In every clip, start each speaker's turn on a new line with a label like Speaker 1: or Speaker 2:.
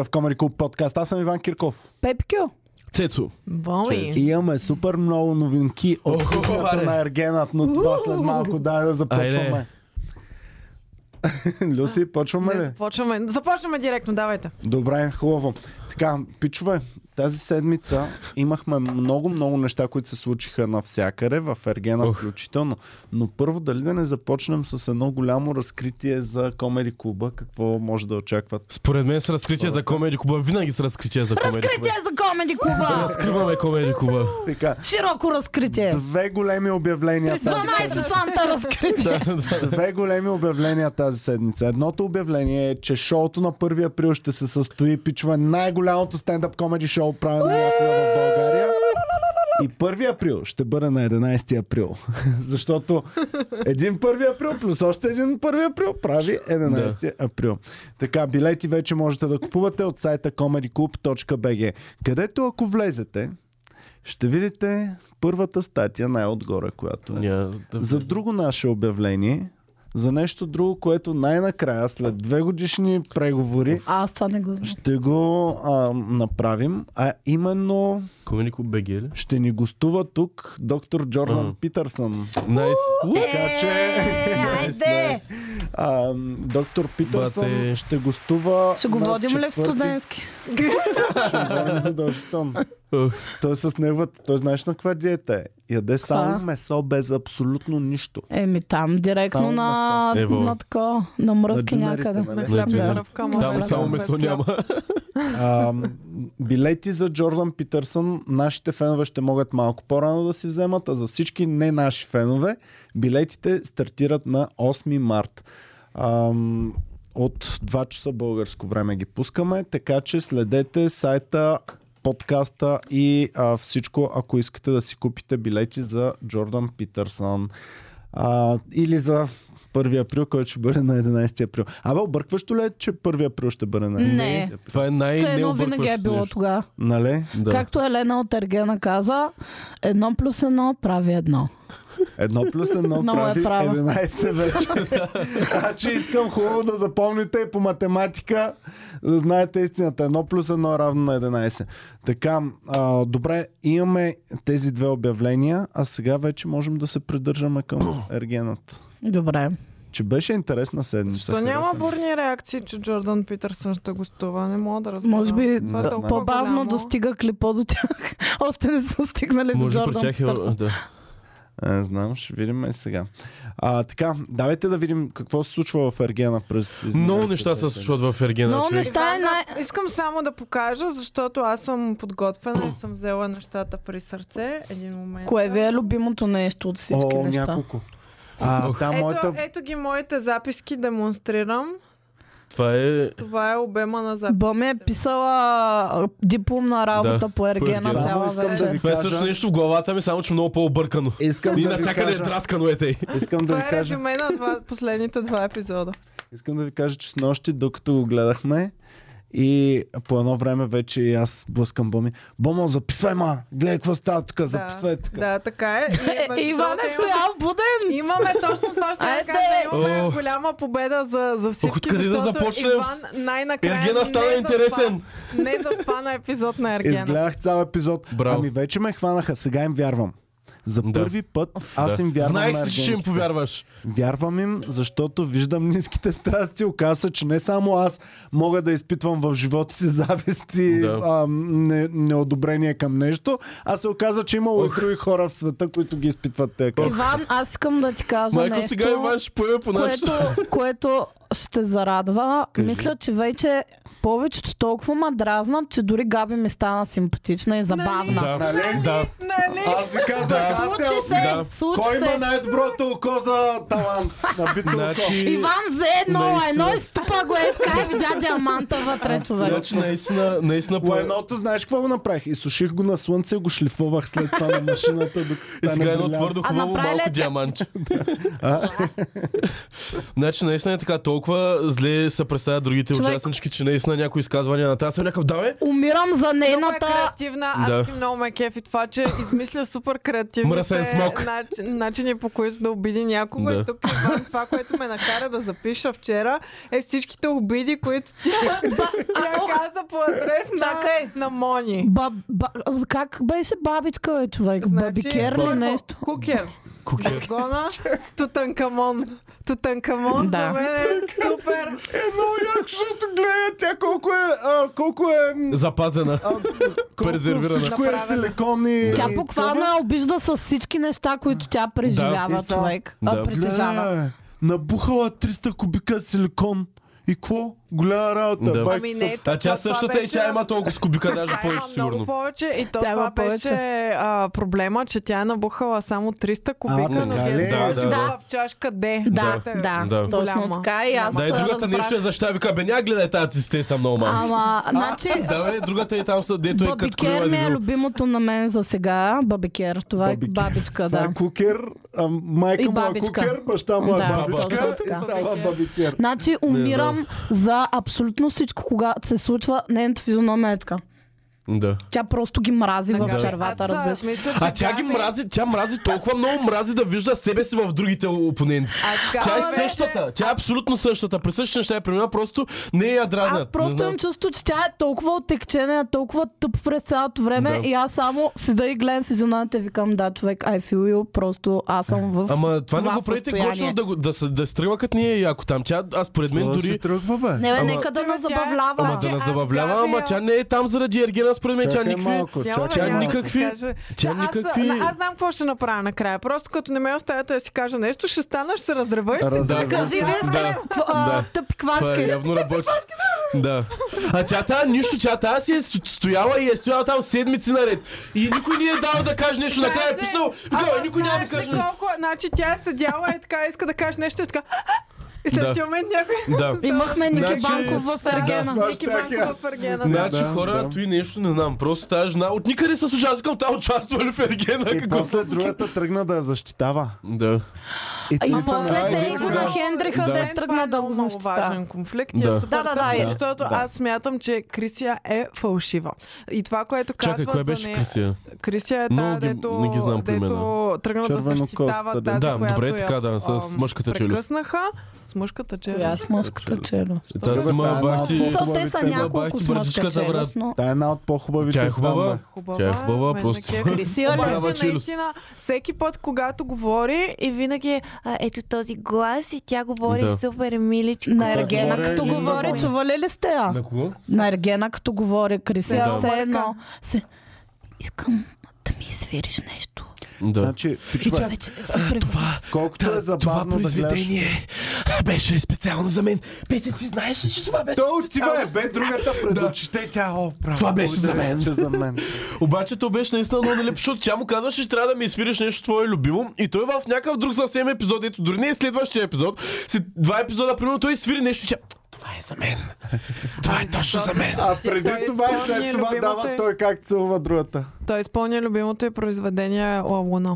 Speaker 1: в Comedy Club подкаст. Аз съм Иван Кирков.
Speaker 2: Пепкю.
Speaker 3: Цецо.
Speaker 2: Боми.
Speaker 1: И имаме супер много новинки от кухнята
Speaker 3: аре.
Speaker 1: на Ергенът, но това след малко дай да започваме. Люси, почваме
Speaker 2: Не,
Speaker 1: ли?
Speaker 2: започваме. Започваме директно, давайте.
Speaker 1: Добре, хубаво. Така, пичове, тази седмица имахме много-много неща, които се случиха навсякъде, в Ергена включително. Но първо, дали да не започнем с едно голямо разкритие за Комери Клуба, какво може да очакват?
Speaker 3: Според мен с разкритие за Комеди Куба. Винаги с разкритие за Комеди Куба.
Speaker 4: Разкритие за Комеди Куба!
Speaker 3: Разкриваме Комеди Куба.
Speaker 1: Така,
Speaker 4: Широко разкритие!
Speaker 1: две големи обявления тази
Speaker 4: 12
Speaker 1: седмица.
Speaker 4: санта разкритие!
Speaker 1: Две големи обявления тази седмица. Едното обявление е, че шоуто на 1 април ще се състои, пичове, най-голямото стендъп комеди шоу, правено някога в България. И 1 април ще бъде на 11 април. Защото един 1 април плюс още един 1 април прави 11 април. Така, билети вече можете да купувате от сайта comedyclub.bg, където ако влезете, ще видите първата статия най-отгоре, която е.
Speaker 3: Ня, да-
Speaker 1: За друго наше обявление, за нещо друго, което най-накрая, след две годишни преговори,
Speaker 4: Аз това не го знам.
Speaker 1: ще го а, направим, а именно
Speaker 3: Комеди Куб БГ ли?
Speaker 1: ще ни гостува тук доктор Джордан
Speaker 3: Мгм.
Speaker 1: Питърсън.
Speaker 3: Найс.
Speaker 1: Така че,
Speaker 4: Е, Айде!
Speaker 1: а, доктор Питърсън
Speaker 3: Бате.
Speaker 1: ще гостува.
Speaker 4: Ще го
Speaker 1: на
Speaker 4: водим ли в
Speaker 1: Значи четвърти-
Speaker 4: студентски?
Speaker 1: Ще го водим задължително. Той е с неговата. Той знаеш на каква диета е? Яде само месо без абсолютно нищо.
Speaker 4: Еми там,
Speaker 1: Само
Speaker 4: директно на,
Speaker 3: месо. Ево.
Speaker 4: на такова, на мръвки
Speaker 1: На дюнерите,
Speaker 4: някъде.
Speaker 1: нали? На
Speaker 4: На хляб,
Speaker 3: дюнерите.
Speaker 4: да.
Speaker 2: Мръвка, му
Speaker 3: Там
Speaker 2: е
Speaker 3: само
Speaker 2: без
Speaker 3: месо
Speaker 2: хляб.
Speaker 3: няма.
Speaker 1: А, м, билети за Джордан Питърсън нашите фенове ще могат малко по-рано да си вземат, а за всички не наши фенове билетите стартират на 8 март. Ам, от 2 часа българско време ги пускаме, така че следете сайта, подкаста и а, всичко, ако искате да си купите билети за Джордан Питърсън. А, или за 1 април, който ще бъде на 11 април. Абе, объркващо ли е, че 1 април ще бъде на 11
Speaker 4: Не.
Speaker 1: април?
Speaker 3: Това е най
Speaker 4: Все едно винаги е
Speaker 3: необъркващото
Speaker 4: било
Speaker 3: нещо.
Speaker 4: тогава.
Speaker 1: Нали?
Speaker 3: Да.
Speaker 4: Както Елена от Ергена каза, едно плюс едно прави едно.
Speaker 1: Едно плюс едно
Speaker 4: Много
Speaker 1: прави
Speaker 4: е права.
Speaker 1: 11 вече. значи искам хубаво да запомните и по математика, да знаете истината. Едно плюс едно е равно на 11. Така, а, добре, имаме тези две обявления, а сега вече можем да се придържаме към Ергенът.
Speaker 4: Добре.
Speaker 1: Че беше интересна седмица.
Speaker 2: Защо няма
Speaker 1: хареса ми.
Speaker 2: бурни реакции, че Джордан Питърсън ще гостува? Не мога да разбера.
Speaker 4: Може би
Speaker 2: Това е
Speaker 1: да,
Speaker 2: толкова
Speaker 4: По-бавно
Speaker 2: голямо.
Speaker 4: достига клипа до тях. Още не са стигнали до
Speaker 3: Може при
Speaker 4: Джордан
Speaker 3: тях е...
Speaker 4: Питърсън.
Speaker 3: Да.
Speaker 1: Не Е, знам, ще видим и сега. А, така, давайте да видим какво се случва в Ергена през
Speaker 3: Много
Speaker 1: изминалите
Speaker 3: неща се
Speaker 1: песен.
Speaker 3: случват в Ергена.
Speaker 4: Много
Speaker 3: човек.
Speaker 4: неща. Та е най-
Speaker 2: Искам само да покажа, защото аз съм подготвена и съм взела нещата при сърце. Един момент.
Speaker 4: Кое ви е любимото нещо от всички
Speaker 1: О,
Speaker 4: неща?
Speaker 1: няколко. А,
Speaker 3: Ох.
Speaker 1: та,
Speaker 2: Ето,
Speaker 1: моята...
Speaker 2: ето ги моите записки, демонстрирам.
Speaker 3: Това е...
Speaker 2: Това е обема на запис.
Speaker 4: Боми е писала а, дипломна работа
Speaker 3: Да,
Speaker 4: по Ергена
Speaker 3: по Ергена.
Speaker 1: Само
Speaker 4: цяла
Speaker 1: искам да
Speaker 4: вечер.
Speaker 1: ви
Speaker 3: Това е също
Speaker 1: кажа...
Speaker 3: нещо в главата ми, само че много по-объркано.
Speaker 1: Искам
Speaker 3: И
Speaker 1: да ви
Speaker 3: навсякъде е
Speaker 1: кажа,
Speaker 3: драскано е тъй.
Speaker 1: искам да
Speaker 2: Това
Speaker 1: ви
Speaker 2: е
Speaker 1: кажа,
Speaker 2: резюме на два, последните два епизода.
Speaker 1: искам да ви кажа, че с нощи, докато го гледахме, и по едно време вече и аз блъскам Боми. Бомо, записвай ма! Гледай какво става тук, записвай тук.
Speaker 2: Да, така е. И,
Speaker 4: Е,
Speaker 2: между
Speaker 4: Иван
Speaker 2: другото,
Speaker 4: е
Speaker 2: имаме-
Speaker 4: стоял буден!
Speaker 2: Имаме точно това, ще
Speaker 4: Айде!
Speaker 2: да кажа. Имаме
Speaker 3: О.
Speaker 2: голяма победа за, за всички,
Speaker 3: Откъде да
Speaker 2: защото
Speaker 3: започнем?
Speaker 2: Иван най-накрая
Speaker 3: Ергена стана
Speaker 2: не
Speaker 3: интересен.
Speaker 2: Заспа, не заспа на епизод на Ергена.
Speaker 1: Изгледах цял епизод.
Speaker 3: Браво.
Speaker 1: Ами вече ме хванаха, сега им вярвам. За
Speaker 3: Да.
Speaker 1: първи път аз
Speaker 3: Да.
Speaker 1: им вярвам. на
Speaker 3: Знаех си, че ще им
Speaker 1: Аргенките.
Speaker 3: повярваш.
Speaker 1: Вярвам им, защото виждам ниските страсти. Оказва, се, че не само аз мога да изпитвам в живота си завист и
Speaker 3: Да.
Speaker 1: а, не, неодобрение към нещо, а се оказа, че има и други хора в света, които ги изпитват тези качества.
Speaker 4: Иван, аз искам да ти кажа
Speaker 3: Майко,
Speaker 4: нещо,
Speaker 3: сега е Иван ще поеме по нашата.
Speaker 4: което, което ще зарадва. Мисля, че вече повечето толкова ма дразнат, че дори Габи ми стана симпатична и забавна.
Speaker 3: Да, да.
Speaker 2: Нали?
Speaker 1: Аз ви казах, аз
Speaker 4: Случи се!
Speaker 1: се...
Speaker 3: Да.
Speaker 4: Случи
Speaker 1: Кой
Speaker 4: се!
Speaker 1: има най-доброто око за талант? Набито око.
Speaker 3: Значи...
Speaker 4: Иван взе едно, а
Speaker 3: Наистина.
Speaker 4: едно изтупа го е така и видя диаманта вътре, човек.
Speaker 3: Значи наистина, наистина по...
Speaker 1: По едното, знаеш какво го направих? Изсуших го на слънце и го шлифовах след това на машината. Докато
Speaker 3: И сега е
Speaker 1: стане
Speaker 3: едно
Speaker 1: брилянт.
Speaker 3: твърдо
Speaker 4: А
Speaker 3: хубаво
Speaker 4: направи ли
Speaker 3: малко
Speaker 4: е-
Speaker 3: диамантче. Значи наистина е така, толкова зле се представят другите
Speaker 4: Човек-
Speaker 3: ужаснички, че наистина някои изказвания на тази са някакъв да бе.
Speaker 4: Умирам за
Speaker 2: Много е
Speaker 4: нейната
Speaker 2: креативна,
Speaker 3: Да.
Speaker 2: адски много ме кефи това, че измисля супер
Speaker 3: Мръсен
Speaker 2: най-ефективните
Speaker 3: смок.
Speaker 2: начин, начини, по които да обиди някого.
Speaker 3: Да.
Speaker 2: И тук Иван, това, което ме накара да запиша вчера, е всичките обиди, които тя, тя каза по адрес на,
Speaker 4: Чакай.
Speaker 2: на Мони.
Speaker 4: Ба, ба, как беше бабичка, бе, човек? Бабикер ли
Speaker 2: Значи, първо,
Speaker 4: нещо?
Speaker 2: Кукер.
Speaker 3: Кукер.
Speaker 2: Гона, Тутанкамон. Тутанкамон
Speaker 4: Да.
Speaker 2: за мен е супер.
Speaker 1: Е, много яко, защото гледа тя колко е... А, колко е... м,
Speaker 3: Запазена.
Speaker 1: А, колко
Speaker 3: Презервирана.
Speaker 1: всичко е
Speaker 2: Направена.
Speaker 1: силикон и...
Speaker 4: Тя
Speaker 1: и
Speaker 4: буквално
Speaker 1: Е, това.
Speaker 4: я обижда с всички неща, които тя преживява,
Speaker 1: и са-
Speaker 4: човек.
Speaker 3: Да.
Speaker 4: А, притежава.
Speaker 1: Гледа, набухала 300 кубика силикон. И какво? Голяма работа.
Speaker 3: Да.
Speaker 1: Бай,
Speaker 2: Ами
Speaker 4: е
Speaker 2: не,
Speaker 3: А тя
Speaker 2: това
Speaker 3: същата
Speaker 2: беше-
Speaker 3: и тя има толкова с кубика, даже
Speaker 2: Тя
Speaker 3: повече
Speaker 2: има
Speaker 3: сигурно.
Speaker 2: Много повече и то
Speaker 4: Тя
Speaker 2: това
Speaker 4: има повече.
Speaker 2: беше а, проблема, че тя е набухала само 300 кубика,
Speaker 1: А,
Speaker 2: но
Speaker 1: така
Speaker 2: ги
Speaker 1: ли?
Speaker 2: е
Speaker 1: Да,
Speaker 3: да,
Speaker 2: заложила
Speaker 3: да.
Speaker 2: в чашка Д.
Speaker 4: Да,
Speaker 3: Да,
Speaker 4: да,
Speaker 3: да.
Speaker 4: точно
Speaker 2: Голяма.
Speaker 4: така. И аз
Speaker 3: Да, и другата
Speaker 4: разбрах.
Speaker 3: нещо е защита, вика, бе, няма гледай тази ти сте са много малки.
Speaker 4: Ама, значи,
Speaker 3: Да, бе, другата е там, са, дето е като
Speaker 4: Бабикер ми е
Speaker 3: крила
Speaker 4: любимото на мен за сега. Бабикер. Това е
Speaker 1: Бабикер.
Speaker 4: бабичка,
Speaker 1: Това
Speaker 4: да.
Speaker 1: е кукер, а
Speaker 4: И
Speaker 1: майка му е
Speaker 4: бабичка.
Speaker 1: кукер, баща му е
Speaker 4: Да,
Speaker 1: бабичка
Speaker 4: точно
Speaker 1: и
Speaker 4: така.
Speaker 1: става бабикер.
Speaker 4: Значи умирам за абсолютно всичко, когато се случва нейната физиономия е така.
Speaker 3: Да.
Speaker 4: Тя просто ги мрази в
Speaker 3: Да.
Speaker 4: червата,
Speaker 2: Аз, а,
Speaker 4: разбираш.
Speaker 2: Мисля, че
Speaker 3: А тя ги
Speaker 2: Габи-
Speaker 3: мрази, тя мрази толкова много мрази да вижда себе си в другите опоненти.
Speaker 2: Аз
Speaker 3: Тя
Speaker 2: Габи
Speaker 3: е
Speaker 2: беше-
Speaker 3: същата, тя е абсолютно същата. При същите неща е премина, просто не я дразнят.
Speaker 4: Аз просто
Speaker 3: Не знам.
Speaker 4: имам чувство, че тя е толкова отекчена, толкова тъпо през цялото време
Speaker 3: Да.
Speaker 4: и аз само седа и гледам физионата и викам, да, човек, I feel you, просто аз съм в
Speaker 3: Ама това не го правите
Speaker 4: състояние.
Speaker 3: гочно да, го- да, се- да се тръгва като ние яко там. Тя, аз поред мен
Speaker 1: Това си
Speaker 3: дори...
Speaker 1: тръгва, бе.
Speaker 4: Не, бе,
Speaker 3: Ама-
Speaker 4: нека да
Speaker 2: Ама
Speaker 4: не
Speaker 2: тя е-
Speaker 4: забавлява.
Speaker 3: Ама да не
Speaker 2: аз
Speaker 3: забавлява, ама
Speaker 2: Габи-
Speaker 3: тя не е там заради ергена, според мен. Тя
Speaker 1: Чакай
Speaker 3: никакви...
Speaker 1: малко,
Speaker 2: Няма,
Speaker 1: чакай
Speaker 2: няма
Speaker 1: малко.
Speaker 2: да се
Speaker 3: е никакви-
Speaker 2: каже.
Speaker 3: тя е
Speaker 2: Да, аз-
Speaker 3: никакви-
Speaker 2: Аз, знам какво ще направя накрая. Просто като не ме оставяте да си кажа нещо, ще стана, ще се разрева и ще
Speaker 1: Разрева.
Speaker 2: се
Speaker 4: Кажи,
Speaker 2: Да.
Speaker 4: вие сте
Speaker 3: Да.
Speaker 4: ква- а,
Speaker 3: Да.
Speaker 4: тъпи
Speaker 3: Това е
Speaker 4: квачки.
Speaker 3: явно работи. Да. А тя тая нищо, тя тая си е с- стояла и е стояла там седмици наред. И никой не е дал да каже нещо. Накрая е
Speaker 2: Знаеш ли-
Speaker 3: писал.
Speaker 2: Ама
Speaker 3: Да, никой няма да
Speaker 2: знаеш ли
Speaker 3: каже.
Speaker 2: Колко, значи тя е седяла и така иска да каже нещо и така. И следващия момент някой
Speaker 3: Да.
Speaker 4: Имахме Ники
Speaker 3: Значи-
Speaker 4: Банков в Ергена.
Speaker 1: Да.
Speaker 2: Ники
Speaker 1: Аз щях и
Speaker 2: Банков
Speaker 1: аз.
Speaker 2: в Ергена.
Speaker 3: Значи
Speaker 1: Да,
Speaker 3: хора,
Speaker 1: да.
Speaker 3: той нещо не знам. Просто тази жена от никъде с ужасикам, та участва ли в Ергена?
Speaker 1: И
Speaker 3: Какво
Speaker 1: после
Speaker 3: се случва?
Speaker 1: другата тръгна да я защитава.
Speaker 3: Да.
Speaker 1: И
Speaker 4: А
Speaker 1: те
Speaker 4: Ама
Speaker 1: са на-
Speaker 4: след
Speaker 3: да,
Speaker 4: те и го
Speaker 3: да.
Speaker 4: на Хендриха
Speaker 3: Да.
Speaker 4: да е тръгна да го защита.
Speaker 2: важен конфликт.
Speaker 3: Да.
Speaker 2: Да. Е супер
Speaker 4: Да, да, да,
Speaker 2: тъпо,
Speaker 4: е.
Speaker 2: Защото
Speaker 1: Да.
Speaker 2: аз смятам, че Крисия е фалшива. И това, което
Speaker 3: Чакай,
Speaker 2: казват
Speaker 3: кое
Speaker 2: за
Speaker 3: беше
Speaker 2: нея-
Speaker 3: Крисия?
Speaker 2: Крисия е
Speaker 3: Много
Speaker 2: тази,
Speaker 3: ги-
Speaker 2: дето,
Speaker 3: не ги знам при мен,
Speaker 2: дето тръгна да
Speaker 1: Червено
Speaker 2: защитава
Speaker 1: коста, да.
Speaker 2: тази,
Speaker 3: Да,
Speaker 2: която
Speaker 3: добре,
Speaker 2: я,
Speaker 3: така, да, с
Speaker 2: ам,
Speaker 3: мъжката челюст.
Speaker 2: Прекъснаха с мъжката е
Speaker 4: Коя
Speaker 3: е
Speaker 2: челюст.
Speaker 4: с мъжката челюст?
Speaker 1: Добре,
Speaker 3: Тази има
Speaker 1: тая е
Speaker 3: бах
Speaker 1: малко
Speaker 3: ти...
Speaker 1: по-
Speaker 4: Мисъл, те са
Speaker 1: Хубавите,
Speaker 4: няколко
Speaker 3: бабачки,
Speaker 4: с мъжка
Speaker 3: бърджичката, брат.
Speaker 4: челюст, но...
Speaker 1: Та е една от по-хубавите.
Speaker 3: Тя е хубава.
Speaker 1: отдавна.
Speaker 2: Хубава,
Speaker 3: Тя е хубава,
Speaker 2: мен ме
Speaker 3: просто-
Speaker 2: кефи.
Speaker 4: Крисия ли?
Speaker 3: Здрава
Speaker 2: Обаче,
Speaker 3: челюст.
Speaker 2: е наистина, всеки път, когато говори и винаги е, а, ето този глас и тя говори
Speaker 3: Да.
Speaker 2: супер миличко.
Speaker 4: На
Speaker 1: Като
Speaker 4: Ергена,
Speaker 1: говори
Speaker 4: като
Speaker 1: един
Speaker 4: говори,
Speaker 1: на-
Speaker 4: чували ли сте я?
Speaker 3: На кого?
Speaker 4: На Ергена, като говори, Крисия,
Speaker 3: Да.
Speaker 4: все едно. се- Искам да ми свириш нещо.
Speaker 3: Да.
Speaker 1: Значи,
Speaker 3: е
Speaker 1: пичове,
Speaker 4: Вече съм привикнала.
Speaker 1: колкото е забавно да гледаш...
Speaker 3: беше специално за мен. Петя, ти знаеш ли, че това беше?
Speaker 1: Той отива е, бе, другата пред очите и тя, о, право.
Speaker 3: Това беше за мен.
Speaker 1: Беше за мен.
Speaker 3: Обаче то беше наистина много нелепо, защото тя му казваше, че трябва да ми свириш нещо твое любимо. И той в някакъв друг съвсем епизод, ето дори не е следващия епизод, след два епизода, примерно, той свири нещо, и тя... Това е за мен. Това е точно за мен.
Speaker 1: А преди
Speaker 2: Той
Speaker 1: това и
Speaker 2: изпълни
Speaker 1: след това
Speaker 2: любимото
Speaker 1: дава
Speaker 2: й.
Speaker 1: той как целува другата.
Speaker 2: Той изпълня любимото и произведение Ла Луна.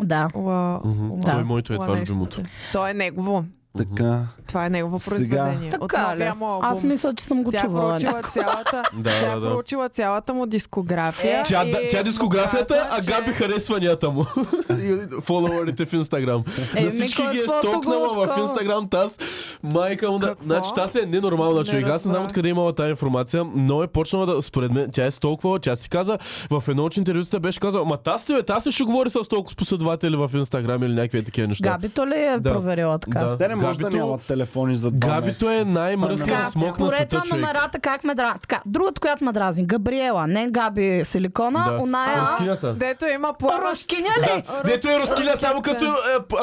Speaker 4: Да.
Speaker 2: Ла... Ла-
Speaker 3: Той моето е
Speaker 2: Ла
Speaker 3: това
Speaker 2: нещо
Speaker 3: любимото.
Speaker 2: си. То е негово.
Speaker 1: Така.
Speaker 2: Това е негово
Speaker 1: Сега.
Speaker 2: произведение. От
Speaker 4: Така ли?
Speaker 2: новия му албум.
Speaker 4: Аз мисля, че съм го
Speaker 2: тя
Speaker 4: чувала.
Speaker 2: проучила цялата,
Speaker 3: Да,
Speaker 2: тя
Speaker 3: да, да.
Speaker 2: проучила цялата му дискография.
Speaker 3: Тя,
Speaker 2: и
Speaker 3: да, тя
Speaker 2: му
Speaker 3: дискографията,
Speaker 2: каза,
Speaker 3: а
Speaker 2: че-
Speaker 3: Габи харесванията му. И Фолоуърите в Инстаграм.
Speaker 4: Е,
Speaker 3: На всички
Speaker 4: ми,
Speaker 3: ги е
Speaker 4: каквото го
Speaker 3: стокнала в
Speaker 4: откъм.
Speaker 3: Инстаграм. Таз, майка му да...
Speaker 2: Какво?
Speaker 3: Значи, таз е ненормална
Speaker 2: Не
Speaker 3: човек. Аз не знам
Speaker 2: разбрах.
Speaker 3: откъде е имала тази информация, но е почнала да... Според мен, тя е столкова, тя си каза, в едно от интервютата беше казала, ма таз ли бе, таз ли ще говори с толкова последователи в Инстаграм или някакви такива неща.
Speaker 4: Габито ли е
Speaker 3: Да.
Speaker 4: проверила така?
Speaker 1: Те не може да
Speaker 3: Габито-
Speaker 1: нямат телефони за два
Speaker 3: Габито е най-мръсният
Speaker 1: Така,
Speaker 3: смок на
Speaker 4: поред
Speaker 3: света,
Speaker 4: на
Speaker 3: човек.
Speaker 4: номерата как ме дразни. Така, другата, която ме дразни. Габриела, не Габи Силикона,
Speaker 3: Да.
Speaker 4: оная...
Speaker 3: Рускинята.
Speaker 2: Дето има плаващ
Speaker 4: Рускиня ли?
Speaker 3: Дето е рускиня, само като... е,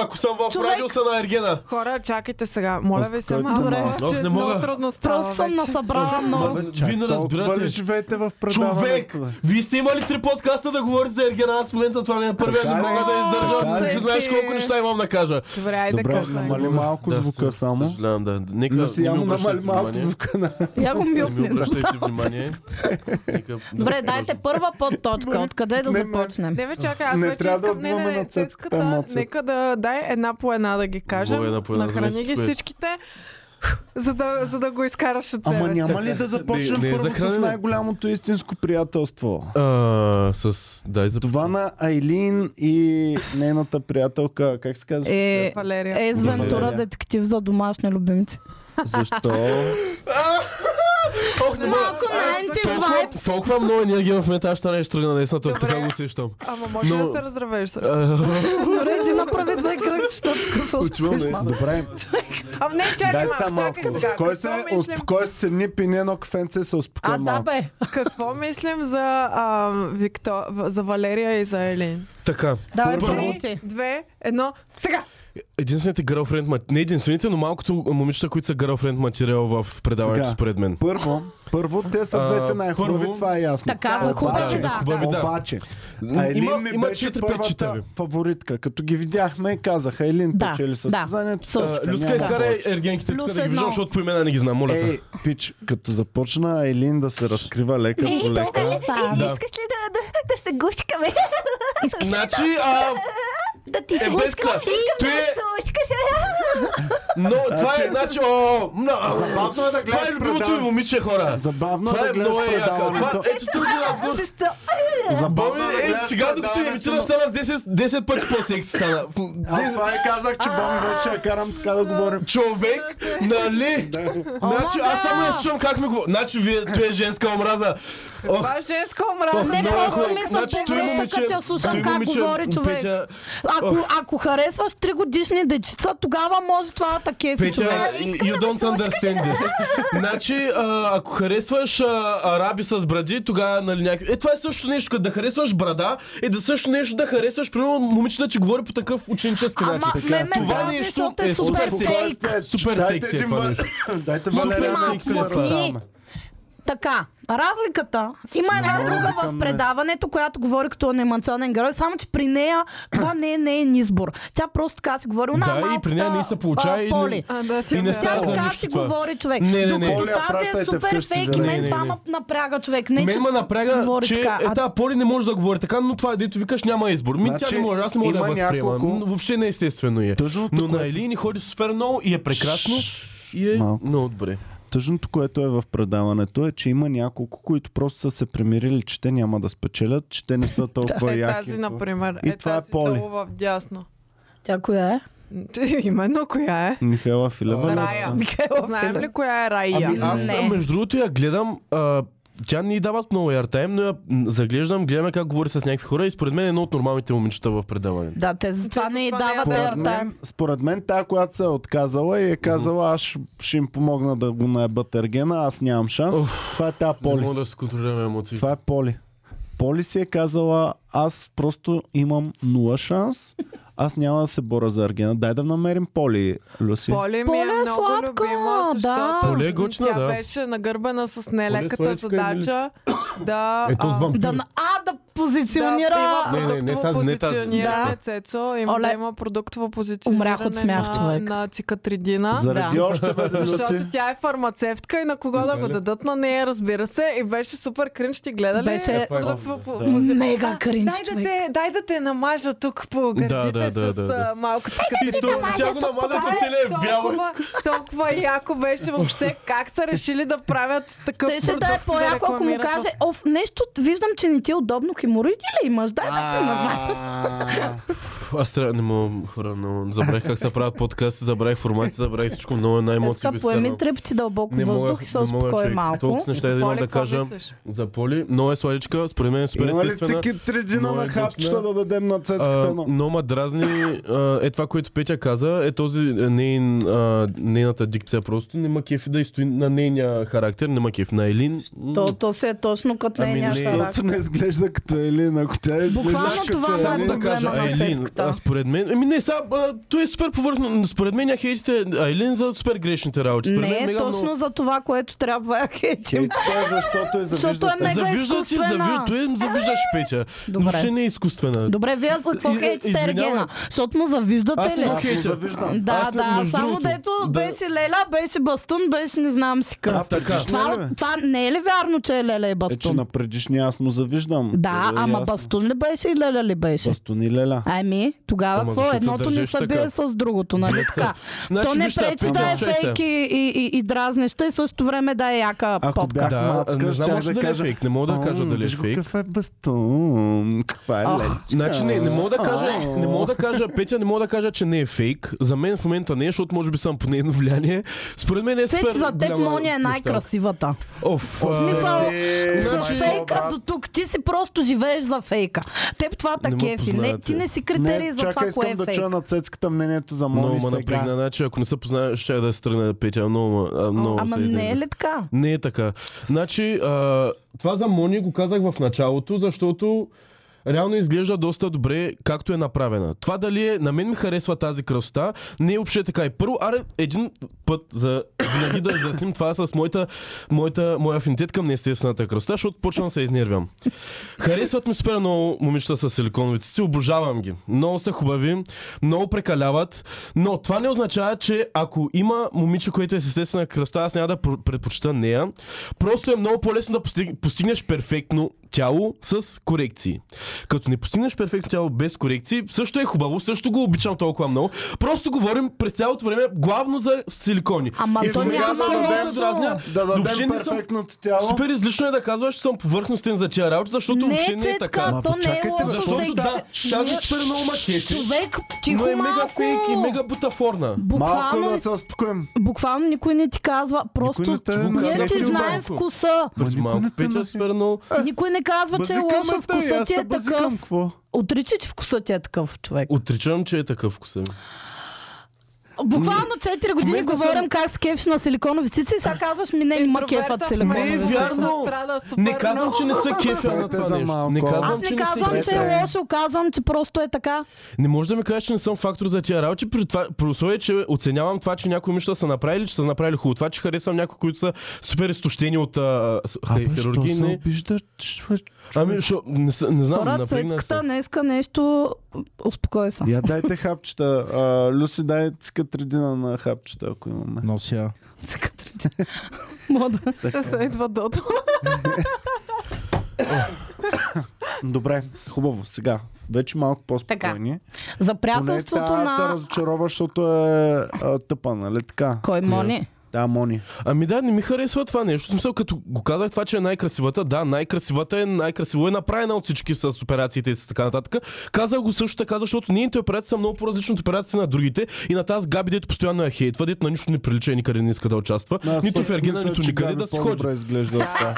Speaker 3: Ако съм в
Speaker 4: Човек.
Speaker 3: радиуса на Ергена.
Speaker 2: Хора, чакайте сега. Моля ви се
Speaker 1: Кой
Speaker 2: малко.
Speaker 1: добре.
Speaker 2: че
Speaker 3: Ох, не
Speaker 2: много
Speaker 3: мога.
Speaker 2: трудно става
Speaker 4: Просто съм
Speaker 2: вече.
Speaker 4: насъбрала много.
Speaker 3: Ма,
Speaker 1: Чак
Speaker 3: Вие не
Speaker 1: толкова ли
Speaker 3: разбирате.
Speaker 1: живеете в
Speaker 3: Човек,
Speaker 1: предаването? бе?
Speaker 3: вие сте имали три подкаста да говорите за Ергена, аз в момента това ми е първия, не
Speaker 1: Така ли?
Speaker 3: мога да
Speaker 1: Така
Speaker 3: издържа,
Speaker 1: ли?
Speaker 3: че знаеш колко неща имам да кажа.
Speaker 2: Добре, айде
Speaker 1: Добре,
Speaker 2: късай.
Speaker 1: намали малко
Speaker 3: Да,
Speaker 1: звука
Speaker 3: съ-
Speaker 1: само.
Speaker 3: Съжалявам, да. Нека
Speaker 1: Но си
Speaker 3: не ми
Speaker 1: явно намали
Speaker 3: обръщайте
Speaker 1: малко
Speaker 3: внимание.
Speaker 1: звука на...
Speaker 4: Я го
Speaker 3: Не ми
Speaker 4: мютни.
Speaker 3: обръщайте внимание. Нека да
Speaker 4: Добре,
Speaker 3: продължим.
Speaker 4: дайте първа подточка. Откъде да
Speaker 1: Не, не.
Speaker 4: започнем?
Speaker 2: Не, бе, чакай, аз
Speaker 1: Не
Speaker 2: вече
Speaker 1: трябва да
Speaker 2: искам... не, не,
Speaker 1: отбиваме
Speaker 2: не,
Speaker 1: на цецката
Speaker 2: цецката,
Speaker 1: емоцията.
Speaker 2: нека да дай една по една да ги кажем.
Speaker 3: Мога е една по една,
Speaker 2: Нахрани
Speaker 3: замеси
Speaker 2: ги
Speaker 3: човек.
Speaker 2: всичките. за да, за да го изкараш от себе
Speaker 1: Ама
Speaker 2: си.
Speaker 1: няма ли да започнем
Speaker 3: Не- не е
Speaker 1: първо с
Speaker 3: захранено.
Speaker 1: най-голямото истинско приятелство?
Speaker 3: А, с... Дай за...
Speaker 1: Това на Айлин и нейната приятелка, как се казва?
Speaker 4: Е,
Speaker 2: Валерия.
Speaker 4: е с Вентура
Speaker 1: Валерия.
Speaker 4: детектив за домашни любимци.
Speaker 1: Защо?
Speaker 3: Ох, не мога.
Speaker 4: Малко найнти вайб.
Speaker 3: Толкова много енергия в момента, аз ще не ще тръгна, наистина, това
Speaker 2: Добре.
Speaker 3: така го усещам.
Speaker 2: Ама може
Speaker 3: Но- Е,
Speaker 2: да се разравеш. сега.
Speaker 3: А,
Speaker 4: Добре, ти направи две кръгчета, тук се успокоиш малко.
Speaker 1: Добре,
Speaker 2: А не, чакай
Speaker 1: дай
Speaker 2: малко,
Speaker 1: сега малко.
Speaker 2: чакай сега.
Speaker 1: Кой
Speaker 2: Какво
Speaker 1: се
Speaker 2: мислим-
Speaker 1: успокой се ни пини едно кафенце се успокои
Speaker 4: А, да
Speaker 1: малко.
Speaker 4: бе.
Speaker 2: Какво мислим за, а, Викто... в- за Валерия и за Елин?
Speaker 3: Така.
Speaker 4: Давай,
Speaker 3: Първо-
Speaker 4: първо ти.
Speaker 2: Три, две, едно, сега!
Speaker 3: Единствените гърлфренд, ма- не единствените, но малкото момичета, които са гърлфренд материал в предаването,
Speaker 1: Сега.
Speaker 3: според мен.
Speaker 1: Първо, първо, те са
Speaker 3: А,
Speaker 1: двете най-хубави,
Speaker 3: първо-
Speaker 1: това е ясно.
Speaker 4: Така, за хубави,
Speaker 1: Обаче-
Speaker 4: да.
Speaker 3: Хубави, да.
Speaker 1: Обаче, Айлин
Speaker 3: Има-
Speaker 1: ми
Speaker 3: има
Speaker 1: беше
Speaker 3: четири печета, бе.
Speaker 1: първата фаворитка. Като ги видяхме, казах, Айлин
Speaker 4: Да,
Speaker 1: печели
Speaker 4: да.
Speaker 1: състезанието.
Speaker 4: Също.
Speaker 1: точка,
Speaker 3: А, Люска
Speaker 1: няма повече. Е,
Speaker 3: изкара ергенките, тук да
Speaker 4: Плюс
Speaker 3: ги
Speaker 4: едно.
Speaker 3: виждам, защото по имена не ги знам, моля. те.
Speaker 1: Ей, пич, като започна Елин да се разкрива лека по лека,
Speaker 3: Да.
Speaker 5: Ами Искаш ли да, да, да се гушкаме? Искаш ли
Speaker 3: Значи, а,
Speaker 5: да ти
Speaker 3: е без
Speaker 5: слушкам?
Speaker 3: са.
Speaker 5: Искам
Speaker 3: Той
Speaker 5: да
Speaker 3: е-
Speaker 5: слушкаш.
Speaker 3: но това е,
Speaker 1: Значи-
Speaker 3: значи, о, на-
Speaker 1: Забавно е да
Speaker 3: това е
Speaker 1: гледаш
Speaker 3: любимото ми
Speaker 1: предаването.
Speaker 3: момиче, хора.
Speaker 1: Забавно е
Speaker 3: Това
Speaker 1: да
Speaker 3: е много
Speaker 1: гледаш
Speaker 3: е яко. Това-
Speaker 1: предаването.
Speaker 3: Ето този разговор.
Speaker 5: Защо?
Speaker 1: Забавно
Speaker 3: Боми,
Speaker 1: е да
Speaker 3: е,
Speaker 1: гледаш
Speaker 3: сега докато я
Speaker 1: предаването,
Speaker 3: имитира,
Speaker 1: но-
Speaker 3: стана с 10, 10 пъти по-секси стана.
Speaker 1: Аз това и казах, че Боми вече я карам така да говорим.
Speaker 3: Човек, нали? Значи, аз само я слушам как ми говори. Значи, вие, той е женска омраза. Ох,
Speaker 2: Това е женска омраза.
Speaker 4: Не,
Speaker 3: Много е
Speaker 4: просто
Speaker 3: хубаво.
Speaker 4: ми се
Speaker 3: Значи, той
Speaker 4: повръща,
Speaker 3: момиче-
Speaker 4: като я слушам
Speaker 3: той
Speaker 4: как
Speaker 3: момиче
Speaker 4: говори човек.
Speaker 3: Петя-
Speaker 4: Ако, ако харесваш 3 годишни дечица, тогава може това да е кефи човек.
Speaker 3: Петя, you don't understand this. значи, а, ако харесваш а, араби с бради, тогава нали някакви... Е, това е също нещо, като да харесваш брада, е да също нещо да харесваш, примерно момичета, че говори по такъв ученически
Speaker 4: Ама
Speaker 3: начин.
Speaker 4: ме ме
Speaker 1: Това
Speaker 4: дразни,
Speaker 3: нещо
Speaker 4: защото
Speaker 3: е
Speaker 4: е супер
Speaker 3: супер
Speaker 4: фейк.
Speaker 3: Супер
Speaker 1: Дайте
Speaker 3: секси е
Speaker 1: един
Speaker 3: това
Speaker 1: Ва-
Speaker 3: нещо.
Speaker 1: Дайте Валерия
Speaker 3: малко
Speaker 1: да ни
Speaker 3: секси е това.
Speaker 1: разправяме.
Speaker 4: Така, разликата. Има една
Speaker 1: Много
Speaker 4: друга
Speaker 1: към
Speaker 4: в
Speaker 1: мен.
Speaker 4: предаването, която говори като анимационен герой, само че при нея това не е нейн избор. Тя просто така си говори. Она
Speaker 3: Да,
Speaker 4: е
Speaker 3: и при
Speaker 4: малката,
Speaker 3: нея не се получава
Speaker 4: а,
Speaker 3: и не-
Speaker 4: Поли.
Speaker 2: А, да, тя
Speaker 3: И не
Speaker 2: ме-
Speaker 4: Тя
Speaker 3: става за
Speaker 4: така
Speaker 3: нищо
Speaker 4: си
Speaker 3: това.
Speaker 4: говори човек.
Speaker 3: Не, не, не.
Speaker 4: Докато
Speaker 1: Поля,
Speaker 4: тази е
Speaker 1: пращайте
Speaker 4: супер
Speaker 1: вкъщи,
Speaker 4: фейк
Speaker 1: да
Speaker 4: и
Speaker 1: не-
Speaker 4: мен
Speaker 3: не,
Speaker 4: това
Speaker 3: не.
Speaker 4: ма напряга човек. Не, че
Speaker 3: Мен ме напряга,
Speaker 4: говори
Speaker 3: че
Speaker 4: така,
Speaker 3: е,
Speaker 4: а
Speaker 3: тази Поли не може да говори така, но това е, дето ви кажеш няма избор. Ми
Speaker 1: Значи,
Speaker 3: тя не може, аз не мога да я
Speaker 1: има
Speaker 3: възприемам.
Speaker 1: няколко-
Speaker 3: Въобще не естествено е.
Speaker 1: Тъжното,
Speaker 3: Но на
Speaker 1: което-
Speaker 3: Елини ходи супер много и е прекрасно. И е
Speaker 1: Малко.
Speaker 3: много добре.
Speaker 1: Тъжното, което е в предаването е, че има няколко, които просто са се примирили, че те няма да спечелят, че те не са толкова
Speaker 2: Е
Speaker 1: яки.
Speaker 2: тази, например.
Speaker 1: И
Speaker 2: е
Speaker 1: това е
Speaker 2: тази
Speaker 1: Поли.
Speaker 2: долу в дясно.
Speaker 4: Тя коя е?
Speaker 2: Именно коя е?
Speaker 1: Михайла Филева. ли?
Speaker 2: Рая.
Speaker 4: Михайлов.
Speaker 2: Знаем ли коя е Рая?
Speaker 3: Ами аз
Speaker 4: Не.
Speaker 3: а, между другото я гледам, а, тя ни дават много яртайм, но я м, заглеждам, гледаме как говори с някакви хора и според мен е едно от нормалните момичета в предаването.
Speaker 4: Да, те за това
Speaker 2: Те
Speaker 4: не
Speaker 2: за
Speaker 4: й
Speaker 2: това не е я дават.
Speaker 4: дават
Speaker 1: Според
Speaker 4: airtime.
Speaker 1: мен, според мен тая, която се е отказала и е казала, аз ще- ще им помогна да го наебат Ергена, аз нямам шанс. Това е тая
Speaker 3: Не
Speaker 1: Поли.
Speaker 3: мога да се контролираме емоции.
Speaker 1: Това е Поли. Поли си е казала, аз просто имам нула шанс, аз няма да се боря за Аргена. Дай да намерим Поли, Люси.
Speaker 2: Поли ми е
Speaker 4: Поля е
Speaker 2: много
Speaker 4: сладка,
Speaker 2: любима,
Speaker 4: да.
Speaker 2: защото
Speaker 3: Поля е готина,
Speaker 2: тя
Speaker 3: да.
Speaker 2: беше нагърбена с нелеката
Speaker 3: Поля е сладка, е
Speaker 2: задача да...
Speaker 3: Ето с
Speaker 2: а,
Speaker 3: вампир.
Speaker 4: Да, на- а, да позиционира...
Speaker 2: Да,
Speaker 3: Не, не,
Speaker 2: има
Speaker 3: не,
Speaker 2: продуктово
Speaker 3: тази, не тази.
Speaker 2: позициониране,
Speaker 4: Да.
Speaker 2: Цецо. Има,
Speaker 4: Оле.
Speaker 2: да има продуктово позициониране
Speaker 4: Умрях от смях,
Speaker 2: на,
Speaker 4: човек.
Speaker 2: на цикатридина.
Speaker 1: Заради
Speaker 4: Да.
Speaker 1: още бе, Люси.
Speaker 2: Защото тя е фармацевтка и на кого да го дадат на нея, разбира се. И беше супер кринч, ти гледа ли?
Speaker 4: Беше- Е,
Speaker 2: продуктово по...
Speaker 1: да.
Speaker 4: Мега кринч,
Speaker 2: Дай да,
Speaker 4: човек.
Speaker 2: те, дай да те намажа тук по гърдите
Speaker 3: да, да,
Speaker 2: с
Speaker 3: да, да. Е,
Speaker 2: а, малката
Speaker 3: И то, тя го намаза
Speaker 2: Това
Speaker 3: като целия е бял.
Speaker 2: толкова, толкова яко беше въобще как са решили да правят такъв
Speaker 4: Щеше да е
Speaker 2: продукт,
Speaker 4: по-яко, ако му
Speaker 2: рекламират.
Speaker 4: каже, оф, нещо, виждам, че не ти е удобно, хемороиди ли имаш? Дай да ти направя.
Speaker 1: А,
Speaker 3: Аз трябва, не мога, хора, но забравих как се правят подкасти, забравих формати, забравих всичко, много е на емоции
Speaker 4: Е, Сега
Speaker 3: би изкарал.
Speaker 4: поеми три пъти дълбоко
Speaker 3: Не мога,
Speaker 4: въздух и се
Speaker 3: не мога,
Speaker 4: успокой
Speaker 3: човек.
Speaker 4: малко.
Speaker 3: Толкова неща да имам
Speaker 2: Поле,
Speaker 3: да
Speaker 2: какво
Speaker 3: кажа
Speaker 2: мислиш?
Speaker 3: за Поли. Много е сладичка, според мен е супер
Speaker 1: Има ли
Speaker 3: естествена.
Speaker 1: цики тридина
Speaker 3: но е
Speaker 1: на хапчета да
Speaker 3: готина.
Speaker 1: дадем на цецката?
Speaker 3: А,
Speaker 1: едно?
Speaker 3: но ма дразни, а, е това, което Петя каза, е този е, нейн, а, нейната дикция просто. Нема кефи да и стои на нейния характер, нема кеф на Елин. м,
Speaker 4: То, то се е точно като
Speaker 3: Ами
Speaker 4: нейния
Speaker 3: не.
Speaker 4: характер.
Speaker 1: Защото не изглежда като Елин, ако тя изглежда
Speaker 4: Буквално това
Speaker 1: като
Speaker 4: са
Speaker 3: Само
Speaker 1: Елин.
Speaker 3: да кажа,
Speaker 4: проблема на
Speaker 3: Айлин,
Speaker 4: цецката.
Speaker 3: а, според мен, ами не, сега, а, той е супер повърхно, според мен я хейтите Айлин за супер грешните работи. Според
Speaker 4: Не
Speaker 3: мен,
Speaker 4: е
Speaker 3: мега много-
Speaker 4: точно за това, което трябва да хейтим.
Speaker 1: Хейтито е, защото е
Speaker 4: Защото е
Speaker 1: завиждате.
Speaker 4: мега
Speaker 3: Завижда ти,
Speaker 4: изкуствена.
Speaker 3: завижда, той им завиждаш Петя.
Speaker 4: Добре.
Speaker 3: Но ще не е изкуствена.
Speaker 4: Добре, вие за какво
Speaker 3: И-
Speaker 4: хейтите
Speaker 3: извинявай.
Speaker 4: Ергена? Защото му завиждате
Speaker 3: Аз не
Speaker 4: ли?
Speaker 3: го
Speaker 1: Аз го завиждам.
Speaker 4: Да,
Speaker 3: Аз не-
Speaker 4: да,
Speaker 3: между
Speaker 4: само
Speaker 3: другото,
Speaker 4: дето
Speaker 3: да-
Speaker 4: беше Леля, беше Бастун, беше не знам си
Speaker 1: А,
Speaker 4: къв.
Speaker 1: така.
Speaker 4: Това, това не е ли вярно, че е Леля и
Speaker 1: Е, че
Speaker 4: Бастун?
Speaker 1: на предишния аз му завиждам.
Speaker 4: Да,
Speaker 1: Това е
Speaker 4: ама
Speaker 1: ясно.
Speaker 4: Бастун ли беше и Леля ли беше?
Speaker 1: Бастуни леля.
Speaker 4: Ами, Еми, тогава
Speaker 3: Ама
Speaker 4: какво?
Speaker 3: защо се
Speaker 4: Едното не
Speaker 3: държиш
Speaker 4: се
Speaker 3: така?
Speaker 4: бие с другото, нали така?
Speaker 3: Значи,
Speaker 4: То не
Speaker 3: виж сега,
Speaker 4: пречи да е
Speaker 3: слушай се.
Speaker 4: фейк и, и, и, и дразнеща и също време да е яка
Speaker 1: Ако
Speaker 4: попка.
Speaker 1: бях
Speaker 3: Да,
Speaker 1: мацка,
Speaker 3: не знам
Speaker 1: щях
Speaker 3: още
Speaker 1: да
Speaker 3: дали
Speaker 1: кажа,
Speaker 3: е фейк. Не мога да кажа
Speaker 1: «Ам,
Speaker 3: дали е
Speaker 1: виж го
Speaker 3: фейк.
Speaker 1: Какъв е бастун? Каква е лед?
Speaker 3: Значи не, не мога да кажа, не мога да кажа, Петя, не мога да кажа, че не е фейк. За мен в момента не е, защото може би съм по нейно влияние. Според мен е
Speaker 4: Цец,
Speaker 3: супер
Speaker 4: за теб
Speaker 3: голяма
Speaker 4: Мони е
Speaker 3: площадка.
Speaker 4: най-красивата.
Speaker 3: Оф,
Speaker 4: В смисъл,
Speaker 1: Е,
Speaker 4: С
Speaker 3: Значи-
Speaker 4: фейка до тук. Ти си просто живееш за фейка. Теб това
Speaker 3: Не ме
Speaker 4: таке кефи. Не,
Speaker 3: познавате.
Speaker 4: ти не си критерий
Speaker 1: Не,
Speaker 4: за
Speaker 1: чакай,
Speaker 4: това, кое е
Speaker 1: искам да
Speaker 4: фейк.
Speaker 1: чуя на цецката мнението за
Speaker 3: много
Speaker 1: Мони
Speaker 3: ме напрегна.
Speaker 1: сега.
Speaker 3: Значи, ако не се познаеш, ще да се тръгна Петя. Много, ме- а, много
Speaker 4: Ама
Speaker 3: се
Speaker 4: не
Speaker 3: изненадах.
Speaker 4: е ли така?
Speaker 3: Не е така. Значи, а, това за Мони го казах в началото, защото реално изглежда доста добре, както е направена. Това дали е, на мен ми харесва тази красота, не е въобще така. И първо, аре, един път за винаги да изясним това е с моята, моята, моя афинитет към неестествената красота, защото почвам да се изнервям. Харесват ми супер много момичета с силиконовите си, обожавам ги. Много са хубави, много прекаляват, но това не означава, че ако има момиче, което е с естествена красота, аз няма да пр- предпочита нея. Просто е много по-лесно да постиг- постигнеш перфектно тяло с корекции. Като не постигнеш перфектно тяло без корекции, също е хубаво, също го обичам толкова много. Просто говорим през цялото време главно за силикони.
Speaker 4: Ама
Speaker 1: И
Speaker 4: то
Speaker 1: сега
Speaker 4: няма
Speaker 1: да дадем-
Speaker 4: лошо.
Speaker 1: Да
Speaker 3: Въобще
Speaker 1: дадем
Speaker 3: не съм-
Speaker 1: перфектното тяло.
Speaker 3: Супер излишно е да казваш, че съм повърхностен за тия работа, защото
Speaker 4: Не,
Speaker 3: въобще не е така.
Speaker 4: Цецка,
Speaker 1: Ама
Speaker 4: то не е
Speaker 1: почакайте,
Speaker 4: лошо.
Speaker 1: защото
Speaker 4: всеки
Speaker 3: да,
Speaker 4: се-
Speaker 3: даже супер много макети.
Speaker 4: Човек,
Speaker 3: Но е
Speaker 4: тихо
Speaker 3: мега фейк и
Speaker 4: малко.
Speaker 3: мега бутафорна.
Speaker 1: Малко
Speaker 4: Буквално
Speaker 1: да се успокоим.
Speaker 4: буквално никой не ти казва,
Speaker 1: не
Speaker 4: просто
Speaker 1: те е
Speaker 4: ние ти
Speaker 1: наклепил
Speaker 4: знаем
Speaker 3: малко.
Speaker 4: вкуса.
Speaker 1: Ма
Speaker 3: Преди
Speaker 1: никой не
Speaker 3: малко
Speaker 1: те
Speaker 3: Петя е
Speaker 1: носи.
Speaker 3: супер много.
Speaker 4: Никой не казва, че е
Speaker 1: Базикаме
Speaker 4: лошо,
Speaker 1: те, и
Speaker 4: вкусът
Speaker 1: аз
Speaker 4: ти
Speaker 1: те
Speaker 4: е
Speaker 1: базикам,
Speaker 4: такъв.
Speaker 1: Какво?
Speaker 4: Отрича, че вкусът ти е такъв човек.
Speaker 3: Отричам, че е такъв вкусен.
Speaker 4: Буквално 4 години
Speaker 3: момента
Speaker 4: говорим как с кефиш на силиконови цици и сега казваш ми не, не Е, ма кефат силиконови
Speaker 2: Ами,
Speaker 3: Не е
Speaker 4: цици.
Speaker 3: вярно. Не казвам, че не са кефя на
Speaker 1: Спрете
Speaker 3: това
Speaker 1: за
Speaker 3: нещо.
Speaker 1: малко.
Speaker 3: Не
Speaker 4: Аз
Speaker 3: казвам, че
Speaker 4: не
Speaker 3: не са
Speaker 4: казвам, че
Speaker 1: Добре,
Speaker 4: е лошо, казвам, че просто е така.
Speaker 3: Не може да ми кажеш, че не съм фактор за тия работи, при, това, при условие, че оценявам това, че някои момичета са направили, че са направили хубаво. Това, че харесвам някои, които са супер изтощени от а, с- хе-
Speaker 1: Абе, що
Speaker 3: хирургии.
Speaker 1: се
Speaker 3: не-
Speaker 1: обиждаш? Чу-
Speaker 3: Ами, шо, не, с- не знам,
Speaker 4: Хора,
Speaker 3: напрегна
Speaker 4: цецката
Speaker 3: съм.
Speaker 4: не иска нещо, успокой се.
Speaker 1: Я дайте хапчета. А, Люси, дай цика тредина на хапчета, ако имаме.
Speaker 6: Нося.
Speaker 4: Цецката. Мода.
Speaker 2: Да се идва дото.
Speaker 1: Добре, хубаво. Сега. Вече малко по-спокойни.
Speaker 4: За
Speaker 1: Поне
Speaker 4: приятелството
Speaker 1: тя те
Speaker 4: на...
Speaker 1: разочарова, защото е а, тъпа, нали така?
Speaker 4: Кой Мони?
Speaker 1: Да, Мони.
Speaker 3: Ами да, не ми харесва това нещо. В Смисъл, като го казах това, че е най-красивата, да, най-красивата е най-красиво е направена от всички с операциите и с така нататък. Казах го също така, защото нейните операции са много по-различни от операциите на другите и на тази Габи, дето постоянно я хейтва, дето на нищо не прилича и никъде не иска да участва.
Speaker 1: Аз
Speaker 3: нито
Speaker 1: пък
Speaker 3: в Ергена,
Speaker 1: мисля,
Speaker 3: нито
Speaker 1: че
Speaker 3: никъде
Speaker 1: Габи
Speaker 3: да се ходи.
Speaker 1: по-добре изглежда от това.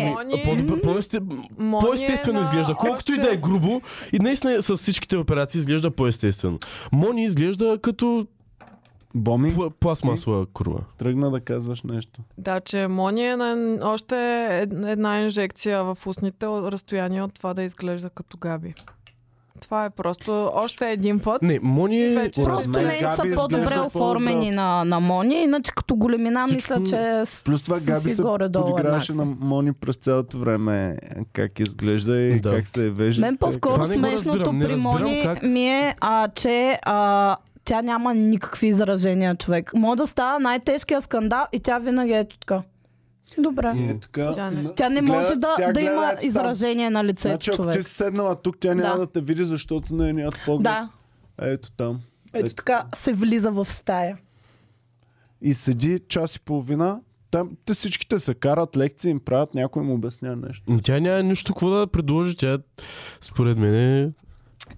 Speaker 2: Е,
Speaker 3: А, по- по- по-есте-
Speaker 2: Мони
Speaker 3: По-естествено
Speaker 2: е на
Speaker 3: изглежда. Колкото и да е
Speaker 2: още-
Speaker 3: грубо, и наистина е, с всичките операции изглежда по-естествено. Мони изглежда като
Speaker 1: Боми,
Speaker 3: пла- пластмасова курва.
Speaker 1: тръгна да казваш нещо.
Speaker 2: Да, че Мони е на още ед- една инжекция в устните от- разстояние от това да изглежда като Габи. Това е просто още един път.
Speaker 3: Не, Мони е...
Speaker 2: Вече
Speaker 1: Според
Speaker 2: ще
Speaker 4: Просто
Speaker 1: мен
Speaker 4: не са
Speaker 1: Габи
Speaker 4: по-добре
Speaker 1: изглежда
Speaker 4: оформени на, на Мони, иначе като големина
Speaker 3: Всичко-
Speaker 4: мисля, че с-
Speaker 1: Плюс това
Speaker 4: си
Speaker 1: Габи се
Speaker 4: горе-долу
Speaker 1: подиграваше на
Speaker 4: еднакви.
Speaker 1: Мони през цялото време как изглежда и
Speaker 3: Да.
Speaker 1: как се вежда.
Speaker 4: Мен по-скоро
Speaker 3: е, Това не го разбирам,
Speaker 4: смешното
Speaker 3: не
Speaker 4: при
Speaker 3: разбирам
Speaker 4: Мони
Speaker 3: как.
Speaker 4: ми е, а, че а, тя няма никакви изражения, човек. Може да става най-тежкия скандал и тя винаги е ето така.
Speaker 1: И
Speaker 4: Добре.
Speaker 1: е така,
Speaker 2: Тя не-
Speaker 4: Тя не
Speaker 1: гледа-
Speaker 4: може да,
Speaker 1: тя
Speaker 4: да
Speaker 1: гледа
Speaker 4: има
Speaker 1: ето там.
Speaker 4: изражение на лицето,
Speaker 1: Значи, ако
Speaker 4: човек.
Speaker 1: ти си седнала тук, тя няма да,
Speaker 4: Да.
Speaker 1: те види, защото не е нямат поглед.
Speaker 4: Да,
Speaker 1: Ето там.
Speaker 3: Е,
Speaker 4: ето Е, така се влиза в стая.
Speaker 1: И седи час и половина, там те всичките се карат, лекции им правят, някой им обяснява нещо.
Speaker 3: М, Тя няма нищо какво да предложи. Тя, според мен, е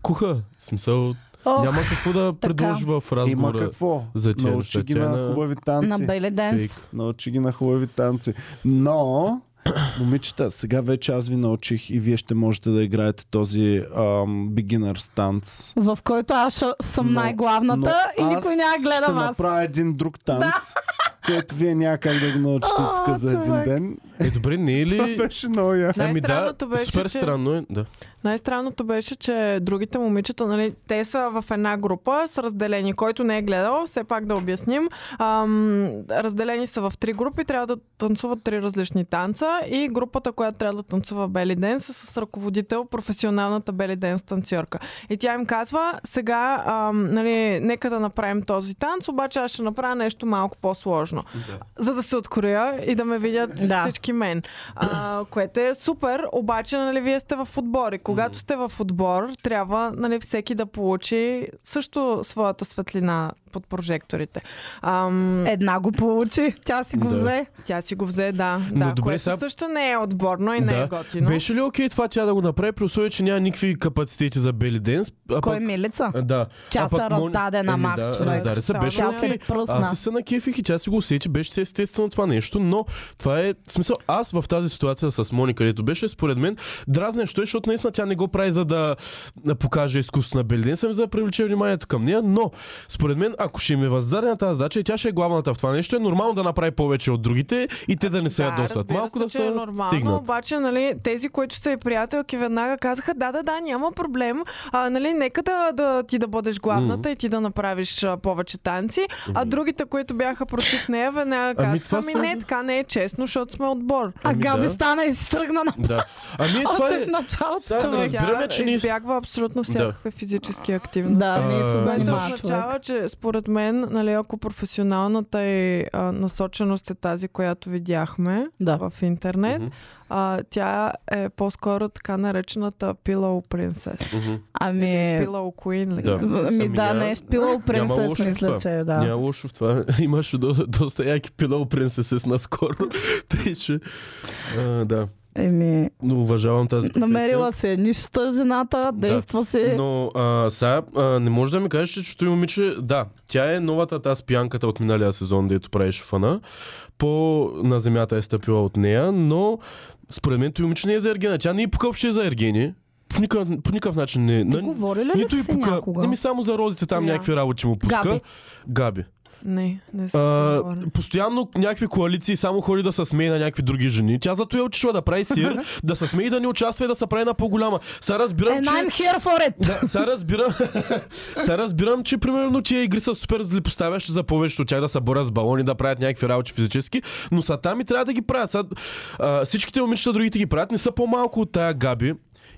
Speaker 3: куха. В смисъл,
Speaker 4: Ох,
Speaker 3: няма какво да предложи в разговора.
Speaker 1: Има какво?
Speaker 3: за тя-
Speaker 1: Научи
Speaker 3: за
Speaker 1: ги
Speaker 3: тя
Speaker 1: на
Speaker 3: на-
Speaker 1: хубави
Speaker 4: на
Speaker 1: танци.
Speaker 4: Бели Денс.
Speaker 3: Фейк.
Speaker 1: Научи ги на хубави танци. Но, момичета, сега вече аз ви научих и вие ще можете да играете този ам, beginner's танц.
Speaker 4: в който аз ще съм
Speaker 1: Но-
Speaker 4: най-главната и
Speaker 1: но
Speaker 4: никой няма гледа
Speaker 1: ще
Speaker 4: вас.
Speaker 1: направя един друг танц, който вие някак да го научите
Speaker 4: О,
Speaker 1: тук за един
Speaker 4: човек.
Speaker 1: ден.
Speaker 3: Е, добре, не е
Speaker 1: Това
Speaker 3: ли...
Speaker 1: беше много я.
Speaker 3: Ами да,
Speaker 2: Най-странното беше,
Speaker 3: супер
Speaker 2: че-
Speaker 3: странно е. Да.
Speaker 2: Най-странното беше, че другите момичета, нали, те са в една група, са разделени. Който не е гледал, все пак да обясним. Ам, разделени са в три групи, трябва да танцуват три различни танца танцува и групата, която трябва да танцува Бели Денс, е с ръководител, професионалната Бели Денс танцорка. И тя им казва, сега, ам, нали, нека да направим този танц, обаче аз ще направя нещо малко по-сложно. За да се откроя и да ме видят
Speaker 4: Да.
Speaker 2: всички мен. А, което е супер, обаче, нали, вие сте в отбори. Когато сте в отбор, трябва, нали, всеки да получи също своята светлина под прожекторите. Ам,
Speaker 4: Една го получи, тя си го
Speaker 3: Да.
Speaker 4: взе.
Speaker 2: тя си го взе, да.
Speaker 3: Но
Speaker 2: да
Speaker 3: добре,
Speaker 2: което
Speaker 3: сега-
Speaker 2: също не е отборно и не е готино.
Speaker 3: Беше ли окей това тя да го направи, при условие, че няма никакви капацитети за бели денс? А
Speaker 4: Кой е
Speaker 3: пък- Ами
Speaker 4: милица?
Speaker 3: а, Да.
Speaker 4: Тя
Speaker 3: А пък
Speaker 4: се
Speaker 3: мон-
Speaker 4: раздаде на
Speaker 3: Еми
Speaker 4: мак,
Speaker 3: да,
Speaker 4: човек.
Speaker 3: Раздаде се,
Speaker 2: Става
Speaker 3: беше
Speaker 4: Тя се
Speaker 3: окей.
Speaker 4: пръсна.
Speaker 3: Аз и се накефих и тя си го усети, беше си естествено това нещо, но това е в смисъл. Аз в тази ситуация с Моника, където беше, според мен, дразнещо е, защото наистина тя не го прави за да да покаже изкуство на Белден, съм за да привлече вниманието към нея, но според мен, ако ще ми въздаде на тази задача и тя ще е главната в това нещо, е нормално да направи повече от другите и те да не се ядосат.
Speaker 2: разбира
Speaker 3: Малко
Speaker 2: се,
Speaker 3: да
Speaker 2: че
Speaker 3: се
Speaker 2: е нормално,
Speaker 3: стигнат.
Speaker 2: обаче нали, тези, които са и приятелки, веднага казаха, да, да, да, няма проблем, а, нали, нека да, да, ти да бъдеш главната mm-hmm. и ти да направиш а, повече танци, mm-hmm. а другите, които бяха против нея, веднага
Speaker 3: Ами
Speaker 2: казаха,
Speaker 3: това
Speaker 2: ами,
Speaker 3: са-
Speaker 2: не, така не е честно, защото сме отбор.
Speaker 4: А
Speaker 3: Ами
Speaker 4: Габи
Speaker 3: да.
Speaker 4: стана и си тръгна на
Speaker 3: Да. Ами това
Speaker 4: още
Speaker 3: е...
Speaker 4: в началото,
Speaker 3: Сега да
Speaker 4: човек.
Speaker 3: разб- разбираме, че
Speaker 2: Тя
Speaker 3: ни-
Speaker 2: избягва абсолютно всякакви физически активности.
Speaker 4: Да, не е се
Speaker 3: А,
Speaker 2: Което
Speaker 4: занимава
Speaker 3: защо?
Speaker 4: човек.
Speaker 2: означава, че според мен, нали, ако професионалната и а, насоченост е тази, която видяхме
Speaker 4: Да.
Speaker 2: в интернет,
Speaker 3: Мгм,
Speaker 2: а, тя е по-скоро така наречената Pillow Princess.
Speaker 3: мгм.
Speaker 4: Ами,
Speaker 2: Pillow Queen ли?
Speaker 3: Е. Да.
Speaker 4: ми
Speaker 3: Ами
Speaker 4: да,
Speaker 3: няма-
Speaker 4: не е шпилал
Speaker 3: лошо
Speaker 4: принцес,
Speaker 3: в това.
Speaker 4: мисля, че е,
Speaker 3: Няма
Speaker 4: да.
Speaker 3: лошо в това. Имаше до, доста яки пилал принцесес наскоро. Тъй, че... А, да.
Speaker 4: Еми,
Speaker 3: Но уважавам тази професия.
Speaker 4: намерила се нища жената, действа се.
Speaker 3: Но а, сега а, не може да ми кажеш, че чето и момиче, да, тя е новата тази пиянката от миналия сезон, дето правиш фана. По на земята е стъпила от нея, но според мен и момиче не е за Ергена. Тя не е пука въобще за Ергени. По никакъв, по никакъв начин не.
Speaker 4: Ти
Speaker 3: на-
Speaker 4: говорили ли
Speaker 3: Нито и
Speaker 4: си
Speaker 3: пука. Не
Speaker 4: някога?
Speaker 3: ми само за розите там
Speaker 2: Да.
Speaker 3: някакви работи му пуска.
Speaker 4: Габи.
Speaker 3: Габи.
Speaker 2: Не, не съм
Speaker 3: А,
Speaker 2: сигурна.
Speaker 3: постоянно някакви коалиции само ходи да се смее на някакви други жени. Тя зато е отишла да прави сир, да се смее и да не участва и да се прави на по-голяма. Сега разбирам,
Speaker 4: And
Speaker 3: че...
Speaker 4: I'm here for it!
Speaker 3: Да, сега разбирам, сега разбирам, че примерно тия игри са супер злепоставящи за повечето от тях да се борят с балони, да правят някакви работи физически, но са там и трябва да ги правят. Са, а, всичките момичета, другите ги правят, не са по-малко от тая Габи.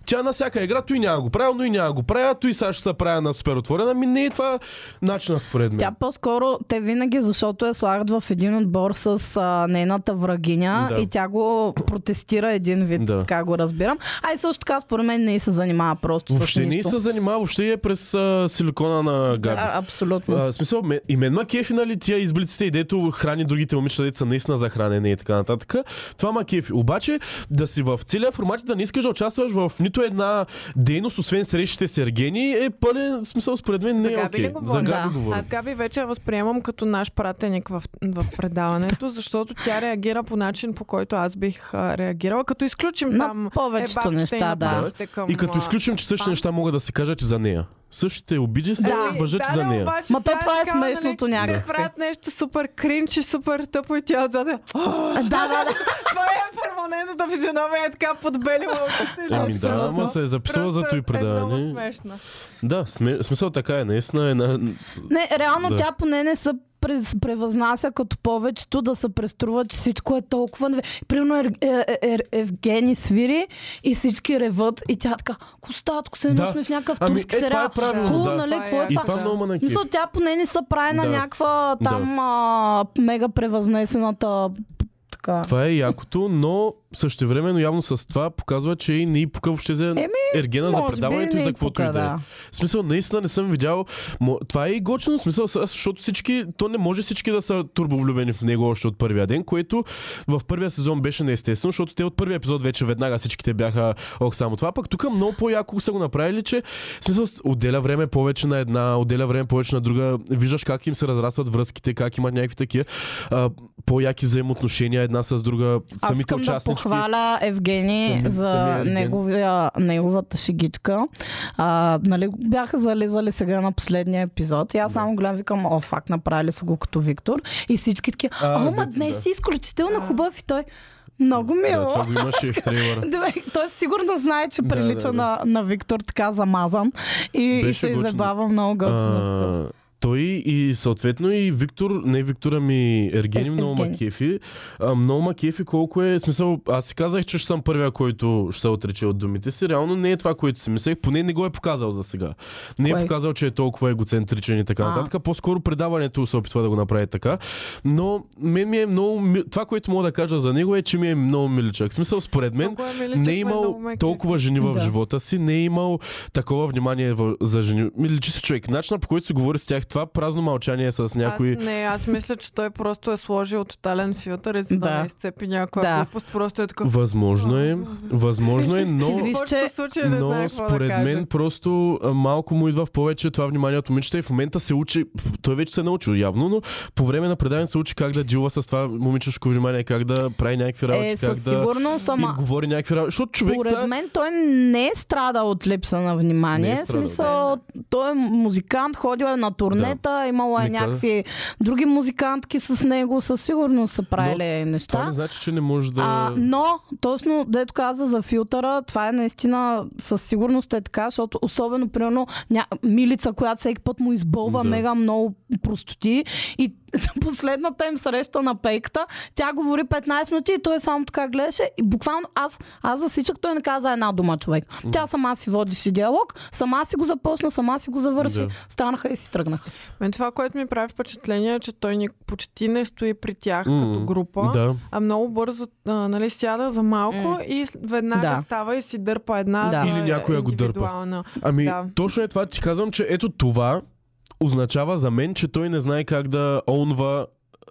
Speaker 3: Тя на всяка игра, той няма го правил, но и няма го правя, той сега ще се правя на супер отворена. Ами не е това начина според мен.
Speaker 4: Тя по-скоро, те винаги, защото я слагат в един отбор с а, нейната врагиня
Speaker 3: Да.
Speaker 4: и тя го протестира един вид,
Speaker 3: Да.
Speaker 4: така го разбирам. А и също така, според мен, не й се занимава просто
Speaker 3: Въобще
Speaker 4: с
Speaker 3: не
Speaker 4: нищо.
Speaker 3: се занимава, въобще е през а, силикона на Габи.
Speaker 4: а, абсолютно.
Speaker 3: А, в смисъл, ме- и мен ма кефи, нали, тия изблиците и дето храни другите момичета, дето са наистина за хранене и така нататък. Това ма кефи. Обаче да си в целия формат и да не искаш да участваш в нито една дейност, освен срещите с Ергени, е пълен смисъл, според мен не
Speaker 2: За
Speaker 3: е
Speaker 2: Габи ли
Speaker 3: окей.
Speaker 2: говорим?
Speaker 3: За Габи
Speaker 4: Да.
Speaker 3: говорим.
Speaker 2: Аз Габи вече я възприемам като наш пратеник в, в предаването, защото тя реагира по начин, по който аз бих а, реагирала, като изключим
Speaker 4: На
Speaker 2: там
Speaker 4: повечето
Speaker 2: ебавките и
Speaker 4: неща, да.
Speaker 2: набавките Към,
Speaker 3: И като
Speaker 2: а,
Speaker 3: изключим, че същите
Speaker 2: пам.
Speaker 3: неща могат да се кажат и за нея. Същите обиди се
Speaker 4: Да.
Speaker 2: Ами,
Speaker 3: въжат и за
Speaker 2: да,
Speaker 3: нея.
Speaker 2: обаче
Speaker 4: Ма то
Speaker 2: тя
Speaker 4: това е
Speaker 2: такава,
Speaker 4: смешното
Speaker 2: нали,
Speaker 4: някакси.
Speaker 2: Те правят нещо супер кринч и супер тъпо и тя отзад е, «О,
Speaker 4: Да, да, да.
Speaker 2: Това е перманентната физиономия, е така под бели вълките.
Speaker 3: Ами да, ама се е записала за той нали?
Speaker 2: Е много
Speaker 3: предаване.
Speaker 2: смешна.
Speaker 3: Да, сме- смисъл така е, наистина е на...
Speaker 4: Не, реално
Speaker 3: Да.
Speaker 4: тя поне не се през- превъзнася като повечето да се преструва, че всичко е толкова... неве- Примерно Ер, е, е, е, Евгений свири и всички реват и тя така, костатко се
Speaker 3: Да.
Speaker 4: да. сме в някакъв
Speaker 3: Ами,
Speaker 4: турски
Speaker 3: е, това е
Speaker 4: сериал.
Speaker 3: правилно,
Speaker 4: Хубаво,
Speaker 3: да.
Speaker 4: нали, какво е
Speaker 2: И
Speaker 3: И
Speaker 4: това?
Speaker 3: това много ма на кефи.
Speaker 4: Мисля, тя поне не се прави на
Speaker 3: Да.
Speaker 4: някаква там а, мега превъзнесената п- така.
Speaker 3: Това е якото, но същевременно явно с това показва, че и не и пука въобще за
Speaker 4: Еми,
Speaker 3: Ергена за
Speaker 4: може би
Speaker 3: предаването
Speaker 4: не
Speaker 3: и за
Speaker 4: й
Speaker 3: каквото и
Speaker 4: пука,
Speaker 3: да е.
Speaker 4: да.
Speaker 3: В смисъл, наистина не съм видял. Мо- Това е и готино в смисъл, аз- защото всички, то не може всички да са турбовлюбени в него още от първия ден, което в първия сезон беше неестествено, защото те от първия епизод вече веднага всичките бяха ох само това. Пък тук много по-яко са го направили, че в смисъл с- отделя време повече на една, отделя време повече на друга. Виждаш как им се разрастват връзките, как имат някакви такива а, по-яки взаимоотношения една с друга.
Speaker 4: Аз
Speaker 3: самите
Speaker 4: искам да
Speaker 3: участнички.
Speaker 4: похваля Евгений
Speaker 3: Сами- самия
Speaker 4: за
Speaker 3: Евгений.
Speaker 4: неговия, неговата шигичка. А, нали, бяха зализали сега на последния епизод и аз само гледам, викам, о, фак, направили са го като Виктор. И всички таки,
Speaker 3: А,
Speaker 4: о,
Speaker 3: да,
Speaker 4: ма
Speaker 3: да,
Speaker 4: днес
Speaker 3: да.
Speaker 4: си изключително хубав и той, много мило.
Speaker 3: Да, това го имаше и в трейлера.
Speaker 4: Добре, той сигурно знае, че
Speaker 3: Да,
Speaker 4: прилича
Speaker 3: да, да.
Speaker 4: На, на Виктор така замазан и, и
Speaker 3: Беше
Speaker 4: се
Speaker 3: готино.
Speaker 4: изебава много готино. такова.
Speaker 3: А, Той и съответно и Виктор, не Виктор, ами Ергени,
Speaker 4: Е,
Speaker 3: много
Speaker 4: Евгени.
Speaker 3: макефи. А, много макефи колко е, в смисъл, аз си казах, че ще съм първия, който ще се отрече от думите си. Реално не е това, което си мислех, поне не го е показал за сега. Не е
Speaker 4: Кое?
Speaker 3: показал, че е толкова егоцентричен и така
Speaker 4: А.
Speaker 3: нататък. По-скоро предаването се опитва да го направи така. Но мен ми е много... ми- Това, което мога да кажа за него е, че ми е много миличък. В смисъл, според мен,
Speaker 2: Много е миличък,
Speaker 3: не
Speaker 2: ма
Speaker 3: е
Speaker 2: е
Speaker 3: имал
Speaker 2: много мек.
Speaker 3: толкова жени в
Speaker 4: Да.
Speaker 3: живота си, не е имал такова внимание в, за жени. Или че си човек. Начина по който се говори с тях, това празно мълчание с някои.
Speaker 2: Аз не, аз мисля, че той просто е сложил тотален филтър и за да,
Speaker 4: Да.
Speaker 2: не изцепи някоя
Speaker 4: Да.
Speaker 2: глупост. Просто е така.
Speaker 3: Възможно е, възможно е,
Speaker 4: Ти
Speaker 3: но...
Speaker 4: виж,
Speaker 2: Повечето
Speaker 4: че-
Speaker 2: случаи не знае
Speaker 3: Но
Speaker 2: какво да
Speaker 3: според
Speaker 2: каже.
Speaker 3: мен просто а, малко му идва в повече това внимание от момичета и в момента се учи, пф, той вече се е научил явно, но по време на предаване се учи как да дилва с това момичешко внимание, как да прави някакви работи,
Speaker 4: Е,
Speaker 3: как
Speaker 4: със
Speaker 3: да
Speaker 4: сигурност,
Speaker 3: им
Speaker 4: ама
Speaker 3: говори някакви работи. Защото човек това е-
Speaker 4: Поред мен той не е страдал от липса на внимание.
Speaker 3: Не е
Speaker 4: в
Speaker 3: страдал,
Speaker 4: смисъл, той е музикант, ходил е на турнета, имало е
Speaker 3: Не каза.
Speaker 4: някакви други музикантки с него, със сигурност са правили
Speaker 3: това
Speaker 4: неща.
Speaker 3: не значи, че не може да...
Speaker 4: А, но, точно, дето каза за филтъра, това е наистина със сигурност е така, защото особено, примерно, ня... милица, която всеки път му избълва
Speaker 3: Да.
Speaker 4: мега много простоти и последната им среща на пейката, тя говори 15 минути и той само така гледаше и буквално аз, аз засичах, той не каза една дума човек. Тя сама си водише диалог, сама си го започна, сама си го завърши,
Speaker 3: Да.
Speaker 4: станаха и си тръгнаха.
Speaker 2: Мен това, което ми прави впечатление е, че той ни, почти не стои при тях
Speaker 3: М,
Speaker 2: като група,
Speaker 3: Да.
Speaker 2: а много бързо а, нали, сяда за малко
Speaker 4: М.
Speaker 2: и с- веднага
Speaker 4: Да.
Speaker 2: става и си дърпа една.
Speaker 4: Да.
Speaker 2: за
Speaker 3: Или някоя го дърпа.
Speaker 2: индивидуална.
Speaker 3: Ами,
Speaker 2: Да.
Speaker 3: точно е това, ти казвам, че ето това означава за мен, че той не знае как да онва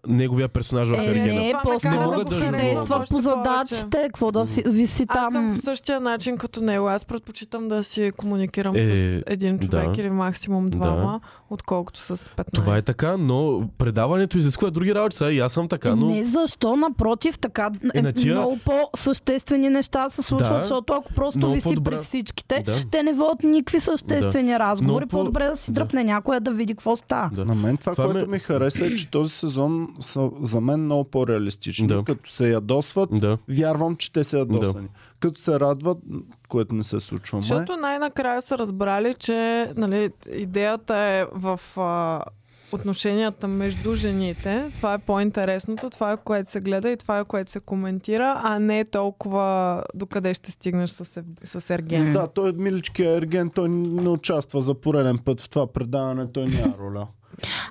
Speaker 3: неговия персонаж в
Speaker 4: Е,
Speaker 2: Ергена.
Speaker 4: не,
Speaker 2: Това
Speaker 3: не
Speaker 4: по-скоро
Speaker 3: мога
Speaker 4: да
Speaker 3: да
Speaker 4: си
Speaker 3: живея.
Speaker 4: действа
Speaker 2: Още повече.
Speaker 4: по задачите, какво да фи- виси
Speaker 2: Аз съм
Speaker 4: там.
Speaker 2: по същия начин като него. Аз предпочитам да си комуникирам
Speaker 3: Е,
Speaker 2: с един човек
Speaker 3: да.
Speaker 2: или максимум двама, отколкото с 15.
Speaker 3: Това е така, но предаването изисква други работи. Сега и аз съм така, но...
Speaker 4: Е, Не защо, напротив, така
Speaker 3: Е,
Speaker 4: е,
Speaker 3: на тия-
Speaker 4: много по-съществени неща се случват,
Speaker 3: Да.
Speaker 4: защото ако просто
Speaker 3: Много
Speaker 4: виси
Speaker 3: по-добра-
Speaker 4: при всичките,
Speaker 3: Да.
Speaker 4: те не водят никакви съществени разговори.
Speaker 3: Много по-
Speaker 4: По-добре да си
Speaker 3: да.
Speaker 4: дръпне някоя да види какво става.
Speaker 3: Да.
Speaker 1: На мен това,
Speaker 3: Това
Speaker 1: което
Speaker 3: ме-
Speaker 1: ми хареса е, че този сезон са за мен много по-реалистични.
Speaker 3: Да.
Speaker 1: Като се ядосват,
Speaker 3: Да.
Speaker 1: вярвам, че те са ядосани. Като се радват, което не се случва май.
Speaker 2: Защото най-накрая са разбрали, че нали, идеята е в а, отношенията между жените. Това е по-интересното, това е което се гледа и това е което се коментира, а не толкова докъде ще стигнеш с, Ев- с Ерген.
Speaker 1: Да, той е миличкия ерген, той не участва за пореден път в това предаване, той няма роля.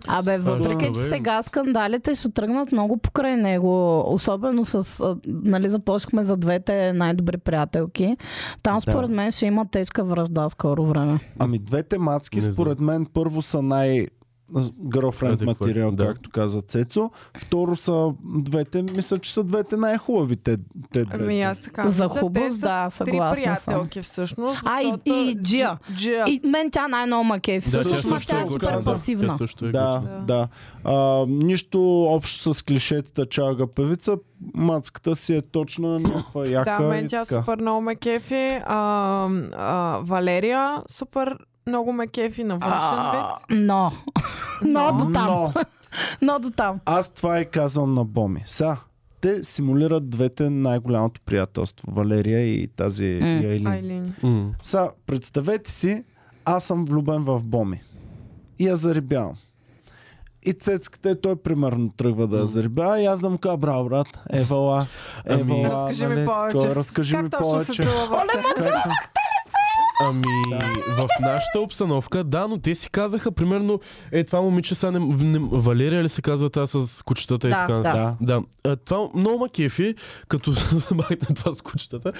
Speaker 4: Абе, въпреки, че
Speaker 3: бе.
Speaker 4: сега скандалите ще тръгнат много покрай него, особено с, а, нали, започнахме за двете най-добри приятелки. Там
Speaker 1: Да.
Speaker 4: според мен ще има тежка връжда скоро време.
Speaker 1: Ами двете мацки,
Speaker 3: Не знам.
Speaker 1: според мен, първо са най гърлфренд
Speaker 3: Адекватни,
Speaker 1: материал,
Speaker 3: да.
Speaker 1: както каза Цецо. Второ са двете, мисля, че са двете най-хубавите. Те двете.
Speaker 2: Ами аз така.
Speaker 4: За
Speaker 2: мисля, те
Speaker 4: хубост,
Speaker 2: са
Speaker 4: да,
Speaker 2: Три
Speaker 4: съгласна съм.
Speaker 2: приятелки всъщност.
Speaker 4: А, и-
Speaker 2: защото
Speaker 4: и Джия.
Speaker 2: Джия.
Speaker 4: И мен тя най-много ма кефи.
Speaker 3: Да, тя
Speaker 1: Всъщност,
Speaker 4: ма
Speaker 3: също
Speaker 4: тя
Speaker 3: е
Speaker 4: е
Speaker 1: го
Speaker 4: супер
Speaker 1: каза.
Speaker 4: пасивна.
Speaker 3: Тя също е
Speaker 1: Да,
Speaker 3: готина.
Speaker 2: готина.
Speaker 1: да. А, нищо общо с клишетата чалга певица. Мацката си е точна, някаква яка
Speaker 2: Да, мен
Speaker 1: и
Speaker 2: тя
Speaker 1: така.
Speaker 2: супер много ме кефи. А, а, Валерия супер много ме кефи на външен вид.
Speaker 4: А, Но. Но до там.
Speaker 1: Но
Speaker 4: Но до там.
Speaker 1: аз това и казвам на Боми. Сега, те симулират двете най-голямото приятелство. Валерия и тази
Speaker 4: М.
Speaker 1: и Айлин.
Speaker 2: Айлин.
Speaker 3: М.
Speaker 1: Сега, представете си, аз съм влюбен в Боми. И я зарибявам. И цецката е той примерно тръгва да я зарибява и аз да му кажа, браво брат, евала,
Speaker 3: Ами-
Speaker 1: евала,
Speaker 2: Разкажи ми повече.
Speaker 1: Той, нали, разкажи ми
Speaker 2: Как точно се
Speaker 1: повече.
Speaker 2: целувате?
Speaker 1: Как-
Speaker 3: Ами, в нашата обстановка, да, но те си казаха, примерно, е това момиче са не, не, Валерия ли се казва тази с кучетата и
Speaker 4: Да,
Speaker 3: така.
Speaker 4: да.
Speaker 1: Да.
Speaker 3: да. А, това много ма кефи, като махна това с кучетата.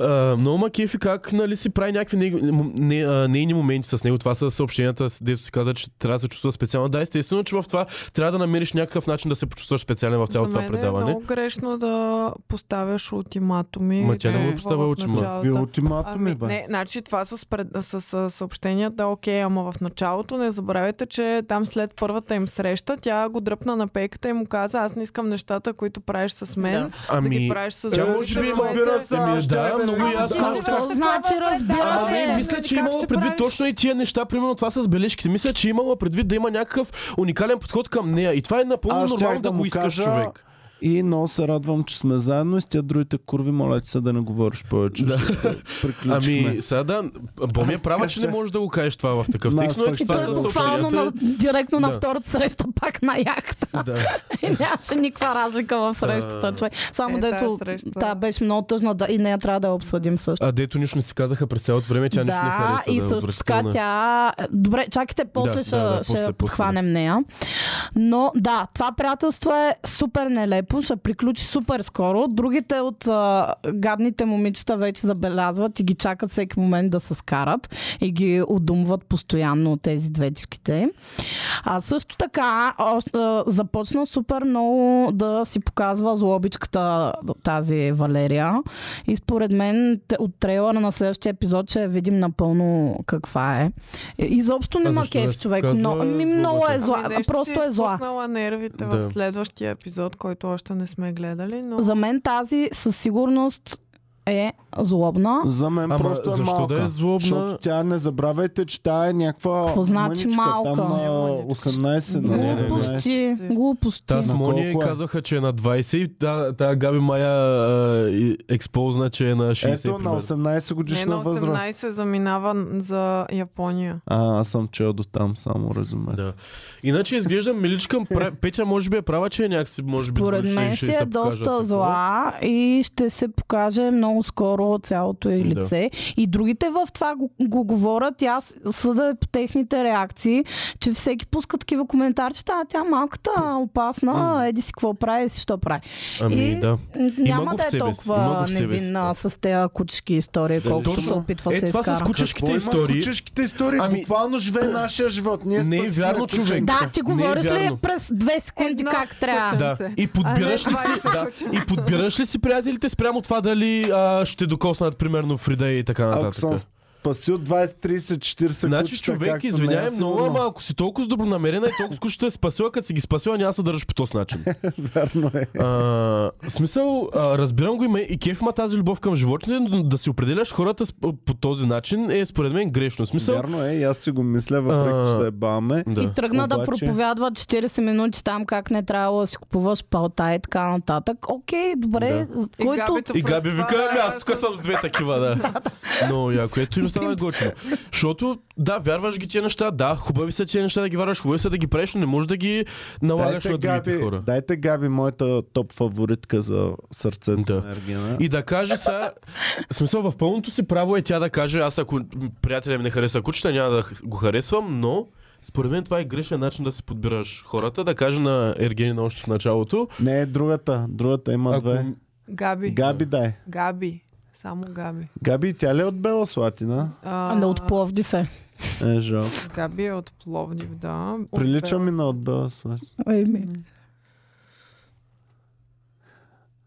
Speaker 3: А, много ма кефи как, нали, си прави някакви нег- м- не, а, нейни моменти с него. Това са съобщенията, с- дето си каза, че трябва да се чувства специално. Да, естествено, че в това трябва да намериш някакъв начин да се почувстваш специален в
Speaker 2: За
Speaker 3: цялото това
Speaker 2: мен
Speaker 3: предаване.
Speaker 2: е много грешно да поставяш ултиматуми.
Speaker 3: Ма тя не му
Speaker 2: Е,
Speaker 3: поставя
Speaker 2: в
Speaker 3: ултиматум.
Speaker 1: Ви
Speaker 2: началото.
Speaker 1: ултиматуми, бе.
Speaker 2: не, значи това с, пред, с, с съобщенията, окей, ама в началото не забравяйте, че там след първата им среща, тя го дръпна на пейката и му каза, аз не искам нещата, които правиш с мен, да, ги
Speaker 3: Ами,
Speaker 2: правиш с
Speaker 3: тя
Speaker 2: другите,
Speaker 3: може би
Speaker 2: но
Speaker 3: има
Speaker 2: знаете-
Speaker 3: разбира се, Ами, да, много ясно.
Speaker 4: А какво значи разбира
Speaker 3: Ами,
Speaker 4: се?
Speaker 3: мисля, че
Speaker 2: Как
Speaker 3: имала
Speaker 2: ще
Speaker 3: предвид
Speaker 2: правиш?
Speaker 3: точно и тия неща, примерно това с бележките. Мисля, че имала предвид да има някакъв уникален подход към нея. И това е напълно
Speaker 1: Аз щях
Speaker 3: нормално да,
Speaker 1: да
Speaker 3: го
Speaker 1: му
Speaker 3: искаш
Speaker 1: кажа,
Speaker 3: човек.
Speaker 1: И много се радвам, че сме заедно и с тя другите курви, моля ти се да не говориш повече.
Speaker 3: Да.
Speaker 1: защото Приключихме.
Speaker 3: Ами, сега да, Боми е права, че не можеш да го кажеш това в такъв
Speaker 1: Да,
Speaker 3: текст, но
Speaker 1: аз
Speaker 3: е,
Speaker 1: пак
Speaker 3: че
Speaker 1: ще
Speaker 4: Той
Speaker 3: това
Speaker 1: да го
Speaker 4: е
Speaker 3: са
Speaker 4: буквално на,
Speaker 3: съобщенията.
Speaker 4: директно на
Speaker 3: Да.
Speaker 4: втората среща пак на яхта.
Speaker 3: Да.
Speaker 4: И нямаше никаква разлика в срещата, човек. Само
Speaker 2: Е,
Speaker 4: дето
Speaker 2: тая среща.
Speaker 4: та беше много тъжна да, и нея трябва да я обсъдим също.
Speaker 3: А дето нищо не си казаха през цялото време, тя нищо не
Speaker 4: да,
Speaker 3: хареса.
Speaker 4: и
Speaker 3: да,
Speaker 4: също така
Speaker 3: отвратително е.
Speaker 4: тя... Добре, чакайте, после
Speaker 3: Да,
Speaker 4: ще,
Speaker 3: да, да,
Speaker 4: ще
Speaker 3: после, после.
Speaker 4: подхванем нея. Но да, това приятелство е супер нелепо, ще приключи супер скоро. Другите от а, гадните момичета вече забелязват и ги чакат всеки момент да се скарат и ги удумват постоянно от тези двечките. А също така още, а, започна супер много да си показва злобичката тази Валерия. И според мен те- от трейлера на следващия епизод ще я видим напълно каква е. И- Изобщо
Speaker 3: А
Speaker 4: не ма
Speaker 3: защо да
Speaker 4: кеф
Speaker 3: си
Speaker 4: човек.
Speaker 3: показва
Speaker 4: Но, ми, много е
Speaker 3: злобата?
Speaker 4: зла.
Speaker 2: Ами нещо
Speaker 4: просто
Speaker 2: си
Speaker 4: е зла.
Speaker 2: изпуснала нервите
Speaker 3: Да.
Speaker 2: в следващия епизод, който още не сме гледали, но...
Speaker 4: За мен тази със сигурност е злобна.
Speaker 1: За мен
Speaker 3: Ама
Speaker 1: просто е
Speaker 3: защо
Speaker 1: малка.
Speaker 3: да е злобна?
Speaker 1: Защото тя не забравяйте, че тя е някаква
Speaker 4: Какво значи
Speaker 1: мъничка,
Speaker 4: малка?
Speaker 1: Там
Speaker 2: Не е
Speaker 1: на нали,
Speaker 2: мъничка.
Speaker 1: 18, на
Speaker 3: не, не.
Speaker 1: 17.
Speaker 4: Глупости. Глупости.
Speaker 3: Та с
Speaker 1: На
Speaker 3: Мония
Speaker 1: колко е?
Speaker 3: казваха, че е на 20 и та, та Габи Мая а, и- експозна, че е на 60.
Speaker 1: Ето на
Speaker 3: примерно.
Speaker 1: 18
Speaker 2: Не,
Speaker 1: годишна
Speaker 2: на
Speaker 1: възраст.
Speaker 2: 18 заминава за Япония.
Speaker 1: А, аз съм чел до там само резюме.
Speaker 3: Да. Иначе изглежда миличка. пра- Петя може би е права, че е някакси може би
Speaker 4: Според
Speaker 3: двойче и
Speaker 4: мен
Speaker 3: ще
Speaker 4: си е
Speaker 3: се покажат
Speaker 4: доста
Speaker 3: такова.
Speaker 4: зла и ще се покаже много скоро цялото и
Speaker 3: Да.
Speaker 4: лице. И другите в това го, го говорят и аз съда по техните реакции, че всеки пуска такива коментарчета, а тя малката опасна, еди си какво прави, си що прави.
Speaker 3: Ами
Speaker 4: и
Speaker 3: да.
Speaker 4: н-
Speaker 3: Има
Speaker 4: няма
Speaker 3: го
Speaker 4: да
Speaker 3: в себе
Speaker 4: е
Speaker 3: си, има
Speaker 4: толкова
Speaker 3: го в себе си,
Speaker 4: невинна с тези кучешки истории, колкото се опитва
Speaker 3: е,
Speaker 4: се
Speaker 3: това с
Speaker 4: изкара.
Speaker 1: Какво
Speaker 3: кучешките
Speaker 1: има
Speaker 3: истории.
Speaker 1: Кучешките истории
Speaker 3: Ами-
Speaker 1: ами... буквално живее нашия живот. Ние
Speaker 3: Не е
Speaker 1: спасихме
Speaker 3: вярно,
Speaker 1: кученца.
Speaker 3: човек.
Speaker 4: Да, ти
Speaker 3: Не е
Speaker 4: говориш ли
Speaker 3: вярно.
Speaker 4: през две секунди
Speaker 2: Едно
Speaker 4: как трябва?
Speaker 3: Да.
Speaker 2: Кученце.
Speaker 3: И подбираш
Speaker 2: А,
Speaker 3: ли
Speaker 2: не,
Speaker 3: си, да,
Speaker 2: това е
Speaker 3: и подбираш ли си приятелите спрямо това дали а, ще докоснат примерно Фрида и така
Speaker 1: Ако съм
Speaker 3: нататък.
Speaker 1: спасил 20, 30, 40
Speaker 3: Значи
Speaker 1: кучета,
Speaker 3: човек,
Speaker 1: както не
Speaker 3: извиняй
Speaker 1: е
Speaker 3: много,
Speaker 1: сигурно.
Speaker 3: ама ако си толкова добронамерена и толкова скучно е спасила, като си ги спасила, няма да се държиш по този начин.
Speaker 1: Вярно е.
Speaker 3: А, в смисъл, а, разбирам го има и кеф има тази любов към животните, но да си определяш хората с- по този начин е според мен грешно. В смисъл,
Speaker 1: Вярно е, и аз си го мисля, въпреки че
Speaker 3: А,
Speaker 1: се баме.
Speaker 3: да.
Speaker 4: И тръгна да
Speaker 1: Обаче-
Speaker 4: проповядва 40 минута там как не трябва да си купуваш палта и така нататък. Окей, добре.
Speaker 3: Да.
Speaker 4: за е
Speaker 2: И
Speaker 4: Който...
Speaker 2: Габито
Speaker 3: И
Speaker 2: през
Speaker 3: Габи
Speaker 2: това
Speaker 3: вика, ами аз
Speaker 2: с-
Speaker 3: тук съм с две такива, да. Но яко, ето им стана готино. Защото, да, вярваш ги тия неща, да, хубави са тия неща да ги вярваш, хубави са да ги правиш, но не можеш да ги налагаш
Speaker 1: Дайте
Speaker 3: на другите
Speaker 1: Габи,
Speaker 3: хора.
Speaker 1: дайте Габи моята топ фаворитка за сърцето
Speaker 3: Да.
Speaker 1: на Ергена.
Speaker 3: И да каже са, в смисъл в пълното си право е тя да каже, аз ако приятеля ми не хареса кучета, няма да х- го харесвам, но според мен това е грешен начин да си подбираш хората, да каже на Ергенина още в началото.
Speaker 1: Не, другата. Другата има
Speaker 3: Ако...
Speaker 1: две.
Speaker 2: Габи.
Speaker 1: Габи дай.
Speaker 2: Габи. Само Габи.
Speaker 1: Габи, тя ли е от Бела Слатина?
Speaker 2: А,
Speaker 4: А, не от Пловдив е.
Speaker 1: Е, жалко.
Speaker 2: Габи е от Пловдив, да. От
Speaker 1: Прилича
Speaker 2: Бел-
Speaker 1: ми на от Бела Слатина.
Speaker 4: Еми.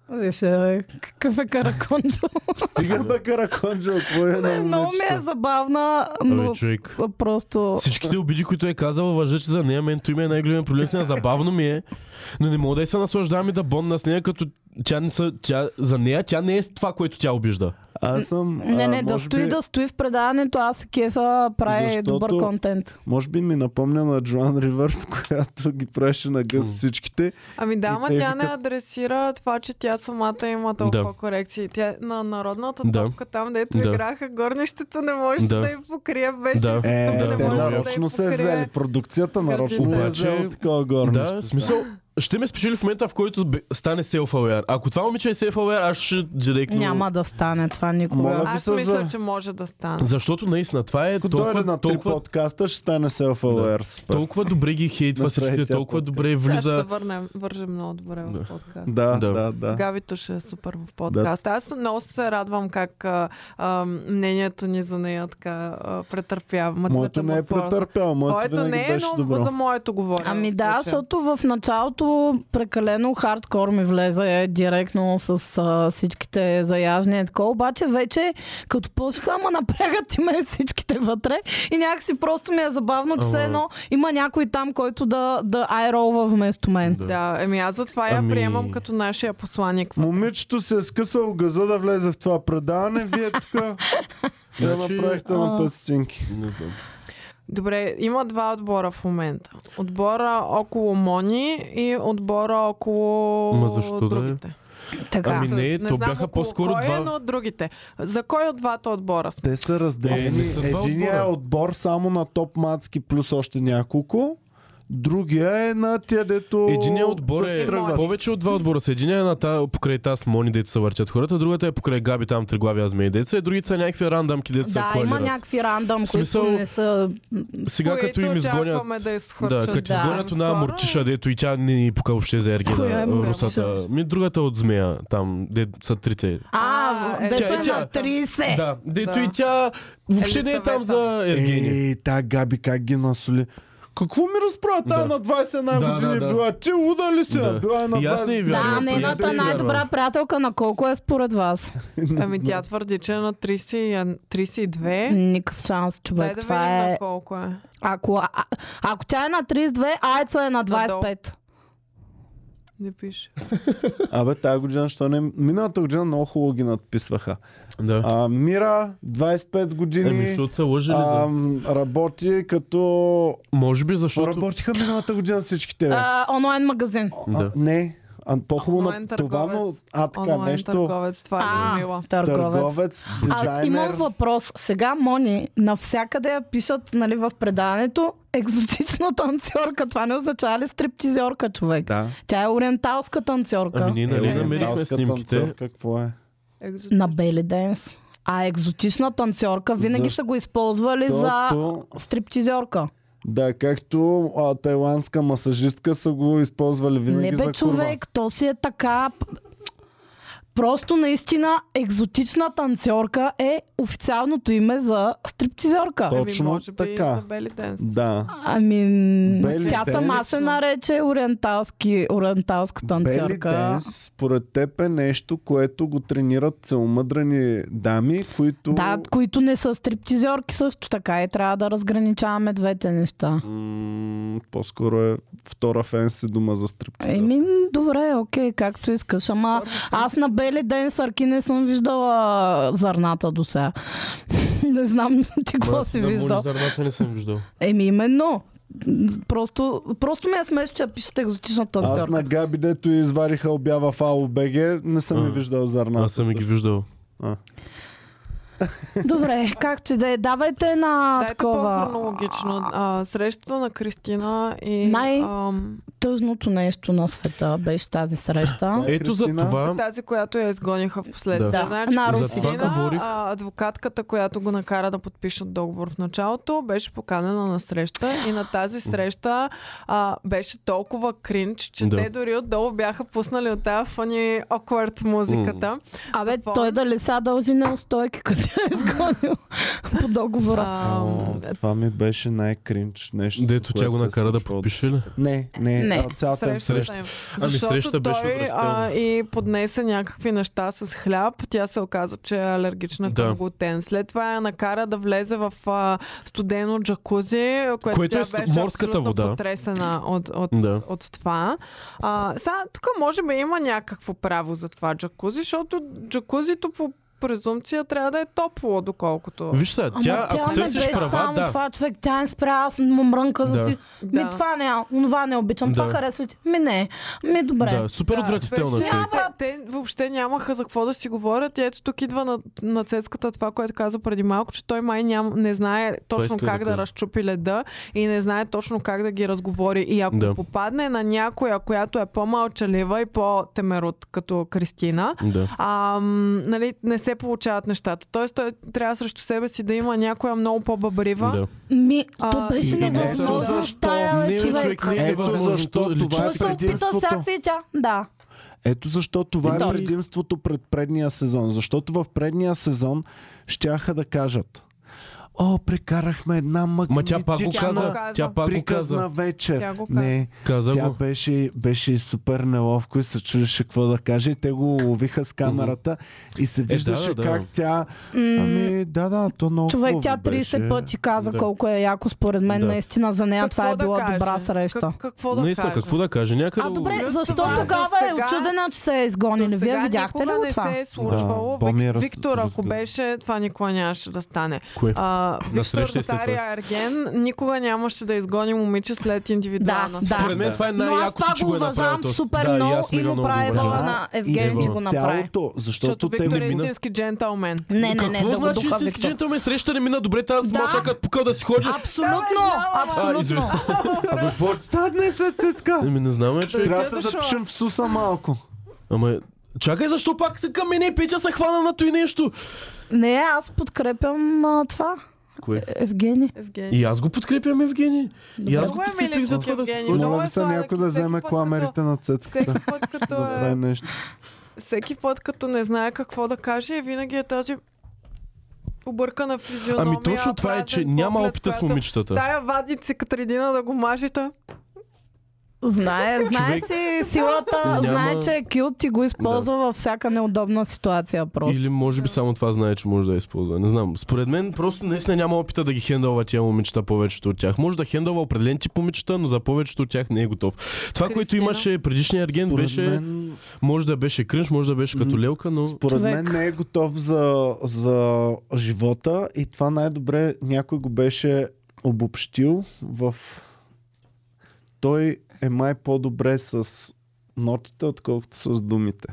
Speaker 4: Вижте, е, какъв е караконджо.
Speaker 1: Стига да караконджа, какво е на
Speaker 4: Много ми е
Speaker 1: момичета?
Speaker 4: забавна,
Speaker 3: Абе,
Speaker 4: но
Speaker 3: Ами, човек.
Speaker 4: просто...
Speaker 3: Всичките обиди, които е казала въжече за нея, мен то име е най-голям проблем с нея. Забавно ми е, но не мога да и се наслаждавам и да бонна с нея, като тя не са, тя, за нея тя не е това, което тя обижда.
Speaker 1: Аз съм...
Speaker 4: Не, не,
Speaker 1: а,
Speaker 4: да
Speaker 1: може
Speaker 4: стои,
Speaker 1: би,
Speaker 4: да стои в предаването, аз се кефа, прави
Speaker 1: Защото-
Speaker 4: добър контент.
Speaker 1: Може би ми напомня на Джоан Ривърс, която ги правеше на гъс всичките.
Speaker 2: Ами да,
Speaker 1: И
Speaker 2: ама
Speaker 1: те
Speaker 2: тя не
Speaker 1: викат-
Speaker 2: адресира това, че тя самата има толкова
Speaker 3: Да.
Speaker 2: корекции. Тя на народната
Speaker 3: Да.
Speaker 2: топка там, дето
Speaker 3: Да.
Speaker 2: играха горнището, не можеше
Speaker 3: Да.
Speaker 2: да, я покрие. Беше
Speaker 3: Да.
Speaker 1: Е,
Speaker 2: не
Speaker 3: да,
Speaker 1: те
Speaker 2: можеше
Speaker 3: да
Speaker 1: нарочно
Speaker 2: я
Speaker 1: се е
Speaker 2: покрие.
Speaker 1: взели. Продукцията нарочно е
Speaker 3: Обаче-
Speaker 1: взела такова горнище.
Speaker 3: да, в смисъл. Ще ме спечели в момента, в който бе- стане селф aware. Ако това момиче е селф aware, аз ще директно...
Speaker 4: Няма да стане това никога.
Speaker 1: Моля ви
Speaker 2: Аз
Speaker 1: се
Speaker 2: мисля,
Speaker 1: Ами за...
Speaker 2: че може да стане.
Speaker 3: Защото наистина това е
Speaker 1: Ако дойде
Speaker 3: толкова,
Speaker 1: на три
Speaker 3: толкова,
Speaker 1: подкаста, ще стане self-aware. супер.
Speaker 3: толкова добре ги хейтва
Speaker 1: На
Speaker 3: всичките,
Speaker 1: третия
Speaker 3: толкова
Speaker 1: подкаст.
Speaker 3: добре
Speaker 2: Сега ще се
Speaker 3: влиза...
Speaker 2: върнем, вържем много добре
Speaker 3: Да.
Speaker 2: в подкаст.
Speaker 1: Да,
Speaker 3: Да.
Speaker 1: да, да.
Speaker 2: Габито ще е супер в подкаст. Аз много се радвам как а, а, мнението ни за нея така а, претърпява.
Speaker 1: Моето не е
Speaker 2: метаморфоза.
Speaker 1: претърпял, моето
Speaker 2: Моето
Speaker 1: винаги
Speaker 2: не е,
Speaker 1: беше
Speaker 2: но за
Speaker 1: добро.
Speaker 2: моето говоря.
Speaker 4: Ами
Speaker 2: в
Speaker 4: да,
Speaker 2: случая.
Speaker 4: защото в началото прекалено хардкор ми влезе е, директно с а, всичките заяжния така, обаче вече като пълшха, ама напрягат и мен всичките вътре и някакси просто ми е забавно, че
Speaker 3: Ама-
Speaker 4: все едно има някой там, който да, да айролва вместо мен.
Speaker 3: Да.
Speaker 2: Да, еми аз затова я
Speaker 3: Ами-
Speaker 2: приемам като нашия посланник.
Speaker 1: Момичето се е скъсало газа да влезе в това предаване, вие тук я
Speaker 3: Значи-
Speaker 1: направихте на пъстинки.
Speaker 3: Не знам.
Speaker 2: Добре, има два отбора в момента. Отбора около Мони и отбора около
Speaker 3: Ма защо да е?
Speaker 2: другите.
Speaker 4: Така.
Speaker 3: Ами не, то
Speaker 2: знам
Speaker 3: бяха
Speaker 2: около
Speaker 3: по-скоро
Speaker 2: кой
Speaker 3: два.
Speaker 2: Е, но от другите. За кой от двата отбора сме?
Speaker 1: Те са
Speaker 3: Е,
Speaker 1: разделени.
Speaker 3: не са два
Speaker 1: Единият е
Speaker 3: отбора.
Speaker 1: отбор само на топ мацки плюс още няколко. Другия е на тия, дето...
Speaker 3: Единият отбор
Speaker 1: да се
Speaker 3: е
Speaker 1: тръгват.
Speaker 3: повече от два отбора. Са единият е на та, покрай тази Мони, дето се въртят хората, другата е покрай Габи, там триглавия змей деца, и другите са някакви рандамки, дето се
Speaker 4: Да, има
Speaker 3: коалират.
Speaker 4: някакви рандъм,
Speaker 3: е Смисъл-
Speaker 4: които не са...
Speaker 3: Сега като
Speaker 2: Които
Speaker 3: им изгонят...
Speaker 2: очакваме да изхвърчат.
Speaker 3: Да, като
Speaker 4: да.
Speaker 3: изгонят
Speaker 2: съвсем
Speaker 3: на
Speaker 2: скоро.
Speaker 3: Муртиша, дето и тя не ни пука въобще за
Speaker 4: Коя
Speaker 3: Ергена,
Speaker 4: е
Speaker 3: русата. Ми другата от змея, там, де са трите.
Speaker 4: А,
Speaker 2: А, е,
Speaker 4: дето
Speaker 3: тя-
Speaker 4: е
Speaker 3: тя-
Speaker 4: на 30.
Speaker 3: Да, дето
Speaker 2: Да.
Speaker 3: и тя въобще не е там за Ергени.
Speaker 1: Ей, та Габи как ги насоли. Какво ми разправя тая
Speaker 3: Да.
Speaker 1: на 21
Speaker 3: Да,
Speaker 1: години
Speaker 3: да, да.
Speaker 1: била? Ти луда ли си?
Speaker 3: Да.
Speaker 1: Била е на
Speaker 3: И аз не
Speaker 1: 20.
Speaker 3: й вярвам.
Speaker 4: Да,
Speaker 3: Вярно,
Speaker 4: нейната
Speaker 3: приятелите си
Speaker 4: най-добра
Speaker 3: вярват.
Speaker 4: приятелка на колко е според вас?
Speaker 2: Ами тя твърди, че е на 30, и-
Speaker 3: Е?
Speaker 2: 32.
Speaker 4: Никакъв шанс,
Speaker 2: Дай
Speaker 4: човек.
Speaker 2: да видим
Speaker 4: това
Speaker 2: на
Speaker 4: е...
Speaker 2: колко е.
Speaker 4: Ако, а, ако тя е на 32, Айца е на 25.
Speaker 2: Не пише.
Speaker 1: Абе, тази година, що не... Миналата година много хубаво ги надписваха.
Speaker 3: Да.
Speaker 1: А, Мира, 25 години.
Speaker 3: Еми, защото са лъжили
Speaker 1: а,
Speaker 3: за...
Speaker 1: работи като...
Speaker 3: Може би защото...
Speaker 1: Работиха миналата година всичките. бе.
Speaker 4: А, онлайн магазин.
Speaker 1: А,
Speaker 3: Да.
Speaker 1: не, а, по-хубаво
Speaker 2: Онлайн
Speaker 1: на това, но
Speaker 2: търговец.
Speaker 1: а така
Speaker 2: Онлайн
Speaker 1: нещо.
Speaker 2: търговец, това е
Speaker 4: А,
Speaker 2: Людмила.
Speaker 4: търговец.
Speaker 1: Търговец,
Speaker 4: А, имам
Speaker 1: дизайнер.
Speaker 4: въпрос. Сега, Мони, навсякъде я пишат нали, в предаването екзотична танцорка. Това не означава ли стриптизорка, човек?
Speaker 1: Да.
Speaker 4: Тя е ориенталска танцорка.
Speaker 3: Ами ние нали
Speaker 1: Е,
Speaker 3: намерихме
Speaker 1: малска
Speaker 3: снимките.
Speaker 1: танцорка, Какво е?
Speaker 2: Екзотично.
Speaker 4: На Бели Денс. А екзотична танцорка винаги
Speaker 1: Защо-
Speaker 4: са го използвали за
Speaker 1: Защото-
Speaker 4: стриптизорка.
Speaker 1: Да, както а, тайландска масажистка са го използвали винаги
Speaker 4: Не
Speaker 1: за
Speaker 4: бе
Speaker 1: курва.
Speaker 4: човек, то си е така... п- Просто наистина екзотична танцорка е официалното име за стриптизорка.
Speaker 1: То-
Speaker 2: Ами,
Speaker 1: Точно
Speaker 2: може би
Speaker 1: така.
Speaker 2: за Бели Денс.
Speaker 1: Да.
Speaker 4: Ами, м,
Speaker 1: Бели
Speaker 4: тя
Speaker 1: Денс.
Speaker 4: сама се нарече ориенталски, ориенталска
Speaker 1: Бели
Speaker 4: танцорка.
Speaker 1: денс, според теб е нещо, което го тренират целомъдрени дами, които...
Speaker 4: Да, които не са стриптизорки също така и трябва да разграничаваме двете неща.
Speaker 1: М, по-скоро е втора фенси дума за стриптизър.
Speaker 4: Еми, добре, окей, както искаш. Ама аз на бели ден сарки не съм виждала зърната до сега. не знам ти какво си виждал.
Speaker 3: Зърната не съм виждал.
Speaker 4: Еми, именно. Просто, просто ме е смеш, че я пишете екзотичната
Speaker 1: Аз
Speaker 4: танцорка.
Speaker 1: на Габи, дето извариха обява в АОБГ, не съм
Speaker 3: А.
Speaker 1: я виждал зърната.
Speaker 3: Аз съм и ги
Speaker 1: също.
Speaker 3: виждал.
Speaker 4: Добре, както и да е, давайте на
Speaker 2: Дайте
Speaker 4: такова
Speaker 2: по-хронологично. А, срещата на Кристина и...
Speaker 4: Най-
Speaker 2: ам,
Speaker 4: тъжното нещо на света беше тази среща.
Speaker 3: Ето Е, за
Speaker 1: Кристина?
Speaker 3: това...
Speaker 2: тази, която я изгониха в последствие.
Speaker 4: Да.
Speaker 2: Значи,
Speaker 4: На
Speaker 2: Кристина,
Speaker 4: Русия.
Speaker 3: Затова говорих.
Speaker 2: а, адвокатката, която го накара да подпишат договор в началото, беше поканена на среща и на тази среща а, беше толкова кринч, че
Speaker 3: Да.
Speaker 2: те дори отдолу бяха пуснали от тази фани awkward музиката.
Speaker 4: Абе,
Speaker 2: Какво?
Speaker 4: той да ли са дължи неустойки, като я е изгонил по договора.
Speaker 1: О,
Speaker 2: Ам,
Speaker 1: това ми беше най-кринч нещо.
Speaker 3: Дето тя
Speaker 1: което
Speaker 3: го
Speaker 1: се
Speaker 3: накара да
Speaker 1: случва от-
Speaker 3: подпише ли?
Speaker 1: Не, не,
Speaker 4: Не.
Speaker 1: а, цялата им
Speaker 2: срещата
Speaker 1: среща.
Speaker 2: им.
Speaker 3: Ами,
Speaker 2: Защото
Speaker 3: среща беше
Speaker 2: той а,
Speaker 3: отвратителна.
Speaker 2: и поднесе някакви неща с хляб. Тя се оказа, че е алергична към
Speaker 3: Да.
Speaker 2: глутен. След това я накара да влезе в а, студено джакузи, което,
Speaker 3: Което
Speaker 2: тя
Speaker 3: е с-
Speaker 2: беше
Speaker 3: морската
Speaker 2: абсолютно
Speaker 3: вода.
Speaker 2: потресена от, от,
Speaker 3: Да.
Speaker 2: от това. А, сега, тук може би има някакво право за това джакузи, защото джакузито по презумпция трябва да е топло, доколкото...
Speaker 3: Виж сега, тя,
Speaker 4: тя
Speaker 3: ако
Speaker 4: не
Speaker 3: търсиш
Speaker 4: беше
Speaker 3: права,
Speaker 4: само
Speaker 3: да.
Speaker 4: това, човек. Тя не спря, аз му мрънка за
Speaker 3: Да.
Speaker 4: си.
Speaker 2: Да.
Speaker 4: Ми това не, е, онова не обичам, това
Speaker 3: Да.
Speaker 4: харесва ти. Ми не, ми добре.
Speaker 3: Да, супер отвратително,
Speaker 2: беше-
Speaker 3: човек.
Speaker 2: Те, те въобще нямаха за какво да си говорят. И ето тук идва на, на цецката това, което каза преди малко, че той май ням, не знае точно
Speaker 3: иска
Speaker 2: как
Speaker 3: да
Speaker 2: да,
Speaker 3: каже.
Speaker 2: разчупи леда и не знае точно как да ги разговори. И ако
Speaker 3: Да.
Speaker 2: попадне на някоя, която е по-мълчалива и по-темерут, като Кристина,
Speaker 3: Да.
Speaker 2: а, нали, не се получават нещата. Тоест той трябва срещу себе си да има някоя много по-бабрива.
Speaker 3: Да.
Speaker 4: Ми,
Speaker 2: А,
Speaker 4: то беше
Speaker 1: и не
Speaker 4: невъзможно
Speaker 1: знам
Speaker 4: защо,
Speaker 1: защо.
Speaker 4: тая
Speaker 3: Не,
Speaker 4: бе, човек.
Speaker 3: човек, не е
Speaker 1: Ето
Speaker 3: възможно.
Speaker 1: защо
Speaker 3: то-
Speaker 1: това
Speaker 4: Той
Speaker 1: е
Speaker 4: се
Speaker 3: личи-
Speaker 4: опита
Speaker 1: предимството.
Speaker 4: всякакви и тя. Да.
Speaker 1: Ето защо това е
Speaker 3: Да.
Speaker 1: предимството пред предния сезон. Защото в предния сезон щяха да кажат О, прекарахме една
Speaker 3: Ма тя пак го
Speaker 2: Тя го
Speaker 1: магнитична
Speaker 2: каза.
Speaker 3: каза. Тя пак го
Speaker 1: приказна
Speaker 3: каза.
Speaker 1: вечер.
Speaker 2: Тя го каза.
Speaker 1: Не,
Speaker 3: Каза
Speaker 1: тя
Speaker 3: го.
Speaker 1: беше, беше супер неловко и се чудеше какво да каже. И Те го ловиха с камерата и се виждаше
Speaker 3: Е, да, да.
Speaker 1: как тя... Ами, да, да, то много
Speaker 4: Човек,
Speaker 1: хубаво
Speaker 4: тя
Speaker 1: беше.
Speaker 4: 30 пъти каза
Speaker 3: Да.
Speaker 4: колко е яко според мен.
Speaker 3: Да.
Speaker 4: Наистина за нея това е
Speaker 2: Какво да
Speaker 4: била
Speaker 2: каже?
Speaker 4: добра среща.
Speaker 2: Как, какво да
Speaker 3: Наистина,
Speaker 2: каже?
Speaker 3: какво да каже? Някъде
Speaker 4: А добре,
Speaker 2: Плюс
Speaker 4: защо
Speaker 2: това,
Speaker 4: тогава е
Speaker 2: досега-
Speaker 4: очудена, че се е
Speaker 2: До
Speaker 4: изгонили? Вие
Speaker 2: сега
Speaker 4: видяхте ли
Speaker 2: никога
Speaker 4: го
Speaker 2: не
Speaker 4: това?
Speaker 2: се е случвало.
Speaker 1: Да,
Speaker 2: Да,
Speaker 1: Боми
Speaker 2: Вик,
Speaker 1: раз-
Speaker 2: Виктор, ако
Speaker 1: разгледа.
Speaker 2: беше, това никога нямаше да стане.
Speaker 3: Кое?
Speaker 2: А, а, Виктор
Speaker 3: среща и след
Speaker 2: Захария Ерген никога нямаше да изгони момиче след индивидуална
Speaker 4: Да, да.
Speaker 3: Според мен това е
Speaker 4: Но аз
Speaker 3: най-якото,
Speaker 4: това
Speaker 3: че
Speaker 4: го
Speaker 3: го е направил
Speaker 4: уважавам
Speaker 3: този.
Speaker 4: супер
Speaker 3: Да, и
Speaker 4: много
Speaker 3: аз
Speaker 4: и
Speaker 3: милион
Speaker 4: го
Speaker 3: много
Speaker 4: прави
Speaker 3: го
Speaker 4: вола
Speaker 3: уважавам.
Speaker 4: на
Speaker 1: и
Speaker 4: Евгений, че
Speaker 1: в
Speaker 4: го направи.
Speaker 1: Цялото,
Speaker 2: Защото
Speaker 1: защото те
Speaker 2: Виктор
Speaker 1: не
Speaker 2: е
Speaker 1: минат.
Speaker 2: истински джентълмен.
Speaker 4: Не, не, не,
Speaker 3: Какво
Speaker 4: да го
Speaker 3: значи
Speaker 4: духа
Speaker 3: истински
Speaker 4: Виктор.
Speaker 3: джентълмен? Среща не мина добре, тази
Speaker 4: Да.
Speaker 3: да. чакат пука да си ходи.
Speaker 4: Абсолютно,
Speaker 3: А, извин.
Speaker 4: абсолютно.
Speaker 1: Абе, какво ти става днес, бе, Цецка?
Speaker 3: Ами не знам, е, че...
Speaker 1: Трябва да те
Speaker 2: дошла.
Speaker 1: запишем в суса малко.
Speaker 3: Ама... е, Чакай, защо пак се към мене печа се хвана на той нещо?
Speaker 4: Не, аз подкрепям а, това.
Speaker 3: Кое?
Speaker 4: Евгений.
Speaker 2: Евгений.
Speaker 3: И аз го подкрепям, Евгений. И аз го
Speaker 2: Много е
Speaker 3: подкрепих
Speaker 2: миличък
Speaker 3: за това да се
Speaker 2: Евгений,
Speaker 3: ходи.
Speaker 2: много
Speaker 1: Моля ви се
Speaker 2: сладък
Speaker 1: някой
Speaker 2: и
Speaker 1: да
Speaker 2: всеки
Speaker 1: вземе
Speaker 2: път,
Speaker 1: кламерите на
Speaker 2: Всеки
Speaker 1: Цецката.
Speaker 2: път,
Speaker 1: Да
Speaker 2: като
Speaker 1: прави
Speaker 2: е,
Speaker 1: нещо.
Speaker 2: всеки път, като не знае какво да каже, винаги е този объркана физиономия.
Speaker 3: Ами точно това е, че
Speaker 2: празен
Speaker 3: няма
Speaker 2: поглед,
Speaker 3: опита с
Speaker 2: която-
Speaker 3: момичетата.
Speaker 2: Тая вади цикатридина да го мажете.
Speaker 4: Знае, знае
Speaker 3: Човек-
Speaker 4: си силата,
Speaker 3: Няма-
Speaker 4: знае, че е килт и го използва във всяка неудобна ситуация просто.
Speaker 3: Или може би само това знае, че може да я използва. Не знам. Според мен просто наистина няма опита да ги хендълва тия момичета повечето от тях. Може да хендълва определен тип момичета, но за повечето от тях не е готов. Това, което
Speaker 2: Кристина?
Speaker 3: имаше предишния ерген,
Speaker 1: Според
Speaker 3: беше.
Speaker 1: мен
Speaker 3: Може да беше кринж, може да беше като лелка, но.
Speaker 1: Според
Speaker 4: Човек.
Speaker 1: мен не е готов за, за живота и това най-добре някой го беше обобщил в... Той е май по-добре с нотите, отколкото с думите.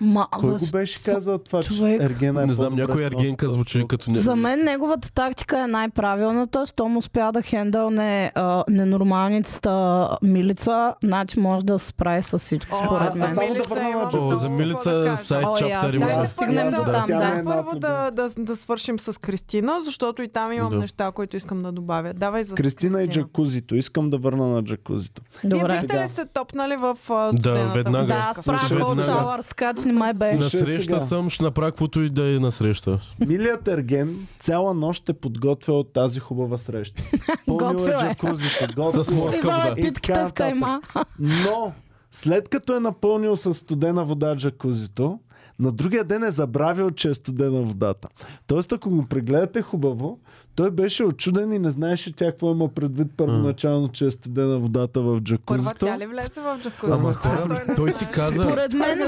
Speaker 4: Ма,
Speaker 1: Кой
Speaker 4: защо?
Speaker 1: го беше казал това,
Speaker 4: човек?
Speaker 1: че Ергена е
Speaker 3: Не знам,
Speaker 1: по-добре с
Speaker 3: някоя ергенка
Speaker 1: нотите,
Speaker 3: звучи
Speaker 1: отколкото-
Speaker 3: като не.
Speaker 4: За мен неговата тактика е най-правилната, щом успя да хендълне а, ненормалницата Милица, значи може да се справи с всичко,
Speaker 2: О,
Speaker 4: според
Speaker 1: а
Speaker 4: мен.
Speaker 1: само да върна на
Speaker 3: О, за милица сайт
Speaker 4: Ой, аз
Speaker 3: чаптари.
Speaker 4: сега
Speaker 3: ужас.
Speaker 4: ще стигнем
Speaker 1: Да,
Speaker 4: до
Speaker 1: да,
Speaker 4: там,
Speaker 1: тя ме
Speaker 4: да.
Speaker 1: е-
Speaker 2: Първо
Speaker 1: Една
Speaker 2: да, да, да свършим с Кристина, защото и там имам
Speaker 3: Да.
Speaker 2: неща, които искам да добавя. Давай за
Speaker 1: Кристина и джакузито. Искам да върна на джакузито.
Speaker 2: Вие
Speaker 4: Добре.
Speaker 2: бихте ли се топнали в а,
Speaker 3: Да,
Speaker 2: студената
Speaker 3: веднага.
Speaker 2: вода?
Speaker 4: Да, аз правя
Speaker 3: Слушай,
Speaker 4: cold
Speaker 3: веднага.
Speaker 4: shower, така че не май бе.
Speaker 1: Слушай Е, сега.
Speaker 3: Насреща съм, ще направя каквото и да е насреща.
Speaker 1: Милият Ерген цяла нощ е подготвял тази хубава среща. Пълнил е
Speaker 4: Готвил е.
Speaker 1: джакузито. готвил е.
Speaker 3: морска Свива
Speaker 4: Свиваме
Speaker 3: вода.
Speaker 1: И
Speaker 4: питките
Speaker 1: така
Speaker 4: с кайма.
Speaker 1: Но, след като е напълнил с студена вода джакузито, на другия ден е забравил, че е студена водата. Тоест, ако го прегледате хубаво, той беше очуден и не знаеше тя какво има предвид първоначално, че е студена водата в
Speaker 2: Първа
Speaker 1: джакузито.
Speaker 2: тя ли влезе в джакузито?
Speaker 3: Ама хора, той си каза.
Speaker 4: Поред мен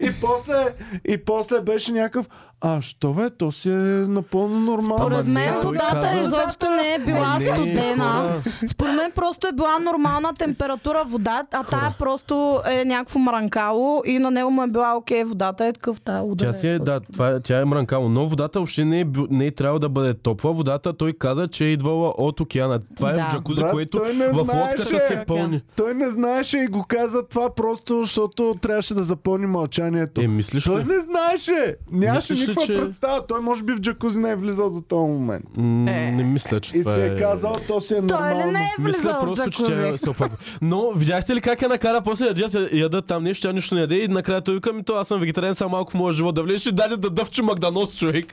Speaker 1: И после, и после беше някакъв, а що бе, то си е напълно нормално.
Speaker 4: Според
Speaker 3: Ама
Speaker 4: мен
Speaker 3: не, той
Speaker 4: водата
Speaker 3: казва-
Speaker 4: изобщо не е била
Speaker 3: Ма не,
Speaker 4: студена.
Speaker 3: хора.
Speaker 4: Според мен просто е била нормална температура вода, а тая просто е някакво мранкало и на него му е била окей, водата е такъв тая удар.
Speaker 3: Тя си е, да, това, е- тя е мранкало, но водата въобще не е, бил- не е трябвало да бъде топла. Водата той каза, че е идвала от океана. Това е
Speaker 4: Да.
Speaker 3: джакузи,
Speaker 1: Брат,
Speaker 3: което
Speaker 1: той не
Speaker 3: в лодката
Speaker 1: знаеше.
Speaker 3: се пълни.
Speaker 1: Той не знаеше и го каза това просто, защото трябваше да запълни мълчанието.
Speaker 3: Е, мислиш
Speaker 1: Той
Speaker 3: ли?
Speaker 1: не знаеше. Нямаше
Speaker 3: Мислиш ли,
Speaker 1: никаква
Speaker 3: че-
Speaker 1: представа. Той може би в джакузи не е влизал до този момент.
Speaker 3: М, Не мисля, че
Speaker 1: И
Speaker 3: това
Speaker 1: си е казал, то си е
Speaker 4: Той ли
Speaker 1: нормално.
Speaker 4: не е
Speaker 3: Мисля
Speaker 4: влизал в
Speaker 3: просто, че
Speaker 4: джакузи?
Speaker 3: тя се опаква. Но видяхте ли как я накара после да ядат, ядат там нещо, тя нищо не яде и накрая той вика ми то, аз съм вегетариан, само малко в моя живот да влезеш и даде да дъвче Магданос човек.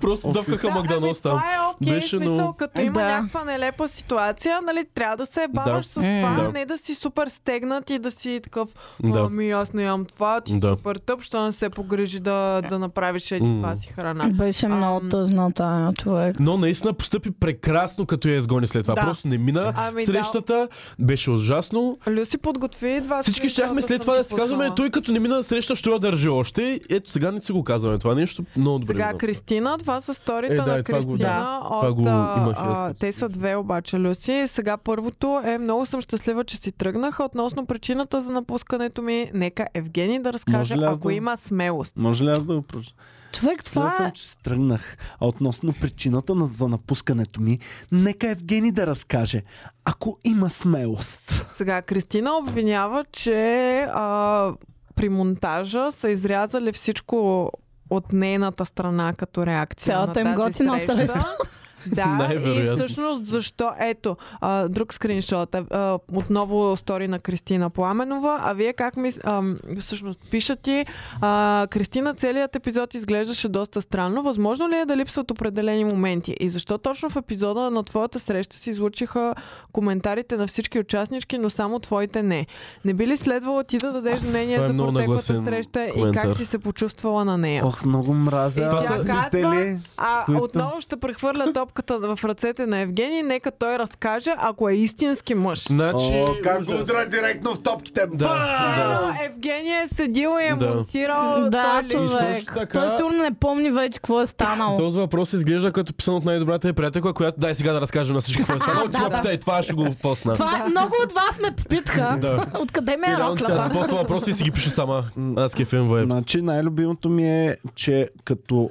Speaker 3: Просто дъвкаха Магданос там.
Speaker 2: Това е окей,
Speaker 3: Беше, но-
Speaker 2: смисъл, като има
Speaker 4: Е, Да.
Speaker 2: някаква нелепа ситуация, нали, трябва да се баваш
Speaker 3: Да.
Speaker 2: с това,
Speaker 3: Да.
Speaker 2: не да си супер стегнат и да си такъв,
Speaker 3: Да.
Speaker 2: ами аз не имам това, ти
Speaker 3: Да.
Speaker 2: си супер тъп, що не се погрижи да,
Speaker 4: Е.
Speaker 2: да направиш един
Speaker 3: М.
Speaker 2: това си храна.
Speaker 4: Беше много
Speaker 2: Ам.
Speaker 4: тъжна тая човек.
Speaker 3: Но наистина постъпи прекрасно, като я изгони след това.
Speaker 2: Да.
Speaker 3: Просто не мина.
Speaker 2: Ами да.
Speaker 3: Срещата беше ужасно.
Speaker 2: Люси подготви два
Speaker 3: Всички
Speaker 2: три
Speaker 3: щяхме
Speaker 2: джаба,
Speaker 3: след
Speaker 2: съм
Speaker 3: това да
Speaker 2: ги
Speaker 3: си казваме,
Speaker 2: пуснала.
Speaker 3: той като не мина на среща, ще я държи още. Ето сега не си го казваме това нещо. Много добре.
Speaker 2: Сега
Speaker 3: мина.
Speaker 2: Кристина, това са сторите
Speaker 3: Е, да,
Speaker 2: на
Speaker 3: и това го-
Speaker 2: Кристина.
Speaker 3: да. Това
Speaker 2: От,
Speaker 3: го
Speaker 2: а,
Speaker 3: имах и аз
Speaker 2: а,
Speaker 3: като
Speaker 2: те са две обаче, Люси. Сега първото е много съм щастлива, че си тръгнах. Относно причината за напускането ми, нека Евгений да разкаже,
Speaker 1: Може ли аз
Speaker 2: ако
Speaker 1: да-
Speaker 2: има смелост.
Speaker 1: Може ли аз да го прочета?
Speaker 4: Човек,
Speaker 1: След
Speaker 4: това
Speaker 1: съм,
Speaker 4: е...
Speaker 1: че се тръгнах. А относно причината на, за напускането ми, нека Евгений да разкаже, ако има смелост.
Speaker 2: Сега Кристина обвинява, че а, при монтажа са изрязали всичко от нейната страна като реакция.
Speaker 4: Цялата
Speaker 2: на
Speaker 4: им
Speaker 2: тази
Speaker 4: готина среща.
Speaker 2: Да, и
Speaker 3: Най-вероятно.
Speaker 2: всъщност защо? Ето, а, друг скриншот. А, а, отново стори на Кристина Пламенова. А вие как ми... А, всъщност, пиша ти... А, Кристина, целият епизод изглеждаше доста странно. Възможно ли е да липсват определени моменти? И защо точно в епизода на твоята среща си излучиха коментарите на всички участнички, но само твоите не? Не би ли следвало ти да дадеш мнение
Speaker 3: това е
Speaker 2: за
Speaker 3: много
Speaker 2: протеклата
Speaker 3: нагласен
Speaker 2: среща и
Speaker 3: коментар.
Speaker 2: как си се
Speaker 4: Е.
Speaker 2: почувствала на нея?
Speaker 1: Ох, много мразя.
Speaker 2: И тя казва,
Speaker 1: зрители.
Speaker 2: А
Speaker 1: които-
Speaker 2: отново ще прехвърля топката топката в ръцете на Евгений, нека той разкаже, ако е истински мъж.
Speaker 3: Значи...
Speaker 1: О, как го
Speaker 3: ужас.
Speaker 1: удра директно в топките.
Speaker 3: Да, да.
Speaker 2: А, Евгений е седил и е
Speaker 3: Да.
Speaker 2: монтирал
Speaker 4: Да,
Speaker 2: той ли-
Speaker 3: Изобщо
Speaker 4: човек.
Speaker 3: така-
Speaker 4: Той сигурно не помни вече какво е станало.
Speaker 3: Този въпрос изглежда като писан от най-добрата ми приятелка, която дай сега да разкажем на всички какво е станало. Ти ме питай, това ще го посна.
Speaker 4: Това е, много от вас ме попитаха.
Speaker 3: Да.
Speaker 4: Откъде ме
Speaker 3: И
Speaker 4: е
Speaker 3: реално тя
Speaker 4: роклята?
Speaker 3: започва въпроси и си ги пише сама. Аз кефен вайб.
Speaker 1: Значи най-любимото ми е, че като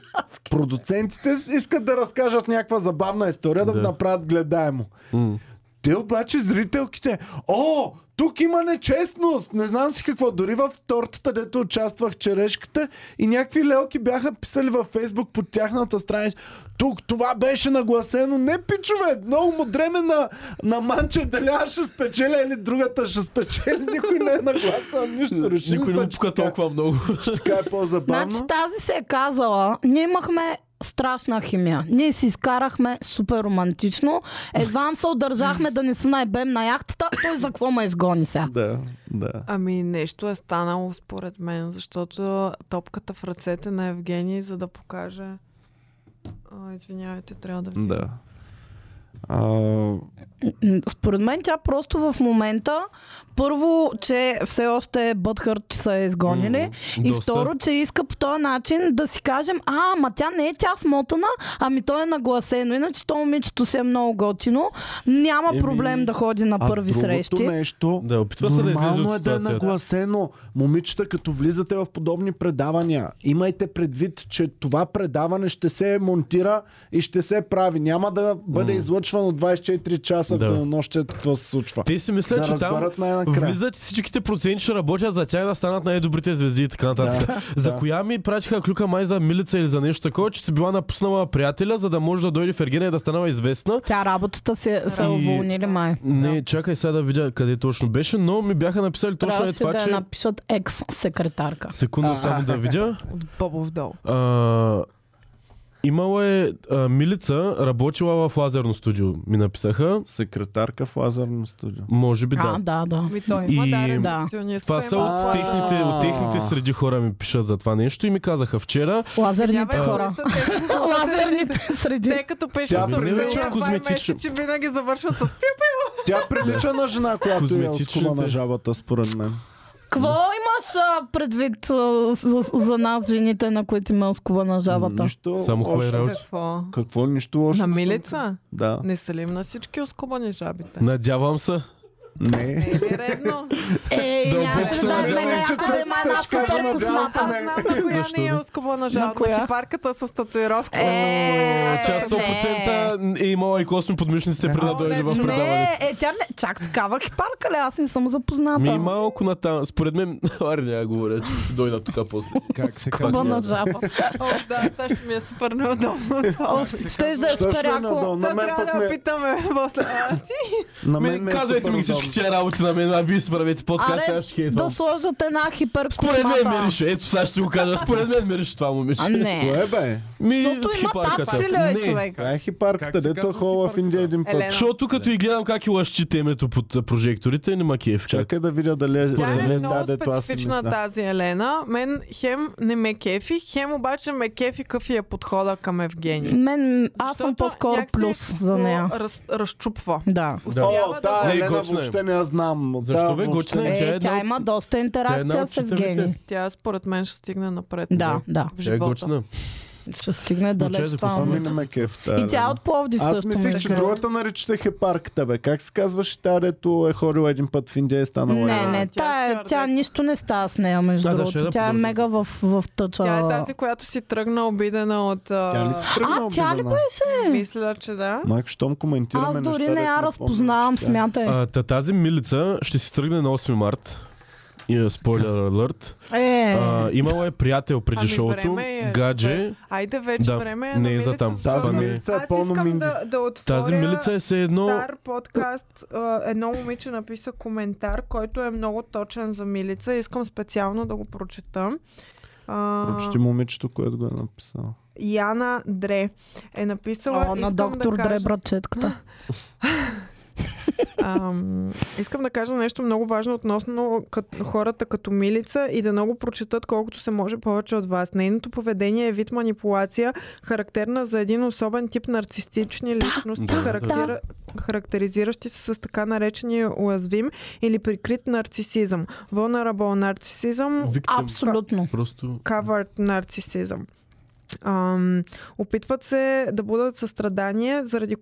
Speaker 1: продуцентите искат да разкажат някаква забавна история, да,
Speaker 3: Да.
Speaker 1: го направят гледаемо.
Speaker 3: М.
Speaker 1: Те обаче зрителките, о, тук има нечестност, не знам си какво, дори в тортата, дето участвах черешката и някакви лелки бяха писали във Фейсбук под тяхната страница, тук това беше нагласено, не пичове, много му дреме на, на манче, дали аз ще спечеля или другата ще спечели, никой не е нагласил нищо, решили
Speaker 3: Никой не
Speaker 1: са,
Speaker 3: му
Speaker 1: че
Speaker 3: пука
Speaker 1: така-
Speaker 3: толкова много.
Speaker 1: че така е
Speaker 4: Значи
Speaker 1: по-забавно.
Speaker 4: тази се е казала, ние имахме страшна химия. Ние си изкарахме супер романтично. Едва се удържахме да не се наебем на яхтата. Той за какво ме изгони сега?
Speaker 1: Да, да.
Speaker 2: Ами нещо е станало според мен, защото топката в ръцете на Евгений, за да покаже... А, извинявайте, трябва да ви...
Speaker 1: Да. А,
Speaker 4: М, Според мен тя просто в момента, първо, че все още е бъдхърт, че са я изгонили.
Speaker 3: М,
Speaker 4: и
Speaker 3: доста.
Speaker 4: второ, че иска по този начин да си кажем, а, ма тя не е тя смотана, ами той е нагласено. Иначе то момичето си е много готино. Няма
Speaker 3: Еми,
Speaker 4: проблем да ходи на
Speaker 1: а
Speaker 4: първи
Speaker 1: другото
Speaker 4: срещи.
Speaker 3: е.
Speaker 1: нещо,
Speaker 3: Да, опитва се да излезе
Speaker 1: Нормално е
Speaker 3: от
Speaker 1: да е
Speaker 3: ситуацията.
Speaker 1: нагласено. Момичета, като влизате в подобни предавания, имайте предвид, че това предаване ще се монтира и ще се прави. Няма да бъде
Speaker 3: М.
Speaker 1: излъчвано 24 часа в
Speaker 3: Да.
Speaker 1: денонощието какво се случва.
Speaker 3: Те си мислят,
Speaker 1: Да
Speaker 3: че там
Speaker 1: разберат най-накрая.
Speaker 3: влизат и всичките проценти ще работят за тях да станат най-добрите звезди и така нататък. за
Speaker 1: да.
Speaker 3: коя ми пратиха клюка май за Милица или за нещо такова, че си била напуснала приятеля, за да може да дойде в Ергена и да станала известна.
Speaker 4: Тя работата си са
Speaker 3: И-
Speaker 4: уволнили май.
Speaker 3: Не, чакай сега да видя къде точно беше, но ми бяха написали точно е
Speaker 4: Трябваше
Speaker 3: това,
Speaker 4: да я
Speaker 3: че...
Speaker 4: напишат екс-секретарка.
Speaker 3: Секунда само да видя.
Speaker 2: От Бобов дол.
Speaker 3: А, имала е а, Милица, работила в лазерно студио, ми написаха.
Speaker 1: Секретарка в лазерно студио.
Speaker 3: Може би
Speaker 4: А, е
Speaker 3: да.
Speaker 4: да, да.
Speaker 2: Ми той има
Speaker 3: И-
Speaker 2: дарен
Speaker 4: Да.
Speaker 2: акционист,
Speaker 3: Това
Speaker 2: той
Speaker 3: са
Speaker 2: има
Speaker 1: А.
Speaker 3: от
Speaker 2: плата.
Speaker 3: техните, от техните среди хора ми пишат за това нещо и ми казаха вчера.
Speaker 4: Лазерните
Speaker 2: Извинявай,
Speaker 4: хора.
Speaker 2: кои са техните
Speaker 4: Лазерните
Speaker 2: Те
Speaker 4: среди.
Speaker 2: като пише
Speaker 1: Тя
Speaker 2: съобщение,
Speaker 1: прилича
Speaker 3: козметичен.
Speaker 2: че винаги завършват с пип.
Speaker 1: Тя прилича на жена, която е от скума
Speaker 3: Козметичните.
Speaker 1: на жабата, според мен.
Speaker 4: Кво имаш а, предвид а, за, за нас, жените, на които има скуба на жабата?
Speaker 1: Нищо
Speaker 3: Само
Speaker 1: лошо.
Speaker 3: хубави работи.
Speaker 2: Какво?
Speaker 1: Какво? Нищо лошо.
Speaker 2: На
Speaker 1: не съм-
Speaker 2: милица?
Speaker 1: Да.
Speaker 2: Не са ли им на всички оскубани жабите?
Speaker 3: Надявам се.
Speaker 1: Не.
Speaker 2: Е ли редно?
Speaker 4: Е,
Speaker 3: Дълбоко
Speaker 4: нямаше да
Speaker 3: съм
Speaker 4: е мега
Speaker 1: убеден, че
Speaker 4: яко да има
Speaker 1: цецката
Speaker 4: една
Speaker 1: ще каже
Speaker 4: супер
Speaker 1: на
Speaker 2: Аз
Speaker 1: бялата.
Speaker 4: космата.
Speaker 2: знам на коя
Speaker 3: Защо?
Speaker 2: не е оскубана
Speaker 4: На
Speaker 2: жаба.
Speaker 4: коя?
Speaker 2: На парката с татуировка.
Speaker 4: Е,
Speaker 3: Тя 100% е имала и косми подмишниците преди да
Speaker 2: О,
Speaker 3: дойде
Speaker 2: не,
Speaker 3: в предаването.
Speaker 4: Не, е, тя не... Чак такава хипарка ли? Аз не съм
Speaker 3: Ми
Speaker 4: запозната.
Speaker 3: малко на там. Според мен... Аре, няма да говоря, че ще дойда тук после.
Speaker 6: Как се
Speaker 4: Скуба на
Speaker 6: казва?
Speaker 4: жаба.
Speaker 2: О, да, сега ще ми е супер неудобно.
Speaker 4: Оф, щеш да
Speaker 1: Що
Speaker 4: е
Speaker 1: ще
Speaker 4: супер
Speaker 1: е надолу?
Speaker 4: яко.
Speaker 1: На
Speaker 2: Сега
Speaker 1: мен
Speaker 2: трябва
Speaker 1: пък
Speaker 2: да
Speaker 1: ме...
Speaker 2: питаме после. А,
Speaker 1: На мен
Speaker 3: Ми,
Speaker 1: ме е
Speaker 3: казвайте ми ги всички
Speaker 1: суперудобно.
Speaker 3: тия работи на мен, а вие си правете подкаст,
Speaker 4: Аре,
Speaker 3: аз ще хейтвам.
Speaker 4: да сложат една хиперкосмата.
Speaker 3: Според мен мерише, ето сега ще си го кажа, според мен мерише това
Speaker 4: А,
Speaker 3: момиче.
Speaker 4: не.
Speaker 1: Кое бе?
Speaker 3: Ми,
Speaker 4: Защото
Speaker 3: с
Speaker 4: има
Speaker 3: хипарката.
Speaker 4: тапси ли е,
Speaker 3: Не.
Speaker 4: човек?
Speaker 1: Кая е
Speaker 6: Как
Speaker 1: хипарката?
Speaker 6: се
Speaker 1: Дето е
Speaker 6: казва
Speaker 1: хова в Индия един път.
Speaker 2: Елена.
Speaker 3: Защото като и гледам как и лъщи темето под а, прожекторите, не макиев.
Speaker 1: Чакай да видя дали е
Speaker 2: Тя
Speaker 1: дали
Speaker 2: е
Speaker 1: е
Speaker 2: много
Speaker 1: да, дето аз си
Speaker 2: специфична
Speaker 1: мисля.
Speaker 2: тази Елена. Мен хем не ме кефи, хем обаче ме кефи какви е подхода към Евгений.
Speaker 4: Мен, аз съм
Speaker 2: Защото
Speaker 4: по-скоро
Speaker 2: някакси
Speaker 4: плюс за нея.
Speaker 2: го Раз, разчупва.
Speaker 4: Да.
Speaker 3: Да.
Speaker 1: О,
Speaker 2: Успява да
Speaker 1: да,
Speaker 3: Не,
Speaker 1: Елена
Speaker 3: готина е.
Speaker 1: въобще не я знам.
Speaker 3: Защо
Speaker 1: да,
Speaker 3: бе,
Speaker 1: въобще
Speaker 3: готина е?
Speaker 1: не.
Speaker 3: Тя
Speaker 4: Е, тя,
Speaker 3: една от-
Speaker 4: има доста
Speaker 3: тя е една
Speaker 4: интеракция
Speaker 3: от
Speaker 4: с Евгений.
Speaker 3: учителите.
Speaker 2: Тя според мен ще стигне напред.
Speaker 4: Да, да.
Speaker 2: В
Speaker 3: Тя е
Speaker 2: живота.
Speaker 3: готина.
Speaker 4: Ще стигне
Speaker 3: чай,
Speaker 4: далеч
Speaker 3: за
Speaker 4: това.
Speaker 3: какво
Speaker 1: Ами
Speaker 4: момиче.
Speaker 1: не ме кеф, та
Speaker 4: И тя е
Speaker 1: Елена.
Speaker 4: от Пловдив
Speaker 1: Аз
Speaker 4: също.
Speaker 1: мислих,
Speaker 4: ме
Speaker 1: че
Speaker 4: кефи.
Speaker 1: другата наричате хепарката, бе. Как се казваше тя, дето е ходила един път в Индия и станала?
Speaker 4: Не,
Speaker 1: Елена?
Speaker 2: Тя е
Speaker 4: не, тя, е,
Speaker 2: стюардеса.
Speaker 4: тя нищо не става с нея, между
Speaker 3: Да, да, ще
Speaker 4: другото.
Speaker 3: да
Speaker 4: тя е
Speaker 3: продължим.
Speaker 4: мега в, в тъча.
Speaker 2: Тя е тази, която си тръгна обидена от... а,
Speaker 1: Тя ли си тръгна
Speaker 4: А, тя ли
Speaker 1: обидена?
Speaker 2: Мисля, че да.
Speaker 1: Майко, щом коментираме
Speaker 4: Аз дори
Speaker 1: неща,
Speaker 4: не
Speaker 1: дето
Speaker 4: я
Speaker 1: помня,
Speaker 4: разпознавам,
Speaker 1: че тя е.
Speaker 4: смятай.
Speaker 3: А, та, тази милица ще си тръгне на 8 март. И е, спойлер алърт.
Speaker 4: Е,
Speaker 3: А, имала е приятел преди
Speaker 2: Ами,
Speaker 3: шоуто,
Speaker 2: време е,
Speaker 3: гадже.
Speaker 2: Айде вече
Speaker 3: Да,
Speaker 2: време е
Speaker 3: не
Speaker 2: на
Speaker 3: е за
Speaker 2: Милица,
Speaker 3: там.
Speaker 2: защото
Speaker 1: Тази
Speaker 3: Това не е.
Speaker 1: милица е
Speaker 2: Аз
Speaker 1: пълно
Speaker 2: искам
Speaker 1: минди.
Speaker 2: да, да отворя
Speaker 3: Тази милица е все едно...
Speaker 2: стар подкаст. А, Едно момиче написа коментар, който е много точен за Милица. Искам специално да го прочета. А,
Speaker 1: Прочети момичето, което го е написало.
Speaker 2: Яна Дре е написала...
Speaker 4: о, на
Speaker 2: искам
Speaker 4: доктор
Speaker 2: да
Speaker 4: Дре
Speaker 2: кажа,
Speaker 4: братчетката.
Speaker 2: Ам, искам да кажа нещо много важно относно кът, хората като Милица и да много прочитат колкото се може повече от вас. Нейното поведение е вид манипулация, характерна за един особен тип нарцистични личности,
Speaker 3: да, да.
Speaker 2: характера, характеризиращи се с така наречения уязвим или прикрит нарцисизъм. Vulnerable нарцисизъм,
Speaker 3: Виктим.
Speaker 4: Абсолютно.
Speaker 3: Просто...
Speaker 2: covered нарцисизъм. Ам, опитват се да будат състрадание заради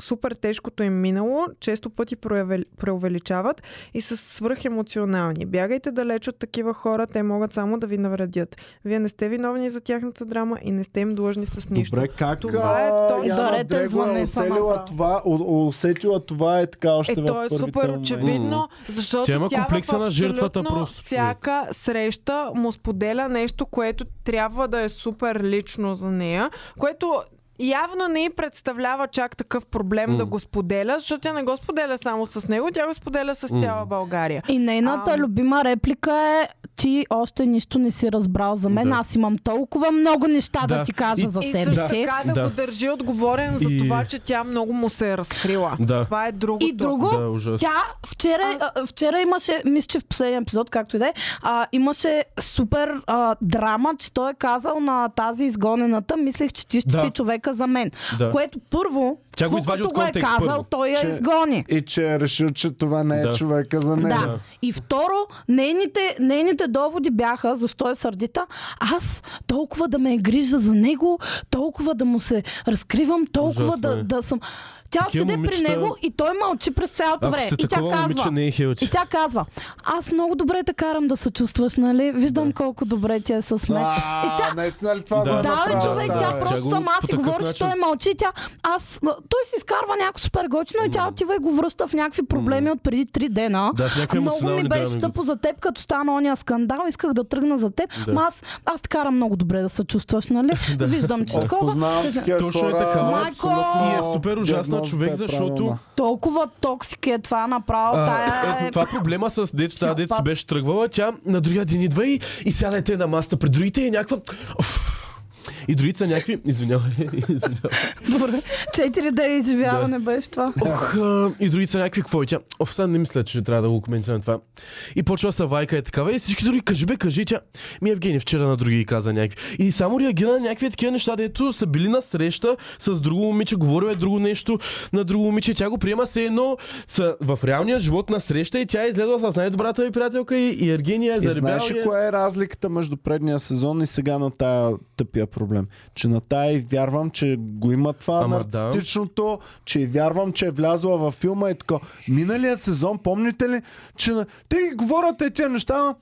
Speaker 2: супер тежкото им минало, често пъти прояве- преувеличават и са свръхемоционални. Бягайте далеч от такива хора, те могат само да ви навредят. Вие не сте виновни за тяхната драма и не сте им длъжни с нищо.
Speaker 1: Добре, как
Speaker 2: Това е
Speaker 1: а,
Speaker 2: точно.
Speaker 1: Яна
Speaker 4: Дарете
Speaker 1: Дрегова е
Speaker 4: звъни
Speaker 1: усетила
Speaker 4: самата.
Speaker 1: това, у- усетила това е така още
Speaker 2: Е,
Speaker 1: в
Speaker 2: то е
Speaker 1: първите нали?
Speaker 2: супер
Speaker 1: моменти.
Speaker 2: очевидно, защото
Speaker 3: Тя има
Speaker 2: в
Speaker 3: комплекса на жертвата
Speaker 2: абсолютно
Speaker 3: просто, човек.
Speaker 2: Всяка среща му споделя нещо, което трябва да е супер лично за нея, което явно не й представлява чак такъв проблем да го споделя, защото тя не го споделя само с него, тя го споделя с цяла България.
Speaker 4: И нейната
Speaker 2: Ам.
Speaker 4: любима реплика е ти още нищо не си разбрал за мен.
Speaker 3: Да.
Speaker 4: Аз имам толкова много неща да,
Speaker 3: Да.
Speaker 4: ти кажа
Speaker 3: И-
Speaker 4: за
Speaker 2: И
Speaker 4: себе
Speaker 2: също
Speaker 4: си.
Speaker 2: така да,
Speaker 3: Да.
Speaker 2: го държи отговорен за
Speaker 3: И-
Speaker 2: това, че тя много му се е разкрила.
Speaker 3: Да.
Speaker 2: Това е другото.
Speaker 4: И друго,
Speaker 3: Да, ужасно.
Speaker 4: Тя вчера, а... вчера имаше, мисля, че в последния епизод, както и да е, а, имаше супер а, драма, че той е казал на тази изгонената, мислех, че ти ще
Speaker 3: Да.
Speaker 4: си човека за мен.
Speaker 3: Да.
Speaker 4: Което първо,
Speaker 3: Тя го
Speaker 4: след
Speaker 3: извади
Speaker 4: като
Speaker 3: от
Speaker 4: е
Speaker 3: контекст,
Speaker 4: казал,
Speaker 3: първо.
Speaker 4: той я
Speaker 1: Че-
Speaker 4: изгони.
Speaker 1: И че е решил, че това не е
Speaker 3: Да.
Speaker 1: човека за нея.
Speaker 4: Да. И второ, нейните, нейните доводи бяха, защо е сърдита, аз толкова да ме е грижа за него, толкова да му се разкривам, толкова
Speaker 3: Ужасно
Speaker 4: да,
Speaker 3: е.
Speaker 4: да съм... Тя
Speaker 3: Такива
Speaker 4: отиде при
Speaker 3: момичета-
Speaker 4: него и той мълчи през цялото
Speaker 3: Ако
Speaker 4: време.
Speaker 3: сте
Speaker 4: И тя
Speaker 3: такова момиче,
Speaker 4: казва...
Speaker 3: не е
Speaker 4: И
Speaker 3: хилче.
Speaker 4: тя казва, аз много добре те карам да се чувстваш, нали? Виждам колко добре ти е с мен. И
Speaker 1: А,
Speaker 4: тя,
Speaker 1: наистина ли това
Speaker 3: Да.
Speaker 1: го е
Speaker 3: Да,
Speaker 4: да, бе,
Speaker 1: направила?
Speaker 4: човек,
Speaker 1: Да,
Speaker 4: тя
Speaker 1: бе.
Speaker 3: Тя
Speaker 4: просто
Speaker 3: го
Speaker 4: сама
Speaker 3: по
Speaker 4: си
Speaker 3: такъв
Speaker 4: говори, че
Speaker 3: начин-
Speaker 4: той мълчи. Тя, аз, той си изкарва някакво супер готино и тя отива и го връща в някакви проблеми от преди три дена.
Speaker 3: Да, в някакви
Speaker 4: Много ми
Speaker 3: емоционални
Speaker 4: беше
Speaker 3: драми.
Speaker 4: тъпо за теб, като стана ония скандал, исках да тръгна за теб.
Speaker 3: Да.
Speaker 4: Ма аз, аз те карам много добре да се чувстваш, нали? Виждам, че
Speaker 1: О,
Speaker 4: такова.
Speaker 1: познавам
Speaker 4: Кажа,
Speaker 1: такива
Speaker 3: Точно е
Speaker 1: хора,
Speaker 3: така.
Speaker 1: абсолютно
Speaker 4: Майко!
Speaker 3: И е супер ужасна
Speaker 1: диагнозата
Speaker 3: човек,
Speaker 1: е
Speaker 3: защото-
Speaker 1: правилна.
Speaker 4: Толкова токсик е това направо.
Speaker 3: А,
Speaker 4: Тая
Speaker 3: е,
Speaker 4: е...
Speaker 3: това проблема с дето тази дето си
Speaker 4: Психопат.
Speaker 3: беше тръгвала, тя на другия ден идва и, и сядайте на масата при другите и е някаква... Оф. И другите са някакви... Извинявай, извинявай.
Speaker 4: Добре. Четири да е изживяване беше това.
Speaker 3: Ох, а, и другите са някакви какво е тя. Оф, сега не мисля, че трябва да го коментирам това. И почва са вайка е такава и всички други кажи бе, кажи тя. Ми Евгений вчера на други й каза някакви. И само реагира на някакви такива неща, дето са били на среща с друго момиче, говорила е друго нещо на друго момиче. Тя го приема се едно са, в реалния живот на среща и тя е излезла с най-добрата ви приятелка и, и Евгения е
Speaker 1: И
Speaker 3: заребяла.
Speaker 1: знаеш
Speaker 3: и
Speaker 1: ли
Speaker 3: е-
Speaker 1: коя е разликата между предния сезон и сега на тая тъпия проблем? Че на тая и вярвам, че го има това
Speaker 3: Ама
Speaker 1: нарцистичното, че и вярвам, че е влязла във филма и така. Миналия сезон, помните ли, че на- те ги говорят е тия неща, ама,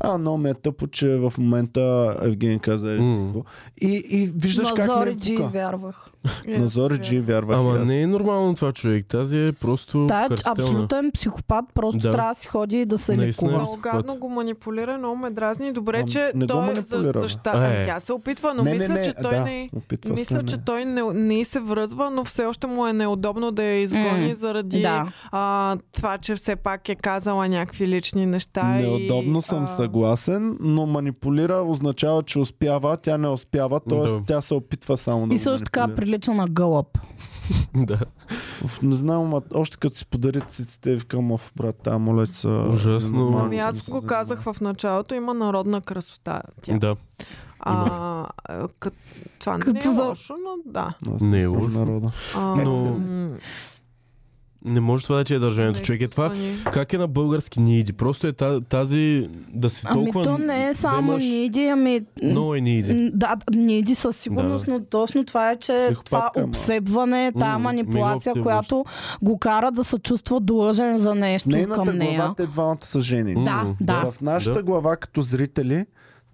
Speaker 1: а, но ми е тъпо, че в момента Евгений каза еди си
Speaker 3: Мм.
Speaker 1: какво. и, и виждаш как не
Speaker 4: Назори
Speaker 1: е
Speaker 4: Джи
Speaker 1: пука.
Speaker 4: вярвах.
Speaker 2: Е,
Speaker 1: Назори Джи вярвах
Speaker 3: Ама
Speaker 1: и аз.
Speaker 3: не е нормално това човек. Тази е просто.
Speaker 4: Тая е
Speaker 3: картелна.
Speaker 4: абсолютен психопат, просто
Speaker 3: Да.
Speaker 4: трябва да си ходи и да се
Speaker 3: Наистина.
Speaker 4: лекува.
Speaker 2: Много гадно Нали, го манипулира, много ме дразни. Добре,
Speaker 1: е Ам,
Speaker 2: че
Speaker 1: не го
Speaker 2: той е за,
Speaker 1: манипулира, бе.
Speaker 2: защита.
Speaker 3: А,
Speaker 2: Ами
Speaker 3: е.
Speaker 2: Тя се опитва, но
Speaker 1: не,
Speaker 2: мисля,
Speaker 1: не, не,
Speaker 2: че той
Speaker 1: да,
Speaker 2: не.
Speaker 1: опитва
Speaker 2: Мисля,
Speaker 1: се,
Speaker 2: че
Speaker 1: не.
Speaker 2: той не, не й се връзва, но все още му е неудобно да я изгони
Speaker 4: М,
Speaker 2: заради
Speaker 4: да.
Speaker 2: а, това, че все пак е казала някакви лични неща.
Speaker 1: Неудобно
Speaker 2: и,
Speaker 1: съм
Speaker 2: а,
Speaker 1: съгласен, но манипулира означава, че успява, тя не успява, т.е.
Speaker 3: Да.
Speaker 1: тя се опитва само да
Speaker 4: И
Speaker 1: го
Speaker 4: също така
Speaker 1: манипулира.
Speaker 4: прилича на гълъб.
Speaker 3: Да.
Speaker 1: Уф, Не знам, а още като си подари циците, викам, оф, брат, там молец са...
Speaker 3: Ужасно.
Speaker 1: ненормални,
Speaker 2: Ами
Speaker 1: че не
Speaker 2: аз
Speaker 1: се
Speaker 2: го
Speaker 1: занимава.
Speaker 2: казах в началото, има народна красота. Тя.
Speaker 3: Да.
Speaker 2: А, а, кът, това не е
Speaker 4: Като за-
Speaker 2: лошо, но да.
Speaker 1: Аз
Speaker 3: Не е
Speaker 1: съм
Speaker 3: лошо.
Speaker 1: Народа.
Speaker 2: А,
Speaker 3: Но-
Speaker 2: м,
Speaker 3: Не може това да ти е държането.
Speaker 2: не,
Speaker 3: Човек е това.
Speaker 2: ни-
Speaker 3: Как е на български ниди? Просто е та- тази да си
Speaker 4: Ами
Speaker 3: толкова...
Speaker 4: то не е само
Speaker 3: да имаш...
Speaker 4: ниди, ами...
Speaker 3: Но е ниди.
Speaker 4: м, Да, ниди със сигурност,
Speaker 3: Да,
Speaker 4: но точно това е, че
Speaker 1: Психопатка,
Speaker 4: това
Speaker 1: ама.
Speaker 4: обсебване,
Speaker 3: мега
Speaker 4: тая манипулация,
Speaker 3: обсебващ.
Speaker 4: която го кара да се чувства длъжен за нещо
Speaker 1: Нейната
Speaker 4: към нея.
Speaker 1: глава, те е двамата са жени.
Speaker 3: М,
Speaker 4: Да, да.
Speaker 1: В нашата
Speaker 3: Да.
Speaker 1: глава, като зрители,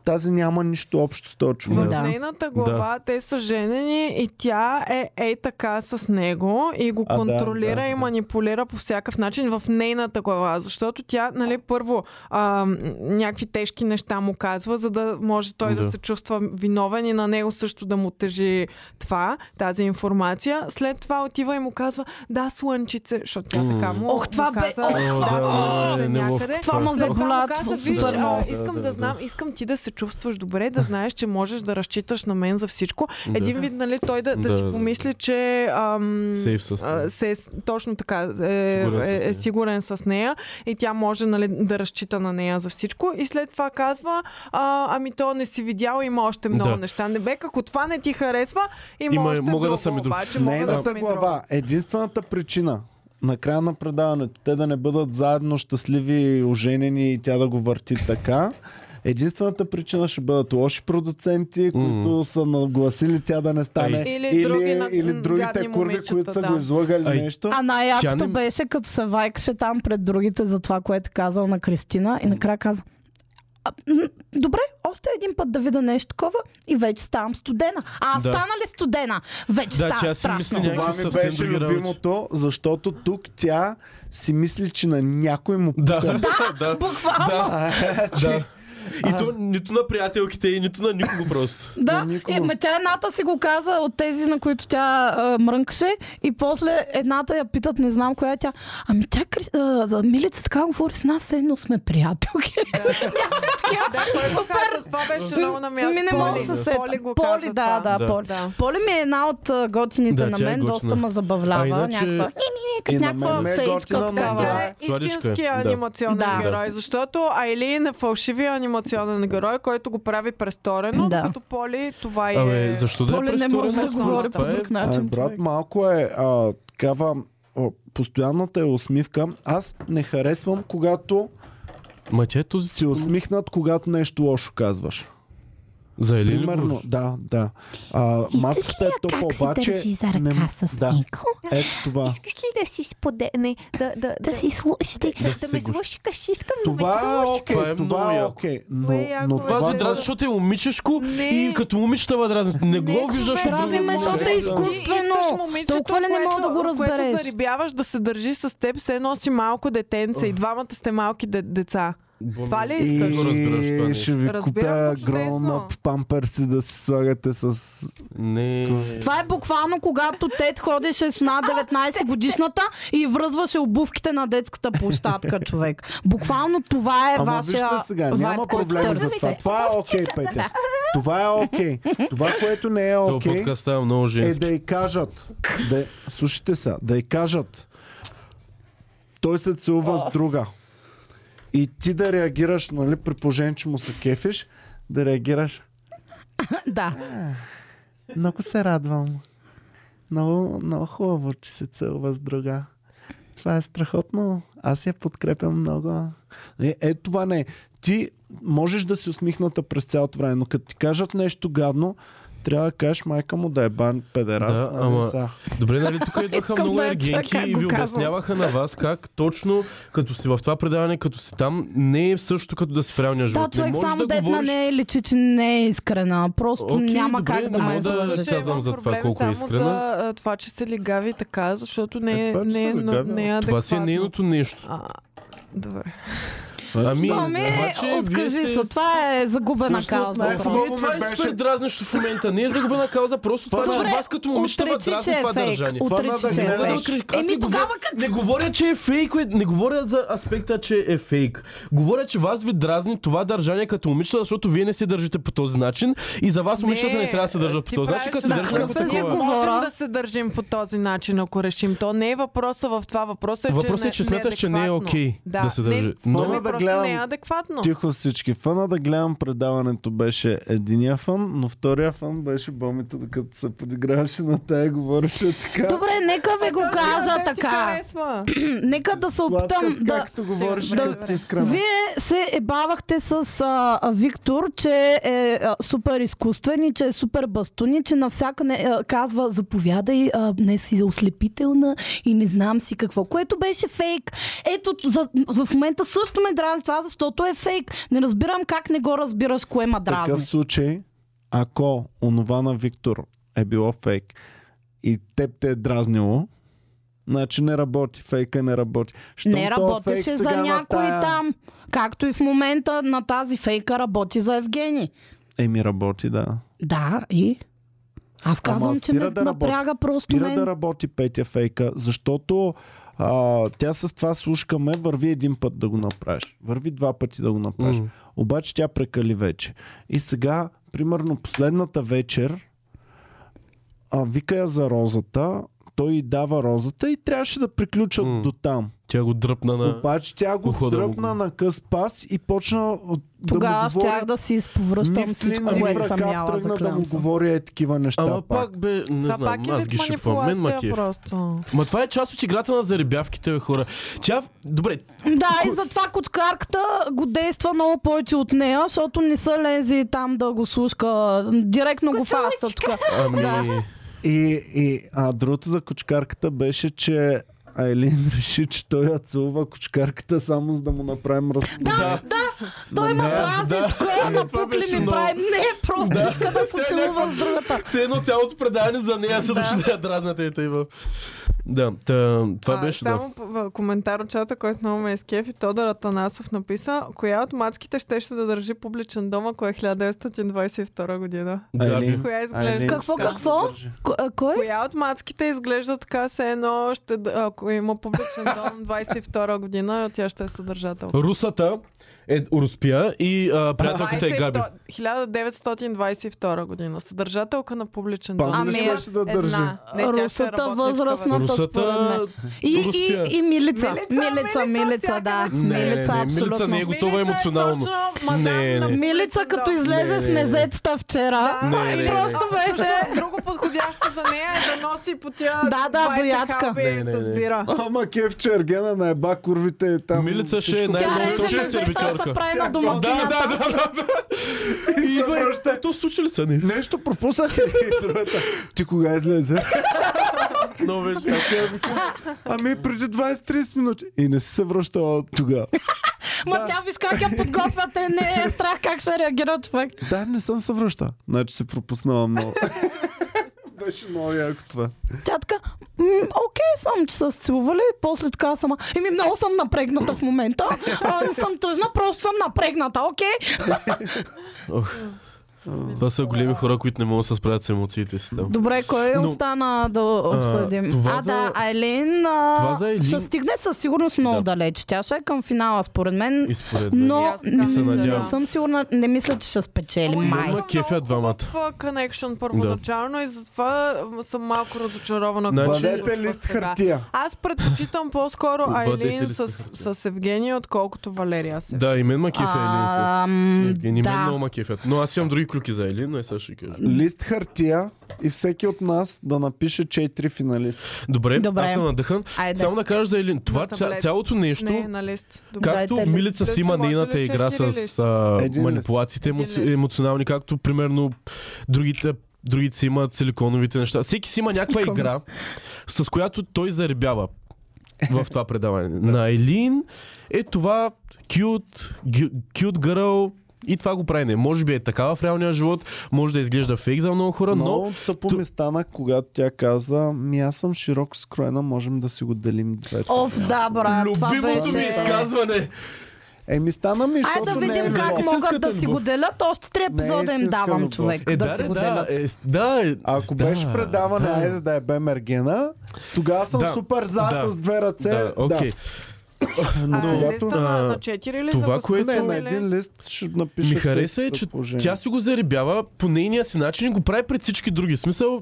Speaker 1: тази няма нищо общо с този човек.
Speaker 2: В
Speaker 4: Да.
Speaker 2: нейната глава те са женени и тя е ей така с него и го
Speaker 1: А, да,
Speaker 2: контролира
Speaker 1: да,
Speaker 2: и
Speaker 1: да.
Speaker 2: манипулира по всякакъв начин в нейната глава, защото тя, нали, първо а, м, някакви тежки неща му казва, за да може той да.
Speaker 3: Да.
Speaker 2: се чувства виновен и на него също да му тежи това, тази информация. След това отива и му казва, да, слънчице, защото тя
Speaker 3: М.
Speaker 2: така му
Speaker 4: Ох, това
Speaker 2: му
Speaker 4: бе-
Speaker 2: каза,
Speaker 4: Ох,
Speaker 2: да,
Speaker 3: това бе
Speaker 2: слънчице
Speaker 3: неловко.
Speaker 2: някъде.
Speaker 4: Това ме
Speaker 2: След му
Speaker 4: заболя,
Speaker 2: каза,
Speaker 4: това
Speaker 2: виж,
Speaker 4: супер
Speaker 2: а,
Speaker 4: много.
Speaker 2: искам
Speaker 3: Да,
Speaker 2: да,
Speaker 3: да, да.
Speaker 2: знам, искам ти да се чувстваш добре, да знаеш, че можеш да разчиташ на мен за всичко.
Speaker 3: Да.
Speaker 2: Един вид, нали, той да, да,
Speaker 3: Да,
Speaker 2: си
Speaker 3: да.
Speaker 2: помисли, че ам,
Speaker 3: Сейф с нея.
Speaker 2: а, се, е с- точно така е,
Speaker 3: Сигурен с
Speaker 2: е, е
Speaker 3: нея.
Speaker 2: сигурен с нея и тя може нали, да разчита на нея за всичко. И след това казва, а, ами то не си видял, има още много
Speaker 3: Да.
Speaker 2: неща. Не бе, ако това не ти харесва, има,
Speaker 3: Има-
Speaker 2: още
Speaker 3: мога да
Speaker 2: друго,
Speaker 3: съм и друг.
Speaker 2: обаче, мога да
Speaker 1: Нейната
Speaker 2: съм и
Speaker 1: е глава. Единствената причина на края на предаването те да не бъдат заедно щастливи, оженени и тя да го върти така. Единствената причина ще бъдат лоши продуценти, които са нагласили тя да не стане.
Speaker 2: Ай. Или други на-
Speaker 1: или
Speaker 2: м,
Speaker 1: другите
Speaker 2: гадни
Speaker 1: курви,
Speaker 2: момичета,
Speaker 1: които са
Speaker 2: да.
Speaker 1: го излагали
Speaker 3: Ай.
Speaker 1: нещо.
Speaker 4: А
Speaker 3: Тя
Speaker 4: най-якото
Speaker 3: не-
Speaker 4: беше, като се вайкаше там пред другите за това, което казал на Кристина и накрая каза «А, м, Добре, още един път да видя нещо такова и вече ставам студена. А аз
Speaker 3: Да.
Speaker 4: стана ли студена? Вече
Speaker 3: Да, че
Speaker 4: става
Speaker 3: аз си мисля
Speaker 4: страшно.
Speaker 3: някакви
Speaker 1: Това ми
Speaker 3: съвсем
Speaker 1: беше
Speaker 3: други работи.
Speaker 1: любимото, защото тук тя си мисли, че на някой му
Speaker 3: Да,
Speaker 1: пука.
Speaker 3: да,
Speaker 4: Буквално.
Speaker 3: да,
Speaker 1: е,
Speaker 3: да. И то нито на приятелките и нито на никого просто.
Speaker 1: На
Speaker 4: Да,
Speaker 1: никого.
Speaker 4: е, ме тя едната си го каза от тези, на които тя а, мрънкаше и после едната я питат, не знам коя е тя. Ами тя, Крис- а, за Милица така говори с нас, все едно сме приятелки.
Speaker 2: Да, кой го
Speaker 4: Супер!
Speaker 2: каза? Това беше много на място.
Speaker 4: Ми не мога да се сета.
Speaker 2: Ами, Поли го
Speaker 4: Поли,
Speaker 2: каза това.
Speaker 4: да, да,
Speaker 3: Да.
Speaker 4: Поли.
Speaker 2: Да.
Speaker 4: Поли ми е една от а, готините
Speaker 3: Да,
Speaker 4: на
Speaker 3: тя е
Speaker 4: мен, доста
Speaker 3: готина.
Speaker 4: ме забавлява.
Speaker 3: А иначе-
Speaker 4: Някаква, и, и,
Speaker 1: И
Speaker 4: и,
Speaker 1: на
Speaker 4: някаква
Speaker 1: мен ме е
Speaker 4: феичка
Speaker 1: готина, но
Speaker 4: такава.
Speaker 1: да.
Speaker 2: Тя е
Speaker 3: Сладичка е,
Speaker 2: истинския
Speaker 3: да.
Speaker 2: анимационен
Speaker 4: Да.
Speaker 2: герой, защото Айлин е фалшивия анимационен герой, който го прави престорено,
Speaker 4: Да.
Speaker 2: докато Поли това е...
Speaker 3: Абе, защо да е
Speaker 4: Поли не
Speaker 3: престорено? е-
Speaker 4: може да е
Speaker 2: основата,
Speaker 4: говори
Speaker 2: бе.
Speaker 4: по друг
Speaker 1: А,
Speaker 4: начин.
Speaker 1: брат,
Speaker 4: човек.
Speaker 1: малко е а, такава а, постоянната е усмивка. Аз не харесвам, когато
Speaker 3: Ма тя е този
Speaker 1: си усмихнат, когато нещо лошо казваш.
Speaker 3: За Елили
Speaker 1: Примерно, да, да. А, мацата е топ,
Speaker 5: как
Speaker 1: обаче...
Speaker 5: се държи за ръка
Speaker 1: не-
Speaker 5: с
Speaker 1: да,
Speaker 5: него?
Speaker 1: ето това.
Speaker 5: Искаш ли да си споде... Не, да, да, да, си слушате, да, да,
Speaker 4: Ами,
Speaker 5: ме слушаш, искам да ме
Speaker 1: Това е
Speaker 5: слушаш.
Speaker 1: окей,
Speaker 3: Това е много
Speaker 1: това е
Speaker 3: яко.
Speaker 1: окей.
Speaker 2: Това
Speaker 1: Но,
Speaker 2: е яко,
Speaker 1: но
Speaker 2: бе.
Speaker 1: това,
Speaker 3: Това
Speaker 2: Това
Speaker 3: го
Speaker 2: е-
Speaker 3: дразни, защото е момичешко
Speaker 2: Не.
Speaker 3: и като момичета ва дразни. Не го виждаш от
Speaker 4: дразни
Speaker 3: друго
Speaker 4: ме, защото
Speaker 3: момиче.
Speaker 4: е изкуствено.
Speaker 2: Искаш момичето,
Speaker 4: Толкова ли не мога да го
Speaker 2: което-
Speaker 4: разбереш?
Speaker 2: Което зарибяваш да се държи с теб, все едно си малко детенце и двамата сте малки де- деца. Това ли
Speaker 1: и
Speaker 2: искаш?
Speaker 3: го разбираш това
Speaker 1: ще,
Speaker 3: нещо.
Speaker 1: ви
Speaker 2: Разбирам
Speaker 5: е
Speaker 1: купя
Speaker 2: го чудесно.
Speaker 1: гролнат памперси да си слагате с
Speaker 3: Не.
Speaker 4: Това е буквално когато Тед ходеше с една 19 годишната и връзваше обувките на детската площадка, човек. Буквално това е
Speaker 1: Ама
Speaker 4: вашия
Speaker 1: вижте сега,
Speaker 4: вайб,
Speaker 1: няма
Speaker 4: който
Speaker 1: проблеми
Speaker 4: търсите.
Speaker 1: за това. Това е окей, Петя. Това е окей. Това, което не е
Speaker 3: Това
Speaker 1: окей,
Speaker 3: подкаст става много
Speaker 1: е
Speaker 3: женски.
Speaker 1: да й кажат. Да, й- слушайте сега, да й кажат. Той се целува с друга. И ти да реагираш, нали, при положение, че му се кефиш, да реагираш.
Speaker 4: Да.
Speaker 1: Много се радвам. Много, много хубаво, че се целува с друга. Това е страхотно. Аз я подкрепям много. Е, е това не. е. Ти можеш да си усмихната през цялото време, но като ти кажат нещо гадно, трябва да кажеш майка му да е бан педераст.
Speaker 3: Да,
Speaker 1: нали
Speaker 3: ама-
Speaker 1: са?
Speaker 3: Добре, нали тук идваха
Speaker 4: Искам
Speaker 3: много
Speaker 4: да я
Speaker 3: ергенки
Speaker 4: чуя как
Speaker 3: и
Speaker 4: го
Speaker 3: ви
Speaker 4: казват.
Speaker 3: обясняваха на вас как точно като си в това предаване, като си там, не е също като да си в реалния
Speaker 4: Да,
Speaker 3: живот. не
Speaker 4: човек
Speaker 3: можеш
Speaker 4: само е
Speaker 3: да
Speaker 4: дет на
Speaker 3: говориш...
Speaker 4: нея личи, че не е искрена. Просто
Speaker 3: Окей,
Speaker 4: няма
Speaker 3: добре,
Speaker 4: как да
Speaker 3: не
Speaker 4: ме
Speaker 3: мога да
Speaker 4: излъже.
Speaker 3: кажа. казвам за това
Speaker 2: проблем
Speaker 3: колко е
Speaker 2: само
Speaker 3: искрена.
Speaker 2: За, а, това, че се легави така, защото не
Speaker 1: Е,
Speaker 2: е,
Speaker 1: това, че
Speaker 2: не е,
Speaker 1: се
Speaker 2: но-
Speaker 1: легави,
Speaker 2: не е
Speaker 1: ама.
Speaker 2: адекватно.
Speaker 3: Това си е нейното нещо.
Speaker 2: А, добре.
Speaker 1: Е,
Speaker 3: Ами,
Speaker 4: Мами,
Speaker 3: Обаче, вие
Speaker 4: откажи
Speaker 3: сте-
Speaker 4: се. Това е загубена
Speaker 1: Всъщност
Speaker 4: кауза.
Speaker 1: най-хубаво-
Speaker 4: просто.
Speaker 3: Не, това
Speaker 1: ми
Speaker 3: е
Speaker 1: беше-
Speaker 3: супер дразнещо в момента. Не е загубена кауза, просто това, че
Speaker 4: Добре,
Speaker 3: вас като момичета ва
Speaker 4: отречи,
Speaker 3: дразни
Speaker 4: че е
Speaker 3: това
Speaker 4: фейк.
Speaker 3: държание.
Speaker 1: Това
Speaker 4: Отречи, че
Speaker 1: да не
Speaker 4: е
Speaker 3: Не,
Speaker 1: Фейк.
Speaker 4: фейк. Еми тогава как?
Speaker 3: Не говоря, че е фейк, бе. не говоря за аспекта, че е фейк. Говоря, че вас ви дразни това държание като момичета, защото вие не се държите по този начин и за вас момичетата Ами, не, трябва да се държат по
Speaker 2: е, ти
Speaker 3: този начин,
Speaker 2: правиш
Speaker 3: като се
Speaker 2: на
Speaker 3: държат някакво
Speaker 4: какъв език
Speaker 3: такова.
Speaker 4: говориш?
Speaker 2: Можем
Speaker 4: Говоря.
Speaker 2: да се държим по този начин, ако решим. То не е въпроса в това. Въпросът е,
Speaker 3: Въпросът е, че
Speaker 2: не-
Speaker 3: смяташ, че не е
Speaker 2: неадекватно.
Speaker 3: окей
Speaker 2: да.
Speaker 3: да се държи.
Speaker 2: Не,
Speaker 3: Но-
Speaker 2: но
Speaker 1: Фана да
Speaker 2: просто
Speaker 1: гледам-
Speaker 2: не е адекватно.
Speaker 1: Тихо всички. Фана да гледам предаването беше единия фън, но втория фън беше бомито, докато се подиграваше на тая и говореше така.
Speaker 4: Добре, нека ви го кажа
Speaker 2: Ти
Speaker 4: така.
Speaker 2: харесва.
Speaker 4: Нека да се
Speaker 1: Сладка,
Speaker 4: опитам да,
Speaker 2: е?
Speaker 1: Както говориш,
Speaker 4: да-
Speaker 1: като си искрена.
Speaker 4: Вие се ебавахте с а, а, Виктор, че е а, супер изкуствен и че е супер бастуни, че навсякъде а, казва заповядай, а, не си ослепителна и не знам си какво, което беше фейк. Ето, за, в момента също ме дразни това, защото е фейк. Не разбирам как не го разбираш, кое ма дразни.
Speaker 1: такъв случай, ако онова на Виктор е било фейк и теб те е дразнило, значи не работи, фейка не работи. Щом
Speaker 4: Не
Speaker 1: тоя
Speaker 4: работеше
Speaker 1: фейк
Speaker 4: за
Speaker 1: сега на
Speaker 4: някой
Speaker 1: тая-
Speaker 4: там. Както и в момента на тази фейка работи за Евгений.
Speaker 1: Еми работи, да.
Speaker 4: Да, и... Аз казвам,
Speaker 1: Ама
Speaker 4: че
Speaker 1: спира
Speaker 4: ме
Speaker 1: да работи.
Speaker 4: напряга просто
Speaker 1: Спира
Speaker 4: мен.
Speaker 1: да работи Петя фейка, защото а, тя с това слушкаме, върви един път да го направиш. Върви два пъти да го направиш.
Speaker 3: Мгм.
Speaker 1: Обаче тя прекали вече. И сега, примерно последната вечер, а, вика я за розата, той й дава розата и трябваше да приключат
Speaker 3: Мгм.
Speaker 1: до там.
Speaker 3: Тя го дръпна на...
Speaker 1: Обаче тя го
Speaker 3: Ухо да му
Speaker 1: дръпна
Speaker 3: го-
Speaker 1: на къс пас и почна от- да
Speaker 4: Тогава
Speaker 1: му
Speaker 4: щях
Speaker 1: говори.
Speaker 4: да си изповръщам
Speaker 1: Ниф ли,
Speaker 4: всичко,
Speaker 1: ниф
Speaker 4: което съм
Speaker 1: ръка
Speaker 4: яла,
Speaker 1: тръгна да
Speaker 4: заклявам
Speaker 1: му
Speaker 4: се.
Speaker 1: говоря е такива неща
Speaker 3: Ама пак бе, не
Speaker 2: Това
Speaker 3: знам,
Speaker 2: пак е
Speaker 3: аз ги
Speaker 2: вид
Speaker 3: шепвам. Мен
Speaker 2: манипулация
Speaker 3: макев.
Speaker 2: просто.
Speaker 3: е. Ма това е част от играта на зарибявките, бе, хора. Тя, добре,
Speaker 4: Да, и затова кучкарката го действа много повече от нея, защото не са лези там да го слушка. Директно го фаста тук.
Speaker 3: ами...
Speaker 1: И, и а, другото за кучкарката беше, че Айлин реши, че той я целува кучкарката само за да му направим раз...
Speaker 3: Да,
Speaker 4: Той има
Speaker 3: Да,
Speaker 4: празни,
Speaker 3: да.
Speaker 4: тук
Speaker 3: Е,
Speaker 4: на
Speaker 3: това
Speaker 4: пукли
Speaker 3: беше
Speaker 4: ми
Speaker 3: много. е
Speaker 4: прави. Не, просто иска да се целува с другата.
Speaker 3: Все едно цялото предаване за нея са дошли да я дразнат и тъй в... Да, та, това
Speaker 2: А,
Speaker 3: беше да.
Speaker 2: Само п- в- коментар от чата, който много ме е изкефи, Тодор Атанасов написа, коя от мацките щеше да държи публичен дом, ако е 1922 година?
Speaker 1: Айлин,
Speaker 2: Коя
Speaker 1: Айлин,
Speaker 3: Е,
Speaker 2: изглежда?
Speaker 4: Какво,
Speaker 1: как
Speaker 4: какво?
Speaker 1: се държи?
Speaker 4: К- а, Кой?
Speaker 2: Коя от мацките изглежда така се едно, ще, д- ако има публичен дом 22 година, тя ще е съдържателка.
Speaker 3: Русата е руспия и а, приятелката е Габи.
Speaker 2: 1922 година. Съдържателка на публичен дом.
Speaker 1: Пам ли
Speaker 4: Ами,
Speaker 1: ще беше да държи?
Speaker 2: Една. Не, тя ще е
Speaker 4: Русата
Speaker 2: работничка, бе.
Speaker 4: възрастната според
Speaker 3: Русата...
Speaker 4: мен. И, и,
Speaker 3: Руспия.
Speaker 4: и милица.
Speaker 2: Милица,
Speaker 4: Милица, милица, да.
Speaker 3: Не, не, не,
Speaker 4: Милица,
Speaker 3: Милица
Speaker 4: абсолютно.
Speaker 3: не е готова
Speaker 2: Милица е
Speaker 3: емоционално.
Speaker 2: точно мадам
Speaker 3: Не, не.
Speaker 2: на публичен
Speaker 4: Милица като
Speaker 2: дом.
Speaker 3: Не,
Speaker 4: излезе
Speaker 3: не,
Speaker 4: с
Speaker 3: не.
Speaker 4: мезецата вчера.
Speaker 2: Да,
Speaker 3: Не,
Speaker 2: и
Speaker 3: не, не.
Speaker 2: просто беше друго подходящо за нея е да носи по тия
Speaker 4: Да, да,
Speaker 2: 20
Speaker 4: боячка.
Speaker 2: хапи
Speaker 3: Не, не, не.
Speaker 2: с бира.
Speaker 1: Ама кефче Ергена на еба курвите е там.
Speaker 3: Милица ще е
Speaker 1: всичко.
Speaker 4: Тя
Speaker 3: най-доброто
Speaker 4: реже
Speaker 3: ще е
Speaker 4: мезета
Speaker 3: сервичорка.
Speaker 4: се прави на
Speaker 3: Да, да,
Speaker 4: домакината.
Speaker 3: да, да, да. И идва
Speaker 1: връща.
Speaker 3: и- Ето случи ли са ни?
Speaker 1: Нещо пропуснах ли? Другата. Ти кога излезе?
Speaker 3: Много беше.
Speaker 1: Ами преди 20-30 минути. И не си се връщала от тогава.
Speaker 4: Ма тя виж как я подготвяте, не е страх как ще реагира човек.
Speaker 1: Да, не съм се връща. Значи се пропуснала много. Беше много яко това.
Speaker 4: Тя така, «М, окей съм, че са се целували, после така сама. Еми много съм напрегната в момента, а, не съм тръжна, просто съм напрегната, окей?
Speaker 3: Това са големи хора, които не могат да се справят с емоциите си там.
Speaker 4: Добре, кой
Speaker 3: Но-
Speaker 4: остана да обсъдим?
Speaker 3: това
Speaker 4: а,
Speaker 3: за-
Speaker 4: да, Айлин, а,
Speaker 3: Това за Айлин-
Speaker 4: ще стигне със сигурност много
Speaker 3: Да.
Speaker 4: далеч. Тя ще е към финала, според мен.
Speaker 3: И според мен.
Speaker 4: Но
Speaker 2: И аз така
Speaker 4: м,
Speaker 2: мисля,
Speaker 4: не
Speaker 3: надявам.
Speaker 4: съм сигурна, не мисля, че ще спечели
Speaker 2: Ама
Speaker 4: май.
Speaker 3: Ма кефя двамата.
Speaker 2: Това connection първоначално и затова м, съм малко разочарована.
Speaker 3: Значи-
Speaker 2: какво се случва
Speaker 1: Бъдете лист
Speaker 2: сега.
Speaker 1: хартия.
Speaker 2: Аз предпочитам по-скоро
Speaker 3: Бъдете
Speaker 2: Айлин
Speaker 3: лист
Speaker 2: с,
Speaker 3: на хартия.
Speaker 2: с Евгения, отколкото Валерия се.
Speaker 3: Да, и мен ма кефя Елин.
Speaker 4: Ам,
Speaker 3: Евгений, мен много
Speaker 4: да.
Speaker 3: ма кефят. Но аз имам други клюки за Елин, но и сега ще кажа.
Speaker 1: Лист хартия и всеки от нас да напише 4 финалисти.
Speaker 3: Добре,
Speaker 4: Добре.
Speaker 3: аз съм надъхан.
Speaker 4: Айде.
Speaker 3: Само да кажа за Елин. Това
Speaker 2: На таблет.
Speaker 3: ця- цялото нещо,
Speaker 2: Не, е на лист. Добре.
Speaker 3: както
Speaker 4: Дайте лист.
Speaker 3: Милица
Speaker 2: Да
Speaker 3: си
Speaker 2: си
Speaker 3: има
Speaker 2: може ли
Speaker 3: нейната игра
Speaker 2: четири
Speaker 3: с
Speaker 2: листа?
Speaker 3: а,
Speaker 1: Един лист.
Speaker 3: манипулациите емо-
Speaker 2: Един лист.
Speaker 3: емоционални, както примерно другите другите си имат силиконовите неща. Всеки си има някаква
Speaker 4: Силикон.
Speaker 3: игра, с която той заребява в това предаване. На Елин е това cute, gu- cute girl и това го прави не. Може би е такава в реалния живот, може да изглежда фейк за много хора, но
Speaker 1: Много тъпо ми стана, когато тя каза, ми аз съм широко скроена, можем да си го делим двете.
Speaker 4: Оф, да, брат, това
Speaker 3: Любимото ми
Speaker 4: беше...
Speaker 3: изказване.
Speaker 1: Еми стана Е, ми,
Speaker 4: Ай да
Speaker 1: защото не е
Speaker 4: видим
Speaker 1: любов.
Speaker 4: как
Speaker 3: любов.
Speaker 4: могат да
Speaker 3: Истинската
Speaker 4: си го
Speaker 3: любов.
Speaker 4: делят. Още три
Speaker 1: Не е
Speaker 4: епизода им
Speaker 1: истинска
Speaker 4: давам
Speaker 1: любов.
Speaker 4: човек.
Speaker 3: Е,
Speaker 4: да,
Speaker 3: да,
Speaker 4: си
Speaker 3: да,
Speaker 4: го
Speaker 3: да,
Speaker 4: делят.
Speaker 3: е, да, е,
Speaker 1: Ако
Speaker 3: да,
Speaker 1: беше предаване,
Speaker 3: да.
Speaker 1: айде да е бе Мергена, тогава съм
Speaker 3: Да,
Speaker 1: супер за
Speaker 3: да,
Speaker 1: с две ръце.
Speaker 3: Да, окей.
Speaker 2: а,
Speaker 1: но
Speaker 2: е
Speaker 1: когато-
Speaker 2: листа на,
Speaker 3: а,
Speaker 2: на 4 ли?
Speaker 3: това,
Speaker 2: за
Speaker 3: което-
Speaker 1: Не,
Speaker 2: гласуване
Speaker 1: на
Speaker 2: или-
Speaker 1: един лист ще напиша
Speaker 3: Ми хареса е,
Speaker 1: всеки
Speaker 3: че
Speaker 1: предположение.
Speaker 3: тя си го заребява по нейния си начин и го прави пред всички други. В Смисъл,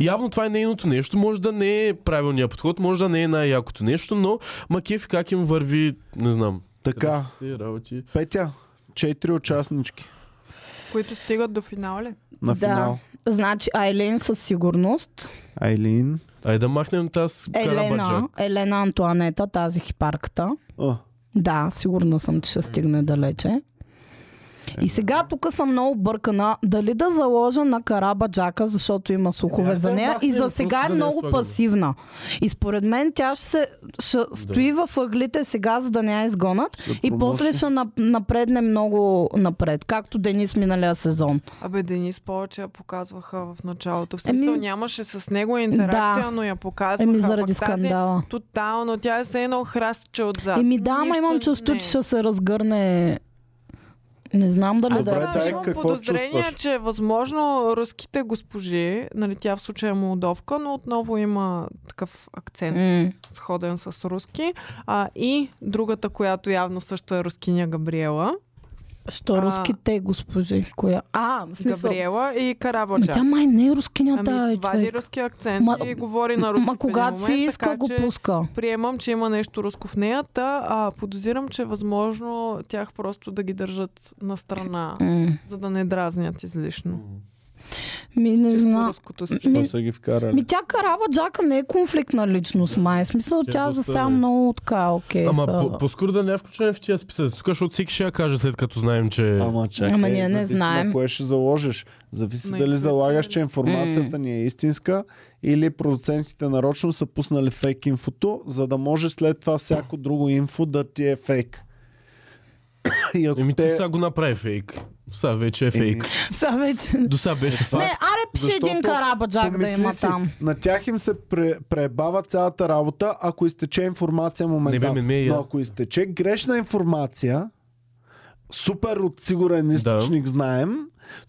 Speaker 3: явно това е нейното нещо, може да не е правилният подход, може да не е най-якото нещо, но Макефи как им върви, не знам.
Speaker 1: Така,
Speaker 3: Те работи.
Speaker 1: Петя, четири участнички
Speaker 2: Които стигат до финал ли?
Speaker 1: на
Speaker 4: Да.
Speaker 1: финал.
Speaker 4: Значи Айлин със сигурност.
Speaker 1: Айлин.
Speaker 3: Ай да махнем тази
Speaker 4: Елена,
Speaker 3: карабаджак.
Speaker 4: Елена Антуанета, тази хипарката.
Speaker 1: А,
Speaker 4: Да, сигурна съм, че ще стигне далече. И сега тук съм много бъркана. Дали да заложа на Караба Джака, защото има слухове
Speaker 3: Е,
Speaker 4: за
Speaker 3: да,
Speaker 4: нея и
Speaker 3: махни,
Speaker 4: за
Speaker 3: просто
Speaker 4: сега е
Speaker 3: да не я
Speaker 4: много
Speaker 3: слагаме.
Speaker 4: пасивна. И според мен тя ще, се, ще стои в ъглите сега, за да не я изгонат и
Speaker 1: промоция.
Speaker 4: после ще нап- напредне много напред, както Денис миналия сезон.
Speaker 2: Абе, Денис повече я показваха в началото. В смисъл
Speaker 4: Еми-
Speaker 2: нямаше с него интеракция,
Speaker 4: Ами- Да.
Speaker 2: но я показваха.
Speaker 4: Еми заради
Speaker 2: Пък тази
Speaker 4: скандала.
Speaker 2: Тотално, тя е се едно храстче отзад.
Speaker 4: Еми да, ама
Speaker 2: Нищо е.
Speaker 4: имам чувство,
Speaker 2: не е.
Speaker 4: че ще се разгърне Не знам дали
Speaker 2: Аз
Speaker 1: Добре,
Speaker 4: да е.
Speaker 2: да,
Speaker 1: дай,
Speaker 2: имам
Speaker 1: какво
Speaker 2: подозрение,
Speaker 1: чувстваш?
Speaker 2: че е възможно руските госпожи, нали тя в случая е молдовка, но отново има такъв акцент,
Speaker 4: М.
Speaker 2: сходен с руски. А, и другата, която явно също е рускиня Габриела.
Speaker 4: Що
Speaker 2: А.
Speaker 4: руските госпожи? Коя? А, в смисъл.
Speaker 2: Габриела и
Speaker 4: Ма
Speaker 2: Карабаджа.
Speaker 4: тя май не е рускиня, да,
Speaker 2: Ами,
Speaker 4: е
Speaker 2: вади
Speaker 4: човек.
Speaker 2: руски акцент
Speaker 4: Ма-
Speaker 2: и говори на руски. в
Speaker 4: Ма
Speaker 2: един
Speaker 4: когато си
Speaker 2: момент,
Speaker 4: иска,
Speaker 2: така
Speaker 4: го
Speaker 2: че
Speaker 4: пуска.
Speaker 2: Приемам, че има нещо руско в нея, та, а подозирам, че е възможно тях просто да ги държат на страна,
Speaker 4: М.
Speaker 2: за да не дразнят излишно.
Speaker 4: Ми не
Speaker 2: Чисто
Speaker 4: знам.
Speaker 2: руското си.
Speaker 1: Що
Speaker 4: Ми-
Speaker 1: са ги вкарали?
Speaker 4: Ми тя Караба Джака не е конфликтна личност, май. В Смисъл,
Speaker 3: Тя
Speaker 4: тя,
Speaker 3: доста
Speaker 4: за
Speaker 3: е.
Speaker 4: сега много така, окей.
Speaker 3: Ама
Speaker 4: са.
Speaker 3: по- по-скоро да не е включен в тия списък. Тук, защото всеки ще я каже, след като знаем, че...
Speaker 1: Ама чакай,
Speaker 4: Ама ние не
Speaker 1: зависи
Speaker 4: знаем.
Speaker 1: на кое ще заложиш. Зависи
Speaker 2: На
Speaker 1: дали
Speaker 2: интуиция
Speaker 1: залагаш,
Speaker 2: ли?
Speaker 1: че информацията ни е истинска или продуцентите нарочно са пуснали фейк инфото, за да може след това всяко друго инфо да ти е фейк. И ако
Speaker 3: Еми ти
Speaker 1: те...
Speaker 3: сега го направи фейк. Сега вече е фейк.
Speaker 4: Сега вече.
Speaker 3: До сега беше факт.
Speaker 4: Не, аре пише
Speaker 1: Защото
Speaker 4: един Караба Джак да
Speaker 1: помисли
Speaker 4: има
Speaker 1: си,
Speaker 4: там.
Speaker 1: На тях им се пре, пребава цялата работа, ако изтече информация моментално.
Speaker 3: Не е бе, не ме я.
Speaker 1: Но ако изтече грешна информация, супер от сигурен източник да. знаем,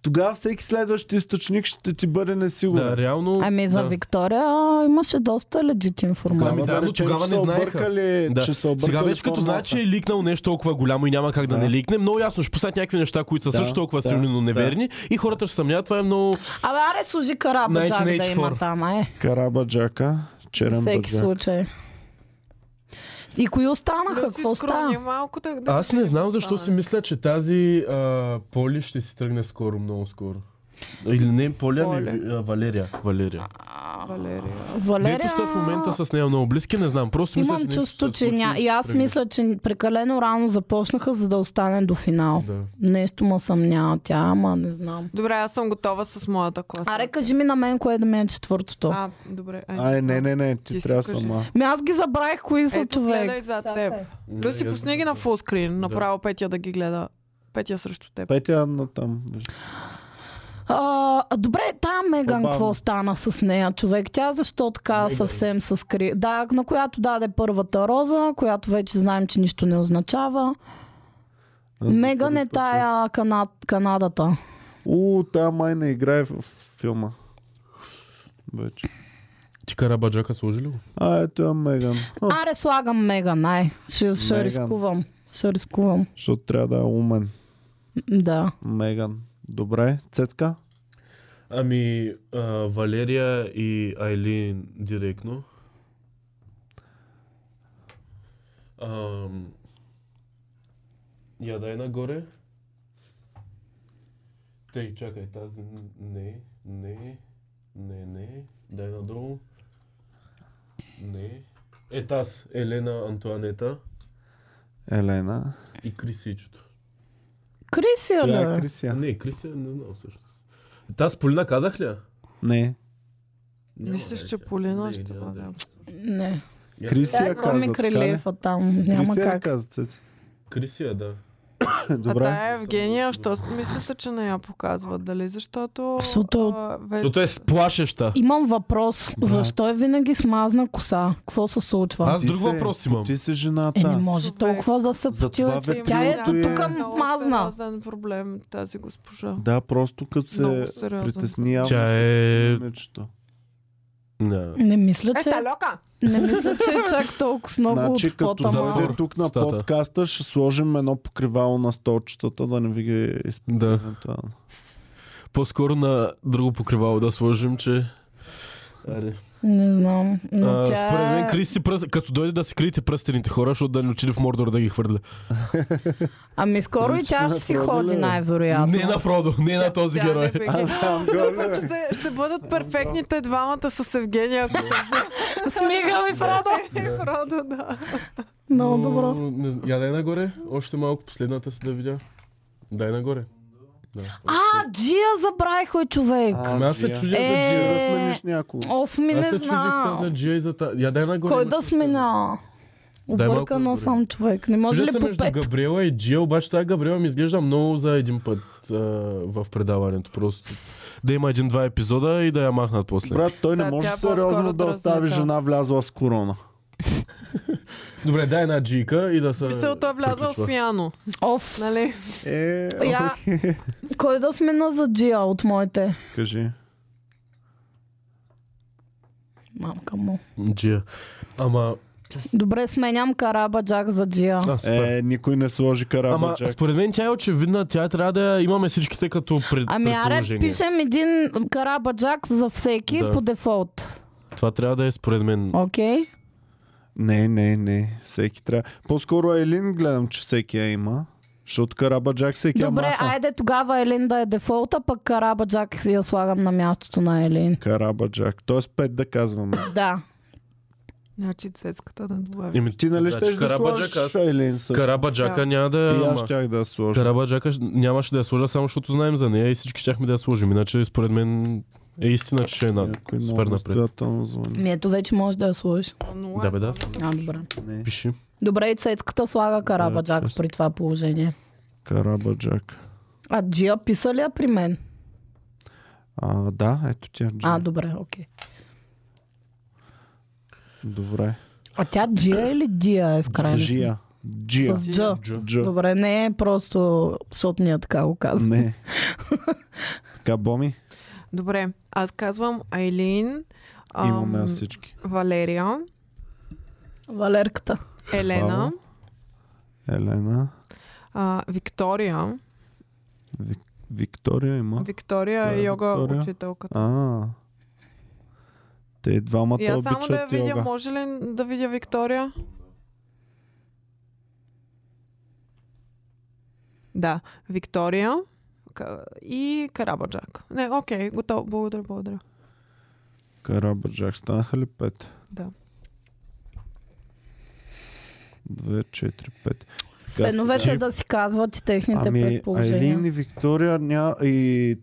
Speaker 1: тогава всеки следващ източник ще ти бъде несигурен.
Speaker 3: Да, реално...
Speaker 4: Ами за
Speaker 3: да.
Speaker 4: Виктория а, имаше доста легит
Speaker 1: Тогава
Speaker 4: информация.
Speaker 3: Ами да,
Speaker 1: да
Speaker 3: но
Speaker 1: речем,
Speaker 3: тогава
Speaker 1: че
Speaker 3: не
Speaker 1: са
Speaker 3: знаеха.
Speaker 1: объркали,
Speaker 3: Да.
Speaker 1: че са объркали
Speaker 3: Сега вече като знае,
Speaker 1: формата.
Speaker 3: че е ликнал нещо толкова голямо и няма как да,
Speaker 1: Да.
Speaker 3: не ликне, много ясно ще пуснат някакви неща, които са
Speaker 1: Да,
Speaker 3: също толкова
Speaker 1: да,
Speaker 3: силни, но неверни и хората ще съмняват. Това е много...
Speaker 4: Абе, аре служи Караба Джак да
Speaker 3: 1984.
Speaker 4: има там, а е.
Speaker 1: Карабаджака, черен
Speaker 4: Всеки
Speaker 1: баджак.
Speaker 4: случай. И кои останаха?
Speaker 2: Да си
Speaker 4: Какво
Speaker 2: скромни
Speaker 4: стана?
Speaker 2: малко да, да
Speaker 3: Аз не знам защо
Speaker 2: остане.
Speaker 3: си мисля, че тази а, Поли ще си тръгне скоро, много скоро. Или не Поля,
Speaker 2: Поля.
Speaker 3: ами а, Валерия. Валерия.
Speaker 2: нали? Валерия.
Speaker 4: Валерия...
Speaker 3: Дето са в момента с нея много близки, не знам. Просто мисля,
Speaker 4: Имам
Speaker 3: нещо
Speaker 4: чувство,
Speaker 3: ще се
Speaker 4: че ня...
Speaker 3: случи
Speaker 4: И аз
Speaker 3: тръгне.
Speaker 4: мисля, че прекалено рано започнаха, за да остане до финал.
Speaker 3: Да.
Speaker 4: Нещо ма съмнява тя, ама не знам.
Speaker 2: Добре, аз съм готова с моята класа.
Speaker 4: Аре, кажи ми на мен, кое да ми е четвъртото.
Speaker 2: А, добре.
Speaker 1: Ай, не, не, не, ти,
Speaker 2: Ти си
Speaker 1: трябва
Speaker 2: кажи.
Speaker 1: сама.
Speaker 4: Ми аз ги забравих кои са
Speaker 2: Ето, гледай
Speaker 4: човек.
Speaker 2: зад теб.
Speaker 4: Чакай.
Speaker 2: Люси,
Speaker 3: Не, аз-
Speaker 2: пусни ги на фулскрин. Направо Петя да ги гледа. Петя срещу теб.
Speaker 1: Петя на там. виж.
Speaker 4: А, а, добре, тая Меган,
Speaker 1: По-бавно.
Speaker 4: какво стана с нея, човек? Тя защо така
Speaker 3: Меган.
Speaker 4: съвсем се скри? Да, на която даде първата роза, която вече знаем, че нищо не означава.
Speaker 1: Аз за
Speaker 4: Меган
Speaker 1: първи
Speaker 4: е
Speaker 1: път
Speaker 4: тая Канад, Канадата.
Speaker 1: У, тая май не играе в филма. Вече.
Speaker 3: Ти Карабаджака сложи ли го?
Speaker 1: А, ето я Меган. А,
Speaker 4: Аре, слагам Меган, ай. Ще,
Speaker 1: Меган.
Speaker 4: ще рискувам. Ще рискувам.
Speaker 1: защото трябва да е умен.
Speaker 4: Да.
Speaker 1: Меган. Добре. Цецка?
Speaker 3: Ами, а, Валерия и Айлин директно. Ам, я дай нагоре. Тей, чакай, тази не, не, не, не, дай надолу. Не. Е, таз, Елена Антуанета
Speaker 1: Елена.
Speaker 3: и Крисичето.
Speaker 4: Крисия,
Speaker 1: Коя е
Speaker 4: да.
Speaker 1: Крисия?
Speaker 3: Не, Крисия не знам също. Таз, Полина казах ли? я?
Speaker 1: Не.
Speaker 3: Няма да
Speaker 2: Мислиш,
Speaker 3: е
Speaker 2: че
Speaker 3: тя.
Speaker 2: Полина
Speaker 3: Не,
Speaker 2: ще
Speaker 3: няма да е.
Speaker 2: бъде.
Speaker 4: Не.
Speaker 3: Я-
Speaker 1: Крисия
Speaker 4: Тя
Speaker 1: каза.
Speaker 4: Коми
Speaker 1: така ли?
Speaker 4: Крилева там. Няма
Speaker 1: Крисия
Speaker 4: как.
Speaker 1: каза, Цеци.
Speaker 3: Крисия, да.
Speaker 2: А
Speaker 1: Добре.
Speaker 4: е
Speaker 2: тая Евгения, що с- мислите, че не я показват? Дали защото...
Speaker 4: Защото-
Speaker 2: а, ве-
Speaker 3: Защото е сплашеща.
Speaker 4: Имам въпрос.
Speaker 1: Брат.
Speaker 4: Защо е винаги смазна коса? Какво се случва?
Speaker 3: Аз
Speaker 1: Ти
Speaker 3: друг
Speaker 1: се-
Speaker 3: въпрос имам.
Speaker 1: Ти си
Speaker 4: Е, не
Speaker 1: жената.
Speaker 4: може
Speaker 2: Човек.
Speaker 4: толкова да се
Speaker 1: Затова
Speaker 4: потива.
Speaker 1: бе,
Speaker 4: Тя е
Speaker 1: тилото
Speaker 4: до
Speaker 1: е-
Speaker 4: тук
Speaker 2: Много
Speaker 4: мазна.
Speaker 2: сериозен проблем тази госпожа.
Speaker 1: Да, просто като
Speaker 2: Много
Speaker 1: се
Speaker 2: сериозен.
Speaker 1: притесни явно.
Speaker 3: Тя
Speaker 1: се
Speaker 3: е-
Speaker 1: момичето.
Speaker 3: Не.
Speaker 4: Не мисля, че,
Speaker 2: Еста, лока!
Speaker 4: не мисля, че е чак толкова с много
Speaker 1: Значи
Speaker 4: от
Speaker 1: като
Speaker 4: пота му.
Speaker 1: дойде тук на
Speaker 3: Стата.
Speaker 1: подкаста ще сложим едно покривало на столчетата, да не ви ги изпълним.
Speaker 3: Да. По-скоро на друго покривало да сложим, че... Аре.
Speaker 4: Не знам. Но
Speaker 3: А,
Speaker 4: тя...
Speaker 3: според мен
Speaker 4: е-
Speaker 3: Крис си пръст... като дойде да си криете пръстените хора, защото да не отиде в Мордор да ги хвърля.
Speaker 4: Ами скоро и тя
Speaker 1: Прилича
Speaker 4: ще си
Speaker 1: на Фродо,
Speaker 4: ходи
Speaker 1: бе.
Speaker 4: най-вероятно.
Speaker 3: Не на Фродо, не на Е, този
Speaker 2: Тя не
Speaker 3: герой.
Speaker 2: би ги-
Speaker 1: Ам, горе.
Speaker 2: Ще, ще бъдат перфектните двамата с Евгения. ако
Speaker 4: Смига ми, Фродо!
Speaker 2: е Фродо, да.
Speaker 4: Много
Speaker 3: Но-
Speaker 4: добро.
Speaker 3: не- Я дай нагоре, още малко последната си да видя. Дай нагоре. Да.
Speaker 4: А, Джия забравиха, човек.
Speaker 3: Ами аз се чудя
Speaker 4: Е,
Speaker 3: за
Speaker 1: Ти
Speaker 3: Джия.
Speaker 1: да смениш някого.
Speaker 4: Оф, ми
Speaker 3: Аз
Speaker 4: не
Speaker 3: се чудих сега за
Speaker 4: знам.
Speaker 3: Джия и за та... Я дай нагоре.
Speaker 4: Кой
Speaker 3: имаш
Speaker 4: да
Speaker 3: ли
Speaker 4: смена?
Speaker 3: Дай малко
Speaker 4: Объркана
Speaker 3: отгоре.
Speaker 4: съм човек. Не може
Speaker 3: Чудя
Speaker 4: ли
Speaker 3: се
Speaker 4: по
Speaker 3: между
Speaker 4: пет?
Speaker 3: Габриела и Джия, обаче тази Габриела ми изглежда много за един път а, в предаването. Просто да има един-два епизода и да я махнат после.
Speaker 1: Брат, той не
Speaker 2: Да,
Speaker 1: може
Speaker 2: тя
Speaker 1: сериозно
Speaker 2: по-скоро
Speaker 1: да
Speaker 2: дръзната.
Speaker 1: остави жена влязла с корона.
Speaker 3: Добре, дай една джийка и да се...
Speaker 2: Мисълта е влязла в
Speaker 3: приключва.
Speaker 2: пиано.
Speaker 4: Оф.
Speaker 2: Нали?
Speaker 1: Е,
Speaker 4: Я... Кой да сме на заджия от моите?
Speaker 1: кажи.
Speaker 4: Мамка му.
Speaker 3: Джия. Ама...
Speaker 4: Добре, сменям караба Джак за джия.
Speaker 3: А, супер.
Speaker 1: Е, никой не сложи
Speaker 3: Ама
Speaker 1: карабаджак.
Speaker 3: според мен тя е очевидна, тя трябва да я имаме всичките като пред,
Speaker 4: Ами аре,
Speaker 3: предположение.
Speaker 4: пишем един карабаджак за всеки
Speaker 3: Да.
Speaker 4: по дефолт.
Speaker 3: Това трябва да е според мен.
Speaker 4: Окей?
Speaker 1: Не, не, не. Всеки трябва. По-скоро Елин гледам, че всеки я има. Защото Карабаджак всеки я
Speaker 4: Добре,
Speaker 1: маха.
Speaker 4: айде тогава Елин да е дефолта, пък карабаджак си я слагам на мястото на Елин.
Speaker 1: Карабаджак. Тоест пет да казваме.
Speaker 4: Да.
Speaker 2: Значи цецката да добави.
Speaker 3: Еми,
Speaker 1: Ти нали
Speaker 3: значи
Speaker 1: щеш да
Speaker 3: Карабаджак,
Speaker 1: сложиш
Speaker 3: аз-
Speaker 1: Елин също?
Speaker 3: Карабаджака
Speaker 2: Да.
Speaker 3: няма да...
Speaker 1: И аз
Speaker 3: ама-
Speaker 1: щях да я сложа.
Speaker 3: Карабаджака щ- нямаше да я сложа, само защото знаем за нея и всички щяхме да я сложим. Иначе според мен е истина, че ще е на...
Speaker 1: Някой
Speaker 3: супер
Speaker 1: много
Speaker 3: напред.
Speaker 1: настоятелно звъни.
Speaker 4: Ми ето вече можеш да я сложиш.
Speaker 3: Да, бе, да.
Speaker 4: А, добре.
Speaker 1: Не.
Speaker 3: Пиши.
Speaker 4: Добре, и цецката слага карабаджак
Speaker 1: чест.
Speaker 4: при това положение.
Speaker 1: Карабаджак.
Speaker 4: А Джия писа ли я при мен?
Speaker 1: А, да, ето тя. Джи.
Speaker 4: А, добре, окей.
Speaker 1: Добре.
Speaker 4: А тя Джия или Дия е в крайна сметка?
Speaker 1: Жия. Джия.
Speaker 4: С Джа.
Speaker 3: Джа.
Speaker 1: Джа.
Speaker 4: Добре, не е просто, защото ние така го казваме.
Speaker 1: Не. така, Боми,
Speaker 2: Добре, аз казвам Айлин, ам,
Speaker 1: имаме аз всички.
Speaker 2: Валерия,
Speaker 4: Валерката.
Speaker 2: Елена,
Speaker 1: Браво. Елена,
Speaker 2: а, Виктория.
Speaker 1: Вик... Виктория има.
Speaker 2: Виктория
Speaker 1: коя
Speaker 2: е
Speaker 1: е
Speaker 2: йога
Speaker 1: Виктория?
Speaker 2: учителката.
Speaker 1: А. Те двамата
Speaker 2: И аз само да я
Speaker 1: обичат
Speaker 2: видя,
Speaker 1: йога.
Speaker 2: може ли да видя Виктория? Да, Виктория ка- и Карабаджак. Не, окей, готово. Благодаря, благодаря.
Speaker 1: Карабаджак станаха ли пет?
Speaker 2: Да.
Speaker 1: Две, четири, пет. Сега
Speaker 4: Феновете
Speaker 1: сега-
Speaker 4: да си казват и техните
Speaker 1: Ами,
Speaker 4: предположения.
Speaker 1: Айлин и Виктория ня... и...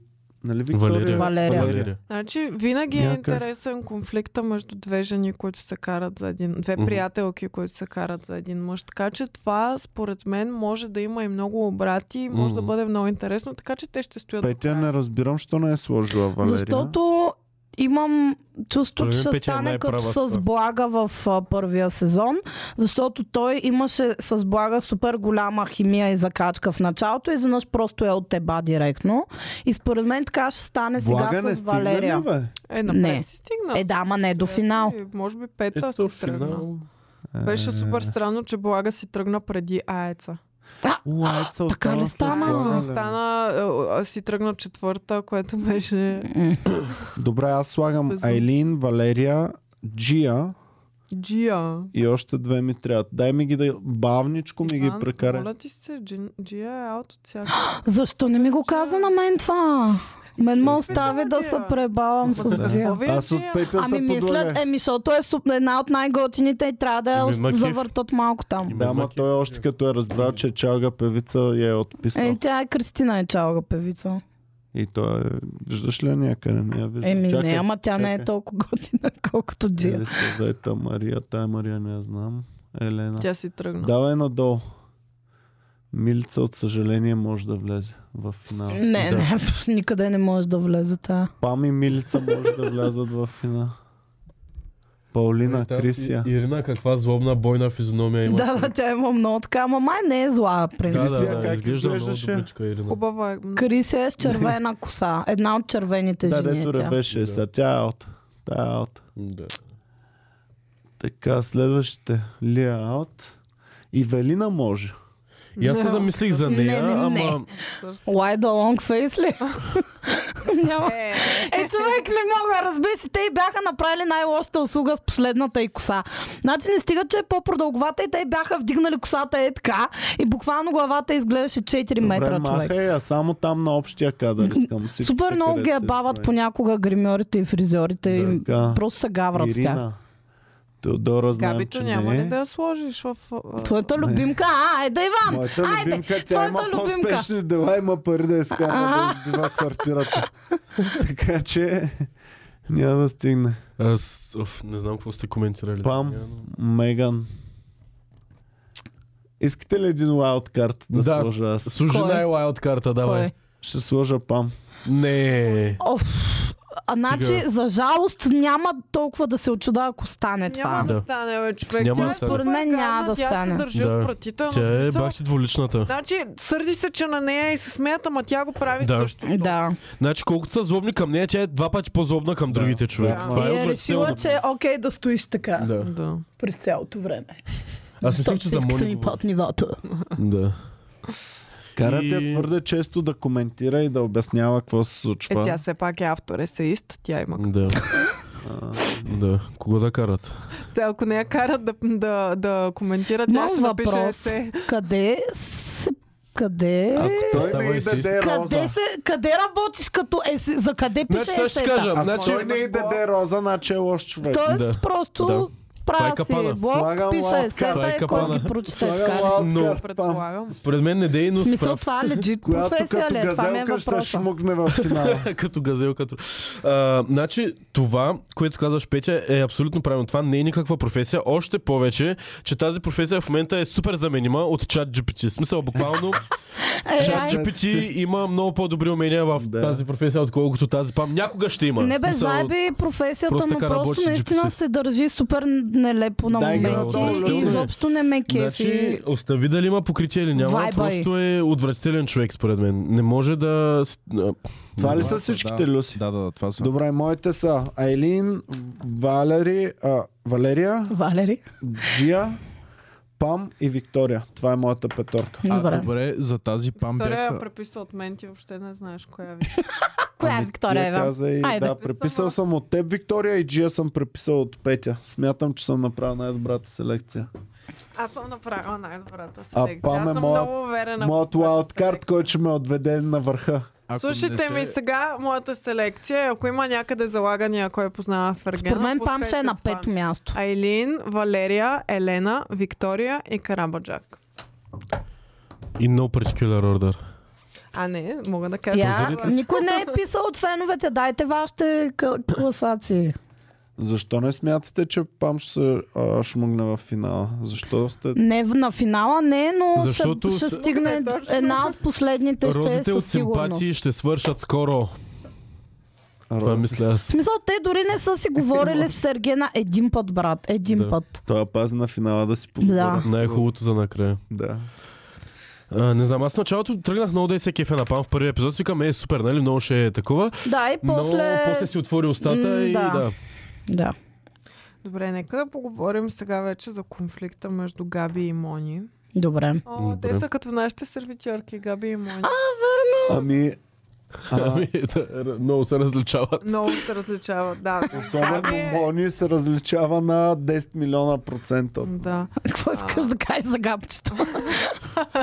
Speaker 1: Нали Виктория?
Speaker 3: Валерия.
Speaker 4: Валерия.
Speaker 3: Валерия.
Speaker 2: Значи, винаги е
Speaker 1: Някак.
Speaker 2: интересен конфликта между две жени, които се карат за един... Две
Speaker 3: Мгм.
Speaker 2: приятелки, които се карат за един мъж. Така че това, според мен, може да има и много обрати. Може да
Speaker 3: Мгм.
Speaker 2: бъде много интересно. Така че те ще стоят... до
Speaker 1: Петя
Speaker 2: края.
Speaker 1: не разбирам, що не е сложила Валерия.
Speaker 4: Защото имам чувство,
Speaker 3: Според
Speaker 4: че
Speaker 3: мен
Speaker 4: ще
Speaker 3: Петя е
Speaker 4: стане
Speaker 3: най-права
Speaker 4: като
Speaker 3: в това.
Speaker 4: с Блага в а, първия сезон, защото той имаше с Блага супер голяма химия и закачка в началото и изведнъж просто е от теба директно. И според мен така ще стане
Speaker 1: Блага
Speaker 4: сега
Speaker 1: не
Speaker 4: с
Speaker 1: стигна
Speaker 4: Валерия.
Speaker 1: ли, бе?
Speaker 2: Е, напред
Speaker 4: Не.
Speaker 2: си стигна.
Speaker 4: Е, да, ама не до финал.
Speaker 2: Е, Може би пета
Speaker 3: Ето
Speaker 2: си тръгна.
Speaker 3: финал.
Speaker 2: Беше супер
Speaker 1: Е,
Speaker 2: странно, че Блага си тръгна преди Аеца.
Speaker 1: Лайца остана
Speaker 4: ли
Speaker 1: след
Speaker 4: стана?
Speaker 1: Блага,
Speaker 2: Аеца
Speaker 1: ле.
Speaker 2: остана, а, а, си тръгна четвърта, което беше
Speaker 4: М.
Speaker 1: Добре, аз слагам
Speaker 2: Безумно.
Speaker 1: Айлин, Валерия, Джия
Speaker 2: Джия.
Speaker 1: и още две ми трябват. Дай ми ги да бавничко ми ги
Speaker 2: Иван,
Speaker 1: прекарай.
Speaker 2: Моля ти се, Джин- Джия е аут от всяка.
Speaker 4: Защо не ми го каза на мен това? Мен ме остави да се пребавам с Джия.
Speaker 2: Ови,
Speaker 1: Аз от
Speaker 2: е Джия.
Speaker 1: Петя
Speaker 4: Ами
Speaker 1: се
Speaker 4: мисля,
Speaker 1: подлагах.
Speaker 4: еми, защото е суп- една от най-готините и трябва да я
Speaker 3: Ами, макив.
Speaker 4: завъртат малко там.
Speaker 1: Да, ма той още като е разбрал, че чалга певица я е
Speaker 4: Е,
Speaker 1: отписал.
Speaker 4: тя е Кристина е чалга певица.
Speaker 1: И той е... Виждаш ли я някъде? Не я виждам.
Speaker 4: Еми
Speaker 1: Чакай.
Speaker 4: не, ама тя не е
Speaker 1: чакай.
Speaker 4: толкова готина, колкото Джия.
Speaker 1: Или се да е та Мария. Тая Мария не я знам. Елена.
Speaker 2: Тя си тръгна.
Speaker 1: Давай надолу. Милица от съжаление може да влезе в финал.
Speaker 4: Не,
Speaker 3: Да.
Speaker 4: не, пф, никъде не може да влезе та.
Speaker 1: Пам и Милица може да влязат в финал. Паулина,
Speaker 3: Е, Там
Speaker 1: Крисия.
Speaker 3: И- Ирина, каква злобна бойна
Speaker 1: Е,
Speaker 3: физиономия има.
Speaker 4: Да, да, тя има много така, ама май не е зла,
Speaker 3: да,
Speaker 4: принцип.
Speaker 1: Крисия
Speaker 3: да, да,
Speaker 1: как
Speaker 3: изглежда много
Speaker 1: изглеждаше?
Speaker 3: добричка, Ирина.
Speaker 2: Хубава е. м,
Speaker 4: Крисия е с червена коса. Една от червените
Speaker 1: Да,
Speaker 4: жени. е
Speaker 1: дето
Speaker 4: тя.
Speaker 1: ревеше.
Speaker 3: Да.
Speaker 1: Сега тя е аут. Тя е аут.
Speaker 3: Да.
Speaker 1: Така, следващите. Лия е аут. И Велина може.
Speaker 3: И аз се
Speaker 2: Не,
Speaker 3: замислих за
Speaker 4: не,
Speaker 3: нея,
Speaker 4: не, не.
Speaker 3: ама...
Speaker 4: Why the long face ли? Няма.
Speaker 2: Е,
Speaker 4: Е, човек, не мога, разбираш. и Те й бяха направили най-лошата услуга с последната й коса. Значи не стига, че е по-продълговата и те й бяха вдигнали косата е така и буквално главата изглеждаше 4 метра,
Speaker 1: Добре,
Speaker 4: човек.
Speaker 1: маха я само там на общия кадър. Искам всички.
Speaker 4: Супер много ги е бават понякога гримьорите и фризьорите. и
Speaker 1: Така.
Speaker 4: Просто се гаврат с тях.
Speaker 1: Ирина. Теодора знаем,
Speaker 2: Габито
Speaker 1: че
Speaker 2: няма
Speaker 1: не
Speaker 2: ли
Speaker 1: е.
Speaker 2: да я сложиш в... а,
Speaker 4: Твоята любимка, а, е да Иван!
Speaker 1: Моята
Speaker 4: Айде,
Speaker 1: любимка, тя
Speaker 4: твоята
Speaker 1: има
Speaker 4: любимка.
Speaker 1: по-спешни дела, има пари да изкарва да избива квартирата. така че няма да стигне.
Speaker 3: Аз оф, не знам какво сте коментирали.
Speaker 1: Пам. Меган. Искате ли един wildcard да,
Speaker 3: Да.
Speaker 1: сложа аз?
Speaker 3: Служи
Speaker 4: Кой?
Speaker 3: най-лайлд карта, давай.
Speaker 4: Кой?
Speaker 1: Ще сложа пам.
Speaker 3: Не.
Speaker 4: Оф, А, значи, за жалост, няма толкова да се очуда, ако стане е това.
Speaker 2: Няма да
Speaker 3: Да.
Speaker 2: стане, бе, човек.
Speaker 3: Няма
Speaker 2: Тя
Speaker 3: да
Speaker 2: е
Speaker 3: стане.
Speaker 4: Според мен
Speaker 2: супер
Speaker 4: няма
Speaker 2: гадна,
Speaker 4: да
Speaker 2: Тя се
Speaker 4: стане.
Speaker 2: държи
Speaker 3: Да.
Speaker 2: отвратително.
Speaker 3: Тя е
Speaker 2: смисъл.
Speaker 3: бахти дволичната.
Speaker 2: Значи, сърди се, че на нея и се смеят, ама тя го прави
Speaker 3: Да.
Speaker 2: също.
Speaker 4: Да.
Speaker 3: Значи колкото са злобни към нея, тя е два пъти по-злобна към другите човек.
Speaker 2: Да.
Speaker 3: Това е
Speaker 4: и е решила,
Speaker 3: отвратително.
Speaker 4: че е окей да стоиш така
Speaker 3: Да.
Speaker 2: Да.
Speaker 4: през цялото време.
Speaker 3: Аз мислех,
Speaker 4: Защото
Speaker 3: че за
Speaker 4: всички са
Speaker 3: Мони
Speaker 4: ми
Speaker 3: говори.
Speaker 4: под нивото.
Speaker 3: Да.
Speaker 1: Карате
Speaker 3: И-
Speaker 1: твърде често да коментира и да обяснява какво се
Speaker 2: Е,
Speaker 1: случва.
Speaker 2: тя все пак е автор, есеист, тя има.
Speaker 3: Да. Да. Кого да карат?
Speaker 2: Те, ако не я карат да, да, да коментира, тя
Speaker 4: Имам
Speaker 2: ще напише
Speaker 4: въпрос.
Speaker 2: есе.
Speaker 4: Къде се... Къде...
Speaker 1: Ако той
Speaker 3: Става
Speaker 1: не й
Speaker 3: и си.
Speaker 1: даде е роза,
Speaker 4: Е, Къде, се, къде работиш като е, за къде пише
Speaker 3: Значи сега ще
Speaker 4: есета?
Speaker 3: кажа.
Speaker 1: ако
Speaker 3: Значи,
Speaker 1: той не й даде роза, значи е лош човек.
Speaker 4: Тоест,
Speaker 3: Да.
Speaker 4: просто
Speaker 3: Да. Това е
Speaker 4: правя си
Speaker 3: капана.
Speaker 4: блог,
Speaker 1: Слагам
Speaker 4: пише
Speaker 1: лапка.
Speaker 3: Това
Speaker 4: есета
Speaker 3: е
Speaker 4: и кой
Speaker 3: капана.
Speaker 4: ги прочете
Speaker 1: Слагам
Speaker 4: така. нали,
Speaker 1: лаутка, пам.
Speaker 2: Предполагам.
Speaker 3: според мен не дей,
Speaker 4: В
Speaker 3: но
Speaker 4: смисъл,
Speaker 3: справ.
Speaker 4: това е легит
Speaker 1: Която
Speaker 4: професия
Speaker 1: като
Speaker 4: ли? е? Това ми е
Speaker 1: газелка ще се
Speaker 4: въпроса.
Speaker 1: шмугне в финала.
Speaker 3: като газел, като... А, значи, това, което казваш, Петя, е абсолютно правилно. Това не е никаква професия. Още повече, че тази професия в момента е супер заменима от чат GPT. В смисъл, буквално, чат
Speaker 4: Е,
Speaker 3: GPT има много по-добри умения в
Speaker 1: Да.
Speaker 3: тази професия, отколкото тази пам. Някога ще има.
Speaker 4: Не бе,
Speaker 3: В смисъл,
Speaker 4: зайби професията
Speaker 3: просто
Speaker 4: му
Speaker 3: така
Speaker 4: просто
Speaker 3: работи
Speaker 4: наистина
Speaker 3: GPT.
Speaker 4: се държи супер нелепо на
Speaker 1: Дай ги
Speaker 4: моменти
Speaker 1: надолу,
Speaker 4: и
Speaker 1: Люси.
Speaker 4: изобщо не ме кефи.
Speaker 3: Значи, остави дали има покритие или няма,
Speaker 4: Вайба
Speaker 3: просто е отвратителен човек, според мен. Не може да... с- а,
Speaker 1: Това ли
Speaker 6: Това
Speaker 1: са
Speaker 6: са,
Speaker 1: всичките,
Speaker 6: да.
Speaker 1: Люси?
Speaker 6: Да, да, да, това са.
Speaker 1: Добре, моите са Айлин, Валери, а, Валерия,
Speaker 4: Валери?
Speaker 1: Джия, Пам и Виктория. Това е моята петорка.
Speaker 6: А,
Speaker 4: Добре.
Speaker 6: добре, за тази пам
Speaker 2: Виктория я
Speaker 6: бяха...
Speaker 2: преписа от мен, ти въобще не знаеш коя е ви.
Speaker 4: Коя е
Speaker 1: Ами,
Speaker 4: Виктория
Speaker 1: тия
Speaker 4: Ева?
Speaker 1: Каза и,
Speaker 4: Айде.
Speaker 1: да, преписал съм от теб, Виктория, и Джия съм преписал от Петя. Смятам, че съм направил най-добрата селекция.
Speaker 2: Аз съм направила най-добрата
Speaker 1: А,
Speaker 2: селекция.
Speaker 1: Пам е
Speaker 2: Аз съм
Speaker 1: моят-
Speaker 2: много уверена.
Speaker 1: Моят
Speaker 2: в моята
Speaker 1: лауткарт,
Speaker 2: селекция.
Speaker 1: който ще ме отведе на върха.
Speaker 6: Ако
Speaker 2: Слушайте
Speaker 6: не
Speaker 2: ми сега моята селекция. Ако има някъде залагани, ако я познава в Ергена,
Speaker 4: Според мен Пам ще е на пето
Speaker 2: пето
Speaker 4: място.
Speaker 2: Айлин, Валерия, Елена, Виктория и Карабаджак.
Speaker 3: In no particular order.
Speaker 2: А не, мога да кажа.
Speaker 4: Я,
Speaker 3: позорите.
Speaker 4: никой не е писал от феновете, дайте вашите кл- класации.
Speaker 1: Защо не смятате, че Пам ще се а, шмугне в финала? Защо сте...
Speaker 4: Не в- на финала, не, е, но
Speaker 3: Защото
Speaker 4: ще, ще
Speaker 3: с-
Speaker 4: стигне
Speaker 2: Е, точно.
Speaker 4: една от последните, ще е
Speaker 3: Розите от
Speaker 4: със сигурност.
Speaker 3: симпатии ще свършат скоро. Това
Speaker 1: Роз?
Speaker 3: мисля
Speaker 4: В
Speaker 3: аз.
Speaker 4: смисъл, те дори не са си говорили с Сергена един път, брат. Един
Speaker 3: Да.
Speaker 4: път.
Speaker 1: Той я пази на финала да си поговоря.
Speaker 4: Да.
Speaker 3: Най-хубавото за накрая.
Speaker 1: Да.
Speaker 3: А, не знам, аз в началото тръгнах много да и се кефе на пам в първия епизод. си Викам, е супер, нали? Много ще е такова.
Speaker 4: Да, и после...
Speaker 3: Но после си отвори
Speaker 4: М,
Speaker 3: устата и
Speaker 4: да.
Speaker 3: да.
Speaker 4: Да.
Speaker 2: Добре, нека да поговорим сега вече за конфликта между Габи и Мони.
Speaker 4: Добре.
Speaker 2: О, те
Speaker 3: Добре.
Speaker 2: са като нашите сервитьорки, Габи и Мони.
Speaker 1: Ами, а,
Speaker 3: Ами, да, много се различават.
Speaker 2: Много се различават, да. Габи
Speaker 4: Ами.
Speaker 1: особено
Speaker 2: е-
Speaker 1: Мони се различава на 10 милиона процента. от-
Speaker 2: Да.
Speaker 4: Какво искаш да кажеш за габчето?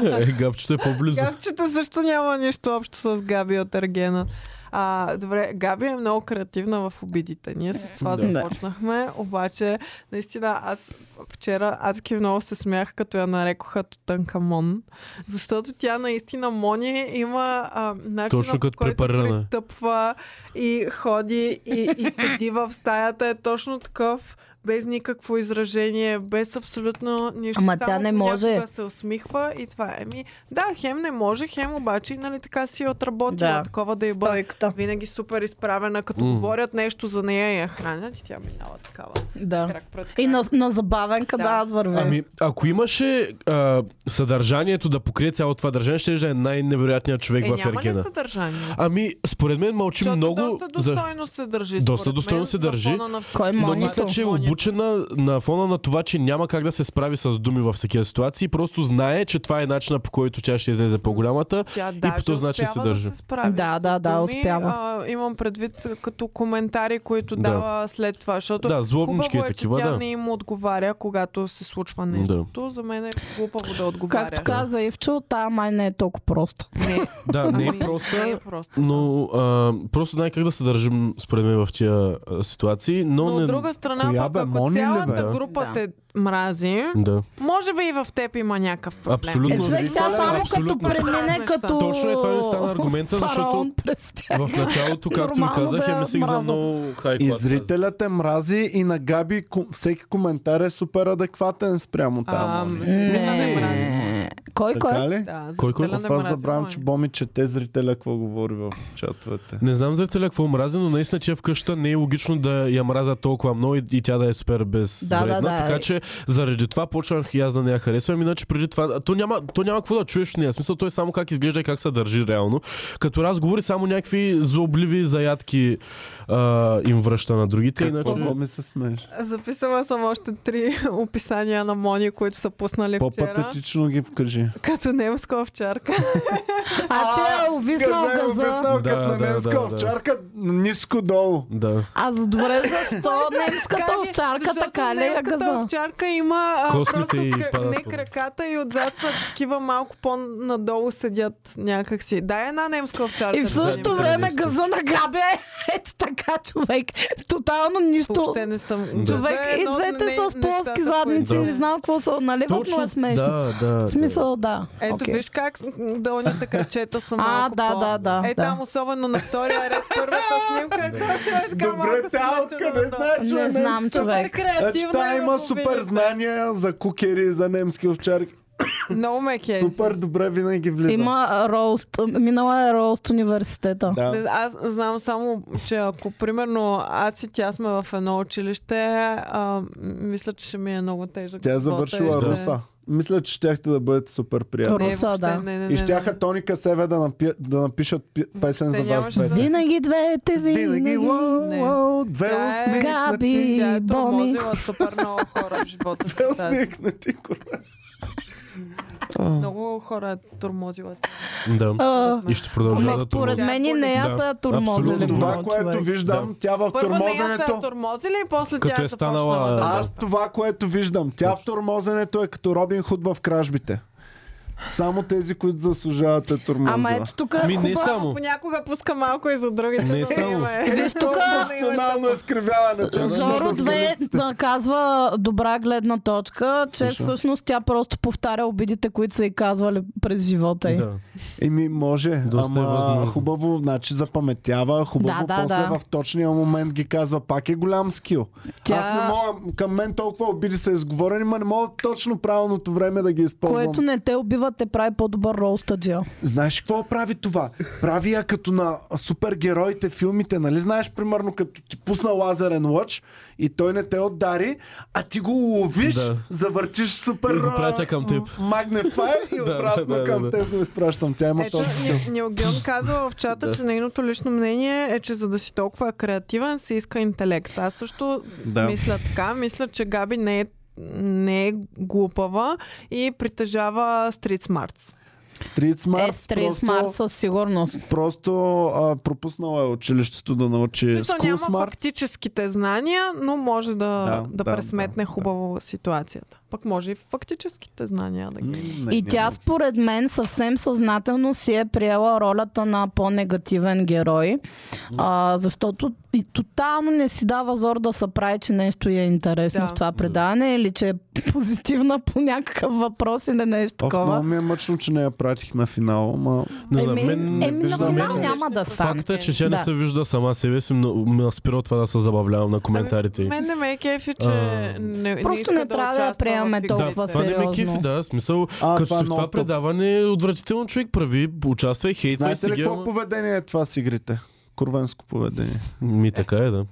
Speaker 3: Е, габчето е по-близо.
Speaker 2: Габчето също няма нищо общо с Габи от Ергена. А, добре, Габи е много креативна в обидите. Ние с това
Speaker 4: Да.
Speaker 2: започнахме, обаче наистина аз вчера адски много се смях, като я нарекоха тънка Мон, защото тя наистина Мони има а, начин,
Speaker 3: Точно като
Speaker 2: който
Speaker 3: препарирана.
Speaker 2: пристъпва и ходи и, и седи в стаята. Е точно такъв без никакво изражение, без абсолютно нищо.
Speaker 4: Ама
Speaker 2: Само
Speaker 4: тя не
Speaker 2: понякога
Speaker 4: може.
Speaker 2: се усмихва и това е. Еми, да, хем не може, хем обаче, нали така си е отработила
Speaker 4: Да.
Speaker 2: такова да я бъде. Винаги супер изправена, като
Speaker 3: М.
Speaker 2: говорят нещо за нея и я хранят и тя минава такава.
Speaker 4: Да.
Speaker 2: Крак пред крак.
Speaker 4: И на, на забавенка да,
Speaker 2: Да.
Speaker 4: аз вървя.
Speaker 3: Ами, ако имаше а, съдържанието да покрие цялото това държание, ще да е най-невероятният човек
Speaker 2: Е,
Speaker 3: в
Speaker 2: няма ли
Speaker 3: Ергена.
Speaker 2: съдържание?
Speaker 3: Ами, според мен мълчи
Speaker 2: Защото
Speaker 3: много.
Speaker 2: доста достойно се държи.
Speaker 3: Доста
Speaker 2: според
Speaker 3: достойно
Speaker 2: мен,
Speaker 3: се
Speaker 2: на
Speaker 3: държи,
Speaker 2: фона на всички.
Speaker 4: Кой е
Speaker 3: Но
Speaker 4: Мони?
Speaker 3: мисля, че е
Speaker 2: Мони.
Speaker 3: обучена на фона на това, че няма как да се справи с думи в такива ситуации. Просто знае, че това е начина по който тя ще излезе по-голямата.
Speaker 2: Тя даже
Speaker 3: по този начин се
Speaker 2: успява
Speaker 3: държи.
Speaker 2: Да, се справи
Speaker 4: Да,
Speaker 2: с
Speaker 4: да, да,
Speaker 2: думи.
Speaker 4: успява.
Speaker 2: А, имам предвид като коментари, които
Speaker 3: Да.
Speaker 2: дава след това, защото
Speaker 3: Да, злобнички
Speaker 2: Хубаво
Speaker 3: е
Speaker 2: е, че
Speaker 3: такива,
Speaker 2: тя
Speaker 3: да.
Speaker 2: не им отговаря, когато се случва нещото. За мен е глупаво да отговаря.
Speaker 4: Както каза Ивчо, тая май не е толкова проста.
Speaker 2: Не,
Speaker 3: Да, не е
Speaker 2: ами, не е
Speaker 3: проста.
Speaker 2: просто.
Speaker 3: Но а, просто знае как да се държим, според мен, в тия а, ситуации. Но,
Speaker 2: Но от
Speaker 3: не...
Speaker 2: друга страна,
Speaker 1: Коя
Speaker 2: пък,
Speaker 1: бе,
Speaker 2: ако
Speaker 1: Мони ли
Speaker 2: цялата
Speaker 1: бе?
Speaker 2: група
Speaker 4: Да.
Speaker 2: те мрази,
Speaker 3: Да.
Speaker 2: може би и в теб има някакъв проблем.
Speaker 4: Е,
Speaker 3: Абсолютно.
Speaker 4: човек, тя само като
Speaker 3: Абсолютно.
Speaker 4: премине като...
Speaker 3: Точно е, това ми стана аргумента, защото-
Speaker 4: фараон през тях.
Speaker 3: В началото, както ви
Speaker 4: Нормално
Speaker 3: казах,
Speaker 4: да
Speaker 3: я
Speaker 4: е
Speaker 3: мислих за
Speaker 4: мразъл.
Speaker 3: много хай
Speaker 1: И зрителят е мрази и на Габи ко- всеки коментар е супер адекватен спрямо
Speaker 2: А,
Speaker 1: там.
Speaker 2: м, не, не мрази.
Speaker 4: Кой, кой?
Speaker 1: Така ли?
Speaker 2: е, Да, за
Speaker 3: Кой, кой?
Speaker 2: Делян
Speaker 1: Аз
Speaker 2: е
Speaker 1: това
Speaker 2: мразил,
Speaker 1: забравям,
Speaker 2: е.
Speaker 1: че Боми чете зрителя какво говори в чатовете.
Speaker 3: Не знам за теля какво мрази, но наистина, че вкъща не е логично да я мразя толкова много и, и тя да е супер безвредна.
Speaker 4: Да, да, да.
Speaker 3: Така че заради това почнах и аз да не я харесвам. Иначе преди това, то няма, то няма какво да чуеш в нея. В Смисъл, той само как изглежда и как се държи реално. Като разговори само някакви злобливи заядки а, им връща на другите.
Speaker 1: Какво
Speaker 3: Иначе...
Speaker 1: Боми се
Speaker 2: Е,
Speaker 1: смееш?
Speaker 2: Записала съм още три описания на Мони, които са пуснали вчера.
Speaker 1: По-патетично ги вкажи.
Speaker 2: Като немска овчарка.
Speaker 4: А, че е увиснал
Speaker 1: Газа е
Speaker 4: газа.
Speaker 1: обяснал,
Speaker 3: Да,
Speaker 1: като на
Speaker 3: да,
Speaker 1: немска
Speaker 3: да, да.
Speaker 1: овчарка, ниско долу.
Speaker 3: Да.
Speaker 4: А за добре, защо немската овчарка
Speaker 2: е, Защото
Speaker 4: така ли е
Speaker 2: немската
Speaker 4: газа?
Speaker 2: овчарка има а,
Speaker 3: Космите
Speaker 2: просто
Speaker 3: и
Speaker 2: кра-
Speaker 3: падат
Speaker 2: не
Speaker 3: по-
Speaker 2: краката и отзад са такива малко по-надолу седят някакси. Да, една немска овчарка.
Speaker 4: И Е, в
Speaker 2: да
Speaker 4: същото
Speaker 2: вземем.
Speaker 4: време
Speaker 3: Къде
Speaker 4: газа на габе е ето така, човек. Тотално нищо.
Speaker 2: Въобще не съм...
Speaker 4: Човек
Speaker 2: За е едно
Speaker 4: и
Speaker 2: от
Speaker 4: двете
Speaker 2: не-
Speaker 4: са с
Speaker 2: нещата,
Speaker 4: плоски
Speaker 2: които-
Speaker 4: задници.
Speaker 3: Да.
Speaker 4: Не знам какво са наливат, но е смешно.
Speaker 3: Да, да.
Speaker 4: В смисъл, да.
Speaker 2: Ето
Speaker 4: Окей.
Speaker 2: виж как с- дълните крачета са
Speaker 4: А,
Speaker 2: малко
Speaker 4: да,
Speaker 2: по-
Speaker 4: да, да,
Speaker 2: Е
Speaker 4: да.
Speaker 2: там особено на втория ред, първата снимка е точно е така
Speaker 1: Добре,
Speaker 2: малко
Speaker 1: тя
Speaker 2: смачена
Speaker 1: откъде
Speaker 2: надолу.
Speaker 1: знае, че
Speaker 4: Не
Speaker 1: е
Speaker 4: знам,
Speaker 1: немска?
Speaker 4: човек.
Speaker 2: Супер креативна
Speaker 1: Значи тя
Speaker 2: е,
Speaker 1: има
Speaker 2: го
Speaker 1: супер
Speaker 2: видите.
Speaker 1: знания за кукери, за немски овчарки.
Speaker 2: Много е меки.
Speaker 1: Супер добре винаги влиза.
Speaker 4: Има а, роуст. Минала е роуст университета.
Speaker 1: Да.
Speaker 2: Аз знам само, че ако примерно аз и тя сме в едно училище, а, мисля, че ще ми е много тежък.
Speaker 1: Тя е
Speaker 2: живота и
Speaker 1: завършила
Speaker 2: ще-
Speaker 1: Руса. Мисля, че щяхте да бъдете супер приятели.
Speaker 4: Руса,
Speaker 2: Не, въобще,
Speaker 4: да.
Speaker 2: не, не, не,
Speaker 1: И щяха Тони Касеве да, напи... да напишат пи- песен
Speaker 2: Те
Speaker 1: за вас
Speaker 2: нямаше да-
Speaker 1: двете.
Speaker 4: Винаги двете,
Speaker 1: Винаги,
Speaker 4: винаги.
Speaker 1: уау,
Speaker 2: не.
Speaker 1: уау, две
Speaker 2: Тя е-
Speaker 1: усмихнати.
Speaker 4: Габи.
Speaker 2: не. Тя е
Speaker 4: Боми.
Speaker 2: тормозила супер много хора в живота си.
Speaker 1: Две
Speaker 2: тази.
Speaker 1: усмихнати, кора.
Speaker 2: Много хора е тормозила.
Speaker 3: Да.
Speaker 4: А,
Speaker 3: И ще продължава
Speaker 4: Ама
Speaker 3: да
Speaker 4: според
Speaker 3: тормози.
Speaker 4: мен и нея
Speaker 3: Да,
Speaker 4: са тормозили.
Speaker 3: абсолютно.
Speaker 1: Това,
Speaker 4: много,
Speaker 1: което
Speaker 4: човек.
Speaker 1: виждам, тя в
Speaker 4: е
Speaker 2: Първо не я са
Speaker 1: тормозенето...
Speaker 2: тормозили и после
Speaker 3: Като
Speaker 2: тя
Speaker 3: е станала-
Speaker 2: започнала да-
Speaker 1: Аз това, което виждам, тя в тормозенето е като Робин Худ в кражбите. Само тези, които заслужават е тормозена.
Speaker 4: Ама ето тук
Speaker 3: Ми не
Speaker 4: е хубаво.
Speaker 3: само.
Speaker 2: Понякога пуска малко и за другите. е.
Speaker 3: Не е
Speaker 2: да
Speaker 3: само.
Speaker 2: има-
Speaker 4: Виж тук
Speaker 1: Професионално изкривяването.
Speaker 4: Жоро 2 казва добра гледна точка, че
Speaker 1: Слушам.
Speaker 4: всъщност тя просто повтаря обидите, които са и казвали през живота й.
Speaker 3: Да.
Speaker 1: Еми, може.
Speaker 3: Доста е
Speaker 1: ама
Speaker 3: възможно.
Speaker 1: хубаво, значи запаметява, хубаво,
Speaker 4: Да, да,
Speaker 1: после
Speaker 4: да.
Speaker 1: в точния момент ги казва, пак е голям скил.
Speaker 4: Тя-
Speaker 1: Аз не мога, към мен толкова обиди са изговорени, ма не мога точно правилното време да ги използвам.
Speaker 4: Което не те убива, те прави по-добър роустаджия.
Speaker 1: Знаеш какво прави това? Прави я като на супергероите в филмите, нали? Знаеш, примерно, като ти пусна лазерен лъч и той не те отдари, а ти го ловиш,
Speaker 3: Да.
Speaker 1: завъртиш супер
Speaker 3: И го пратя към теб.
Speaker 1: а, магнефай и
Speaker 3: Да,
Speaker 1: обратно
Speaker 3: да, да,
Speaker 1: към
Speaker 3: да.
Speaker 1: теб го изпращам. Тя има
Speaker 2: Ето,
Speaker 1: този филм.
Speaker 2: Ни- Нилгион казва в чата, че нейното лично мнение е, че за да си толкова креативен, се иска интелект. Аз също
Speaker 1: Да.
Speaker 2: мисля така. Мисля, че Габи не е не е глупава и притежава стрит смартс.
Speaker 1: Стрит
Speaker 4: Е,
Speaker 1: смарт.
Speaker 4: стрес смарт със сигурност.
Speaker 1: Просто а, пропуснала е училището да
Speaker 3: Е,
Speaker 1: научи
Speaker 2: Мисля,
Speaker 1: скул
Speaker 2: Е, няма
Speaker 1: смарт.
Speaker 2: фактическите знания, но може да,
Speaker 1: Да,
Speaker 2: да,
Speaker 1: да,
Speaker 2: пресметне
Speaker 1: да,
Speaker 2: хубаво ситуацията. Пък може и фактическите знания да ги.
Speaker 4: И тя според мен съвсем съзнателно си е приела ролята на по-негативен герой, а, защото и тотално не си дава зор да се прави, че нещо й е интересно
Speaker 2: Да.
Speaker 4: в това предаване или че е позитивна по някакъв въпрос или нещо
Speaker 1: Оф, много
Speaker 4: такова.
Speaker 1: ми е мъчно, че не я пратих на финала, ма
Speaker 3: Не знам,
Speaker 4: Еми,
Speaker 3: мен...
Speaker 4: еми на
Speaker 1: виждам.
Speaker 4: финал
Speaker 1: Мен-
Speaker 4: няма да стане.
Speaker 3: Факта е, че тя не
Speaker 4: Да.
Speaker 3: се вижда сама себе си, но ме спира това да се забавлявам на коментарите. й.
Speaker 2: Мен не ме е кефи, че
Speaker 3: А.
Speaker 2: не,
Speaker 4: Просто
Speaker 2: не, иска
Speaker 4: не трябва да я
Speaker 2: участва в
Speaker 4: приемаме
Speaker 2: игрите.
Speaker 3: Да,
Speaker 4: толкова
Speaker 3: това не ме
Speaker 4: сериозно.
Speaker 3: кефи, да, в смисъл,
Speaker 1: А,
Speaker 3: като
Speaker 1: това е
Speaker 3: си в
Speaker 1: много
Speaker 3: това
Speaker 1: топ.
Speaker 3: предаване е отвратително човек прави, участвай, хейтвай
Speaker 1: Знаете
Speaker 3: си
Speaker 1: ли
Speaker 3: ги,
Speaker 1: какво
Speaker 3: ама...
Speaker 1: поведение е това с игрите? Курвенско поведение.
Speaker 3: Ми така е, да.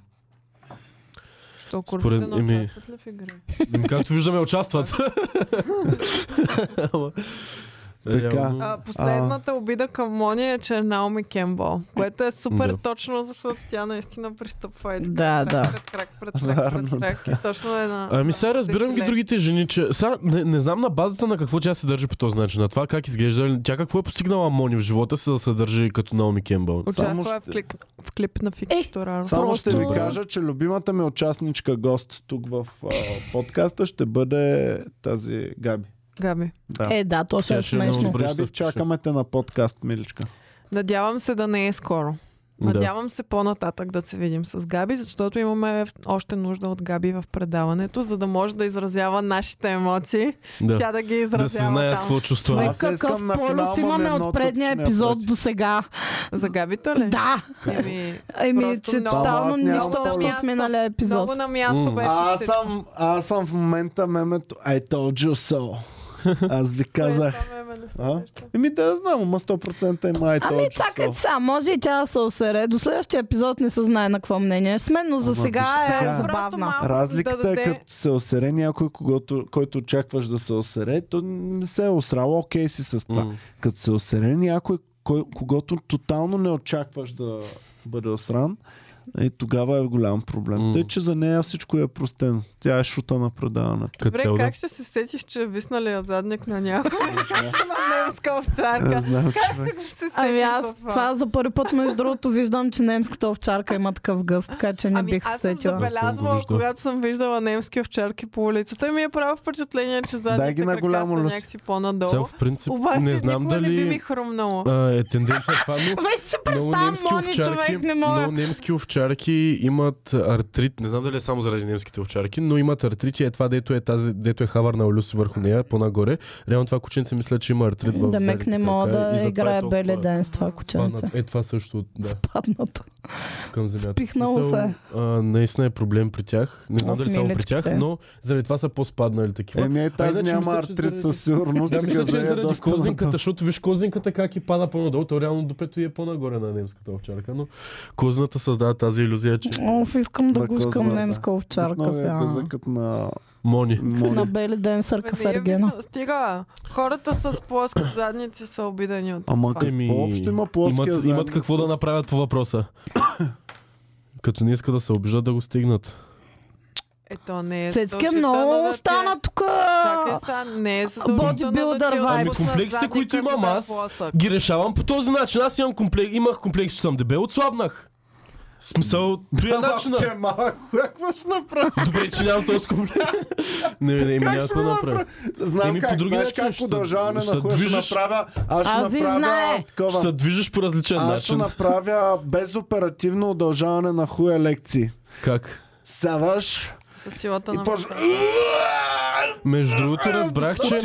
Speaker 2: Що
Speaker 3: Според-
Speaker 2: курвите не
Speaker 3: еми-
Speaker 2: участват ли в игри?
Speaker 3: М, Ами, Както виждаме, участват. Ама,
Speaker 1: Така.
Speaker 3: реално.
Speaker 2: А, последната обида към Мони е, че е Наоми Кембо, което е супер
Speaker 3: Да.
Speaker 2: да. точно, защото тя наистина пристъпва и
Speaker 4: Да, да.
Speaker 2: крак, крак, пред крак, пред крак. И точно е на...
Speaker 3: Ами сега разбирам ги
Speaker 2: дефиле.
Speaker 3: другите жени, че сега не, не знам на базата на какво тя се държи по този начин, на това как изглежда, тя какво е постигнала Мони в живота си за да се държи като Наоми Кембъл.
Speaker 1: Само
Speaker 2: Участва
Speaker 1: ще-
Speaker 2: е в клип, в клип на Фикс Тораро.
Speaker 1: Само
Speaker 4: Е, Просто-
Speaker 1: ще ви кажа, че любимата ми участничка гост тук в а, подкаста ще бъде тази Габи.
Speaker 2: Габи.
Speaker 1: Да.
Speaker 4: Е, да, то ще
Speaker 3: Тя
Speaker 4: е
Speaker 3: ще е много
Speaker 4: смешно.
Speaker 3: добра. Добре, ще се
Speaker 1: Габи,
Speaker 3: впиша.
Speaker 1: чакаме те на подкаст, миличка.
Speaker 2: Надявам се да не е скоро.
Speaker 3: Да.
Speaker 2: Надявам се по-нататък да се видим с Габи, защото имаме още нужда от Габи в предаването, за да може да изразява нашите емоции.
Speaker 3: Да.
Speaker 2: Тя да ги изразява
Speaker 3: да се знаят
Speaker 2: там.
Speaker 3: какво чувства.
Speaker 4: Човек,
Speaker 1: Аз искам
Speaker 4: какъв
Speaker 1: на финал,
Speaker 4: полюс
Speaker 1: ма
Speaker 4: имаме
Speaker 1: ми едно
Speaker 4: от предния
Speaker 1: топчене
Speaker 4: епизод
Speaker 1: пред.
Speaker 4: до сега.
Speaker 2: За Габито
Speaker 3: Нали?
Speaker 2: ли? Ами,
Speaker 4: Да,
Speaker 2: Еми,
Speaker 4: еми,
Speaker 2: Просто
Speaker 4: че
Speaker 2: много-
Speaker 4: тотално
Speaker 1: Само аз
Speaker 4: нищо
Speaker 1: нямам
Speaker 4: общо
Speaker 2: полюс.
Speaker 4: с миналия епизод.
Speaker 2: много на място
Speaker 3: М.
Speaker 2: беше
Speaker 1: А, аз
Speaker 2: всичко.
Speaker 1: съм, аз съм в момента мемето I told you so. Аз
Speaker 2: е
Speaker 1: ви казах. А? Еми да, знам, ама 100% е май
Speaker 4: Ами
Speaker 1: този
Speaker 4: чакай
Speaker 1: часов.
Speaker 4: сега, може и тя да се осере. До следващия епизод не се знае на какво мнение е с мен, но за
Speaker 1: Ама
Speaker 4: сега
Speaker 1: виж сега.
Speaker 4: е забавна.
Speaker 2: малко
Speaker 1: Разликата
Speaker 2: да
Speaker 1: е
Speaker 2: даде-
Speaker 1: като се осере някой, когато, който очакваш да се осере, то не се е осрало, окей си с това.
Speaker 3: М.
Speaker 1: Като се осере някой, кой, когато тотално не очакваш да бъде осран, и тогава е голям проблем.
Speaker 3: М.
Speaker 1: Тъй, че за нея всичко е простено. Тя е шута на предаването.
Speaker 3: Като
Speaker 2: Добре,
Speaker 3: цяло, да.
Speaker 2: как ще се сетиш, че е виснали я задник на някой?
Speaker 1: Е,
Speaker 2: Това немска
Speaker 1: Не
Speaker 2: овчарка.
Speaker 1: знам,
Speaker 2: Как
Speaker 1: човек.
Speaker 2: ще го се сетиш
Speaker 4: Ами
Speaker 2: за
Speaker 4: аз това за първи път, между другото, виждам, че немската овчарка има такъв гъст, така че не
Speaker 2: ами
Speaker 4: бих се
Speaker 2: аз съм
Speaker 4: сетила.
Speaker 3: Аз съм го
Speaker 2: забелязвала,
Speaker 3: виждал.
Speaker 2: когато съм виждала немски овчарки по улицата и ми е право впечатление, че
Speaker 1: Дай ги
Speaker 2: задните
Speaker 1: на
Speaker 2: крака
Speaker 1: голямо
Speaker 2: са
Speaker 1: люсо.
Speaker 2: някакси по-надолу.
Speaker 3: Сега в принцип
Speaker 2: Обаче
Speaker 3: не знам
Speaker 2: никога не би ми
Speaker 3: дали
Speaker 2: хрумнало.
Speaker 3: а, е тенденция това, но
Speaker 4: Вече си
Speaker 3: Много
Speaker 4: представям,
Speaker 3: немски
Speaker 4: мони
Speaker 3: овчарки,
Speaker 4: човек, не
Speaker 3: много
Speaker 4: мога.
Speaker 3: немски овчарки имат артрит. Не знам дали е само заради немските овчарки, но имат артрит и е това, дето е, тази, дето е хавар на Олюс върху нея, по-нагоре. Реално това кученце мисля, че има артрит в
Speaker 4: Дамек
Speaker 3: задната
Speaker 4: не мога
Speaker 3: крака и
Speaker 4: да
Speaker 3: затова е
Speaker 4: играе
Speaker 3: толкова
Speaker 4: беле ден с това
Speaker 3: спаднат.
Speaker 4: кученце.
Speaker 3: Е, това също, да,
Speaker 4: Спаднато.
Speaker 3: към земята.
Speaker 4: Спихнало
Speaker 3: Мисъл,
Speaker 4: се.
Speaker 3: А, наистина е проблем при тях. Не знам
Speaker 4: Оф,
Speaker 3: дали само при
Speaker 4: миличките.
Speaker 3: тях, но заради това са по-спаднали такива.
Speaker 1: Еми, е, тази
Speaker 3: иначе
Speaker 1: няма
Speaker 3: мисля, че
Speaker 1: артрит
Speaker 3: заради-
Speaker 1: със сигурност.
Speaker 4: Ами,
Speaker 3: Да, мисля,
Speaker 1: Газа
Speaker 3: че
Speaker 1: е
Speaker 3: заради
Speaker 1: доста
Speaker 3: козинката,
Speaker 1: надолу.
Speaker 3: защото виж козинката как и пада по-надолу, то реално допето и е по-нагоре на немската овчарка, но козната създава тази иллюзия, че
Speaker 4: Оф, искам да
Speaker 1: Да,
Speaker 4: гушкам
Speaker 1: козна, да.
Speaker 4: немска овчарка
Speaker 1: Основно е
Speaker 4: сега.
Speaker 1: газъкът на
Speaker 3: Мони.
Speaker 4: На
Speaker 1: Мони.
Speaker 4: бели ден сърка
Speaker 2: Бе, не е
Speaker 4: Фергена.
Speaker 2: висно- Стига! Хората с плоски задници са обидени от
Speaker 1: Ама
Speaker 2: това.
Speaker 1: какво общо има плоския
Speaker 3: Ами, имат,
Speaker 1: задник
Speaker 3: имат какво да
Speaker 1: с-
Speaker 3: направят по въпроса. Като не иска да се обиждат да го стигнат.
Speaker 2: Ето не е
Speaker 4: Цецке,
Speaker 2: задължително да ти
Speaker 4: много
Speaker 2: е-
Speaker 4: стана тук.
Speaker 2: Чакай сега, не е задължително да
Speaker 4: Бодибилдър
Speaker 2: ти е
Speaker 4: вайбс.
Speaker 3: Ами
Speaker 2: отпуснат
Speaker 3: комплексите,
Speaker 2: задника,
Speaker 3: които
Speaker 2: за да
Speaker 3: имам
Speaker 2: е
Speaker 3: аз,
Speaker 2: плосък.
Speaker 3: ги решавам по този начин. Аз имам комплекс, имах комплекс, че съм дебел, отслабнах. В Смисъл, той е начина.
Speaker 1: Че малко, какво ще направи?
Speaker 3: Добре, че нямам този комплекс. не, не, не,
Speaker 1: Как
Speaker 3: няма
Speaker 1: ще
Speaker 3: какво
Speaker 1: го
Speaker 3: да направя.
Speaker 1: направя? Знам
Speaker 3: Еми, по
Speaker 1: как,
Speaker 3: други
Speaker 1: знаеш
Speaker 3: начин
Speaker 1: как
Speaker 3: ще-
Speaker 1: продължаване
Speaker 3: ще
Speaker 1: на хуя ще
Speaker 3: движиш.
Speaker 1: направя. Аз ще
Speaker 4: Аз и знае.
Speaker 1: направя
Speaker 3: Ще се
Speaker 1: такова.
Speaker 3: движиш по различен
Speaker 1: Аз ще
Speaker 3: начин.
Speaker 1: направя безоперативно удължаване на хуя лекции.
Speaker 3: Как?
Speaker 1: Саваш
Speaker 2: С силата
Speaker 1: и
Speaker 2: на...
Speaker 1: почва...
Speaker 3: Между
Speaker 1: е,
Speaker 3: другото, разбрах, че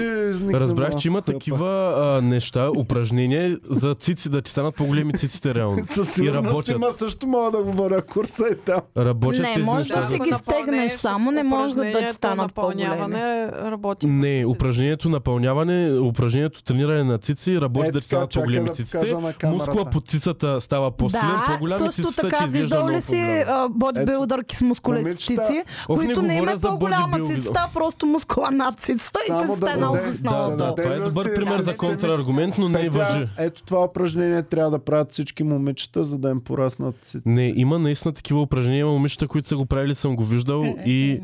Speaker 3: Разбрах, че има такива а, неща, упражнения за цици, да ти станат по-големи циците реално.
Speaker 1: Със
Speaker 3: И
Speaker 1: сигурност
Speaker 3: работят.
Speaker 1: има също мога да говоря курса и там.
Speaker 3: Работят
Speaker 4: Не,
Speaker 3: тези
Speaker 4: може да
Speaker 3: неща.
Speaker 4: си
Speaker 3: за-
Speaker 4: ги стегнеш само, не може да ти
Speaker 2: Упражнението
Speaker 4: станат
Speaker 2: Напълняване работи.
Speaker 3: Не, упражнението напълняване, упражнението трениране на цици, работи
Speaker 1: Е,
Speaker 3: да ти
Speaker 1: така,
Speaker 3: станат
Speaker 1: чакай
Speaker 3: по-големи
Speaker 1: да
Speaker 3: циците.
Speaker 1: покажа на камерата.
Speaker 3: Мускула под цицата става по-силен,
Speaker 4: Да,
Speaker 3: по-голям и
Speaker 4: също
Speaker 3: цицата
Speaker 4: така,
Speaker 3: ти изглежда
Speaker 4: виждал ли
Speaker 3: много
Speaker 4: си
Speaker 3: по-голяма.
Speaker 4: а, бодибилдърки с мускулестици,
Speaker 1: момичета,
Speaker 3: Ох, не
Speaker 4: които не им
Speaker 3: говоря
Speaker 4: е
Speaker 3: за
Speaker 4: по-голяма
Speaker 3: бодибилдинг.
Speaker 4: цицата, а просто мускула над цицата и
Speaker 1: Само
Speaker 4: цицата
Speaker 1: да
Speaker 4: е много
Speaker 1: даде-
Speaker 4: хъснала.
Speaker 3: Да,
Speaker 1: да,
Speaker 3: да, това е
Speaker 1: да,
Speaker 3: добър
Speaker 1: да,
Speaker 3: пример
Speaker 1: да,
Speaker 3: за
Speaker 1: да,
Speaker 3: контраргумент, но не
Speaker 1: Петя,
Speaker 3: въжи.
Speaker 1: Ето това упражнение трябва да правят всички момичета, за да им пораснат си.
Speaker 3: Не, има наистина такива упражнения, има момичета, които са го правили, съм го
Speaker 4: Е,
Speaker 3: виждал и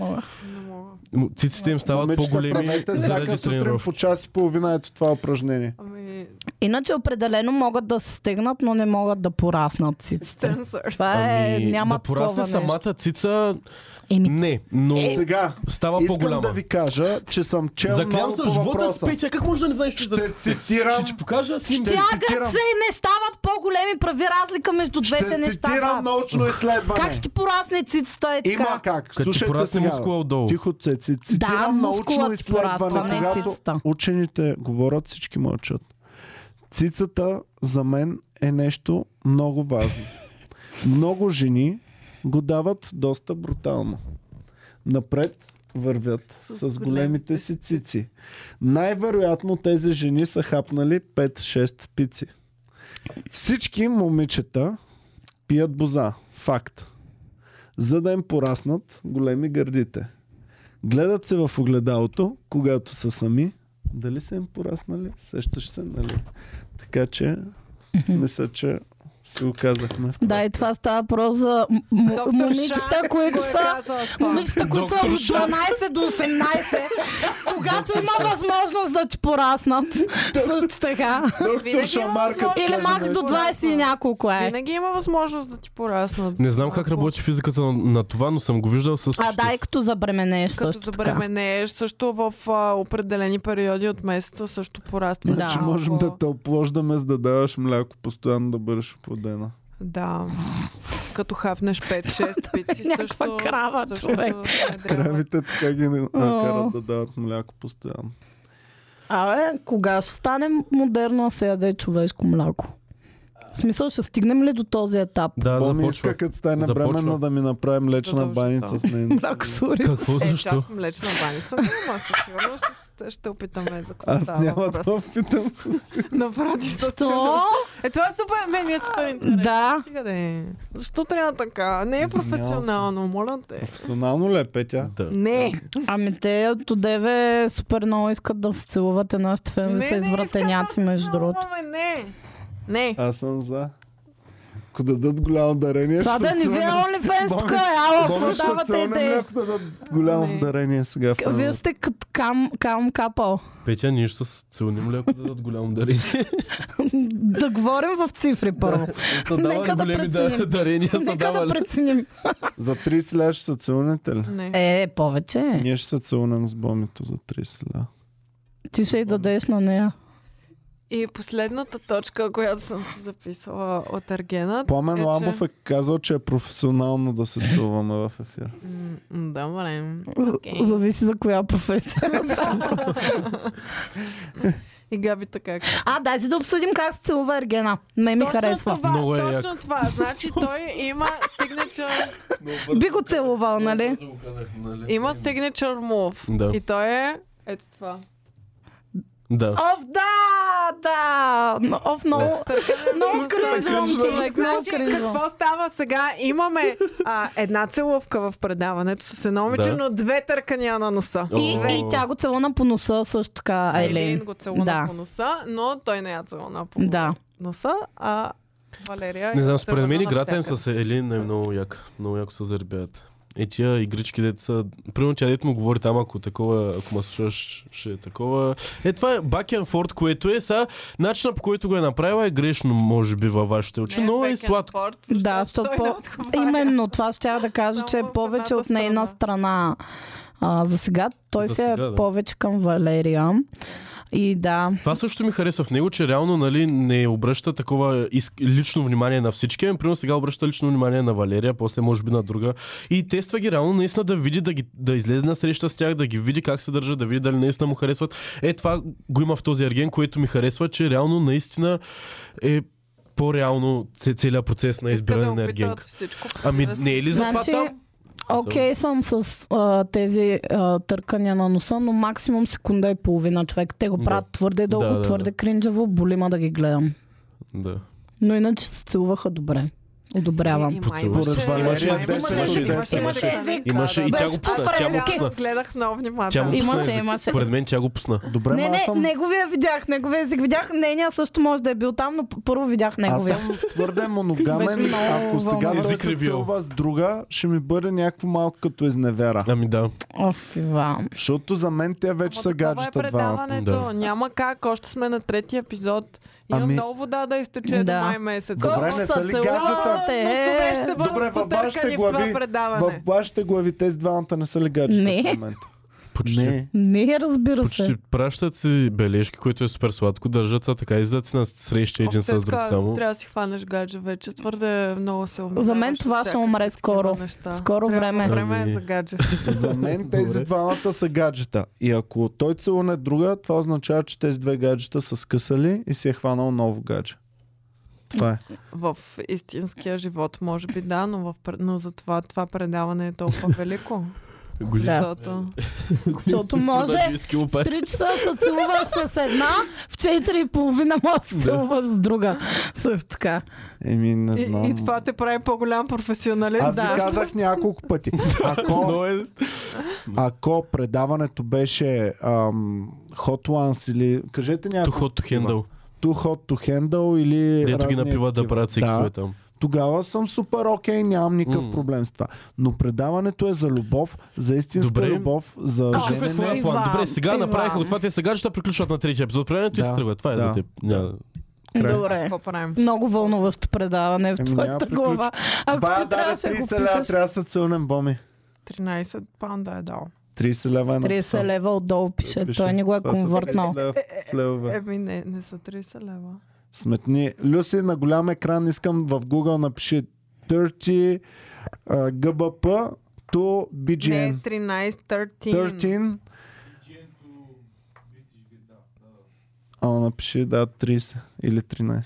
Speaker 3: м, циците им стават
Speaker 1: Момичета,
Speaker 3: по-големи
Speaker 1: правете всяка
Speaker 3: заради
Speaker 1: сутрин
Speaker 3: тренировки.
Speaker 1: по час и половина ето това упражнение.
Speaker 2: Ами,
Speaker 4: Иначе определено могат да се стегнат, но не могат да пораснат циците.
Speaker 2: сенсор.
Speaker 4: Това е,
Speaker 3: Ами,
Speaker 4: няма
Speaker 3: да порасне
Speaker 4: такова нещо.
Speaker 3: самата цица,
Speaker 4: Еми,
Speaker 3: не, но
Speaker 4: Е,
Speaker 1: Сега,
Speaker 3: става
Speaker 1: искам
Speaker 3: по-голяма.
Speaker 1: да ви кажа, че съм чел
Speaker 3: Заклям
Speaker 1: много
Speaker 3: съм
Speaker 1: по
Speaker 3: живота с
Speaker 1: въпроса.
Speaker 3: Петя, как може да не знаеш, че да...
Speaker 1: Ще цитирам,
Speaker 3: Ще ти покажа снимки.
Speaker 1: ще
Speaker 4: Тягат
Speaker 1: цитирам.
Speaker 4: се и не стават по-големи. Прави разлика между двете
Speaker 1: ще
Speaker 4: неща.
Speaker 1: цитирам
Speaker 4: брат.
Speaker 1: научно изследване.
Speaker 4: Как ще порасне цицата е така?
Speaker 1: Има как.
Speaker 3: Като ти
Speaker 1: Слушайте
Speaker 3: порасне
Speaker 1: сега.
Speaker 3: мускула отдолу.
Speaker 1: Тихо, це, це, цитирам научно
Speaker 4: мускулът ти
Speaker 1: изследване,
Speaker 4: пораства, не
Speaker 1: когато
Speaker 4: цицата.
Speaker 1: учените говорят, всички мълчат. Цицата за мен е нещо много важно. Много жени го дават доста брутално. Напред вървят с,
Speaker 2: С
Speaker 1: с големите си цици. Най-вероятно тези жени са хапнали 5-6 пици. Всички момичета пият боза. Факт. За да им пораснат големи гърдите. Гледат се в огледалото, когато са сами. Дали са им пораснали? Сещаш се, нали? Така че, мисля, че си го казахме. в
Speaker 4: Да, и това става про за м- м-
Speaker 2: Доктор
Speaker 4: момичета,
Speaker 2: Шан,
Speaker 4: които
Speaker 2: кой е
Speaker 4: са
Speaker 2: казал това?
Speaker 4: момичета, които са
Speaker 3: Доктор
Speaker 4: от 12 до 18, когато има възможност да ти пораснат. Също така.
Speaker 1: Доктор
Speaker 2: Винаги
Speaker 1: Шамарка.
Speaker 2: има
Speaker 4: Или макс до 20 и няколко е.
Speaker 2: Винаги има възможност да ти пораснат.
Speaker 3: Не знам как работи физиката на, на това, но съм го виждал с
Speaker 4: А
Speaker 3: очите
Speaker 4: да, и
Speaker 3: си.
Speaker 4: като забременееш
Speaker 2: Като
Speaker 4: също така.
Speaker 2: забременееш, също в а, определени периоди от месеца също пораства.
Speaker 1: Значи
Speaker 4: Да,
Speaker 1: можем
Speaker 2: малко.
Speaker 1: да те оплождаме, за да даваш мляко постоянно да бъдеш плодена.
Speaker 2: Да. Като хапнеш 5-6 пици
Speaker 4: Някаква
Speaker 2: също...
Speaker 4: крава,
Speaker 2: също
Speaker 4: човек.
Speaker 2: не Е, трябва.
Speaker 1: Кравите така ги накарат да дават мляко постоянно.
Speaker 4: Абе, кога ще стане модерно да се яде човешко мляко? В смисъл, ще стигнем ли до този етап?
Speaker 3: Да,
Speaker 1: Боми
Speaker 3: започва.
Speaker 1: Ами, иска, като стане
Speaker 3: Започва.
Speaker 1: бременна, да ми направим лечна
Speaker 2: Задължително.
Speaker 1: баница с нейно.
Speaker 4: Мляко сури.
Speaker 3: Какво
Speaker 2: Е,
Speaker 3: защо?
Speaker 2: чак млечна баница няма, със сигурност ще ще, ще опитаме за какво
Speaker 1: Аз
Speaker 2: става
Speaker 1: няма да
Speaker 2: въпрос.
Speaker 1: опитам.
Speaker 2: Напротив. със
Speaker 4: Що?
Speaker 2: Е, това е супер, мен ми е супер интересно.
Speaker 4: Да.
Speaker 2: Стига да е. Защо трябва така? Не е
Speaker 1: Извинявам се.
Speaker 2: професионално, моля те.
Speaker 1: Професионално ли е, Петя?
Speaker 3: Да.
Speaker 2: Не.
Speaker 4: Ами те от Одеве супер много искат да се целувате. Нашите фенове
Speaker 2: Не,
Speaker 4: са
Speaker 2: не,
Speaker 4: извратеняци, между другото.
Speaker 2: Ама не. Не.
Speaker 1: Аз съм за. Ако дадат голямо дарение,
Speaker 4: Това
Speaker 1: ще
Speaker 4: да не ви е
Speaker 1: целуна.
Speaker 4: OnlyFans тук,
Speaker 1: Боми-
Speaker 4: е, ала,
Speaker 1: Боми,
Speaker 4: какво
Speaker 1: ще се
Speaker 4: давате
Speaker 1: целунем ли, е?
Speaker 4: идеи?
Speaker 1: ако дадат голямо
Speaker 2: Не.
Speaker 1: дарение сега. в
Speaker 4: К-
Speaker 2: е
Speaker 1: фенова?
Speaker 4: Вие сте като кам, кам капал.
Speaker 3: Петя, ние ще се целуним ли, ако дадат голямо дарение?
Speaker 4: да говорим в цифри първо.
Speaker 3: Са давали
Speaker 4: Нека да
Speaker 3: големи
Speaker 4: преценим.
Speaker 3: дарения, са
Speaker 4: Нека да
Speaker 3: давали.
Speaker 4: преценим.
Speaker 1: За 30 ля ще се целуните ли?
Speaker 2: Не.
Speaker 4: Е, повече.
Speaker 1: Ние ще се целунем с бомито за 30 ля.
Speaker 4: Ти ще й дадеш на нея.
Speaker 2: И последната точка, която съм се записала от Аргена.
Speaker 1: Пламен
Speaker 2: е, че-
Speaker 1: Ламов е казал, че е професионално да се целуваме в ефир.
Speaker 2: М, Добре.
Speaker 4: Okay. Зависи за коя професия.
Speaker 2: И Габи така. казва.
Speaker 4: а, дай си да обсъдим как се целува Ергена. Ме ми
Speaker 2: Точно
Speaker 4: харесва.
Speaker 2: Това,
Speaker 3: Много е
Speaker 2: точно това. Значи той има signature,
Speaker 4: Би го целувал, нали?
Speaker 2: има signature move.
Speaker 3: Да.
Speaker 2: И той е ето това.
Speaker 3: Да.
Speaker 4: Оф, да! Да! Но- Оф, много... Много кринжвам, човек. Много
Speaker 2: Значи,
Speaker 4: кринжвам.
Speaker 2: какво става сега? Имаме а, една целувка в предаването с едно момиче,
Speaker 3: Да.
Speaker 2: но две търкания на носа.
Speaker 4: И, и тя го целуна по носа също така, Айлин.
Speaker 2: Айлин го целуна
Speaker 4: Да.
Speaker 2: по носа, но той не я целуна по
Speaker 4: Да.
Speaker 2: носа, а Валерия
Speaker 3: Не
Speaker 2: я
Speaker 3: знам, според мен
Speaker 2: целуна
Speaker 3: играта им
Speaker 2: навсякъде.
Speaker 3: с Елин е много яка. Много яко се заребят. Е, тия игрички деца. Примерно тя дето му говори там, ако такова, ако ме слушаш, ще е такова. Е, това е back and forth, което е сега. Начинът по който го е направила е грешно, може би, във вашите очи,
Speaker 2: Не,
Speaker 3: но е
Speaker 2: back and
Speaker 3: сладко.
Speaker 2: forth,
Speaker 4: Да, защото
Speaker 2: той не
Speaker 4: по...
Speaker 2: отговаря.
Speaker 4: именно това ще я да кажа,
Speaker 2: Само
Speaker 4: че е
Speaker 2: в
Speaker 4: повече
Speaker 2: едната
Speaker 4: от нейна страна а, за сега. Той
Speaker 3: За
Speaker 4: се е
Speaker 3: сега, да.
Speaker 4: повече към Валерия. И да,
Speaker 3: Това също ми хареса в него, че реално нали, не обръща такова иск- лично внимание на всички. Ами, Примерно сега обръща лично внимание на Валерия, после може би на друга. И тества ги реално наистина да види, да, ги, да излезе на среща с тях, да ги види как се държат, да види дали наистина му харесват. Е, това го има в този ерген, което ми харесва, че реално наистина е по-реално ц- целият процес на
Speaker 2: Иска
Speaker 3: избиране
Speaker 2: да
Speaker 3: на
Speaker 2: опита
Speaker 3: ергенка.
Speaker 2: от всичко.
Speaker 3: Ами
Speaker 2: Да си-
Speaker 3: не е ли за
Speaker 4: Значи,
Speaker 3: това там?
Speaker 4: окей съм с а, тези а, търкания на носа, но максимум секунда и половина човек. Те го
Speaker 3: Да.
Speaker 4: правят твърде дълго,
Speaker 3: Да, да,
Speaker 4: твърде
Speaker 3: да.
Speaker 4: кринжаво, болима да ги гледам.
Speaker 3: Да.
Speaker 4: Но иначе се целуваха добре. Одобрявам.
Speaker 2: И май
Speaker 3: Според
Speaker 2: имаше-
Speaker 1: Валерия
Speaker 2: имаше-
Speaker 1: Десен
Speaker 2: имаше-
Speaker 1: от
Speaker 2: имаше-
Speaker 1: десен.
Speaker 2: имаше-
Speaker 4: Имаше-
Speaker 3: Имаше и тя
Speaker 4: Беше
Speaker 3: го пусна. Тя го
Speaker 4: по-правилно.
Speaker 3: пусна.
Speaker 2: Гледах много
Speaker 3: Тя го
Speaker 2: внимателно.
Speaker 3: пусна.
Speaker 4: Имаше,
Speaker 3: език.
Speaker 4: имаше.
Speaker 3: Според мен тя го пусна.
Speaker 1: Добре,
Speaker 4: Не,
Speaker 1: ма аз
Speaker 4: не,
Speaker 1: съм...
Speaker 4: неговия видях, неговия език видях. Нейния също може да е бил там, но п- първо видях
Speaker 1: Аз
Speaker 4: неговия.
Speaker 1: съм твърде моногамен.
Speaker 4: Беше много
Speaker 1: Ако сега
Speaker 4: вълнуващо.
Speaker 1: той
Speaker 3: Език
Speaker 1: се
Speaker 3: ревю.
Speaker 1: целува с друга, ще ми бъде някакво малко като изневера.
Speaker 3: Ами да.
Speaker 4: Оф, Иван.
Speaker 1: Защото за мен те вече
Speaker 2: Ама
Speaker 1: са
Speaker 2: такова е
Speaker 1: гаджета двамата.
Speaker 2: предаването.
Speaker 3: Да.
Speaker 2: Няма как. Още сме на третия епизод. Имам
Speaker 1: Ами-
Speaker 2: много вода да изтече
Speaker 4: Да.
Speaker 2: до май месец.
Speaker 1: Добре,
Speaker 4: Колко
Speaker 1: не
Speaker 4: ще
Speaker 1: са ли
Speaker 4: целувате?
Speaker 1: гаджета?
Speaker 2: Е, Носове ще бъдат
Speaker 1: Добре, във вашите
Speaker 2: потъркани в това
Speaker 1: глави,
Speaker 2: предаване.
Speaker 1: в вашите глави тези двамата не са ли гаджета
Speaker 4: Не.
Speaker 1: в момента?
Speaker 3: Почти.
Speaker 1: Не.
Speaker 4: Не, разбира
Speaker 3: Почти
Speaker 4: се.
Speaker 3: пращат си бележки, което е супер сладко, държат са така, излизат си на среща един с друг
Speaker 2: Овцетка,
Speaker 3: само.
Speaker 2: Трябва да си хванеш гадже вече. Твърде много се умираш.
Speaker 4: За мен това
Speaker 2: от
Speaker 4: ще
Speaker 2: всякакви
Speaker 4: умре
Speaker 2: такива
Speaker 4: скоро.
Speaker 2: неща.
Speaker 4: Скоро
Speaker 2: Трябва
Speaker 4: време.
Speaker 2: Време е
Speaker 3: Ами-
Speaker 2: за гадже.
Speaker 1: За мен тези
Speaker 3: Добре.
Speaker 1: двамата са гаджета. И ако той целуне друга, това означава, че тези две гаджета са скъсали и си е хванал ново гадже. Това е.
Speaker 2: В истинския живот, може би да, но, в, пр- но за това, това предаване е толкова велико.
Speaker 3: Голи-
Speaker 4: Да.
Speaker 2: Защото...
Speaker 4: Защото може
Speaker 3: Продажи с кило
Speaker 4: в
Speaker 3: пачки.
Speaker 4: 3 часа се целуваш с една, в 4 и половина може да се
Speaker 3: Да.
Speaker 4: целуваш с друга. Също така.
Speaker 1: Еми, не
Speaker 2: И,
Speaker 1: знам.
Speaker 2: и това те прави по-голям професионалист.
Speaker 1: Аз ви
Speaker 4: Да.
Speaker 1: казах няколко пъти. Ако,
Speaker 3: Но е-
Speaker 1: ако предаването беше ам, Hot Ones или... Кажете
Speaker 3: Too
Speaker 1: някакво...
Speaker 3: hot to handle.
Speaker 1: Too Hot to Handle или...
Speaker 3: Дето ги
Speaker 1: разни
Speaker 3: напиват да
Speaker 1: такива.
Speaker 3: правят сексове там.
Speaker 1: тогава съм супер окей, нямам никакъв
Speaker 3: М.
Speaker 1: проблем с това. Но предаването е за любов, за истинска
Speaker 3: Добре.
Speaker 1: любов, за
Speaker 4: Какъв е
Speaker 3: Какъв е
Speaker 1: женене.
Speaker 3: твоя
Speaker 4: Иван,
Speaker 3: план? Добре, сега
Speaker 4: Иван.
Speaker 3: направиха го това, те сега ще приключват на третия епизод. Предаването и
Speaker 1: Да.
Speaker 3: се тръгват. Това е
Speaker 1: Да.
Speaker 3: за теб. Няма-
Speaker 1: Край.
Speaker 4: Добре.
Speaker 2: Какво правим?
Speaker 4: Много вълнуващо предаване в
Speaker 1: Еми, Ами няма
Speaker 4: твоята
Speaker 1: приключ-
Speaker 4: глава. Ако
Speaker 1: Бая
Speaker 4: ти трябваше да
Speaker 1: даде
Speaker 4: го
Speaker 1: 30 лева,
Speaker 4: пишеш,
Speaker 1: трябва да се целнем, Боми.
Speaker 2: 13 паунда е дал.
Speaker 1: 30 лева е на
Speaker 4: 30 лева Е, отдолу пише.
Speaker 1: Пише.
Speaker 4: Той не го е
Speaker 1: Това са
Speaker 4: конвертнал.
Speaker 1: 30 лева в левове.
Speaker 2: Еми не, не са 30 лева.
Speaker 1: Сметни. Люси, на голям екран искам в Google напиши 30 а, ГБП to BGN.
Speaker 2: Не, 13, 13.
Speaker 1: 13. Ама напиши, да, 30 или 13.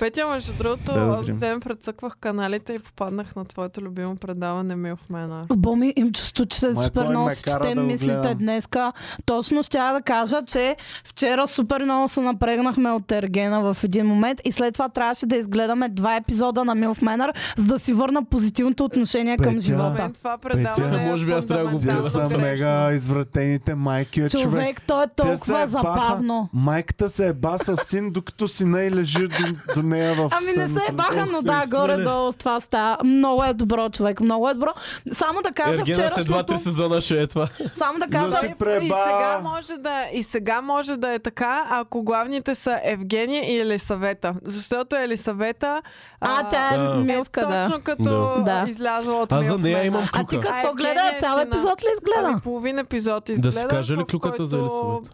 Speaker 2: Петя, между другото,
Speaker 1: Да, да,
Speaker 2: аз
Speaker 1: прием.
Speaker 2: ден прецъквах каналите и попаднах на твоето любимо предаване Мил в мена.
Speaker 4: Боми, им чувство, че се
Speaker 1: Майко,
Speaker 4: супер
Speaker 1: ай,
Speaker 4: много
Speaker 1: е, ме
Speaker 4: си
Speaker 1: кара
Speaker 4: четем
Speaker 1: да го
Speaker 4: мислите
Speaker 1: гледам.
Speaker 4: днеска. Точно ще я да кажа, че вчера супер много се напрегнахме от Ергена в един момент и след това трябваше да изгледаме два епизода на Милф Менър, за да си върна позитивното отношение към
Speaker 1: Петя,
Speaker 2: За
Speaker 4: живота.
Speaker 2: мен това предаване е
Speaker 3: Може би аз трябва да го
Speaker 1: Те
Speaker 3: Да,
Speaker 2: фундаментално
Speaker 1: са
Speaker 2: грешно.
Speaker 1: мега извратените майки, е, човек.
Speaker 4: Човек, той е
Speaker 1: Те
Speaker 4: толкова
Speaker 1: се ебаха.
Speaker 4: забавно.
Speaker 1: Майката се еба с син, докато сина и лежи до, до нея в
Speaker 4: Ами не се
Speaker 1: сън.
Speaker 4: баха, но
Speaker 1: Ох,
Speaker 4: да,
Speaker 1: ти
Speaker 4: горе-долу с това става. Много е добро, човек, много е добро. Само да кажа
Speaker 3: Ергена след
Speaker 4: вчерашното...
Speaker 3: 2-3 сезона ще е това.
Speaker 4: Само да
Speaker 1: Но
Speaker 4: кажа...
Speaker 1: си
Speaker 2: И
Speaker 1: преба.
Speaker 2: сега, може да, и сега може да е така, ако главните са Евгения и Елисавета. Защото Елисавета
Speaker 4: А, тя е
Speaker 3: Да.
Speaker 4: милвка,
Speaker 2: е
Speaker 4: да.
Speaker 2: точно като
Speaker 3: Да.
Speaker 4: Да.
Speaker 2: излязла от
Speaker 3: Аз за
Speaker 2: Мил в
Speaker 3: нея
Speaker 2: мена.
Speaker 3: имам
Speaker 4: А ти
Speaker 3: клюка.
Speaker 2: А
Speaker 4: какво
Speaker 2: Евгения
Speaker 4: гледа?
Speaker 2: е
Speaker 4: Цял
Speaker 2: сина.
Speaker 4: епизод ли изгледа?
Speaker 2: Ами половин епизод
Speaker 3: Да
Speaker 2: изгледах.
Speaker 3: си каже ли
Speaker 2: в
Speaker 3: клюката за
Speaker 2: който-
Speaker 3: Елисавета?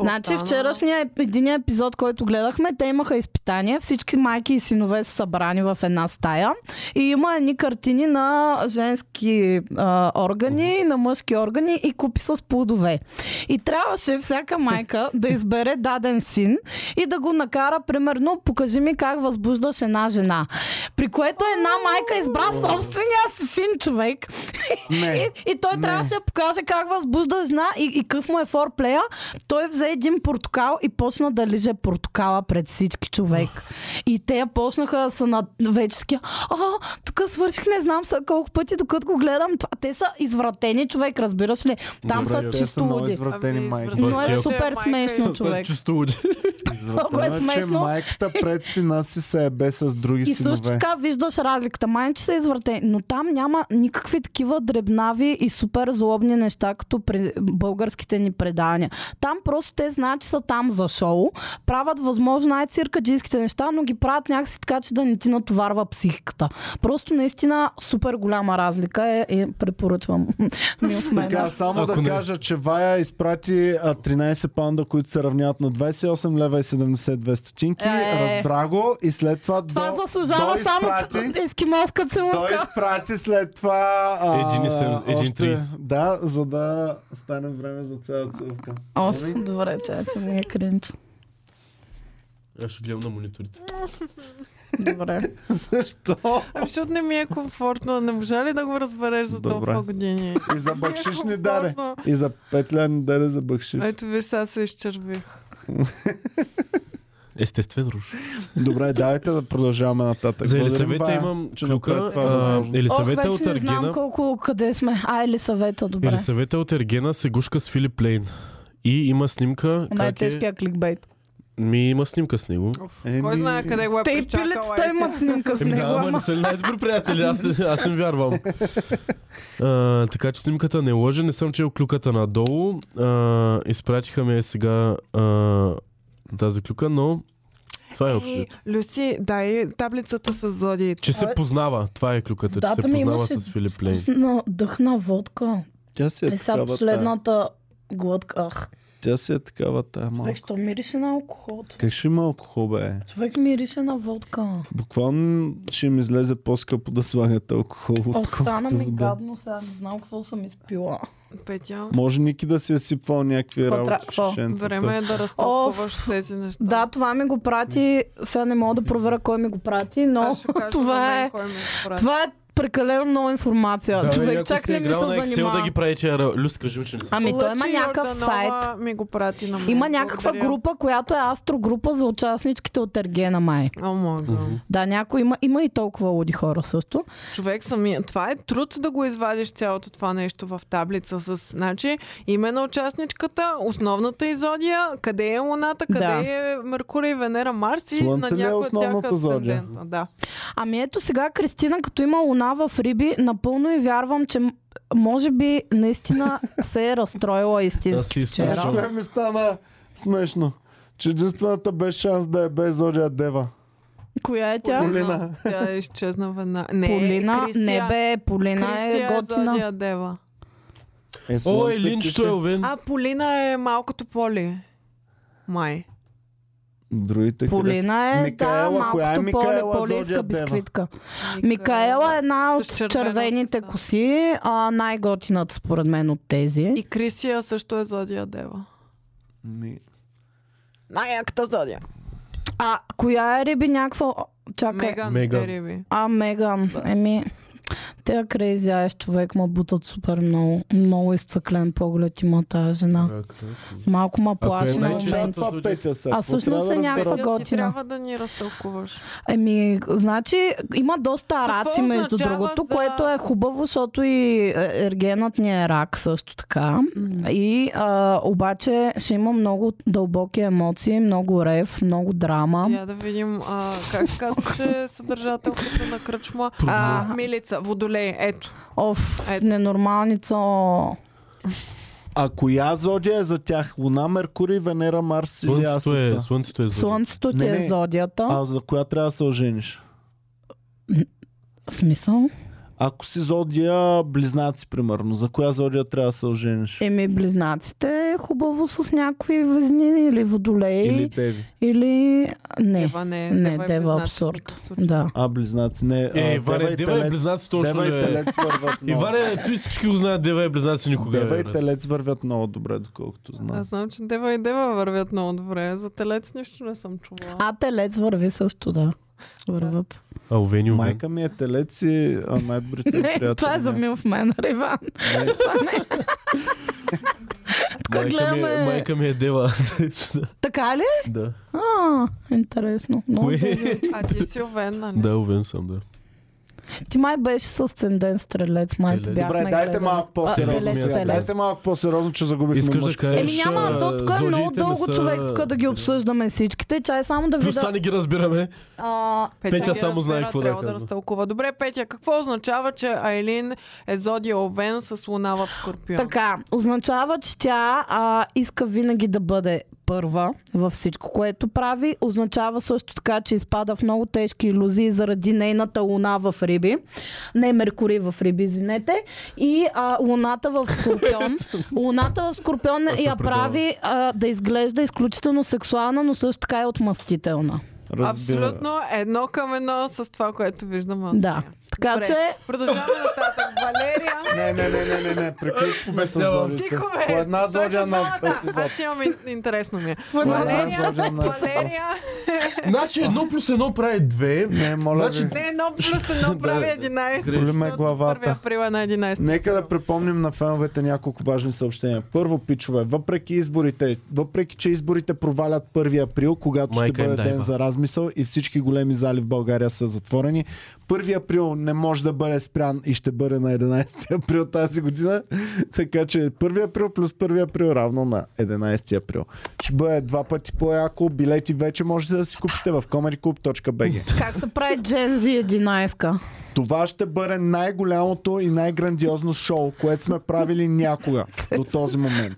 Speaker 4: Значи
Speaker 2: остана-
Speaker 4: вчерашния еп- един епизод, който гледахме, те имаха изпитания. Всички майки и синове са събрани в една стая. И има едни картини на женски а, органи, на мъжки органи и купи с плодове. И трябваше всяка майка да избере даден син и да го накара, примерно, покажи ми как възбуждаш една жена. При което една майка избра собствения си син човек.
Speaker 1: Не.
Speaker 4: И, и той
Speaker 1: Е, Не.
Speaker 4: трябваше да покаже как възбужда жена и, и къв му е форплея. Той взе един портокал и почна да лиже портокала пред всички човек. И те почнаха да са на вече такива, а, тук свърших не знам са колко пъти, докато го гледам. Това. Те са извратени човек, разбираш ли? Там
Speaker 3: Добре,
Speaker 4: са
Speaker 3: те
Speaker 1: Те са
Speaker 4: чисто
Speaker 1: много
Speaker 4: луди.
Speaker 1: извратени
Speaker 2: Ами,
Speaker 1: майки.
Speaker 2: извратени.
Speaker 4: Но е
Speaker 3: Тя-
Speaker 4: супер
Speaker 2: Майка
Speaker 4: смешно,
Speaker 2: е-
Speaker 4: човек.
Speaker 3: Чисто луди.
Speaker 1: Извратено
Speaker 4: Много е
Speaker 1: е, че
Speaker 4: смешно.
Speaker 1: майката пред сина си се ебе с други
Speaker 4: И също
Speaker 1: синове.
Speaker 4: така виждаш разликата. Май, че са извъртени, но там няма никакви такива дребнави и супер злобни неща, като при българските ни предания. Там просто те знаят, че са там за шоу, правят възможно най-циркаджийските неща, но ги правят някакси така, че да не ти натоварва психиката. Просто наистина супер голяма разлика е, е препоръчвам. Мил в мен.
Speaker 1: Така, само
Speaker 3: Ако
Speaker 1: да
Speaker 3: не-
Speaker 1: кажа, че Вая изпрати а, 13 паунда, които се равняват на 28 лева и 72 стотинки.
Speaker 4: Е.
Speaker 1: Разбра го и след това,
Speaker 4: Това
Speaker 1: до,
Speaker 4: заслужава
Speaker 1: до
Speaker 4: само
Speaker 1: изпрати-
Speaker 4: ц- ескимоска
Speaker 1: Той
Speaker 4: целувка.
Speaker 1: изпрати след това... А,
Speaker 3: Един и сем- един
Speaker 1: още-
Speaker 3: 30.
Speaker 1: Да, за да стане време за цяла целувка.
Speaker 4: Оф, добре, че, че ми е кринч.
Speaker 3: Аз ще гледам на мониторите.
Speaker 4: Добре.
Speaker 1: Защо?
Speaker 2: Ами, защото не ми е комфортно. Не можа ли да го разбереш за
Speaker 1: Добре.
Speaker 2: толкова години?
Speaker 1: И за бакшиш
Speaker 2: Ми е
Speaker 1: ни даде.
Speaker 2: комфортно.
Speaker 1: И за петля ни даде за бакшиш.
Speaker 2: Ето виж, сега се изчервих.
Speaker 3: Естествен руш.
Speaker 1: Добре, давайте да продължаваме нататък.
Speaker 3: За
Speaker 1: Благодарим,
Speaker 3: Елисавета
Speaker 1: Вая,
Speaker 3: имам
Speaker 1: че
Speaker 3: клюка.
Speaker 1: направи това е
Speaker 3: а,
Speaker 1: възможно.
Speaker 3: Елисавета
Speaker 4: Ох,
Speaker 3: е от
Speaker 4: вече не знам
Speaker 3: Ергена.
Speaker 4: колко къде сме. А, или съвета, добре.
Speaker 3: Елисавета е от Ергена се гушка с Филип Лейн. И има снимка. Как е...
Speaker 4: Най-тежкия кликбейт.
Speaker 3: Ми има снимка с него.
Speaker 2: Оф,
Speaker 1: Еми-
Speaker 2: Кой знае къде го е
Speaker 4: Те и
Speaker 2: причакала.
Speaker 4: пилетата
Speaker 2: е,
Speaker 4: имат снимка с
Speaker 3: Еми Ами да,
Speaker 4: него.
Speaker 3: ама не
Speaker 4: ама.
Speaker 3: са ли най-добри приятели? Аз, аз им вярвам. А, така че снимката не лъже, не съм чел клюката надолу. А, изпратиха ме сега а, тази клюка, но това е общо.
Speaker 2: Ей,
Speaker 3: взето.
Speaker 2: Люси, дай таблицата с зодиите.
Speaker 3: Че се
Speaker 4: Абе,
Speaker 3: познава, това е клюката,
Speaker 4: да,
Speaker 3: че се
Speaker 4: да ми
Speaker 3: познава
Speaker 4: имаше
Speaker 3: с Филип Лейн.
Speaker 4: Вкусна, дъхна водка.
Speaker 1: Тя си
Speaker 4: Е,
Speaker 1: е
Speaker 4: сега
Speaker 1: такава тая.
Speaker 4: последната глътка. Ах,
Speaker 1: Тя си е такава тая малко.
Speaker 4: човек, що мирише на алкохол?
Speaker 1: Как ще има алкохол, бе?
Speaker 4: Човек мирише на водка.
Speaker 1: Буквално ще им излезе по-скъпо да слагат алкохол,
Speaker 4: Ох, стана
Speaker 1: отколкото
Speaker 4: ми
Speaker 1: вода.
Speaker 4: гадно сега. Не знам какво съм изпила.
Speaker 2: Петя.
Speaker 1: Може Ники да си е сипвал някакви
Speaker 4: Какво
Speaker 1: работи
Speaker 4: тра-
Speaker 1: в
Speaker 4: какво?
Speaker 1: шишенцата.
Speaker 2: Време е да разтълкуваш тези неща.
Speaker 4: Да, това ми го прати. Сега не мога да проверя кой ми го прати, но
Speaker 2: Аз ще кажа на
Speaker 4: това
Speaker 2: мен
Speaker 4: е...
Speaker 2: кой ме изпрати.
Speaker 4: Това е прекалено много информация. Човек, чак не ми се
Speaker 3: да
Speaker 4: занимава.
Speaker 3: ги прави тия Люс, кажи ми, че е не си.
Speaker 4: Ами той има
Speaker 2: Лъчи
Speaker 4: някакъв сайт.
Speaker 2: Йорданова Ми го прати на мен.
Speaker 4: Има някаква
Speaker 2: Благодаря.
Speaker 4: група, която е астрогрупа за участничките от Ергена Май.
Speaker 2: О, мога.
Speaker 4: Да, някой има, има и толкова луди хора също.
Speaker 2: Човек самия. Това е труд да го извадиш цялото това нещо в таблица с, значи, име на участничката, основната изодия, къде е Луната, къде
Speaker 4: Да.
Speaker 2: е Меркурий, Венера, Марс
Speaker 1: Слънце
Speaker 2: и
Speaker 1: ли е
Speaker 2: на някоя
Speaker 1: основната
Speaker 2: тях
Speaker 1: зодия?
Speaker 2: асцендентна. Да.
Speaker 4: Ами ето сега Кристина, като има луна в Риби, напълно и вярвам, че м- може би наистина се е разстроила истински
Speaker 3: Да, си
Speaker 1: Знаеш
Speaker 4: вчера.
Speaker 3: изпращам.
Speaker 1: кое ми стана смешно? Че единствената беше шанс да е без Зодия Дева.
Speaker 4: Коя е тя?
Speaker 1: Полина.
Speaker 2: Тя е изчезна веднага. Не,
Speaker 4: Полина,
Speaker 2: Кристия.
Speaker 4: не бе, Полина е
Speaker 2: Кристия е
Speaker 4: готина.
Speaker 2: зодия Дева.
Speaker 1: Е,
Speaker 3: О,
Speaker 1: слънце
Speaker 3: Елинчето
Speaker 1: кише.
Speaker 3: е овен.
Speaker 2: А, Полина е малкото поле. Май.
Speaker 1: Другите къде
Speaker 4: Полина е, да,
Speaker 1: Микаела, коя е
Speaker 4: малкото поле,
Speaker 1: Микаела
Speaker 4: поле
Speaker 1: Зодия
Speaker 4: иска
Speaker 1: Дева?
Speaker 4: бисквитка. Микаела е една
Speaker 2: С
Speaker 4: от
Speaker 2: червена
Speaker 4: червените
Speaker 2: коса.
Speaker 4: коси, а най-готината според мен от тези.
Speaker 2: И Крисия също е зодия Дева.
Speaker 1: са? Ми,
Speaker 2: Най-яката зодия.
Speaker 4: А коя е Риби някаква... Чакай.
Speaker 2: Меган,
Speaker 3: Меган.
Speaker 2: Риби.
Speaker 4: А, Меган. Еми, тя крейзи айс човек ма бутат супер много. Много изцъклен поглед има тази жена. Малко ма плаши
Speaker 6: е
Speaker 4: на
Speaker 6: най- че-
Speaker 4: момент.
Speaker 1: Това петя сега.
Speaker 4: А
Speaker 1: Какво
Speaker 4: всъщност
Speaker 1: трябва
Speaker 4: е
Speaker 1: да
Speaker 4: някаква
Speaker 1: разбера?
Speaker 2: Ти
Speaker 4: готина.
Speaker 2: трябва да ни разтълкуваш.
Speaker 4: Еми, значи има доста
Speaker 2: Какво
Speaker 4: раци, между
Speaker 2: означава
Speaker 4: другото,
Speaker 2: за-
Speaker 4: което е хубаво, защото и е, ергенът ни е рак също така. И а, обаче ще има много дълбоки емоции, много рев, много драма.
Speaker 2: Я да видим а, как казваше съдържателката на кръчма. А, милица, водолей, ето.
Speaker 4: Оф,
Speaker 2: Ето.
Speaker 4: ненормалница.
Speaker 1: А коя зодия е за тях? Луна, Меркурий, Венера, Марс или
Speaker 3: Слънцето е,
Speaker 1: Асица?
Speaker 3: слънцето е за...
Speaker 4: Слънцето ти
Speaker 1: Не,
Speaker 4: е
Speaker 1: не.
Speaker 4: зодията.
Speaker 1: А за коя трябва да се ожениш?
Speaker 4: Смисъл?
Speaker 1: Ако си зодия близнаци, примерно, за коя зодия трябва да се ожениш?
Speaker 4: Еми, близнаците е хубаво с някакви везни или водолеи,
Speaker 1: Или
Speaker 4: или...
Speaker 1: Деви?
Speaker 4: или... Не,
Speaker 2: Ева не,
Speaker 4: не,
Speaker 2: е
Speaker 4: дева
Speaker 2: близнак в
Speaker 4: абсурд.
Speaker 2: никакъв случай.
Speaker 4: Да.
Speaker 1: А, близнаци, не. а,
Speaker 3: Е, Иване,
Speaker 1: Дева и
Speaker 3: Дева е
Speaker 1: Телец.
Speaker 3: близнаци точно
Speaker 1: Дева и
Speaker 3: е.
Speaker 1: Телец върват много.
Speaker 3: Иване, той всички го знаят, Дева е близнаци никога.
Speaker 1: Дева и
Speaker 3: бе.
Speaker 1: Телец вървят много добре, доколкото знам.
Speaker 2: Аз знам, че Дева и Дева вървят много добре. За телец нищо не съм чувала.
Speaker 4: А телец върви също, да. Върват.
Speaker 3: А, Овени, Овен.
Speaker 1: Майка ми е телец и а, най-добрите ми
Speaker 4: Не,
Speaker 1: приятели.
Speaker 4: това е за
Speaker 1: ми.
Speaker 4: мил в мен, Риван.
Speaker 1: Не,
Speaker 4: Това не е. Така
Speaker 3: Майка ми, е,
Speaker 4: гледаме.
Speaker 3: майка ми е Дева.
Speaker 4: Така е ли?
Speaker 3: да.
Speaker 4: А, интересно. Много
Speaker 3: Кое?
Speaker 4: добре.
Speaker 2: А ти си овен, нали?
Speaker 3: Да, Овен съм, да.
Speaker 4: Ти май беше с ценден стрелец, май ти
Speaker 3: Телец.
Speaker 4: бяхме
Speaker 1: Добре, дайте
Speaker 4: гледали.
Speaker 1: малко по-сериозно е
Speaker 4: А, телец,
Speaker 1: сега.
Speaker 4: телец.
Speaker 1: Дайте малко по-сериозно, че загубихме
Speaker 3: Искаш да
Speaker 1: мъжките.
Speaker 3: кажеш...
Speaker 4: Еми няма,
Speaker 3: а,
Speaker 4: то тук е много
Speaker 3: зодиите не
Speaker 4: дълго
Speaker 3: са-
Speaker 4: човек тук да ги обсъждаме всичките. Чай само да
Speaker 3: Плюс това
Speaker 4: видя.
Speaker 3: не ги разбираме.
Speaker 4: А,
Speaker 3: Петя
Speaker 2: ги
Speaker 3: само знае
Speaker 2: разбира,
Speaker 3: какво да
Speaker 2: трябва да,
Speaker 3: казва.
Speaker 2: разтълкува. Добре, Петя, какво означава, че Айлин е зодия овен с луна в Скорпион?
Speaker 4: Така, означава, че тя а, иска винаги да бъде първа във всичко, което прави. Означава също така, че изпада в много тежки иллюзии заради нейната луна в Риби. Не, Меркурий в Риби, извинете. И а, луната в Скорпион. луната в Скорпион
Speaker 3: Аз се
Speaker 4: я
Speaker 3: предавам.
Speaker 4: прави а, да изглежда изключително сексуална, но също така и отмъстителна.
Speaker 1: Разбира.
Speaker 2: Абсолютно едно към едно с това, което виждам. аз.
Speaker 4: Да. Така
Speaker 2: Добре.
Speaker 4: че
Speaker 2: Продължаваме нататък. Валерия.
Speaker 1: Не, не, не, не, не, не. Приключихме с зодиите.
Speaker 2: Тихо, бе!
Speaker 1: По една
Speaker 2: Той
Speaker 1: зодия на
Speaker 2: двамата.
Speaker 1: епизод.
Speaker 2: Аз имам ин- интересно ми. е.
Speaker 1: По една
Speaker 2: Валерия,
Speaker 1: зодия на епизод.
Speaker 2: Валерия,
Speaker 3: Значи едно плюс едно прави две.
Speaker 1: Не, моля
Speaker 3: Значи,
Speaker 1: ви.
Speaker 2: не едно плюс едно прави 11.
Speaker 1: Боли ме
Speaker 2: защото
Speaker 1: главата.
Speaker 2: 1 април е на 11.
Speaker 1: Нека да припомним на феновете няколко важни съобщения. Първо, пичове, въпреки изборите, въпреки че изборите провалят 1 април, когато
Speaker 3: Майка
Speaker 1: ще
Speaker 3: им
Speaker 1: бъде
Speaker 3: дай,
Speaker 1: ден
Speaker 3: ба.
Speaker 1: за размисъл и всички големи зали в България са затворени, 1 април не може да бъде спрян и ще бъде на 11 април тази година. Така че 1 април плюс 1 април равно на 11 април. Ще бъде два пъти по-яко. Билети вече можете да си купите в comedyclub.bg.
Speaker 4: как се прави Джензи 11-ка?
Speaker 1: Това ще бъде най-голямото и най-грандиозно шоу, което сме правили някога до този момент.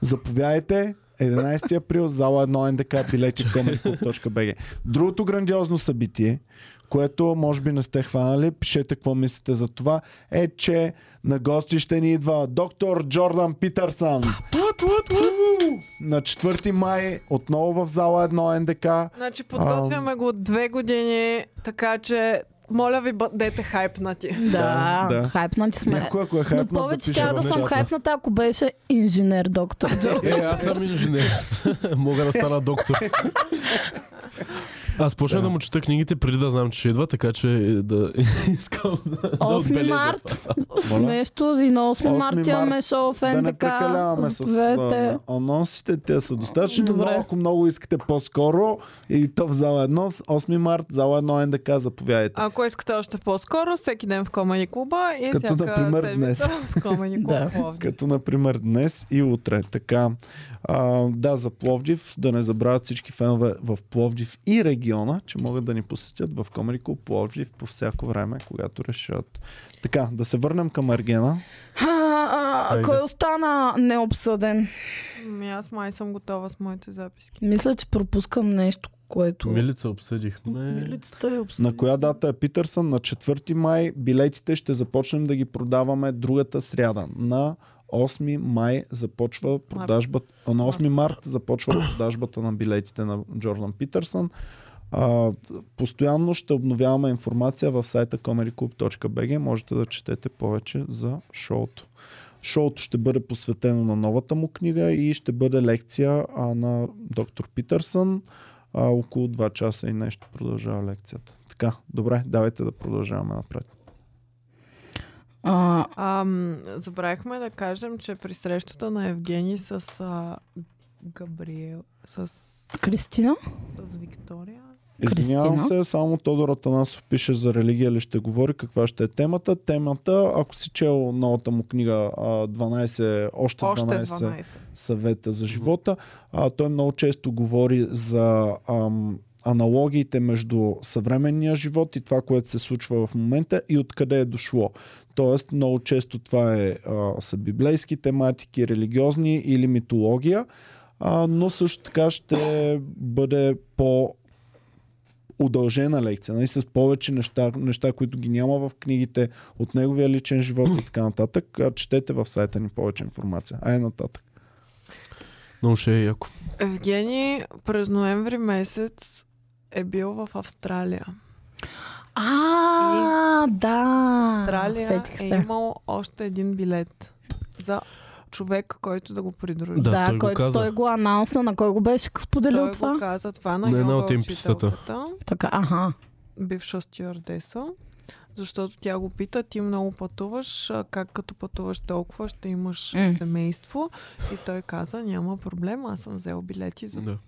Speaker 1: Заповядайте 11 април, зала 1 НДК, билети в comedyclub.bg. Другото грандиозно събитие, което може би не сте хванали, пишете какво мислите за това, е, че на гости ще ни идва доктор Джордан Питърсън. На 4 май отново в зала 1 НДК.
Speaker 2: Значи подготвяме го две години, така че моля ви бъдете хайпнати.
Speaker 4: Да,
Speaker 1: да.
Speaker 4: хайпнати сме.
Speaker 1: Някой, ако е
Speaker 4: Но
Speaker 1: хайпнат, да
Speaker 4: повече
Speaker 1: пише
Speaker 4: тя
Speaker 1: в
Speaker 4: да съм
Speaker 1: чата.
Speaker 4: хайпната, ако беше инженер доктор.
Speaker 3: Е, аз съм инженер. Мога да стана доктор. Аз почнах да му чета книгите преди да знам, че ще идва, така че е, да искам да- да
Speaker 4: 8
Speaker 3: отбележа
Speaker 4: март.
Speaker 1: Моля?
Speaker 4: Нещо и на 8
Speaker 1: 8
Speaker 4: март имаме шоу в
Speaker 1: Да не
Speaker 4: НДК.
Speaker 1: прекаляваме с
Speaker 4: Заповядайте.
Speaker 1: а, анонсите, те са достатъчни,
Speaker 4: Добре.
Speaker 1: но ако много искате по-скоро и то в зала 1, 8 март, зала 1 НДК, заповядайте.
Speaker 2: Ако искате още по-скоро, всеки ден в Комани клуба и
Speaker 1: Като,
Speaker 2: всяка
Speaker 1: например, днес.
Speaker 2: седмица в Комани клуб.
Speaker 4: Да.
Speaker 2: Пловдив.
Speaker 1: Като, например, днес и утре. Така, а, да, за Пловдив, да не забравят всички фенове в Пловдив и региона, че могат да ни посетят в Комерико Пловдив по всяко време, когато решат. Така, да се върнем към Аргена.
Speaker 4: А, а,
Speaker 3: Хайде.
Speaker 4: Кой остана необсъден?
Speaker 2: Ами аз май съм готова с моите записки.
Speaker 4: Мисля, че пропускам нещо, което...
Speaker 3: Милица обсъдихме.
Speaker 4: Милицата е обсъдена.
Speaker 1: На коя дата е Питърсън? На 4 май. Билетите ще започнем да ги продаваме другата сряда. На 8 май започва продажбата. На 8 март започва продажбата на билетите на Джордан Питърсън. А, постоянно ще обновяваме информация в сайта comedyclub.bg. Можете да четете повече за шоуто. Шоуто ще бъде посветено на новата му книга и ще бъде лекция а, на доктор Питърсън. а, около 2 часа и нещо продължава лекцията. Така, добре, давайте да продължаваме напред.
Speaker 4: А,
Speaker 2: Ам, забравихме да кажем, че при срещата на Евгений с а, Габриел, с, с
Speaker 4: Кристина?
Speaker 2: Виктория,
Speaker 1: Извинявам
Speaker 4: Кристина?
Speaker 1: се, само Тодор Атанасов пише за религия ли ще говори, каква ще е темата. Темата, ако си чел новата му книга а, 12, още 12,
Speaker 2: още
Speaker 1: 12
Speaker 2: 12.
Speaker 1: съвета за живота. А, той много често говори за ам, аналогиите между съвременния живот и това, което се случва в момента и откъде е дошло. Тоест, много често това е, а, са библейски тематики, религиозни или митология, а, но също така ще бъде по удължена лекция, нали, с повече неща, неща, които ги няма в книгите от неговия личен живот и така нататък. А, Четете в сайта ни повече информация. Ай нататък.
Speaker 3: Много ще е яко.
Speaker 2: Евгений през ноември месец е бил в Австралия.
Speaker 4: А, да.
Speaker 2: Австралия
Speaker 4: Сетих
Speaker 2: е
Speaker 4: се.
Speaker 2: имал още един билет за човек, който да го придружи.
Speaker 3: Да,
Speaker 4: Да,
Speaker 3: той го
Speaker 4: който
Speaker 3: каза.
Speaker 4: той е го анонсна, на кой го беше споделил
Speaker 2: Той
Speaker 4: е това?
Speaker 2: го каза това е на
Speaker 3: На една
Speaker 2: йога
Speaker 3: от импистата.
Speaker 2: учителката,
Speaker 4: Така, аха.
Speaker 2: бивша стюардеса, защото тя го пита, ти много пътуваш, а как като пътуваш толкова ще имаш
Speaker 4: М.
Speaker 2: семейство. И той каза, няма проблем, аз съм взел билети за
Speaker 3: Да.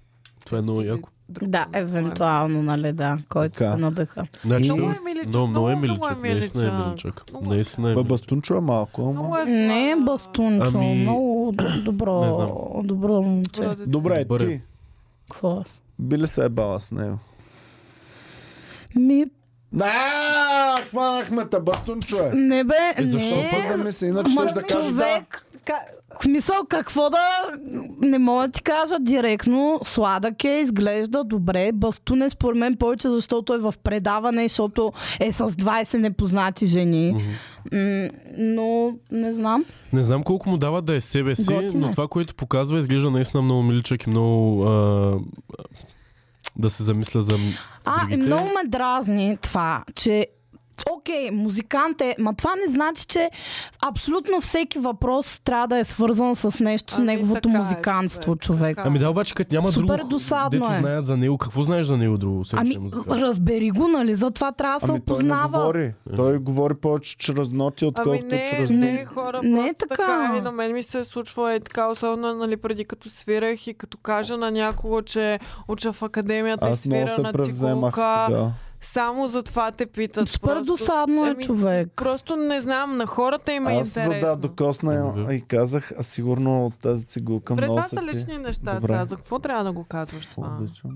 Speaker 3: Това е много яко.
Speaker 2: друг
Speaker 4: Да,
Speaker 2: ден, това е.
Speaker 4: евентуално, нали, да, който
Speaker 1: Така.
Speaker 4: се надъха.
Speaker 3: Значи,
Speaker 2: Много
Speaker 3: много,
Speaker 2: е миличък.
Speaker 3: много, много е миличък.
Speaker 2: много
Speaker 3: Наистина е миличък.
Speaker 2: Много е
Speaker 3: Наистина
Speaker 1: Бе,
Speaker 3: е миличък.
Speaker 1: Бастунчо е малко,
Speaker 2: Много
Speaker 1: ама...
Speaker 2: е
Speaker 4: Не,
Speaker 2: слаб.
Speaker 4: бастунчо,
Speaker 3: Ами,
Speaker 4: много д-
Speaker 3: не
Speaker 4: добро,
Speaker 3: знам.
Speaker 4: добро момче.
Speaker 2: Добре,
Speaker 1: Добре,
Speaker 3: Добър е.
Speaker 1: ти.
Speaker 4: Какво? е?
Speaker 1: Би ли се е бала с него?
Speaker 4: Ми,
Speaker 1: Да, хванахме те, Бастунчо е.
Speaker 4: не бе,
Speaker 3: Е, защо
Speaker 4: не.
Speaker 1: Какво замисли? Иначе ще да кажеш да.
Speaker 4: човек, ка- в смисъл какво да... Не мога да ти кажа директно. Сладък е, изглежда добре. Бастун е според мен повече, защото е в предаване, защото е с 20 непознати жени. М, Но не знам.
Speaker 3: Не знам колко му дават да е себе си,
Speaker 4: Готин
Speaker 3: но
Speaker 4: е.
Speaker 3: това, което показва, изглежда наистина много миличък и много... А, а, да се замисля за м-
Speaker 4: А, е
Speaker 3: другите.
Speaker 4: много ме дразни това, че Окей, музикант е, ма това не значи, че абсолютно всеки въпрос трябва да е свързан с нещо, с
Speaker 2: Ами
Speaker 4: неговото
Speaker 2: така е,
Speaker 4: музиканство,
Speaker 2: човек,
Speaker 4: човек.
Speaker 2: така е.
Speaker 3: Ами да, обаче като няма
Speaker 4: Супер
Speaker 3: друго,
Speaker 4: досадно
Speaker 3: дето
Speaker 4: е.
Speaker 3: знаят за него, какво знаеш за него друго? освен, че
Speaker 4: Ами,
Speaker 3: е музикант?
Speaker 4: разбери го, нали? Затова трябва да се
Speaker 1: Ами той не
Speaker 4: опознава.
Speaker 1: говори. Той говори повече чрез ноти,
Speaker 2: Ами
Speaker 1: отколкото
Speaker 2: не,
Speaker 1: чрез...
Speaker 2: не, хора,
Speaker 4: Не е
Speaker 2: не така. така.
Speaker 4: така.
Speaker 2: И на мен ми се случва е така, особено нали, преди като свирах и като кажа на някого, че уча в академията и
Speaker 1: Аз много
Speaker 2: свира
Speaker 1: се
Speaker 2: на
Speaker 1: превземах
Speaker 2: цигулка.
Speaker 1: тогава.
Speaker 2: Само за това те питат.
Speaker 4: Супер
Speaker 2: Просто-
Speaker 4: досадно е
Speaker 2: еми,
Speaker 4: човек.
Speaker 2: Просто не знам, на хората има
Speaker 1: Аз
Speaker 2: Ами интересно.
Speaker 1: за да докосна
Speaker 3: Мгм.
Speaker 1: и казах, а сигурно от тази цигулка
Speaker 2: Добре,
Speaker 1: много
Speaker 2: това
Speaker 1: се
Speaker 2: са лични неща
Speaker 1: Добре.
Speaker 2: сега. За какво трябва да го казваш това?
Speaker 1: Обичам.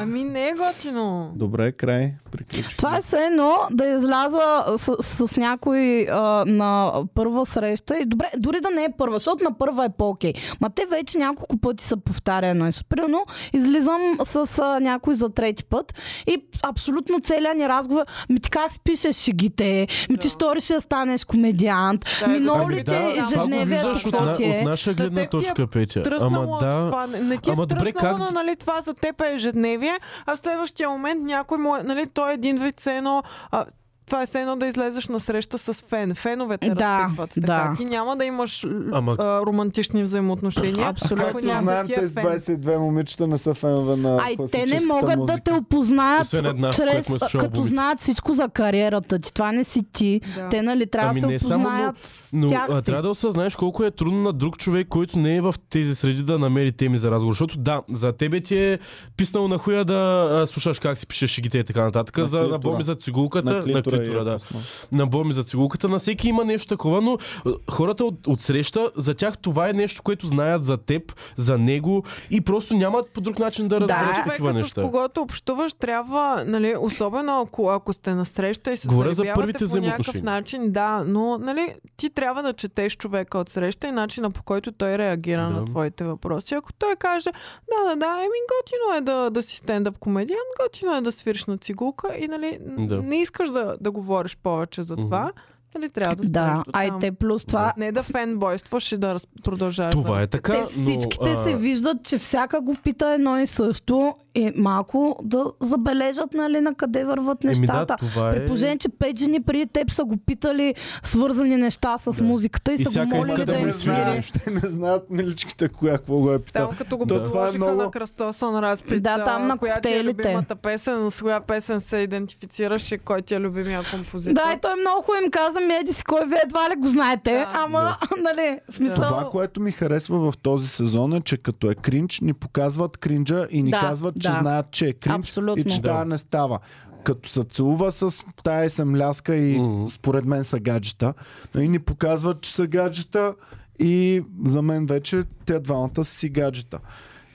Speaker 2: Ами не е готино.
Speaker 1: Добре, край. Приключихме.
Speaker 4: Това е все едно да изляза с, с някой а, на първа среща. И добре, дори да не е първа, защото на първа е по-окей. Ма те вече няколко пъти са повтаря едно и също. Примерно излизам с а, някой за трети път и абсолютно целият ни разговор. Ми ти как спишеш шегите? Ми ти
Speaker 2: Да.
Speaker 4: ще реши да станеш комедиант?
Speaker 2: Да,
Speaker 4: ми
Speaker 2: е,
Speaker 4: много
Speaker 2: да,
Speaker 4: ли
Speaker 2: да,
Speaker 4: те
Speaker 2: да,
Speaker 4: е
Speaker 2: да.
Speaker 3: Ами, това го
Speaker 4: ежедневието
Speaker 3: виждаш от, на,
Speaker 4: какво ти е?
Speaker 3: от наша
Speaker 2: Да,
Speaker 3: гледна
Speaker 2: теб ти е
Speaker 3: точка, Петя.
Speaker 2: Тръснало
Speaker 3: Ама
Speaker 2: да,
Speaker 3: да,
Speaker 2: това. Не, не ти е
Speaker 3: ама добре,
Speaker 2: тръснало,
Speaker 3: как-
Speaker 2: но нали, това за теб е ежедневие, а в следващия момент някой му, е- нали, той е един вид все едно... А, това е все едно да излезеш на среща с фен. Феновете
Speaker 4: Да,
Speaker 2: разпитват. Така.
Speaker 4: да.
Speaker 2: Ти няма да имаш л-
Speaker 3: Ама-
Speaker 2: а, романтични взаимоотношения.
Speaker 4: Абсолютно.
Speaker 2: ако
Speaker 1: Както
Speaker 2: някой
Speaker 1: знаем,
Speaker 2: ти е
Speaker 1: тези
Speaker 2: фен.
Speaker 1: 22 момичета не са фенове на
Speaker 4: Ай, те не
Speaker 1: класическата
Speaker 4: могат
Speaker 1: музика.
Speaker 4: да те опознаят,
Speaker 3: Освен една,
Speaker 4: чрез,
Speaker 3: която ме слуша
Speaker 4: като
Speaker 3: албумите.
Speaker 4: знаят всичко за кариерата ти. Това не си ти.
Speaker 2: Да.
Speaker 4: Те, нали, трябва
Speaker 3: Ами
Speaker 4: да се
Speaker 3: не само,
Speaker 4: опознаят
Speaker 3: Но
Speaker 4: тях
Speaker 3: а,
Speaker 4: си.
Speaker 3: трябва да осъзнаеш колко е трудно на друг човек, който не е в тези среди да намери теми за разговор. Защото да, за тебе ти е писнал на хуя да а, слушаш как си пишеш шигите и така нататък.
Speaker 1: На
Speaker 3: На за, на
Speaker 1: клитора.
Speaker 3: Боми за цигулката.
Speaker 1: на клитора,
Speaker 3: клитора,
Speaker 1: е
Speaker 3: да.
Speaker 1: пусна.
Speaker 3: На Боми за цигулката. На всеки има нещо такова, но а, хората от, от среща, за тях това е нещо, което знаят за теб, за него и просто нямат по друг начин да разберат
Speaker 2: Да,
Speaker 3: такива
Speaker 2: човека с
Speaker 3: неща.
Speaker 2: когото общуваш трябва, нали, особено ако, ако сте на среща и се
Speaker 3: Говоря за
Speaker 2: заребявате
Speaker 3: първите
Speaker 2: по някакъв
Speaker 3: взаимоотношения.
Speaker 2: начин, да, но нали, ти трябва да четеш човека от среща и начина по който той реагира
Speaker 3: Да.
Speaker 2: на твоите въпроси. Ако той каже, да, да, да, еми готино е да, да си стендъп комедиан, готино е да свириш на цигулка и нали, н-
Speaker 3: Да.
Speaker 2: не искаш да, да говориш повече за
Speaker 3: Мгм.
Speaker 2: това, нали, трябва да
Speaker 4: Да,
Speaker 2: спреш до
Speaker 4: а и
Speaker 2: там.
Speaker 4: те плюс това.
Speaker 2: Не да фенбойстваш и да раз- продължаваш. да
Speaker 3: Това е
Speaker 2: раз-
Speaker 3: така.
Speaker 4: Те всичките
Speaker 3: но, а,
Speaker 4: се виждат, че всяка го пита едно и също и малко да забележат нали, на къде върват
Speaker 3: Еми да,
Speaker 4: нещата.
Speaker 3: това
Speaker 4: При
Speaker 3: е...
Speaker 4: положение, че пет жени преди теб са го питали свързани неща с
Speaker 3: Да.
Speaker 4: музиката и,
Speaker 3: И
Speaker 4: са го
Speaker 3: всяка
Speaker 4: молили
Speaker 3: иска
Speaker 4: да
Speaker 3: да
Speaker 4: им
Speaker 1: не
Speaker 3: го свири.
Speaker 4: свири.
Speaker 1: знаят, ще не знаят миличките коя какво го е питал.
Speaker 2: Там като го
Speaker 1: Да, това е
Speaker 2: подложиха
Speaker 1: много-
Speaker 2: на кръстосън разпит,
Speaker 4: Да, там
Speaker 2: а,
Speaker 4: на
Speaker 2: коя ти е
Speaker 4: коктейлите.
Speaker 2: любимата песен, с коя песен се идентифицираш и кой ти е любимия композитор.
Speaker 4: Да, и той много хубаво им каза, ми еди си кой вие едва ли го знаете,
Speaker 2: Да.
Speaker 4: ама, нали, в смисъл...
Speaker 1: Това, което ми харесва в този сезон е, че като е кринч, ни показват кринджа и ни
Speaker 4: Да,
Speaker 1: казват, че
Speaker 4: да.
Speaker 1: знаят, че е кринч
Speaker 4: Абсолютно.
Speaker 1: и че
Speaker 3: Да.
Speaker 1: тая не става. Като се целува с тая семляска и
Speaker 3: Мгм.
Speaker 1: според мен са гаджета, и ни показват, че са гаджета и за мен вече те двамата са си гаджета.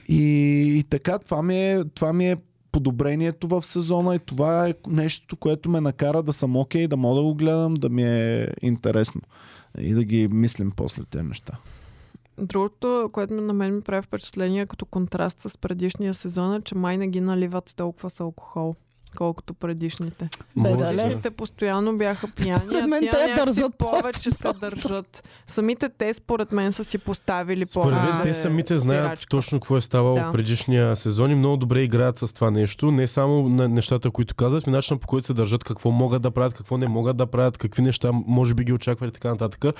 Speaker 1: И, и така, това ми, е, това ми е подобрението в сезона и това е нещо, което ме накара да съм окей, да мога да го гледам, да ми е интересно и да ги мислим после тези неща.
Speaker 2: Другото, което на мен ми прави впечатление е като контраст с предишния сезон е, че май не ги наливат толкова с алкохол колкото предишните.
Speaker 4: Бе,
Speaker 3: Може
Speaker 4: да.
Speaker 3: да.
Speaker 2: Предишните постоянно бяха пияни,
Speaker 4: Според
Speaker 2: а
Speaker 4: мен
Speaker 2: тия
Speaker 4: те
Speaker 2: някакси
Speaker 4: държат повече
Speaker 2: повече се
Speaker 4: просто.
Speaker 2: държат. Самите те според мен са си поставили по
Speaker 3: Според мен те самите знаят точно какво е ставало
Speaker 2: е Да.
Speaker 3: в предишния сезон и много добре играят с това нещо. Не само на нещата, които казват, но и начина по който се държат, какво могат да правят, какво не могат да правят, какви неща може би ги очаквали и така нататък.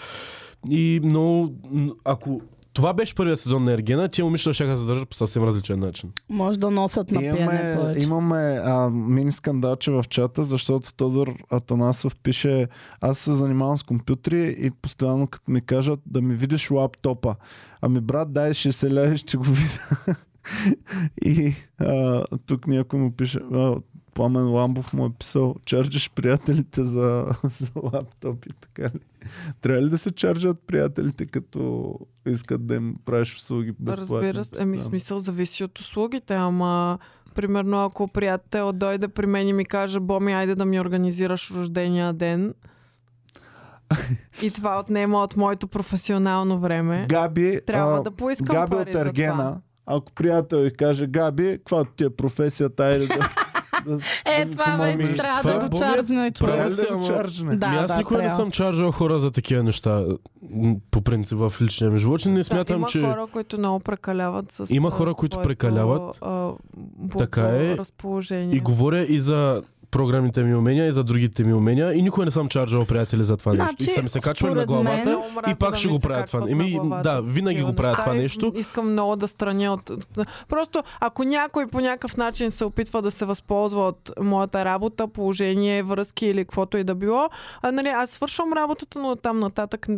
Speaker 3: И много... м, Ако това беше първия сезон на Ергена, тия момичета ще да се държат по съвсем различен начин.
Speaker 4: Може да носят на пиене
Speaker 1: Имаме,
Speaker 4: повече.
Speaker 1: имаме а, мини скандалче в чата, защото Тодор Атанасов пише аз се занимавам с компютри и постоянно като ми кажат да ми видиш лаптопа. Ами брат, дай ще се лееш, ще го видя. и а, тук някой му пише а, Пламен Ламбов му е писал чарджиш приятелите за, за лаптопи, така ли? Трябва ли да се чарджат приятелите, като искат да им правиш услуги безплатно?
Speaker 2: Разбира се, еми
Speaker 1: постоянно?
Speaker 2: смисъл зависи от услугите, ама примерно ако приятел дойде при мен и ми каже, Боми, айде да ми организираш рождения ден, и това отнема от моето професионално време.
Speaker 1: Пари. Габи,
Speaker 2: е. Трябва
Speaker 1: а,
Speaker 2: да поискам
Speaker 1: Габи
Speaker 2: пари
Speaker 1: от
Speaker 2: за
Speaker 1: Ергена, ако приятел ви каже Габи, каквато ти е професията, айде да... да
Speaker 4: Е,
Speaker 1: да
Speaker 4: това
Speaker 1: помогнеш».
Speaker 4: вече
Speaker 3: ами,
Speaker 4: трябва
Speaker 3: това
Speaker 4: да
Speaker 3: е
Speaker 4: го
Speaker 3: болест,
Speaker 4: чарджне.
Speaker 3: това е
Speaker 1: Трябва ли
Speaker 3: Просто,
Speaker 1: да го
Speaker 3: ама-
Speaker 1: чарджне?
Speaker 4: Да,
Speaker 3: Ами аз
Speaker 4: да,
Speaker 3: никога
Speaker 4: трябва.
Speaker 3: не съм чаржал хора за такива неща м, по принцип в личния ми живот. и Не смятам,
Speaker 2: има
Speaker 3: че...
Speaker 2: хора, които много прекаляват с
Speaker 3: Има
Speaker 2: а,
Speaker 3: хора, които
Speaker 2: твоето,
Speaker 3: прекаляват.
Speaker 2: а,
Speaker 3: Така е.
Speaker 2: разположение.
Speaker 3: И говоря и за програмните ми умения, и за другите ми умения. И никога не съм чарджал приятели за това нещо. И
Speaker 4: Значи,
Speaker 3: съм се качвал на
Speaker 4: според мен-
Speaker 3: главата.
Speaker 2: Много мразя
Speaker 3: Е, и пак
Speaker 2: Е, да
Speaker 3: ще
Speaker 2: ми
Speaker 3: го
Speaker 2: се
Speaker 3: правя това.
Speaker 2: качват
Speaker 3: Еми,
Speaker 2: на главата
Speaker 3: да,
Speaker 2: с
Speaker 3: винаги
Speaker 2: такива
Speaker 3: го правя
Speaker 2: неща
Speaker 3: това
Speaker 2: и
Speaker 3: нещо.
Speaker 2: Искам много да страня от... Просто, ако някой по някакъв начин се опитва да се възползва от моята работа, положение, връзки или каквото и да било, а, нали, аз свършвам работата, но там нататък м,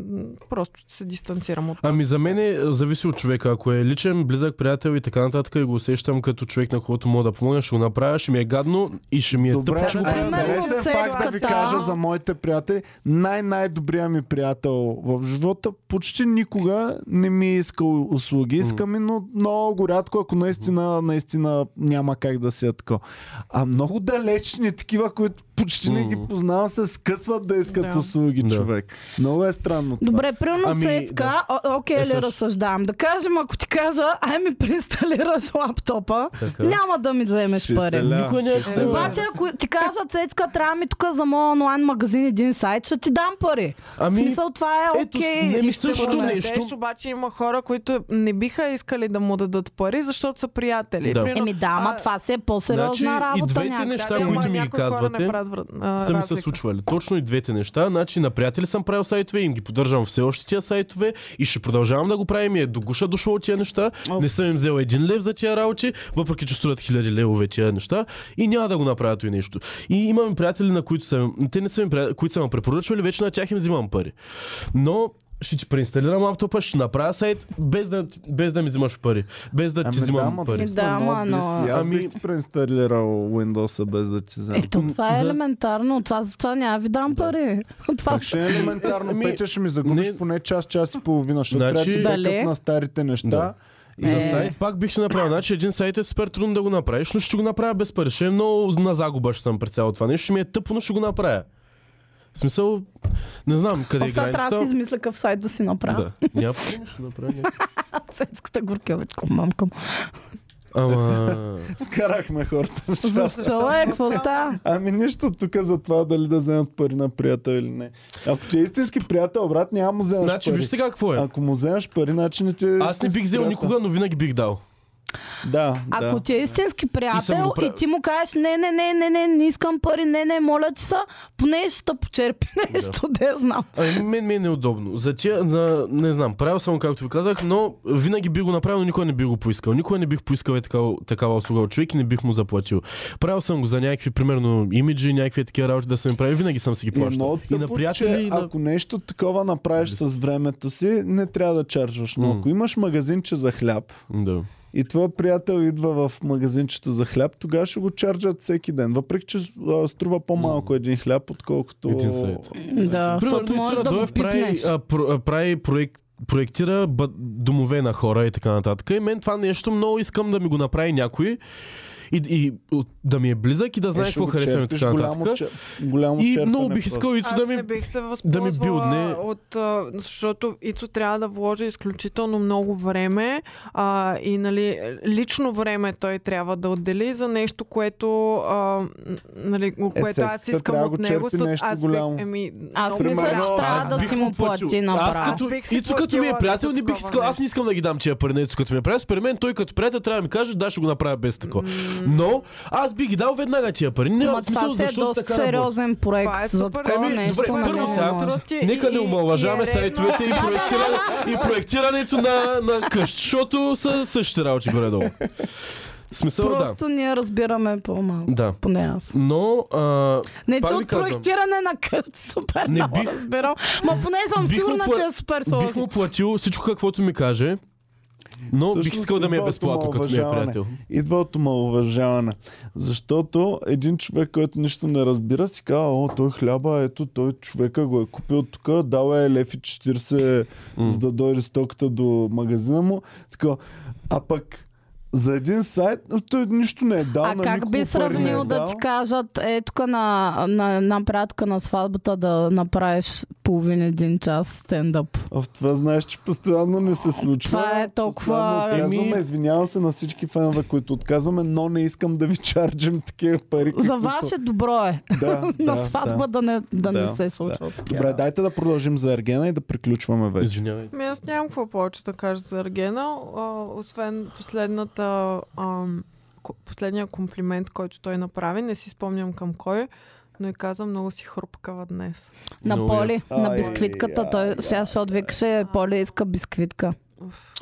Speaker 2: просто се дистанцирам от...
Speaker 3: Ами за мен е, зависи от човека. Ако е личен, близък приятел и така нататък и го усещам като човек, на когото мога да помогна, ще го направя, ще ми е гадно и ще ми е
Speaker 1: Добре,
Speaker 3: тъпо, ще го
Speaker 1: а,
Speaker 3: правя.
Speaker 4: Примерно
Speaker 1: интересен факт да ви
Speaker 4: цепката.
Speaker 1: кажа за моите приятели. Най-най-добрият ми приятел в живота почти никога не ми е искал услуги. Иска ми, но много рядко, ако наистина, наистина няма как да си е така. А много далечни такива, които почти не ги
Speaker 3: М.
Speaker 1: познавам, се скъсват да искат
Speaker 2: Да.
Speaker 1: услуги,
Speaker 3: Да.
Speaker 1: човек. Много е странно това.
Speaker 4: Добре, примерно ами,
Speaker 3: Ами,
Speaker 4: Цецка, да. окей
Speaker 3: Е,
Speaker 4: ли
Speaker 3: също.
Speaker 4: разсъждавам? Да кажем, ако ти кажа, ай ми преинсталираш лаптопа,
Speaker 3: Така.
Speaker 4: няма да ми вземеш
Speaker 1: Ще се
Speaker 4: пари.
Speaker 1: ля-
Speaker 3: Никой не е-
Speaker 1: ще се
Speaker 2: Е,
Speaker 1: ля-
Speaker 4: Обаче, ако ти кажа, Цецка, трябва ми тук за моят онлайн магазин един сайт, ще ти дам пари. В
Speaker 3: Ами,
Speaker 4: смисъл, това е
Speaker 3: ето,
Speaker 4: окей.
Speaker 3: не ми
Speaker 4: И ще го
Speaker 3: същото
Speaker 4: дадеш.
Speaker 3: нещо.
Speaker 2: Деш, обаче има хора, които не биха искали да му дадат пари, защото са приятели.
Speaker 3: Да.
Speaker 2: Примерно,
Speaker 4: Еми да, ама
Speaker 2: а,
Speaker 4: това си е по-сериозна
Speaker 3: Значи, и
Speaker 4: работа.
Speaker 3: двете
Speaker 4: някак.
Speaker 3: неща,
Speaker 2: да,
Speaker 3: които
Speaker 2: ама
Speaker 3: ми ги
Speaker 2: някои хора не
Speaker 3: казвате,
Speaker 2: правят връ- а,
Speaker 3: са ми се
Speaker 2: разлика.
Speaker 3: случвали. Точно и двете неща. Значи на приятели съм правил сайтове, им ги поддържам все още тия сайтове и ще продължавам да го правим. И е до гуша дошло от тия неща.
Speaker 4: Оф.
Speaker 3: Не съм им взел един лев за тия работи, въпреки че струват хиляди левове тия неща и няма да го направя и нещо. И имам приятели, на които съм, те не са ми, приятели, които са ме препоръчвали, вече на тях им взимам пари. Но ще ти преинсталирам лаптопа, ще направя сайт, без да, без да ми взимаш пари. Без да ти
Speaker 1: Ами да,
Speaker 3: взимам
Speaker 1: ма,
Speaker 3: пари.
Speaker 1: тук сме
Speaker 4: Да,
Speaker 1: много
Speaker 4: ма, но-
Speaker 1: близки. Аз
Speaker 3: Ами-
Speaker 1: бих ти преинсталирал Windows без да ти взема.
Speaker 4: Ето, това е
Speaker 3: За-
Speaker 4: елементарно. Това, за това няма ви дам пари. Това
Speaker 1: Пак ще е елементарно.
Speaker 3: Ами,
Speaker 1: Петя ще ми загубиш
Speaker 3: не-
Speaker 1: поне час, час и половина. Ще
Speaker 3: Значи-
Speaker 1: трябва да ти
Speaker 4: Дале.
Speaker 1: бекъп на старите неща.
Speaker 3: Да.
Speaker 1: И
Speaker 3: За
Speaker 4: Е.
Speaker 3: сайт пак бих си направил. Значи един сайт е супер трудно да го направиш, но ще го направя без пари. Ще е много на загуба ще съм при цяло това нещо. Ще ми е тъпо, но ще го направя. В смисъл, не знам къде е
Speaker 4: Сега трябва да си
Speaker 3: границата.
Speaker 4: измисля какъв сайт да си направя. Да.
Speaker 3: Да, няма проблем, ще направя. някакво.
Speaker 4: Цецката горкавичка, мамка. му.
Speaker 3: Ама...
Speaker 1: Скарахме хората. в чата.
Speaker 4: Защо е? Какво става?
Speaker 1: Ами нищо тук за това дали да вземат пари на приятел или не. Ако ти е истински приятел, брат, няма му вземаш
Speaker 3: Значи,
Speaker 1: пари.
Speaker 3: виж сега какво е.
Speaker 1: Ако му вземаш пари, значи не ти е
Speaker 3: Аз не
Speaker 1: истински
Speaker 3: бих взел
Speaker 1: приятел.
Speaker 3: никога, но винаги бих дал.
Speaker 1: Да,
Speaker 4: Ако
Speaker 1: да.
Speaker 4: ти е истински приятел
Speaker 3: го
Speaker 4: и,
Speaker 3: пра-
Speaker 4: ти му кажеш не, не, не, не, не, не искам пари, не, не, моля ти са, поне ще почерпи нещо, да. де знам.
Speaker 3: Ами, мен ми е неудобно. За тия, за, не знам, правил съм, както ви казах, но винаги би го направил, но никога не би го поискал. Никога не бих поискал е такава, такава услуга от човек и не бих му заплатил. Правил съм го за някакви, примерно, имиджи, някакви такива работи да съм им правил. Винаги съм си ги
Speaker 1: И е много
Speaker 3: плащал. И, на
Speaker 1: тъпо,
Speaker 3: приятели,
Speaker 1: че
Speaker 3: и на...
Speaker 1: ако нещо такова направиш с времето си, не трябва да чаржаш. Но
Speaker 3: М.
Speaker 1: ако имаш магазинче за хляб
Speaker 3: Да.
Speaker 1: и твой приятел идва в магазинчето за хляб, тогава ще го чарджат всеки ден. Въпреки, че а, струва по-малко един хляб, отколкото...
Speaker 3: Един съвет.
Speaker 4: Да, защото
Speaker 3: Примерно,
Speaker 4: можеш
Speaker 3: Ицера
Speaker 4: да го
Speaker 3: Доев прави,
Speaker 4: пипнеш.
Speaker 3: а, про- а, прави проект проектира ба- домове на хора и така нататък. И мен това нещо много искам да ми го направи някой и, и от- да ми е близък и да знае
Speaker 1: Е, ще
Speaker 3: какво
Speaker 1: го
Speaker 3: харесвам и
Speaker 1: черпиш
Speaker 3: така нататък.
Speaker 1: голямо, че, голямо
Speaker 3: И
Speaker 1: черпене
Speaker 3: много бих
Speaker 1: просто.
Speaker 3: искал Ицо
Speaker 2: Аз
Speaker 3: да
Speaker 2: не
Speaker 3: ми...
Speaker 2: бих се
Speaker 3: да ми
Speaker 2: възползвала
Speaker 3: билдне.
Speaker 2: от... а, Защото Ицо трябва да вложи изключително много време а, и нали, лично време той трябва да отдели за нещо, което, а, нали, което аз
Speaker 1: Е, цецката
Speaker 2: искам
Speaker 1: трябва да
Speaker 2: от
Speaker 1: го
Speaker 2: него.
Speaker 1: черпи
Speaker 2: Сот-
Speaker 1: нещо
Speaker 2: аз бих-
Speaker 1: голямо.
Speaker 2: Еми,
Speaker 4: Аз
Speaker 2: много
Speaker 4: мисля,
Speaker 2: голямо.
Speaker 4: че
Speaker 3: Аз
Speaker 4: трябва да
Speaker 3: бих
Speaker 4: си
Speaker 3: му
Speaker 4: му
Speaker 3: платил.
Speaker 4: плати
Speaker 3: Аз
Speaker 4: направо.
Speaker 3: като
Speaker 2: Аз бих си
Speaker 3: Ицо като ми е
Speaker 2: платила
Speaker 3: приятел,
Speaker 2: за
Speaker 3: не бих
Speaker 2: такова
Speaker 3: искал. Аз не искам да ги дам тия пари на Ицо като ми е приятел. Според мен той като приятел трябва да ми каже, да ще го направя без такова. Но аз би ги дал веднага тия пари. Няма
Speaker 4: Ама
Speaker 3: смисъл
Speaker 4: това си е
Speaker 3: защо
Speaker 4: доста
Speaker 3: така работи.
Speaker 4: сериозен проект.
Speaker 2: Това е
Speaker 4: За
Speaker 2: супер.
Speaker 4: такова
Speaker 3: Еми,
Speaker 4: нещо
Speaker 3: добре,
Speaker 4: не
Speaker 3: първо сега,
Speaker 4: може.
Speaker 2: Ти-
Speaker 3: Нека не
Speaker 2: и- и
Speaker 3: омалважаваме
Speaker 2: е
Speaker 3: сайтовете и,
Speaker 2: редно.
Speaker 3: проектиране, и проектирането на, на къщ, защото са същите работи горе-долу. Смисъл, да.
Speaker 4: Просто ние разбираме по-малко.
Speaker 3: Да.
Speaker 4: Поне аз.
Speaker 3: Но а,
Speaker 4: Не,
Speaker 3: Пак
Speaker 4: че
Speaker 3: ви
Speaker 4: от
Speaker 3: казвам.
Speaker 4: проектиране на къщ супер
Speaker 3: Не
Speaker 4: не много
Speaker 3: бих-
Speaker 4: бих... разбирам. Ма поне съм
Speaker 3: Бих му
Speaker 4: сигурна,
Speaker 3: пла-
Speaker 4: че е супер
Speaker 3: бих
Speaker 4: сложно.
Speaker 3: му платил всичко каквото ми каже, но бих
Speaker 1: Всъщност
Speaker 3: искал да ми е
Speaker 1: идва от
Speaker 3: безплатно, като ми е
Speaker 1: омалуважаване.
Speaker 3: приятел.
Speaker 1: Идва от омалуважаване. Защото един човек, който нищо не разбира, си казва, о, той хляба, ето, той човека го е купил тук, дал е лефи 40, за да дойде стоката до магазина му. Така, а пък за един сайт, но той нищо не е дал.
Speaker 4: А
Speaker 1: на
Speaker 4: как
Speaker 1: никого
Speaker 4: би
Speaker 1: пари не е
Speaker 4: сравнил да
Speaker 1: дал.
Speaker 4: ти кажат, е тук на, на една приятелка на сватбата да направиш половин един час стендъп?
Speaker 1: А в това знаеш, че постоянно не се случва.
Speaker 4: Това е толкова- ами-
Speaker 1: Постоянно Отказваме,
Speaker 3: Еми-
Speaker 1: извинявам се на всички фенове, които отказваме, но не искам да ви чарджим такива пари.
Speaker 4: За
Speaker 1: каквито-
Speaker 4: ваше добро е.
Speaker 1: да,
Speaker 4: на
Speaker 1: да,
Speaker 4: сватба
Speaker 1: да.
Speaker 4: да, не,
Speaker 1: Да,
Speaker 4: да, не се случва.
Speaker 1: Добре, дайте да продължим за Ергена и да приключваме вече.
Speaker 3: Извинявай.
Speaker 2: Ми Ами, аз нямам какво повече да кажа за Аргена, а, освен последната, ам, ко- последния комплимент, който той направи. Не си спомням към кой, но и каза много си хрупкава днес.
Speaker 4: На
Speaker 3: Много е.
Speaker 4: Поли, на
Speaker 1: Ай,
Speaker 4: бисквитката.
Speaker 1: ай,
Speaker 4: Той
Speaker 1: ай,
Speaker 4: сега, защото викаше, Поли иска бисквитка.
Speaker 2: Уф.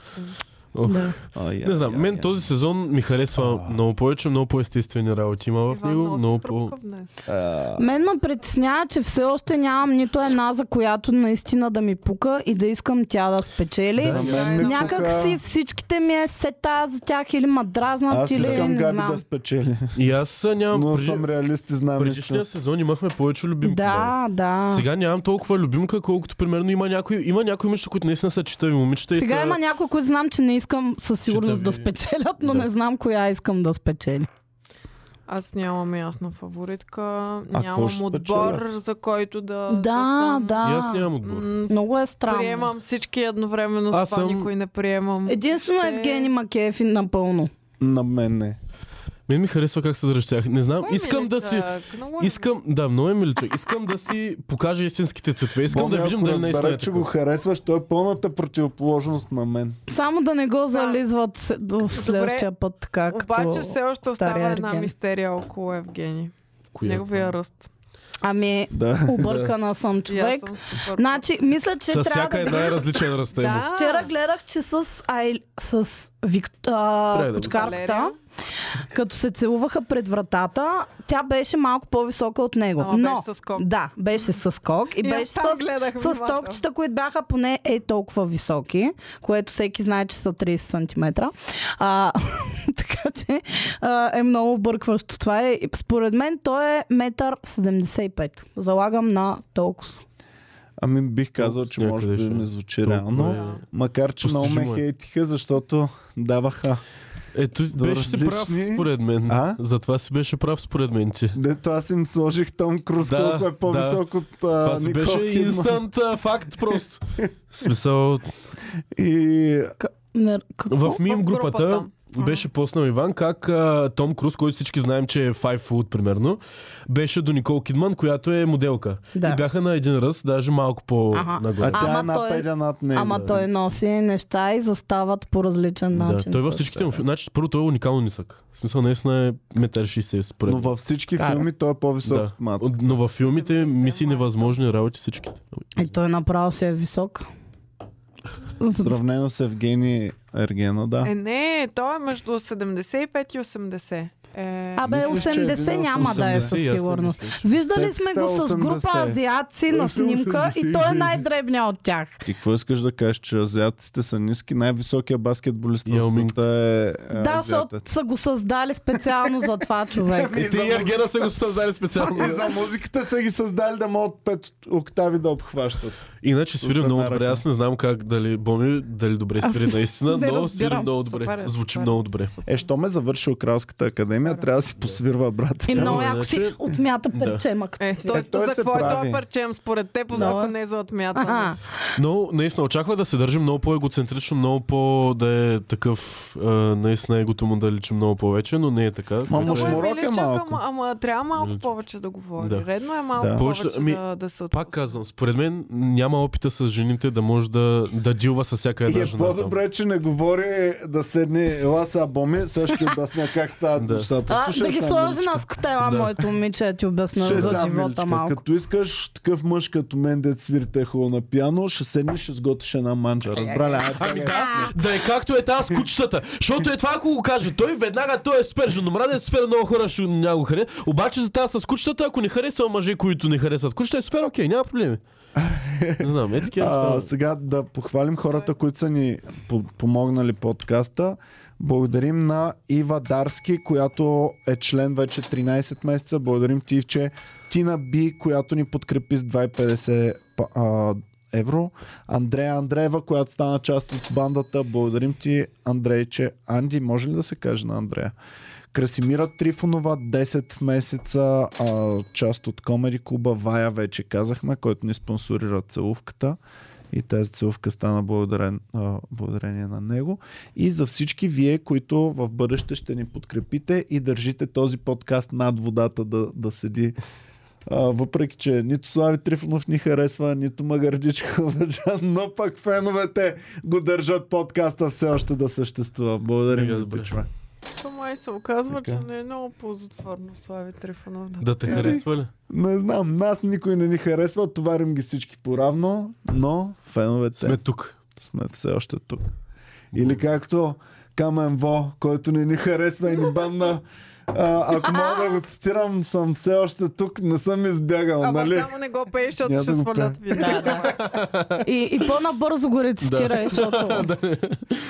Speaker 3: Ох.
Speaker 4: Да.
Speaker 1: А, я,
Speaker 3: Не знам,
Speaker 1: я,
Speaker 3: мен
Speaker 1: я.
Speaker 3: този сезон ми харесва
Speaker 1: А.
Speaker 3: много повече, много по-естествени работи има в
Speaker 2: Иван,
Speaker 3: него, много
Speaker 2: много си
Speaker 3: по...
Speaker 2: хрупкав днес.
Speaker 1: А,
Speaker 4: Мен ме притеснява, че все още нямам нито една, за която наистина да ми пука и да искам тя да спечели.
Speaker 1: на
Speaker 3: Да.
Speaker 1: мен ами, ми
Speaker 4: Е, Някак
Speaker 1: пука.
Speaker 4: си всичките ми е сета за тях или ма дразнат
Speaker 1: Аз
Speaker 4: или
Speaker 1: искам
Speaker 4: не
Speaker 1: Габи
Speaker 4: знам.
Speaker 1: да спечели,
Speaker 3: И аз а, нямам...
Speaker 1: но
Speaker 3: преди-
Speaker 1: съм реалист и знам
Speaker 3: Предишния
Speaker 1: истината.
Speaker 3: сезон имахме повече любимки. бе.
Speaker 4: Да, да.
Speaker 3: Сега нямам толкова любимка, колкото примерно има някои, има някои момичета, които наистина са читави момичета. и
Speaker 4: Сега
Speaker 3: са...
Speaker 4: има някои, които знам, че не искам със сигурност да
Speaker 3: ви-
Speaker 4: спечелят, но
Speaker 3: Да.
Speaker 4: не знам коя искам да спечели.
Speaker 2: Аз нямам ясна фаворитка,
Speaker 1: какво ще
Speaker 2: нямам отбор, за който да...
Speaker 4: Да,
Speaker 2: съм.
Speaker 3: И аз
Speaker 4: да.
Speaker 3: нямам отбор.
Speaker 2: М,
Speaker 4: Много е странно.
Speaker 2: Приемам всички едновременно, с
Speaker 3: Аз
Speaker 2: това
Speaker 3: съм-
Speaker 2: никой не приемам.
Speaker 4: Единствено
Speaker 2: Ще-
Speaker 4: Евгений Макеев и напълно.
Speaker 1: На мен не.
Speaker 3: Мен ми харесва как се държах. Не знам,
Speaker 2: Кой е
Speaker 3: искам да си...
Speaker 2: миличък? Много е
Speaker 3: Искам, да, много е миличък. Искам да си покажа истинските цветове. Искам
Speaker 1: Боми,
Speaker 3: да видим
Speaker 1: ако
Speaker 3: дали наистина е
Speaker 1: разбере, че
Speaker 3: така.
Speaker 1: го харесваш, той е пълната противоположност на мен.
Speaker 4: Само да не го
Speaker 2: Да.
Speaker 4: зализват се- до следващия път така.
Speaker 2: Обаче все още остава
Speaker 4: стария
Speaker 2: една
Speaker 4: Ерген.
Speaker 2: мистерия около Евгений.
Speaker 3: Коя?
Speaker 2: Неговия ръст.
Speaker 4: Ами,
Speaker 1: Да.
Speaker 4: объркана съм
Speaker 2: И аз
Speaker 4: човек.
Speaker 2: съм супер.
Speaker 4: Значи, мисля, че
Speaker 3: С
Speaker 4: трябва
Speaker 3: всяка
Speaker 4: да
Speaker 3: една е различен растеж.
Speaker 2: да.
Speaker 4: Вчера гледах, че с, Ай... с Вик...
Speaker 3: Спрей да го-
Speaker 4: а...
Speaker 2: Валерия.
Speaker 4: Кучкарката, като се целуваха пред вратата, тя беше малко по-висока от него.
Speaker 2: Ама
Speaker 4: Но,
Speaker 2: беше със скок.
Speaker 4: да, беше с скок и,
Speaker 2: И аз
Speaker 4: беше с,
Speaker 2: там гледах
Speaker 4: с
Speaker 2: внимателно.
Speaker 4: токчета, които бяха поне е толкова високи, което всеки знае, че са 30 см. А, така че а, е много объркващо. Това е, и според мен, той е 1,75 м. Залагам на толкова.
Speaker 1: Ами бих казал, че може
Speaker 3: Някъде
Speaker 1: би
Speaker 3: ще-
Speaker 1: ми звучи
Speaker 3: Толкова
Speaker 1: реално.
Speaker 3: е.
Speaker 1: Макар, че много ме
Speaker 3: Постижимо е.
Speaker 1: хейтиха, защото даваха.
Speaker 3: Ето,
Speaker 1: До
Speaker 3: беше си прав
Speaker 1: различни-
Speaker 3: според мен.
Speaker 1: А?
Speaker 3: Затова си беше прав според мен ти.
Speaker 1: Дето аз им сложих Том Круз,
Speaker 3: Да,
Speaker 1: колко е по-висок от а,
Speaker 3: Това си
Speaker 1: Никол
Speaker 3: беше
Speaker 1: Кидман.
Speaker 3: инстант а, факт просто. В Смисъл,
Speaker 1: И
Speaker 4: Не, какво?
Speaker 3: в мим
Speaker 2: В групата.
Speaker 3: групата беше поснал Иван как а, Том Круз, който всички знаем, че е Five Food примерно, беше до Никол Кидман, която е моделка.
Speaker 4: Да.
Speaker 3: И бяха на един ръст, даже малко
Speaker 4: Аха.
Speaker 1: А
Speaker 3: по-нагоре.
Speaker 4: А,
Speaker 1: тя
Speaker 4: Ама
Speaker 1: е една
Speaker 4: той-
Speaker 1: педя над него.
Speaker 4: Ама той носи неща и застават по различен
Speaker 3: Да,
Speaker 4: начин.
Speaker 3: той във
Speaker 4: също.
Speaker 3: всичките му филми. Значи, първо, той е уникално нисък. В смисъл, наистина е 1,60 според.
Speaker 1: Но
Speaker 3: мен.
Speaker 1: във всички
Speaker 4: Да, да.
Speaker 1: филми той е по-висок
Speaker 3: Да.
Speaker 1: от мат.
Speaker 3: От- Но във филмите мисли невъзможни работи всичките.
Speaker 4: Е, той направо се е висок. За-
Speaker 1: Сравнено с Евгений Ергена, да.
Speaker 2: Е, не, то е между 75 и 80. Е,
Speaker 4: Абе,
Speaker 1: Мислиш, че е
Speaker 4: 80
Speaker 1: винал
Speaker 4: няма да е
Speaker 3: 80,
Speaker 4: със
Speaker 3: ясно
Speaker 4: сигурност.
Speaker 3: мисля, че-
Speaker 4: Виждали сме го с
Speaker 1: Цепката
Speaker 4: група
Speaker 1: 80.
Speaker 4: азиатци на снимка и той е най-дребният от тях.
Speaker 1: Ти какво искаш да кажеш, че азиатците са ниски? Най-високия баскетболист в
Speaker 3: Йомин.
Speaker 1: света е а,
Speaker 4: Да, защото
Speaker 1: азиатът.
Speaker 4: са го създали специално за това човек.
Speaker 1: И
Speaker 3: Ти
Speaker 1: за
Speaker 3: и Ергена са го създали специално.
Speaker 1: И за музиката са ги създали да могат пет октави да обхващат.
Speaker 3: Иначе свири
Speaker 1: С
Speaker 3: много
Speaker 1: една
Speaker 3: добре.
Speaker 1: ръка.
Speaker 3: Аз не знам как дали Боми, дали добре свири наистина,
Speaker 4: Не
Speaker 3: но свири
Speaker 4: разбирам.
Speaker 3: много
Speaker 2: Супер
Speaker 3: добре.
Speaker 2: е,
Speaker 3: Звучи
Speaker 2: супер.
Speaker 3: много добре.
Speaker 1: Е, що ме завършил Кралската академия, трябва да си посвирва брат.
Speaker 4: И много
Speaker 3: Да,
Speaker 4: яко си
Speaker 3: иначе-
Speaker 4: отмята
Speaker 3: Да.
Speaker 4: парчема. като
Speaker 2: е,
Speaker 4: си.
Speaker 2: той,
Speaker 1: Е, той се
Speaker 2: за какво е
Speaker 1: прави.
Speaker 2: това парчем? Според те,
Speaker 4: Да.
Speaker 2: познава не е за отмятане.
Speaker 4: Аха.
Speaker 3: Но наистина очаква да се държи много по-егоцентрично, много по да е такъв, а, наистина егото му да личи много повече, но не е така.
Speaker 1: Мамо,
Speaker 3: Което е-
Speaker 2: Той е
Speaker 1: Шмурок е
Speaker 2: величък,
Speaker 1: малко.
Speaker 2: Ама, ама трябва малко
Speaker 3: Величък.
Speaker 2: повече да говори.
Speaker 3: Да.
Speaker 2: Редно е малко
Speaker 1: Да.
Speaker 2: повече
Speaker 3: Повече- ами,
Speaker 2: да, да се
Speaker 3: Пак
Speaker 2: отпусне.
Speaker 3: казвам, според мен няма опита с жените да може да, да дилва с
Speaker 1: И
Speaker 3: всяка една
Speaker 1: е
Speaker 3: жена. там.
Speaker 1: по-добре, че не говори да седне ела сега боми, сега ще ти обясня как стават
Speaker 3: Да.
Speaker 1: нещата.
Speaker 4: А,
Speaker 1: Слушай
Speaker 4: да ги
Speaker 1: сега,
Speaker 4: сложи
Speaker 1: миличка.
Speaker 4: на скотела,
Speaker 3: Да.
Speaker 4: моето момиче, да ти
Speaker 1: Ще е
Speaker 4: обясня за
Speaker 1: знам,
Speaker 4: живота
Speaker 1: миличка,
Speaker 4: малко.
Speaker 1: Като искаш такъв мъж като мен, дет свирите хубаво на пиано, ще седнеш, ще сготвиш една манджа. Разбра ли? Ай,
Speaker 3: Ами
Speaker 1: бе,
Speaker 3: да, да е както е тази с кучетата. Защото е това, ако го каже. Той веднага, той е супер женомраден, супер много хора ще няма го харесат. Обаче за тази с кучетата, ако не харесва мъже, които не харесват кучета, е супер окей, няма проблеми. Не знам, е такива.
Speaker 1: А,
Speaker 3: неща.
Speaker 1: сега да похвалим хората, които са ни по- помогнали подкаста. Благодарим на Ива Дарски, която е член вече 13 месеца. Благодарим ти, че Тина Би, която ни подкрепи с 2,50 па- а, евро. Андрея Андреева, която стана част от бандата. Благодарим ти, Андрейче. Анди, може ли да се каже на Андрея? Красимира Трифонова, 10 месеца, а, част от Комеди Клуба, Вая вече казахме, който ни спонсорира целувката. И тази целувка стана благодарен, а, благодарение на него. И за всички вие, които в бъдеще ще ни подкрепите и държите този подкаст над водата да, да седи. А, въпреки, че нито Слави Трифонов ни харесва, нито Магарджичка Хубаджан, но пък феновете го държат подкаста все още да съществува.
Speaker 3: Мега
Speaker 1: Благодарим ви,
Speaker 3: добре.
Speaker 1: пичове.
Speaker 2: То май се оказва,
Speaker 1: Така.
Speaker 2: че не е много ползотворно Слави Трифонов. Да.
Speaker 3: Да те харесва ли?
Speaker 1: Не знам, нас никой не ни харесва, товарим ги всички поравно, но феновете
Speaker 3: Сме
Speaker 1: сме,
Speaker 3: тук.
Speaker 1: сме все още тук. Или както Камен Во, който не ни харесва и ни банна. А, ако мога да го цитирам, съм все още тук, не съм избягал,
Speaker 2: Ама
Speaker 1: нали?
Speaker 2: само не го пееш, защото
Speaker 1: Няма
Speaker 2: ще
Speaker 1: да го
Speaker 2: свалят видео.
Speaker 4: Да, да. И, и по-набързо го рецитирай, защото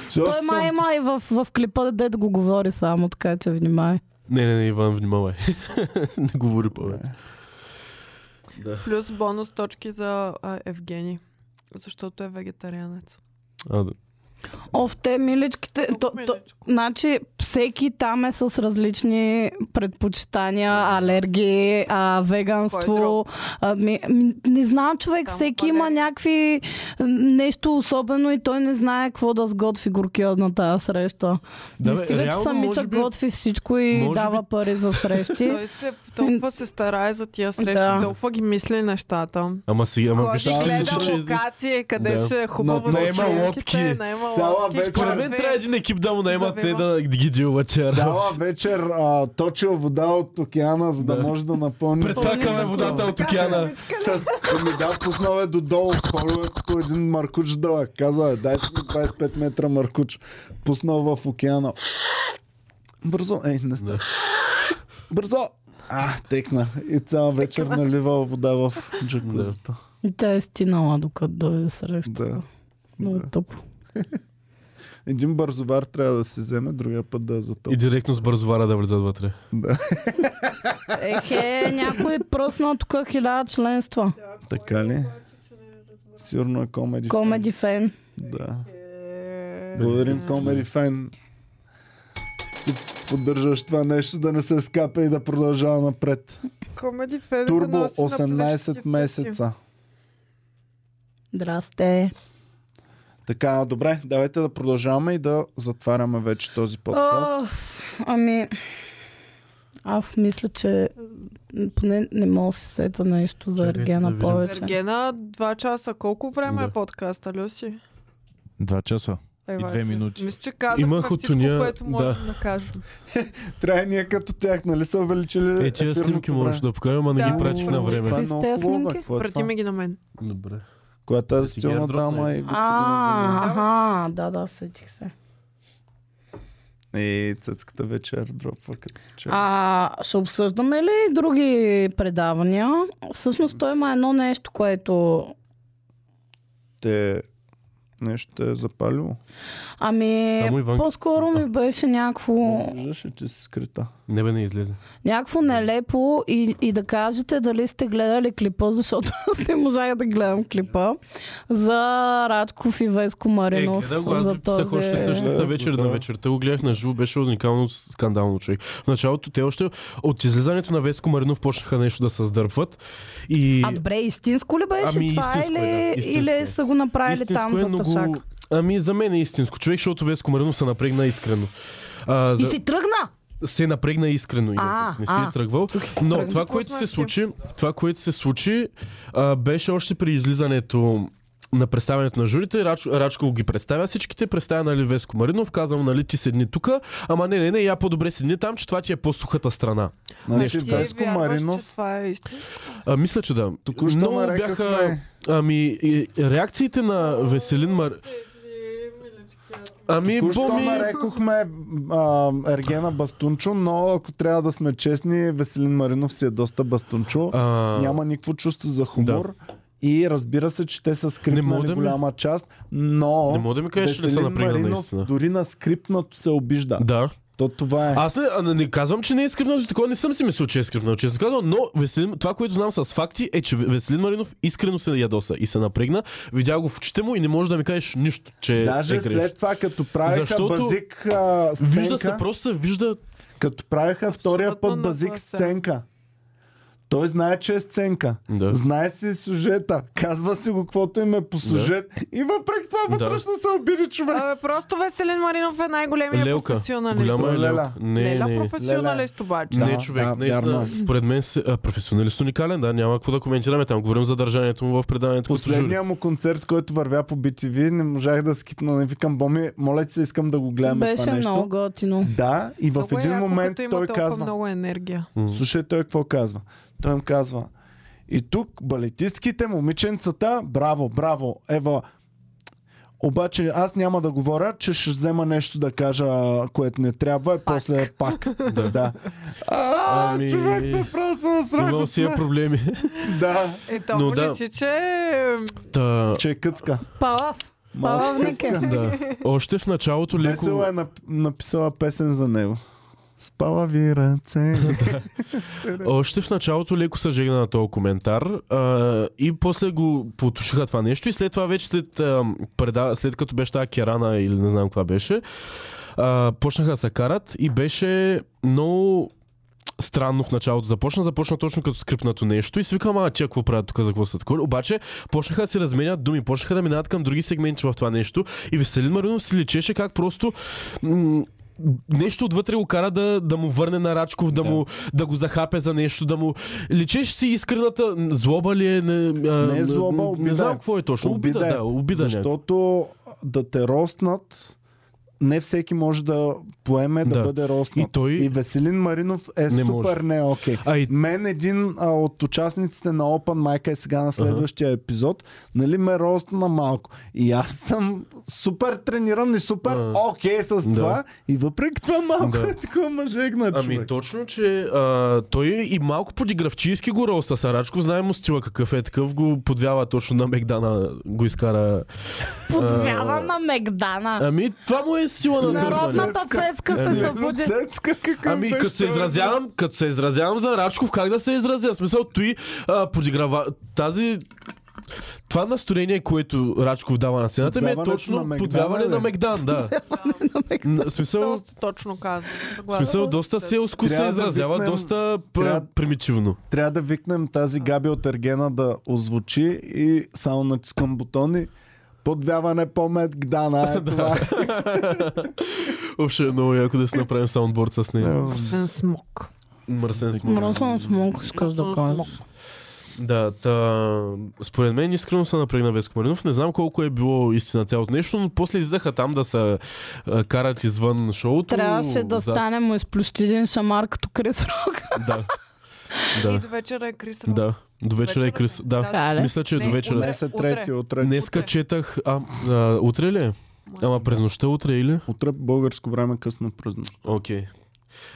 Speaker 1: Все
Speaker 4: той
Speaker 1: още
Speaker 4: май е-
Speaker 1: съм...
Speaker 4: има и в, в клипа да го говори само, така че внимай.
Speaker 3: Не, не, не, Иван, внимавай. не говори повече.
Speaker 2: Плюс бонус точки за а, Евгений. Защото е вегетарианец.
Speaker 3: А, да.
Speaker 4: Оф, те миличките. Е, То, то,
Speaker 2: миличко.
Speaker 4: значи всеки там е с различни предпочитания, алергии, а,
Speaker 2: Кой е
Speaker 4: веганство.
Speaker 2: друг?
Speaker 4: А, ми, ми, не знам, човек,
Speaker 2: Само
Speaker 4: всеки има
Speaker 2: алергия.
Speaker 4: някакви м, нещо особено и той не знае какво да сготви горкия на тази среща.
Speaker 3: Да,
Speaker 4: Да, не
Speaker 3: бе,
Speaker 4: стига, че
Speaker 3: реално,
Speaker 4: самичък
Speaker 3: може би-
Speaker 4: готви всичко и
Speaker 3: може
Speaker 4: дава
Speaker 3: би-
Speaker 4: пари за срещи.
Speaker 2: Той се толкова се старае за тия срещи,
Speaker 4: Да.
Speaker 2: толкова ги мисли нещата.
Speaker 3: Ама сега, ама
Speaker 2: Ходи,
Speaker 3: виж,
Speaker 1: да,
Speaker 3: си
Speaker 2: гледа
Speaker 3: личи, че...
Speaker 2: локации, къде
Speaker 3: Да.
Speaker 2: ще е хубаво
Speaker 1: Но
Speaker 2: за
Speaker 1: наема
Speaker 2: училките,
Speaker 3: лодки.
Speaker 2: наема
Speaker 1: Цяла
Speaker 2: лодки,
Speaker 1: вечер.
Speaker 3: Според мен
Speaker 2: първи.
Speaker 3: трябва един екип да му наемат те да ги дилват че
Speaker 1: Дала вечер а, точил вода от океана, за да,
Speaker 3: Да.
Speaker 1: може да напълни.
Speaker 3: Претакаме е водата от океана.
Speaker 1: Та Ми да, пуснал е додолу хорове по един маркуч дълъг. Казва е, дайте ми 25 метра маркуч. Пуснал в океана. Бързо, ей, не става.
Speaker 3: Да.
Speaker 1: Бързо! А, текна. И цяла вечер наливал вода в джакузито.
Speaker 4: И Тя е стинала докато дойде е среща.
Speaker 1: Да.
Speaker 4: Много
Speaker 1: Да.
Speaker 4: тъпо.
Speaker 1: Един бързовар трябва да се вземе, другия път да е
Speaker 3: И
Speaker 1: затъл.
Speaker 3: директно с бързовара да влезат вътре.
Speaker 4: Ехе, някой пръсна тук хиляда членства.
Speaker 1: Така ли? Сигурно е комеди.
Speaker 4: Комеди фен.
Speaker 1: Да.
Speaker 2: Е,
Speaker 1: Благодарим Comedy Fan. Ти поддържаш това нещо да не се скапе и да продължава напред.
Speaker 2: Комеди Фен го
Speaker 1: Турбо
Speaker 2: носи на плещите
Speaker 1: 18
Speaker 2: си.
Speaker 1: месеца.
Speaker 4: Здрасте.
Speaker 1: Така, добре, давайте да продължаваме и да затваряме вече този подкаст.
Speaker 4: А, ами, аз мисля, че м, поне не мога да се сета нещо за
Speaker 6: Чакайте да
Speaker 4: Ергена
Speaker 6: видим.
Speaker 4: повече.
Speaker 2: Ергена, два часа. Колко време е
Speaker 3: Да.
Speaker 2: подкаста, Люси?
Speaker 6: Два часа.
Speaker 2: Ева
Speaker 6: две
Speaker 2: си.
Speaker 6: минути.
Speaker 2: Мисля, че казах
Speaker 3: Имах
Speaker 2: всичко,
Speaker 3: от уния-
Speaker 2: което може да,
Speaker 3: да.
Speaker 2: кажа.
Speaker 1: Трябва и ние като тях, нали са увеличили
Speaker 3: Е, тия
Speaker 1: ефирното
Speaker 3: снимки
Speaker 1: време?
Speaker 3: можеш да покажем, ама не
Speaker 2: Да.
Speaker 3: ги пратих на
Speaker 1: Това
Speaker 3: време.
Speaker 1: е
Speaker 4: Какви
Speaker 1: много
Speaker 4: сте
Speaker 1: хубаво, бе.
Speaker 4: снимки?
Speaker 1: Какво е
Speaker 2: Прати
Speaker 1: това?
Speaker 2: ми ги на мен.
Speaker 3: Добре.
Speaker 1: Коя е тази
Speaker 3: Да си ги
Speaker 1: стилна
Speaker 3: дропна,
Speaker 1: дама
Speaker 3: е.
Speaker 1: и господин
Speaker 4: А, аха, да, да, сетих се.
Speaker 1: Е, цецката вечер дропва като че.
Speaker 4: А, ще обсъждаме ли други предавания? Всъщност той има едно нещо, което...
Speaker 1: Те нещо те е запалило.
Speaker 4: Ами,
Speaker 3: Само Иван-
Speaker 4: по-скоро ми беше някакво...
Speaker 1: Виждаш ли, че си скрита?
Speaker 3: Не бе, не излезе.
Speaker 4: Някакво нелепо и, и да кажете дали сте гледали клипа, защото аз не можах да гледам клипа за Рачков и Веско
Speaker 3: Е,
Speaker 4: Маринов.
Speaker 3: гледах го, аз
Speaker 4: за
Speaker 3: ви писах
Speaker 4: този-
Speaker 3: още същата
Speaker 1: Да,
Speaker 3: вечер
Speaker 1: да.
Speaker 3: на вечерта. Го гледах на живо, беше уникално с- скандално човек. В началото те още от излизането на Веско Маринов почнаха нещо да се сдърпват. И...
Speaker 4: А добре, истинско ли беше
Speaker 3: Ами,
Speaker 4: това
Speaker 3: истинско е,
Speaker 4: или,
Speaker 3: да, истинско
Speaker 4: или
Speaker 3: е.
Speaker 4: са го направили
Speaker 3: Истинско
Speaker 4: там
Speaker 3: е,
Speaker 4: за
Speaker 3: но го-
Speaker 4: тъшак?
Speaker 3: Ами за мен е истинско човек, защото Веско Маринов се напрегна искрено. А,
Speaker 4: И
Speaker 3: за...
Speaker 4: си тръгна!
Speaker 3: се напрегна искрено. имам
Speaker 4: А,
Speaker 3: предвид, не
Speaker 4: а.
Speaker 3: си е тръгвал.
Speaker 4: Тук си
Speaker 3: Но
Speaker 4: тръгна.
Speaker 3: това,
Speaker 2: Какво
Speaker 3: което
Speaker 2: сме
Speaker 3: се
Speaker 2: в тия?
Speaker 3: случи, това, което се случи, а, беше още при излизането на представянето на журите. Рач, Рачков ги представя всичките, представя нали, Веско Маринов, казвам, нали, ти седни тук, ама не, не, не, я по-добре седни там, че това ти е по-сухата страна.
Speaker 1: Значи
Speaker 3: Нещо.
Speaker 2: Ти
Speaker 1: Веско
Speaker 2: вярваш,
Speaker 1: Маринов.
Speaker 2: че това е истина.
Speaker 3: А, мисля, че да.
Speaker 1: Току-що
Speaker 3: Много
Speaker 1: ме
Speaker 3: бяха...
Speaker 1: рекахме.
Speaker 3: Ами, и- реакциите на Веселин Мар... Ами,
Speaker 1: Току-що
Speaker 3: Боми...
Speaker 1: нарекохме а, Ергена Бастунчо, но ако трябва да сме честни, Веселин Маринов си е доста Бастунчо.
Speaker 3: А,
Speaker 1: Няма никакво чувство за хумор. И разбира се, че те са
Speaker 3: мога
Speaker 1: скрипнали
Speaker 3: да ми-
Speaker 1: голяма част, но
Speaker 3: Не мога да ми кажеш, че не са
Speaker 1: Веселин
Speaker 3: напрегна
Speaker 1: Маринов
Speaker 3: наистина.
Speaker 1: дори на скрипнато се обижда.
Speaker 3: Да.
Speaker 1: То това е.
Speaker 3: Аз не, а, не казвам, че не е скрипнато, такова не съм си мислил, че е скрипнато, честно казвам, но Веселин, това, което знам с факти, е, че Веселин Маринов искрено се ядоса и се напрегна, видя го в очите му и не може да ми кажеш нищо, че
Speaker 1: Даже
Speaker 3: е грешно.
Speaker 1: след това, като правиха
Speaker 3: Защото
Speaker 1: базик а, сценка,
Speaker 3: Вижда се, просто се вижда...
Speaker 1: като правиха втория
Speaker 2: Абсолютно
Speaker 1: път базик
Speaker 2: нагласа.
Speaker 1: сценка, той знае, че е сценка.
Speaker 3: Да.
Speaker 1: Знае си сюжета. Казва си го, каквото им е по сюжет. И въпреки това
Speaker 3: Да.
Speaker 1: вътрешно се обиди човек.
Speaker 2: Абе, просто Веселин Маринов е най-големият
Speaker 3: Лелка.
Speaker 2: професионалист.
Speaker 3: Голяма е
Speaker 1: Леля.
Speaker 3: лелка. Не, е.
Speaker 2: Леля
Speaker 3: не.
Speaker 2: професионалист обаче.
Speaker 1: Да,
Speaker 3: не, човек,
Speaker 1: да, вярно
Speaker 3: наистина,
Speaker 1: е.
Speaker 3: според мен се- а, професионалист уникален, да, няма какво да коментираме, там говорим за държанието му в преданието като жури.
Speaker 1: Последния му концерт, който вървя по BTV, не можах да скитна. Не викам, Боми, моля ти се, искам да го гледаме
Speaker 4: Беше
Speaker 1: това нещо.
Speaker 4: много готино.
Speaker 1: Да, и в
Speaker 2: Много е
Speaker 1: един
Speaker 2: яко,
Speaker 1: момент
Speaker 2: като има
Speaker 1: той
Speaker 2: толкова
Speaker 1: казва,
Speaker 2: много енергия.
Speaker 1: Слушай, той какво казва? Той им казва, и тук балетистките, момиченцата, браво, браво, ева. Обаче аз няма да говоря, че ще взема нещо да кажа, което не трябва и после е пак. да. да. А,
Speaker 3: Ами,
Speaker 1: човек направо се насрах
Speaker 3: Имал
Speaker 1: от
Speaker 3: си е
Speaker 1: смях.
Speaker 3: проблеми.
Speaker 1: Да,
Speaker 2: Е, то
Speaker 3: Но
Speaker 2: му
Speaker 3: да.
Speaker 2: личи, че...
Speaker 3: Та,
Speaker 1: че е къцка.
Speaker 4: Палав!
Speaker 1: Малко
Speaker 4: Палавник е.
Speaker 1: къцка.
Speaker 3: да. Още в началото леко...
Speaker 1: Весела е нап- написала песен за него. Спала ви ръце.
Speaker 3: Още в началото леко се жегна на този коментар а, и после го потушиха това нещо и след това вече след, а, преда, след като беше тази керана или не знам каква беше, а, почнаха да се карат и беше много странно в началото започна, започна точно като скрипнато нещо и свикам, а тя какво правят тук, за какво са такова. Обаче почнаха да се разменят думи, почнаха да минават към други сегменти в това нещо и Веселин Маринов си личеше как просто м- нещо отвътре го кара да, да му върне на Рачков, да,
Speaker 1: Да.
Speaker 3: му, да го захапе за нещо, да му... Личеше си искрената... м, Злоба ли е? Не, а,
Speaker 1: Не е злоба,
Speaker 3: н-
Speaker 1: обида
Speaker 3: Не знам
Speaker 1: е.
Speaker 3: какво е точно. Обида,
Speaker 1: Обида е.
Speaker 3: да, обида някаква.
Speaker 1: Защото да те роснат, не всеки може да поеме да,
Speaker 3: Да.
Speaker 1: бъде роснат.
Speaker 3: И той-
Speaker 1: и Веселин Маринов е
Speaker 3: Не
Speaker 1: супер
Speaker 3: може.
Speaker 1: не окей.
Speaker 3: А и-
Speaker 1: Мен един а, от участниците на Open Mic е сега на следващия епизод, нали ме росна малко. И аз съм супер трениран и супер
Speaker 3: А.
Speaker 1: окей с
Speaker 3: Да.
Speaker 1: това. И въпреки това малко
Speaker 3: Да.
Speaker 1: е такова мъжегна
Speaker 3: Ами
Speaker 1: човек.
Speaker 3: точно, че а, той е и малко подигравчийски го роста Сарачко, знае му стила какъв е, такъв го подвява точно на Мегдана, го изкара.
Speaker 4: Подвява
Speaker 3: А,
Speaker 4: на Мегдана.
Speaker 3: Ами това му е стила на Дормани.
Speaker 4: Народната цецка се
Speaker 3: Еми,
Speaker 4: събуди.
Speaker 1: Цецка, какъв
Speaker 3: Ами
Speaker 1: беше
Speaker 3: като се
Speaker 1: той?
Speaker 3: изразявам, като се изразявам за Рачков, как да се изразя? В смисъл, той а, подиграва тази това настроение, което Рачков дава на сцената, ми е
Speaker 1: Подвяването на
Speaker 3: точно
Speaker 1: Мегдана,
Speaker 3: подвяване
Speaker 1: ли? е?
Speaker 3: на Мегдан, да. Н- В смисъл,
Speaker 2: Доста точно казва.
Speaker 3: в
Speaker 2: Съгласна.
Speaker 3: смисъл, доста селско се е
Speaker 1: Трябва да
Speaker 3: изразява,
Speaker 1: викнем-
Speaker 3: доста пр-
Speaker 1: трябва-
Speaker 3: примитивно.
Speaker 1: Трябва да викнем тази Габи от Ергена да озвучи и само натискам бутони. Подвяване по мед гдана. Е това.
Speaker 3: Общо е много яко да си направим саундборд с нея.
Speaker 1: Е,
Speaker 2: Сен смок.
Speaker 3: Мърсен смог.
Speaker 4: Мръсно смок, искаш да кажеш.
Speaker 3: Да, та, според мен искрено се напрегна Веско Маринов. Не знам колко е било истина цялото нещо, но после излизаха там да се а, карат извън шоуто.
Speaker 4: Трябваше да
Speaker 3: За-
Speaker 4: стане му изплющи един шамар като Крис Рок.
Speaker 3: Да.
Speaker 2: И
Speaker 3: да.
Speaker 2: до вечера е Крис Рок.
Speaker 3: Да. До вечера е Крис. Да.
Speaker 4: Така ли?
Speaker 3: Мисля, че е
Speaker 2: Не,
Speaker 3: до вечера.
Speaker 2: утре.
Speaker 1: Днес е трети, утре.
Speaker 3: Днеска
Speaker 2: Утре.
Speaker 3: четах. А, а, утре ли е? Ама през нощта утре или?
Speaker 1: Утре българско време късно през нощ.
Speaker 3: Окей.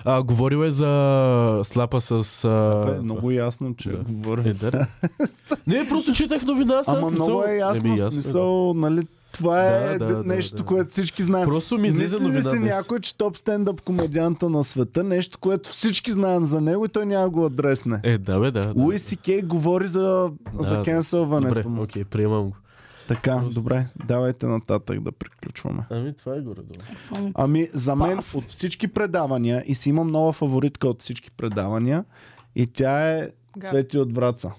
Speaker 3: А, говорил е за слапа с... А...
Speaker 1: Бе, е много ясно, че
Speaker 3: да.
Speaker 1: говоря.
Speaker 3: Е, да. Не, просто четах новина. сега
Speaker 1: Ама
Speaker 3: смисъл-
Speaker 1: много е
Speaker 3: Еми,
Speaker 1: ясно, в
Speaker 3: е, да.
Speaker 1: смисъл, нали, това е
Speaker 3: Да, да, да,
Speaker 1: нещо,
Speaker 3: да.
Speaker 1: което всички знаем.
Speaker 3: Просто ми излиза
Speaker 1: Мисли ли
Speaker 3: новина.
Speaker 1: си
Speaker 3: днес?
Speaker 1: някой, че топ стендъп комедианта на света, нещо, което всички знаем за него и той няма го адресне.
Speaker 3: Е, да, бе, да. да.
Speaker 1: Луи Си Кей говори за,
Speaker 3: Да,
Speaker 1: за
Speaker 3: да.
Speaker 1: кенселването
Speaker 3: Добре,
Speaker 1: му.
Speaker 3: окей, приемам го.
Speaker 1: Така, добре, давайте нататък да приключваме.
Speaker 3: Ами, това е горе долу.
Speaker 4: Само
Speaker 1: Ами, за мен
Speaker 4: Пас.
Speaker 1: от всички предавания, и си имам нова фаворитка от всички предавания, и тя е
Speaker 2: Га.
Speaker 1: Цвети от Враца.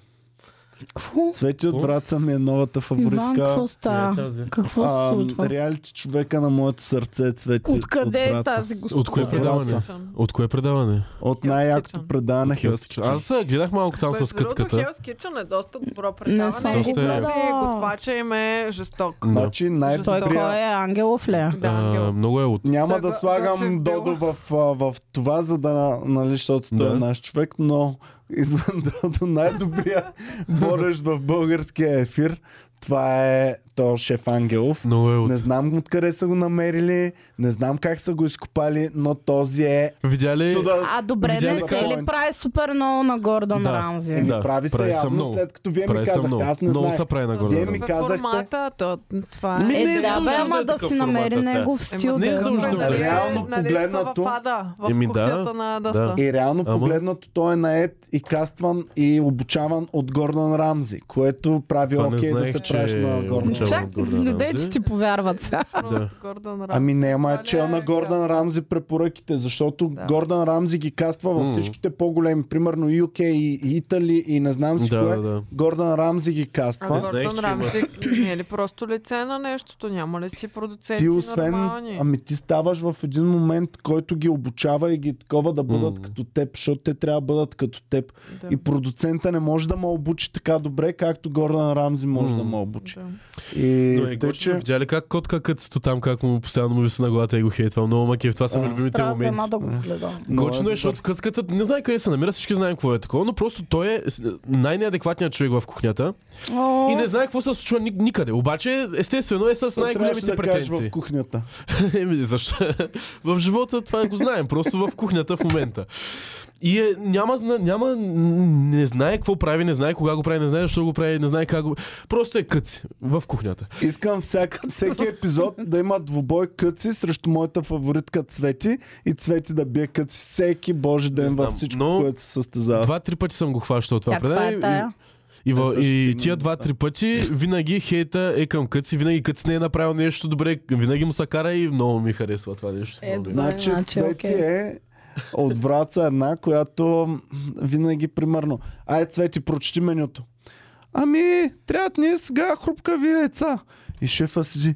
Speaker 4: Какво?
Speaker 1: Цвети от
Speaker 3: О.
Speaker 1: Враца ми е новата
Speaker 4: Иван,
Speaker 1: фаворитка.
Speaker 4: какво става? Какво се
Speaker 1: Ам,
Speaker 4: случва?
Speaker 1: Реалити човека на моето сърце е Цвети
Speaker 4: Откъде
Speaker 1: от
Speaker 4: е
Speaker 1: Враца.
Speaker 4: тази госпожа?
Speaker 3: От кое предаване? От кое предаване?
Speaker 1: От най-якото предаване
Speaker 3: От Hell's
Speaker 1: Хелски.
Speaker 3: Kitchen. Аз а, гледах малко там с къцката.
Speaker 2: Хелс Кичън е доста добро
Speaker 4: Не съм
Speaker 2: предаване.
Speaker 4: го
Speaker 3: Доста е.
Speaker 2: И
Speaker 4: гледала.
Speaker 2: готвача им е жесток.
Speaker 3: Да.
Speaker 1: Значи най
Speaker 4: Той кой
Speaker 1: добрия
Speaker 4: е? Ангелов ли е?
Speaker 2: Да,
Speaker 3: А,
Speaker 2: Ангел.
Speaker 3: много е от...
Speaker 1: Няма да
Speaker 2: Той го- готвим
Speaker 1: слагам
Speaker 2: в
Speaker 1: Додо в, а, в това, за да, нали, защото той
Speaker 3: Да.
Speaker 1: е наш човек, но извън Додо най-добрия борещ в българския ефир, това е то шеф Ангелов.
Speaker 3: Много е от...
Speaker 1: Не знам откъде са го намерили, не знам как са го изкопали, но този е...
Speaker 3: Видя ли...
Speaker 1: То да-
Speaker 4: А добре,
Speaker 3: Видя
Speaker 4: не
Speaker 3: ли
Speaker 4: се
Speaker 1: как-
Speaker 4: ли прави супер много на Гордон
Speaker 3: Да. Ами,
Speaker 4: Рамзи?
Speaker 1: Еми,
Speaker 3: Да,
Speaker 1: Е, прави се
Speaker 3: прави се
Speaker 1: явно,
Speaker 3: много.
Speaker 1: след като вие ми
Speaker 3: Прави се
Speaker 1: казахте.
Speaker 3: много.
Speaker 1: Аз не
Speaker 3: Много
Speaker 1: знаех.
Speaker 3: се прави на
Speaker 1: Вие ми
Speaker 3: горе.
Speaker 1: казахте-
Speaker 2: Формата, то, това
Speaker 3: Ми,
Speaker 2: е.
Speaker 4: Е,
Speaker 3: не е
Speaker 4: да, бе,
Speaker 3: задължително да е
Speaker 4: ама да
Speaker 3: такъв
Speaker 4: си
Speaker 3: формат,
Speaker 4: намери
Speaker 3: да се.
Speaker 4: негов стил.
Speaker 3: не е
Speaker 4: да
Speaker 3: задължително
Speaker 4: разбере.
Speaker 3: да е.
Speaker 1: Реално погледнато-
Speaker 2: Нали, са в ада, в
Speaker 3: Еми, да,
Speaker 2: кухнята на Адаса.
Speaker 3: да.
Speaker 1: И реално
Speaker 3: Ама-
Speaker 1: погледнато той е наед и кастван и обучаван от Гордан Рамзи, което прави
Speaker 3: Това не
Speaker 1: окей да
Speaker 3: знаех,
Speaker 1: се
Speaker 3: че
Speaker 1: правиш на
Speaker 3: е
Speaker 1: Гордан
Speaker 3: обучаван.
Speaker 1: Рамзи.
Speaker 4: Чак,
Speaker 3: Гордон
Speaker 4: не дей,
Speaker 3: Рамзи.
Speaker 4: че ти повярват сега.
Speaker 3: Да.
Speaker 2: Гордан Рам.
Speaker 1: Ами не, ама е
Speaker 2: Това
Speaker 1: чел
Speaker 2: не
Speaker 1: на
Speaker 2: е
Speaker 1: Гордан Рамзи препоръките, защото
Speaker 2: Да.
Speaker 1: Гордан Рамзи ги каства във
Speaker 3: М.
Speaker 1: всичките по-големи, примерно UK и Итали и не знам си
Speaker 3: Да,
Speaker 1: кое.
Speaker 3: да, да.
Speaker 1: Гордан Рамзи ги
Speaker 2: А
Speaker 1: каства.
Speaker 3: Знаех, че
Speaker 2: Гордан
Speaker 3: има.
Speaker 2: Рамзи не е ли просто лице на нещото? Няма ли си продуценти
Speaker 1: ти освен,
Speaker 2: нормални?
Speaker 1: ами ти ставаш в един момент, който ги обучава и ги такова да бъдат
Speaker 3: М.
Speaker 1: като теб, защото те трябва да бъдат като теб.
Speaker 2: Да.
Speaker 1: И продуцента не може да ме обучи така добре, както Гордан Рамзи може
Speaker 3: М.
Speaker 1: да ме обучи.
Speaker 2: Да.
Speaker 1: И
Speaker 3: Но е
Speaker 1: тъй,
Speaker 3: че...
Speaker 1: че...
Speaker 3: Видя ли как котка кътето там, как му постоянно му виси на главата и го хейтва? Много макев, това са ми
Speaker 1: А.
Speaker 3: любимите
Speaker 4: Трябва за една
Speaker 3: моменти.
Speaker 4: да го гледам.
Speaker 1: но
Speaker 3: Кочно е, защото къската не знае къде се намира, всички знаем какво е такова, но просто той е с- най-неадекватният човек в кухнята
Speaker 4: О,
Speaker 3: и не знае какво се случва ни- никъде. Обаче, естествено е с
Speaker 1: Що трябваше
Speaker 3: най-големите
Speaker 1: да кажеш в
Speaker 3: претенции.
Speaker 1: кухнята.
Speaker 3: Еми, защо? в живота това го знаем, просто в кухнята в момента. И е, няма, зна- няма, не знае какво прави, не знае кога го прави, не знае защо го прави, не знае как го... Просто е къци в кухнята.
Speaker 1: Искам всяк, всеки епизод да има двубой къци срещу моята фаворитка Цвети и Цвети да бие къци всеки божи ден във
Speaker 3: знам,
Speaker 1: всичко,
Speaker 3: но-
Speaker 1: което се състезава.
Speaker 3: Два-три пъти съм го хващал това.
Speaker 4: каква
Speaker 3: предаване
Speaker 4: е
Speaker 3: и-
Speaker 4: тая?
Speaker 3: И, в,
Speaker 1: Е,
Speaker 3: и
Speaker 1: също,
Speaker 3: тия
Speaker 1: но-
Speaker 3: два-три пъти винаги хейта е към Къци, винаги Къци не е направил нещо добре, винаги му се кара и много ми харесва това нещо.
Speaker 4: Е,
Speaker 3: Много ми-
Speaker 4: добре.
Speaker 1: Значи,
Speaker 4: Значи,
Speaker 1: Цвети
Speaker 4: окей.
Speaker 1: е от Враца една, която м, винаги примерно. Ай, Цвети, прочети менюто. Ами, трябват ни сега хрупкави яйца. И шефа седи.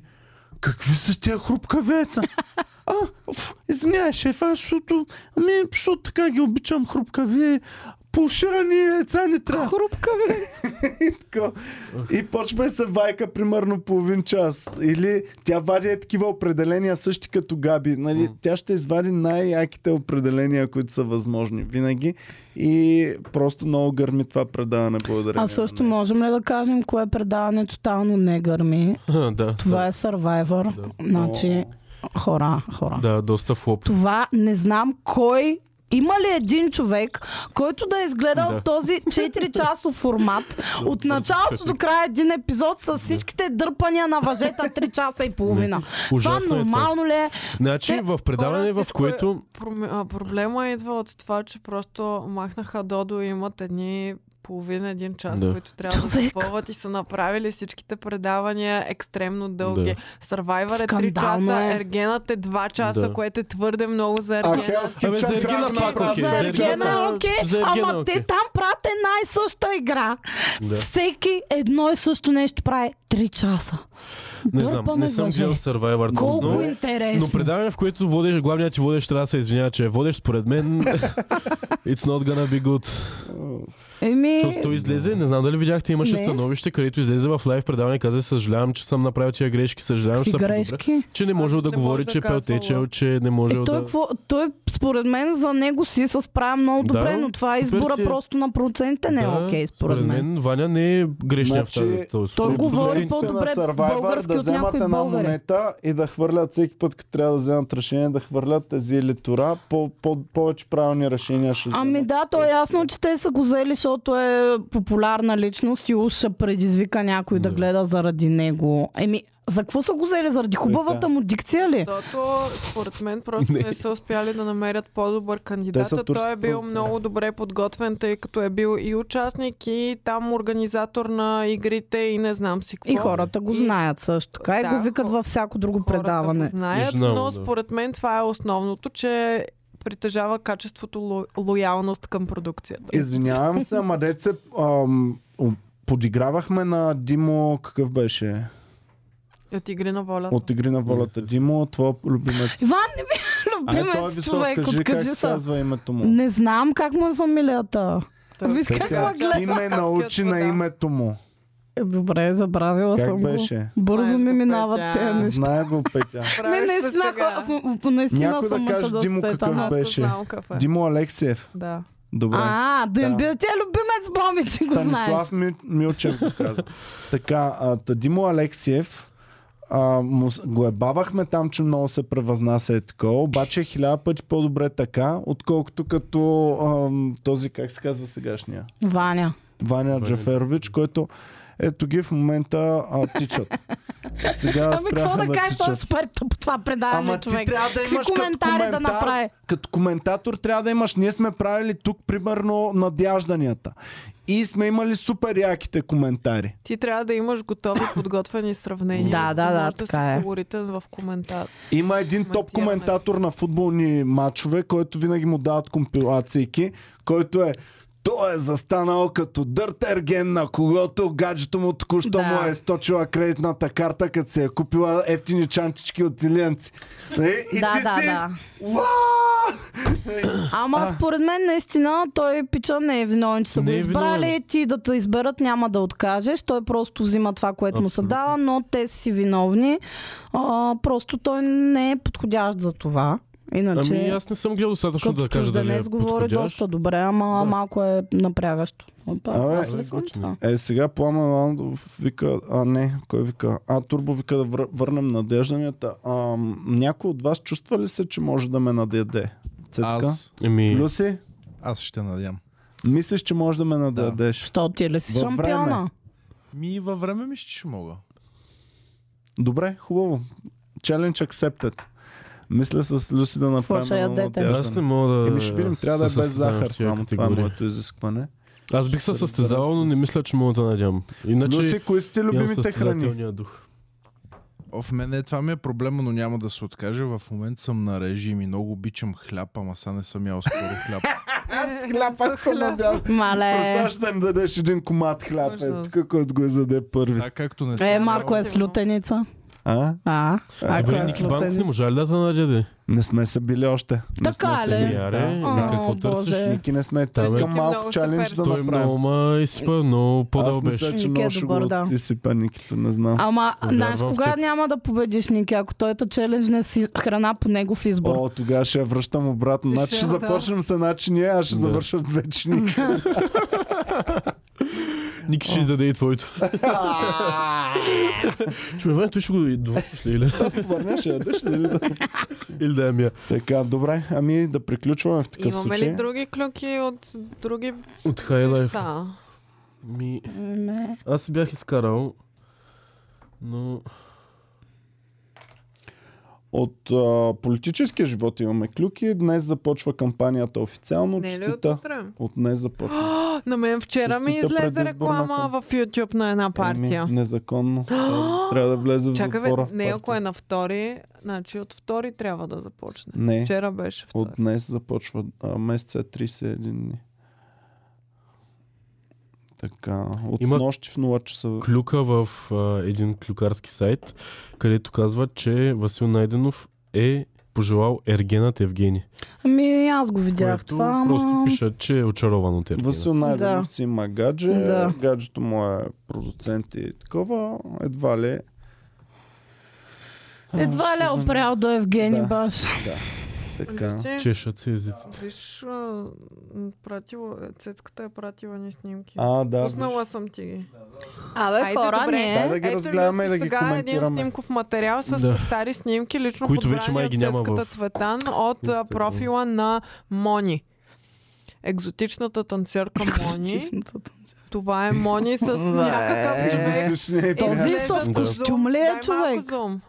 Speaker 1: Какви са тия хрупкави яйца? А, уф, извинявай, шефа, защото, ами, защото така ги обичам хрупкави. Пуширани яйца не трябва.
Speaker 4: Хрупкави.
Speaker 1: Така. И почва и се вайка примерно половин час. Или тя вади е такива определения също като Габи. Нали? Тя ще извади най-яките определения, които са възможни винаги. И просто много гърми това предаване. Благодаря.
Speaker 4: А
Speaker 3: е.
Speaker 4: също можем ли да кажем кое е предаване тотално не гърми?
Speaker 3: да,
Speaker 4: Това е Survivor. Значи, хора, хора.
Speaker 3: да, доста флоп.
Speaker 4: е Това не знам кой. Има ли един човек, който да е изгледал
Speaker 3: Да.
Speaker 4: този 4-часов формат от началото до края един епизод с всичките дърпания на въжета 3 часа и половина? Това
Speaker 3: Ужасно е това.
Speaker 4: нормално ли е?
Speaker 3: Значи
Speaker 4: Те,
Speaker 3: в предаване,
Speaker 2: хора,
Speaker 3: в
Speaker 2: всичко е-
Speaker 3: което...
Speaker 2: Проме- а, Проблема идва от това, че просто махнаха Додо и имат едни половина, един час,
Speaker 3: Да.
Speaker 2: да. които трябва да
Speaker 4: Човек.
Speaker 2: запълват и са направили всичките предавания екстремно дълги. Да. Survivor е 3
Speaker 4: Скандално
Speaker 2: часа,
Speaker 4: е.
Speaker 2: Ергенът е 2 часа,
Speaker 3: Да.
Speaker 2: което е твърде много за
Speaker 1: А
Speaker 2: Ергена.
Speaker 1: Хелски
Speaker 3: Абе, за Ергена пак
Speaker 4: А,
Speaker 3: окей.
Speaker 4: за Ергена е окей,
Speaker 3: за Ергена е
Speaker 4: ама
Speaker 3: окей.
Speaker 4: те там правят една и съща игра.
Speaker 3: Да.
Speaker 4: Всеки едно и също нещо прави 3 часа.
Speaker 3: Не знам,
Speaker 4: Дърпане
Speaker 3: не съм
Speaker 4: въже.
Speaker 3: гледал Survivor.
Speaker 4: Колко е
Speaker 3: но...
Speaker 4: интересно.
Speaker 3: Но предаване, в което водеш, главният ти водещ трябва да се извинява, че е водещ, според мен it's not gonna be good.
Speaker 4: Еми,
Speaker 3: Защото той излезе, не знам дали видяхте, имаше
Speaker 4: Е. Не.
Speaker 3: становище, където излезе в лайв предаване и каза, съжалявам, че съм направил тия грешки, съжалявам, че
Speaker 4: какви
Speaker 3: съм подобря.
Speaker 4: грешки.
Speaker 3: Че не можел да
Speaker 2: Не
Speaker 3: говори,
Speaker 2: може да
Speaker 3: че
Speaker 2: казва,
Speaker 3: пелтечел,
Speaker 2: лъп.
Speaker 3: че не
Speaker 4: Е,
Speaker 3: можел
Speaker 4: той,
Speaker 3: да...
Speaker 4: какво, той, според мен, за него си се справя много
Speaker 3: Да,
Speaker 4: добре, но това е
Speaker 3: супер
Speaker 4: избора
Speaker 3: си е.
Speaker 4: просто на процентите не е
Speaker 3: Да,
Speaker 4: окей, според мен.
Speaker 3: Ваня не е грешния
Speaker 1: Значи,
Speaker 3: в тази- този
Speaker 4: Той
Speaker 3: случай.
Speaker 4: говори
Speaker 1: Продуцентите
Speaker 4: по-добре
Speaker 1: на Survivor
Speaker 4: български
Speaker 1: да
Speaker 4: от
Speaker 1: вземат
Speaker 4: някой
Speaker 1: една
Speaker 4: българин.
Speaker 1: монета и да хвърлят всеки път, като трябва да вземат решение, да хвърлят тези елитора. По, по, повече правилни решения ще вземат.
Speaker 4: Ами да, то е ясно, че те са го взели, защото е популярна личност и уж ще предизвика някой да
Speaker 3: Да.
Speaker 4: гледа заради него. Еми, за какво са го взели? Заради хубавата му дикция ли?
Speaker 2: Защото според мен просто не. са успяли да намерят по-добър
Speaker 1: Те са
Speaker 2: кандидат. а
Speaker 1: турски
Speaker 2: Той е бил
Speaker 1: продуценти.
Speaker 2: много добре подготвен, тъй като е бил и участник, и там организатор на игрите, и не знам си какво.
Speaker 4: И хората го
Speaker 2: И-
Speaker 4: знаят също така и
Speaker 2: Да,
Speaker 4: го викат
Speaker 2: хо-
Speaker 4: във всяко друго
Speaker 2: Хората го
Speaker 4: предаване.
Speaker 2: знаят,
Speaker 3: Виждам,
Speaker 2: но
Speaker 3: да.
Speaker 2: според мен това е основното, че притежава качеството ло- лоялност към продукцията.
Speaker 1: Е, Извинявам се, ама деца ам, о- подигравахме на Димо, какъв беше?
Speaker 2: От игри на волята.
Speaker 1: От Игри на волята. Димо, твой любимец.
Speaker 4: Иван не ми
Speaker 1: А не, той е
Speaker 4: любимец
Speaker 1: висок,
Speaker 4: човек,
Speaker 1: кажи как
Speaker 4: откажи
Speaker 1: се
Speaker 4: се.
Speaker 1: казва името му.
Speaker 4: Не знам как му е фамилията.
Speaker 2: Той-
Speaker 4: Виж как
Speaker 1: Петя,
Speaker 4: ме гледа.
Speaker 1: ти ме научи на
Speaker 2: Да.
Speaker 1: името му.
Speaker 4: Е, Добре, забравила
Speaker 1: Как
Speaker 4: съм го.
Speaker 1: беше?
Speaker 4: Бързо
Speaker 2: Знаеш
Speaker 4: ми
Speaker 2: го,
Speaker 1: е
Speaker 4: минават
Speaker 2: Петя.
Speaker 4: тези неща.
Speaker 1: Знае го, Петя.
Speaker 4: Не,
Speaker 2: Правиш се
Speaker 4: наистина,
Speaker 2: сега.
Speaker 4: хо- в- в- наистина
Speaker 1: Някой да
Speaker 4: съм мъча
Speaker 1: каже
Speaker 4: да
Speaker 1: Димо
Speaker 4: се
Speaker 1: какъв
Speaker 4: сетя.
Speaker 2: Аз го
Speaker 1: беше.
Speaker 2: знам какъв е.
Speaker 1: Димо Алексиев.
Speaker 2: Да.
Speaker 1: Добре.
Speaker 4: А, да им
Speaker 1: Да.
Speaker 4: бил ти е любимец Боми, че го знаеш.
Speaker 1: Станислав Мил- Милчев го каза. така, а, та Димо Алексиев а, му, с- го ебавахме там, че много се превъзнася е такова, обаче е хиляда пъти по-добре така, отколкото като ам, този, как се казва сегашния,
Speaker 4: Ваня.
Speaker 1: Ваня Джаферович, който ето ги в момента а, тичат. Сега
Speaker 4: Ами какво
Speaker 1: спряха
Speaker 4: да кажеш, той е
Speaker 1: тичат.
Speaker 4: супер тъп по това предаване,
Speaker 1: Ама ти
Speaker 4: човек.
Speaker 1: трябва да
Speaker 4: Какви
Speaker 1: имаш
Speaker 4: коментари
Speaker 1: като
Speaker 4: да
Speaker 1: коментар,
Speaker 4: направи?
Speaker 1: Като коментатор трябва да имаш. Ние сме правили тук примерно надяжданията. И сме имали супер яките коментари.
Speaker 2: Ти трябва да имаш готови, подготвени сравнения.
Speaker 4: Да,
Speaker 2: за
Speaker 4: да, да,
Speaker 2: можеш
Speaker 4: така
Speaker 2: си
Speaker 4: е.
Speaker 2: колоритен в коментар.
Speaker 1: Има един топ
Speaker 2: Коментиране.
Speaker 1: коментатор на футболни матчове, който винаги му дават компилациики, който е той е застанал като Дърт Ерген, на когото гаджето му току-що
Speaker 4: Да.
Speaker 1: му е източила кредитната карта, като се е купила ефтини чантички от Илианци. И, и
Speaker 4: Да,
Speaker 1: ти
Speaker 4: да,
Speaker 1: си...
Speaker 4: да.
Speaker 1: Уа!
Speaker 4: Ама според мен наистина той пича не е виновен, че са го
Speaker 3: Не е
Speaker 4: избрали.
Speaker 3: виновен.
Speaker 4: Ти да те изберат няма да откажеш. Той просто взима това, което му се
Speaker 3: Абсолютно.
Speaker 4: дава, но те си виновни. А, просто той не е подходящ за това. Иначе,
Speaker 3: Ами аз не съм гледал достатъчно
Speaker 4: като
Speaker 3: да кажа дали е
Speaker 4: чужденец говори
Speaker 3: подходящ.
Speaker 4: доста добре, ама
Speaker 3: Да.
Speaker 4: малко е напрягащо. Опа,
Speaker 1: Абе,
Speaker 4: аз ли съм
Speaker 3: готино.
Speaker 4: това?
Speaker 1: Е, сега Пламен Ландов вика, а не, кой вика? А, Турбо вика да вър- върнем надежданията. А, някой от вас чувства ли се, че може да ме надяде? Цецка?
Speaker 6: Аз,
Speaker 3: Еми,
Speaker 1: Люси,
Speaker 6: аз ще надям.
Speaker 1: мислиш, че може да ме надядеш?
Speaker 4: Що ти ли си
Speaker 1: Във време.
Speaker 4: шампиона?
Speaker 6: Ми във време ми ще мога.
Speaker 1: Добре, хубаво. Challenge accepted. Мисля с Люси да направим
Speaker 4: ще
Speaker 1: едно
Speaker 4: ядете?
Speaker 1: надеждане.
Speaker 3: аз не мога да...
Speaker 1: ами. Еми ще видим, трябва да е
Speaker 3: се
Speaker 1: без
Speaker 3: състезавам в
Speaker 1: захар
Speaker 3: тия
Speaker 1: само. Това е
Speaker 3: категории.
Speaker 1: моето изискване.
Speaker 3: Аз бих се
Speaker 1: Ще
Speaker 3: състезавал,
Speaker 1: разберем
Speaker 3: но не
Speaker 1: с-
Speaker 3: мисля, че мога да надявам. Иначе
Speaker 1: Люси, кои са ти
Speaker 3: Значи, имам
Speaker 1: любимите храни?
Speaker 3: състезателния дух.
Speaker 6: О, в мен е, това ми е проблема, но няма да се откажа. В момента съм на режим и много обичам хляб, ама сега не съм ял скоро хляб.
Speaker 1: Аз хляб, пак съм надял.
Speaker 4: Мале.
Speaker 1: Представаш да им дадеш един комат хляб, е,
Speaker 2: Ужас.
Speaker 1: така, който го изяде първи.
Speaker 6: Сега както не съм
Speaker 4: Е,
Speaker 6: ял-
Speaker 4: Марко е с лютеница.
Speaker 1: А?
Speaker 4: А, ако
Speaker 3: Добре,
Speaker 4: е с
Speaker 3: Ники Банков не
Speaker 4: лютеница.
Speaker 3: можа ли да те надяде?
Speaker 1: Не сме се били още. Не
Speaker 4: Така
Speaker 1: сме се
Speaker 4: ли?
Speaker 1: били,
Speaker 3: Яре,
Speaker 1: Да.
Speaker 4: О,
Speaker 3: какво
Speaker 4: Боже.
Speaker 3: търсиш?
Speaker 1: Ники не сме.
Speaker 3: Та, бе.
Speaker 1: Искам
Speaker 2: е. Ники е
Speaker 1: малко
Speaker 2: много
Speaker 1: чалендж
Speaker 2: супер.
Speaker 1: да
Speaker 3: Той е
Speaker 1: направим.
Speaker 3: много ма изсипа, но по-дъл
Speaker 1: Аз
Speaker 3: беше.
Speaker 1: мисля, че
Speaker 4: Ники е
Speaker 1: много ще
Speaker 4: добър,
Speaker 1: го
Speaker 4: да.
Speaker 1: изсипа Никито, не знам.
Speaker 4: Ама,
Speaker 3: Повярвам
Speaker 4: знаеш
Speaker 3: в
Speaker 4: кога
Speaker 3: теб.
Speaker 4: няма да победиш Ники, ако той те челенджне си храна по негов избор.
Speaker 1: О, тогава ще я връщам обратно.
Speaker 2: Ще,
Speaker 1: Значи ще
Speaker 2: да.
Speaker 1: започнем с една чиния, аз ще
Speaker 3: Да.
Speaker 1: завърша с две чиники.
Speaker 3: Ники ще издаде и твоето. Ще ме върне, той ще го довършиш ли? Или,
Speaker 1: Аз повърня, ще ядеш ли?
Speaker 3: или да я мия.
Speaker 1: Така, добре, ами да приключваме в такъв
Speaker 2: Имаме
Speaker 1: случай.
Speaker 2: ли други клюки от други
Speaker 3: От Хайлайф.
Speaker 2: неща?
Speaker 3: Ми,
Speaker 4: Не.
Speaker 3: аз си бях изкарал, но...
Speaker 1: От а, политическия живот имаме клюки. Днес започва кампанията официално.
Speaker 2: Не ли от
Speaker 1: Честита.
Speaker 2: утре?
Speaker 1: От днес започва.
Speaker 2: А, На мен вчера ми
Speaker 1: Честита
Speaker 2: излезе
Speaker 1: предизборна
Speaker 2: реклама в YouTube на една партия.
Speaker 1: Еми, Ами, незаконно. Трябва да влезе в
Speaker 2: Чакай, бе,
Speaker 1: затвора.
Speaker 2: не ако е
Speaker 1: партия.
Speaker 2: на втори, значи от втори трябва да започне.
Speaker 1: Не.
Speaker 2: Вчера беше втори.
Speaker 1: От е днес започва а, месеца е 31 дни. Така, от
Speaker 3: Има-
Speaker 1: нощи в 0 часа.
Speaker 3: клюка в а, един клюкарски сайт, където казва, че Васил Найденов е пожелал Ергенът Евгений.
Speaker 4: Ами аз го видях
Speaker 3: което
Speaker 4: това, ама...
Speaker 3: просто пишат, че е очарован от Ергена.
Speaker 1: Васил Найденов
Speaker 4: Да.
Speaker 1: си има гадже,
Speaker 4: Да.
Speaker 1: гаджето му е продуцент и такова, едва ли а,
Speaker 4: Едва ли
Speaker 1: ще
Speaker 4: е
Speaker 1: се зам-
Speaker 4: опрял до Евгений
Speaker 1: Да.
Speaker 4: Баш.
Speaker 1: Така.
Speaker 2: Е,
Speaker 3: Чешат се езиците.
Speaker 2: Виж, а, м, пратила, цецката е пратила ни снимки.
Speaker 1: А, да.
Speaker 2: Пуснала
Speaker 1: виж.
Speaker 2: съм ти ги.
Speaker 4: Абе,
Speaker 2: Айде,
Speaker 4: хора,
Speaker 2: добре.
Speaker 1: Дай
Speaker 4: не.
Speaker 1: да ги
Speaker 2: Е, Ето
Speaker 1: разгледаме и
Speaker 2: си
Speaker 1: да ги
Speaker 2: сега един
Speaker 1: коментираме.
Speaker 2: снимков материал с
Speaker 3: Да.
Speaker 2: стари снимки, лично
Speaker 3: Които
Speaker 2: подбрани
Speaker 3: вече май
Speaker 2: от
Speaker 3: ги няма
Speaker 2: цецката
Speaker 3: в-
Speaker 2: Цветан от а,
Speaker 3: Инстаграм.
Speaker 2: профила на Мони. Екзотичната танцьорка Мони. Това е Мони с някакъв
Speaker 4: Е,
Speaker 1: Е,
Speaker 2: човек.
Speaker 1: виж, не е така.
Speaker 4: Този
Speaker 2: Изглеждат
Speaker 4: с
Speaker 2: зум.
Speaker 4: костюм ли е
Speaker 2: Дай малко
Speaker 4: човек?
Speaker 2: зум.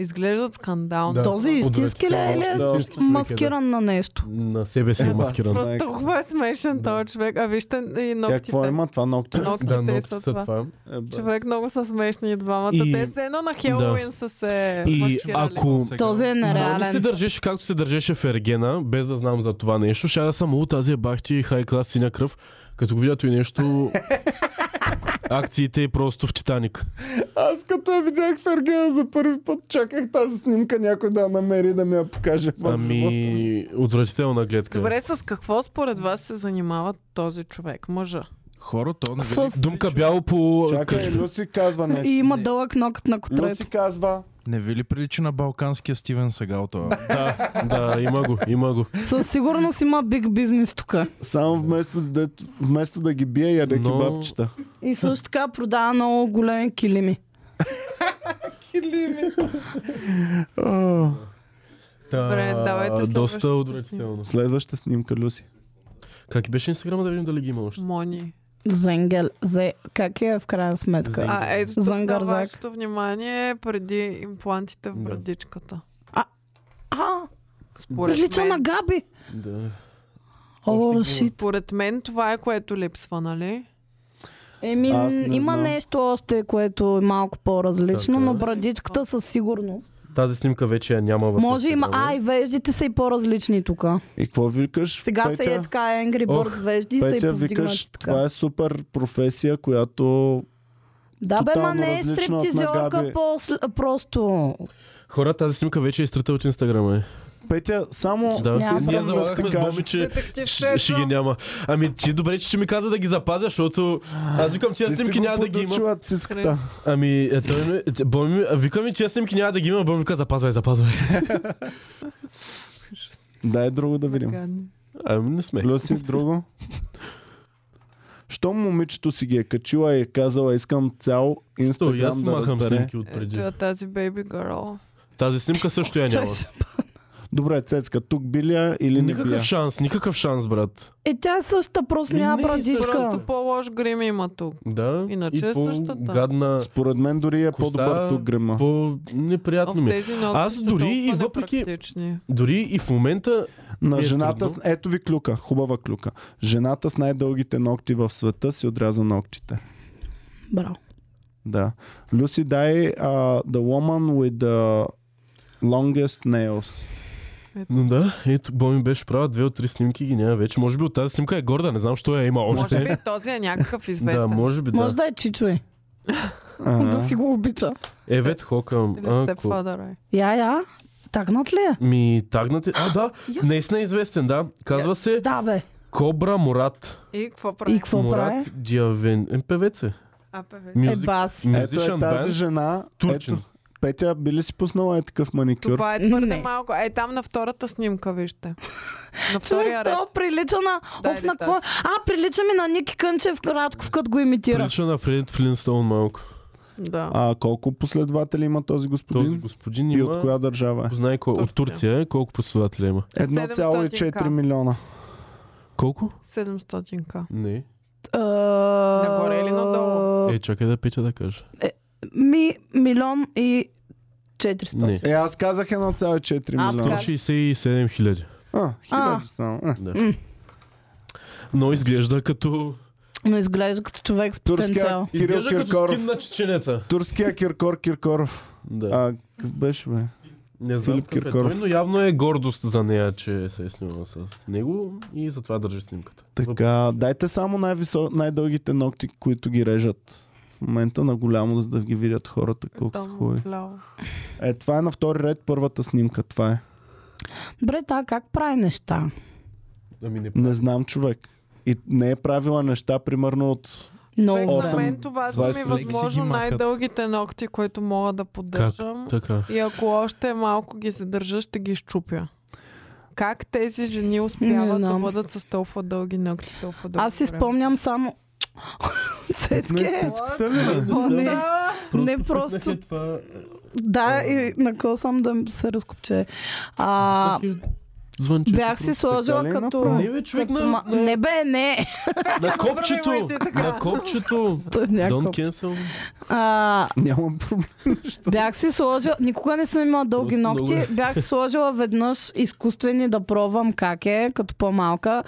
Speaker 2: Изглеждат скандално.
Speaker 3: Да.
Speaker 4: Този истински ли е или е
Speaker 1: Да,
Speaker 3: Истински човек е, да.
Speaker 4: маскиран на нещо?
Speaker 3: На себе си
Speaker 1: Е,
Speaker 3: е
Speaker 1: да.
Speaker 3: маскиран.
Speaker 1: Майко.
Speaker 2: Просто толкова е смешен
Speaker 3: Да.
Speaker 2: този човек. А вижте и
Speaker 1: Тя какво
Speaker 2: ногтите.
Speaker 1: има това ногти?
Speaker 2: Ногти.
Speaker 3: Да,
Speaker 2: Те
Speaker 3: но
Speaker 2: са
Speaker 3: са това.
Speaker 1: Е, бе.
Speaker 2: Човек много са смешни и двамата.
Speaker 3: И-
Speaker 2: Те са едно на Хелоуин са се
Speaker 3: И
Speaker 2: маскирали.
Speaker 3: ако
Speaker 4: Този е
Speaker 3: Много Нали се
Speaker 4: нереален.
Speaker 3: държеше както се държеше в Ергена, без да знам за това нещо. Ще да съм, о, тази е бахти, хай клас, синя кръв. Като го видя и нещо... Акциите е просто в Титаник.
Speaker 1: Аз като я видях Фергена за първи път, чаках тази снимка някой да я намери да ми я покаже. в живота ми.
Speaker 3: Ами, отвратителна гледка.
Speaker 2: Добре, с какво според вас се занимава този човек, мъжа?
Speaker 6: Хора, то не
Speaker 4: С-
Speaker 6: ви,
Speaker 3: Думка бяло по...
Speaker 1: Чакай,
Speaker 3: къщ-
Speaker 1: Люси казва
Speaker 4: И
Speaker 1: нещо.
Speaker 4: има дълъг нокът на котрето.
Speaker 1: Люси казва,
Speaker 6: не ви ли прилича на балканския Стивен Сегал това?
Speaker 3: Да, да, има го, има го.
Speaker 4: Със сигурност има биг бизнес тук.
Speaker 1: само вместо, да, вместо да ги бие, яде
Speaker 3: Но-
Speaker 1: кебабчета.
Speaker 4: И също така продава много големи килими.
Speaker 1: А,
Speaker 3: Та,
Speaker 2: Добре, давайте
Speaker 3: Доста
Speaker 2: следващата
Speaker 3: отвратително.
Speaker 1: Следваща снимка, Люси.
Speaker 3: Как и беше инстаграма да видим дали ги има още?
Speaker 2: Мони.
Speaker 4: Зенгел. Зе... Как е в крайна сметка?
Speaker 3: Зенгел.
Speaker 4: А,
Speaker 2: А, ето тук на
Speaker 4: Зангарзак.
Speaker 2: вашето внимание е преди имплантите в
Speaker 3: Да.
Speaker 2: брадичката.
Speaker 4: а
Speaker 2: Според
Speaker 4: прилича
Speaker 2: мен,
Speaker 4: на Габи.
Speaker 3: Да.
Speaker 4: О,
Speaker 3: Още ги
Speaker 4: шит.
Speaker 2: според мен това е което липсва, нали?
Speaker 4: Еми,
Speaker 1: Аз не
Speaker 4: има
Speaker 1: знам. е.
Speaker 4: нещо още, което е малко по-различно,
Speaker 3: Така.
Speaker 4: но брадичката със сигурност.
Speaker 3: Тази снимка вече я няма в
Speaker 4: Може има.
Speaker 3: Инстаграма.
Speaker 4: А, и веждите са и по-различни тук.
Speaker 1: И какво викаш?
Speaker 4: Сега
Speaker 1: Петя,
Speaker 4: са е така Angry
Speaker 3: Ох,
Speaker 4: Birds вежди са и
Speaker 1: Петя,
Speaker 4: повдигнати
Speaker 1: викаш, това
Speaker 4: така.
Speaker 1: е супер професия, която
Speaker 4: Да бе, ма
Speaker 1: тотално
Speaker 4: не е
Speaker 1: различна от на
Speaker 4: стриптизьорка
Speaker 1: Габи.
Speaker 4: по- просто.
Speaker 3: Хора, тази снимка вече е изтрита от инстаграма. Е.
Speaker 1: Петя, само
Speaker 3: Да.
Speaker 4: Няма
Speaker 1: искам
Speaker 3: Ние
Speaker 1: да ти
Speaker 3: залагахме с
Speaker 1: кажа.
Speaker 3: Боми, че
Speaker 2: Детектив
Speaker 3: ще ще ги няма. Ами ти добре, че ще ми каза да ги запазя, защото аз викам,
Speaker 1: Ти
Speaker 3: тия
Speaker 1: си
Speaker 3: снимки
Speaker 1: го
Speaker 3: няма да ги има.
Speaker 1: подучила цицката.
Speaker 3: Ами, е, той ми, е, Боми, ми- вика ми, тия снимки няма да ги има, Боми вика, запазвай, запазвай. Е.
Speaker 1: Дай друго да видим.
Speaker 3: Ами не сме.
Speaker 1: Люси, друго. Щом момичето си ги е качила и е казала, искам цял
Speaker 3: То, и аз
Speaker 1: Инстаграм да
Speaker 3: махам
Speaker 1: разбере.
Speaker 3: снимки от
Speaker 2: Ето
Speaker 3: преди.
Speaker 2: е тази baby girl.
Speaker 3: Тази снимка също я няма.
Speaker 1: Добре, Цецка, тук билия или не бия?
Speaker 3: Никакъв шанс, никакъв шанс, брат.
Speaker 4: Е, тя е същата, просто
Speaker 3: Ми
Speaker 4: няма
Speaker 3: не е
Speaker 4: брадичка.
Speaker 3: същата.
Speaker 2: Просто по-лош грим има тук.
Speaker 3: Да.
Speaker 2: Иначе
Speaker 3: и
Speaker 2: е
Speaker 3: по-
Speaker 2: същата.
Speaker 3: Гадна,
Speaker 1: Според мен дори е
Speaker 3: Коса,
Speaker 1: по-добър тук грима.
Speaker 3: по-неприятно
Speaker 2: В
Speaker 3: ми. е.
Speaker 2: тези ногти
Speaker 3: Аз
Speaker 2: са
Speaker 3: дори и
Speaker 2: толкова
Speaker 3: въпреки-
Speaker 2: непрактични.
Speaker 3: Дори и в момента
Speaker 1: На
Speaker 3: е
Speaker 1: жената,
Speaker 3: трудно.
Speaker 1: ето ви клюка, хубава клюка. Жената с най-дългите ногти в света си отряза ногтите.
Speaker 4: Браво.
Speaker 1: Да. Люси, дай uh, The Woman with the Longest Nails.
Speaker 3: Но да, ето, Боми беше права, две от три снимки ги няма вече. Може би от тази снимка е горда, не знам, що я има още.
Speaker 2: Може би този е някакъв
Speaker 3: да,
Speaker 2: известен.
Speaker 3: може би
Speaker 4: Може
Speaker 3: да.
Speaker 4: да е Чичуе. Да си го обича.
Speaker 3: Евет Хокъм.
Speaker 2: Или
Speaker 3: А, ко-
Speaker 2: Степфадър е.
Speaker 4: Я, я. Тагнат ли е?
Speaker 3: Ми, тагнате. А, да, наистина е известен, да. Казва се
Speaker 4: Да, бе.
Speaker 3: Кобра Мурат.
Speaker 2: И какво
Speaker 4: И
Speaker 2: прави?
Speaker 4: какво прави?
Speaker 3: Мурат Диавен. Е, певец е.
Speaker 2: А, бе,
Speaker 4: Е,
Speaker 3: Мюзик.
Speaker 4: баси.
Speaker 1: Ето е
Speaker 3: Мюзишън
Speaker 1: тази
Speaker 3: бенд.
Speaker 1: жена.
Speaker 3: Турчин.
Speaker 1: Ето, Петя, би ли си пуснала е такъв маникюр?
Speaker 2: Това е твърде
Speaker 4: Не.
Speaker 2: малко. Е, там на втората снимка, вижте. На
Speaker 4: Човек,
Speaker 2: втория ред.
Speaker 4: то прилича на...
Speaker 2: Да,
Speaker 4: Оф,
Speaker 2: или
Speaker 4: на какво? е? А, прилича ми на Ники Кънчев Радков, като го имитира.
Speaker 3: Прилича на Фред Флинстоун малко.
Speaker 2: Да.
Speaker 1: А колко последователи има този господин?
Speaker 3: Този господин
Speaker 1: И
Speaker 3: има...
Speaker 1: от коя държава е?
Speaker 3: Познай кой... От Турция е. Колко последователя има?
Speaker 1: 1,4
Speaker 2: 700К.
Speaker 1: милиона.
Speaker 3: Колко?
Speaker 2: 700к.
Speaker 3: Не.
Speaker 4: Нагоре
Speaker 2: Нагоре или надолу?
Speaker 3: Е, чакай да печа да кажа.
Speaker 4: Ми, милион и 400.
Speaker 3: Е. Не.
Speaker 1: Е, аз казах 1,4
Speaker 4: А,
Speaker 1: милиона.
Speaker 4: така.
Speaker 3: 167 хиляди.
Speaker 1: А,
Speaker 4: А.
Speaker 1: хиляди само. А.
Speaker 3: Да. Но изглежда като...
Speaker 4: Но изглежда като човек с
Speaker 1: Турския
Speaker 4: потенциал.
Speaker 1: Кирил
Speaker 3: Изглежда като
Speaker 1: Киркоров.
Speaker 3: скин на чеченеца.
Speaker 1: Турския Киркор Киркоров.
Speaker 3: Да.
Speaker 1: А, какъв беше, бе?
Speaker 3: Не знам
Speaker 1: Филип
Speaker 3: какъв е
Speaker 1: Киркоров.
Speaker 3: той, но явно е гордост за нея, че се е снимала с него и затова държи снимката.
Speaker 1: Така, дайте само най-висо... най-дългите ногти, които ги режат. В момента на голямо, за да ги видят хората колко са
Speaker 2: Там
Speaker 1: хубави.
Speaker 2: отляво.
Speaker 1: Е, това е на втори ред първата снимка. Това е.
Speaker 4: Добре, та как прави неща?
Speaker 3: Ами не
Speaker 1: Не знам човек. И не е правила неща, примерно от...
Speaker 4: Много
Speaker 2: Бе,
Speaker 1: Осем,
Speaker 2: За
Speaker 4: време.
Speaker 2: мен това са ми
Speaker 1: двадесет лекси
Speaker 6: ги
Speaker 2: възможно
Speaker 6: махат.
Speaker 2: най-дългите ногти, които мога да поддържам.
Speaker 3: Така.
Speaker 2: И ако още малко ги задържа, ще ги щупя. Как тези жени успяват да
Speaker 4: знам.
Speaker 2: бъдат с толкова дълги ногти, толкова дълги
Speaker 4: Аз си спомням само... Цецки.
Speaker 1: Не, цицката ли? бе?
Speaker 4: О, не. Не просто...
Speaker 3: е това...
Speaker 4: Да, и на кой съм да се разкопче. А,
Speaker 3: е Звънче.
Speaker 4: бях си сложила
Speaker 1: ли
Speaker 4: като...
Speaker 1: направи?
Speaker 3: Не бе, човек,
Speaker 4: като
Speaker 3: на,
Speaker 4: ма-
Speaker 3: на,
Speaker 4: Не бе, не.
Speaker 3: на
Speaker 2: направила и
Speaker 3: копчето.
Speaker 2: ти така.
Speaker 3: На копчето. Don't
Speaker 4: Някакво.
Speaker 3: cancel.
Speaker 4: А,
Speaker 1: Няма проблем.
Speaker 4: Бях си сложила, никога не съм имала дълги
Speaker 3: Просто много
Speaker 4: ногти,
Speaker 3: е.
Speaker 4: бях си сложила веднъж изкуствени да пробвам как е, като по-малка.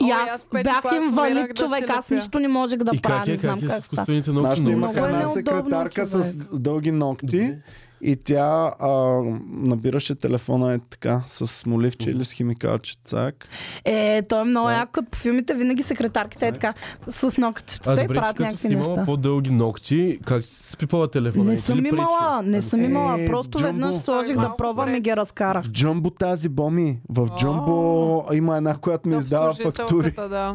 Speaker 4: И
Speaker 2: Ой,
Speaker 4: аз,
Speaker 2: аз пети
Speaker 4: бях
Speaker 2: клас умирах
Speaker 4: инвалид
Speaker 2: да
Speaker 4: човек,
Speaker 2: си
Speaker 4: аз
Speaker 2: лепя.
Speaker 4: нищо не можех да
Speaker 3: и
Speaker 4: правя,
Speaker 3: как
Speaker 4: не
Speaker 3: е,
Speaker 4: знам
Speaker 3: как е с
Speaker 4: как става.
Speaker 3: изкуствените ногти?
Speaker 1: Нашата
Speaker 3: Много
Speaker 1: имаха
Speaker 4: е
Speaker 1: една
Speaker 4: неудобно,
Speaker 1: секретарка с
Speaker 4: човек.
Speaker 1: дълги ногти
Speaker 3: Добре.
Speaker 1: и тя а, набираше телефона е така, с смоливче или с химикалче. Цак.
Speaker 4: Е, той е много
Speaker 1: Знае.
Speaker 4: як, като по филмите винаги секретарките е така, с
Speaker 3: А,
Speaker 4: ногчетата и
Speaker 3: добре, че
Speaker 4: правят
Speaker 3: като
Speaker 4: някакви
Speaker 3: си имала
Speaker 4: неща.
Speaker 3: по-дълги ногти, как си си пипала телефона?
Speaker 4: Не
Speaker 3: И ти
Speaker 4: съм
Speaker 3: ли
Speaker 4: имала, не съм
Speaker 1: Е,
Speaker 4: имала, просто
Speaker 1: Джумбо.
Speaker 4: веднъж сложих
Speaker 2: Ай,
Speaker 4: да
Speaker 2: малко
Speaker 4: пробвам и
Speaker 2: време.
Speaker 4: ги разкарах.
Speaker 1: В Джамбо тази боми. В Джамбо има една, която ми издава фактури.
Speaker 2: Да.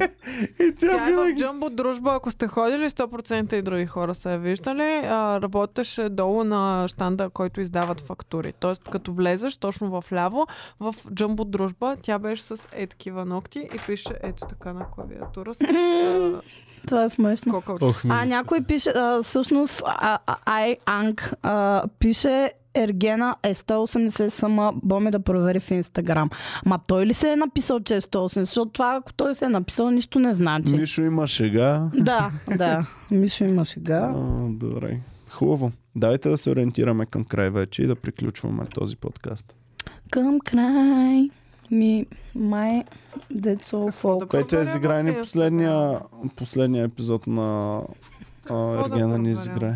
Speaker 1: И тя
Speaker 2: Тя е в
Speaker 1: винаги...
Speaker 2: Джамбо дружба, ако сте ходили, 100% и други хора са я виждали. А, работеше долу на штанда, който издават фактури. Тоест, като влезеш точно в ляво, в Джамбо дружба, тя беше с е такива ногти и пише ето така на клавиатура с а,
Speaker 4: Това е смешно.
Speaker 2: кокъл.
Speaker 3: Ох, ми.
Speaker 4: А някой пише, а, всъщност, а, а, Ай Анг а, пише Ергена е 180 сама, боме да провери в Инстаграм. Ма той ли се е написал, че е 180? Защото това, ако той се е написал, нищо не значи.
Speaker 1: Мишо има шега.
Speaker 4: Да, да. Мишо има шега.
Speaker 1: А, добре. Хубаво. Дайте да се ориентираме към край вече и да приключваме този подкаст.
Speaker 4: Към край ми май децо
Speaker 2: да
Speaker 4: фолк.
Speaker 1: Петя
Speaker 2: Проверяваме
Speaker 1: изиграе ни
Speaker 2: я.
Speaker 1: е последния, последния епизод на а,
Speaker 2: да
Speaker 1: Ергена ни
Speaker 2: проверя?
Speaker 1: изиграе.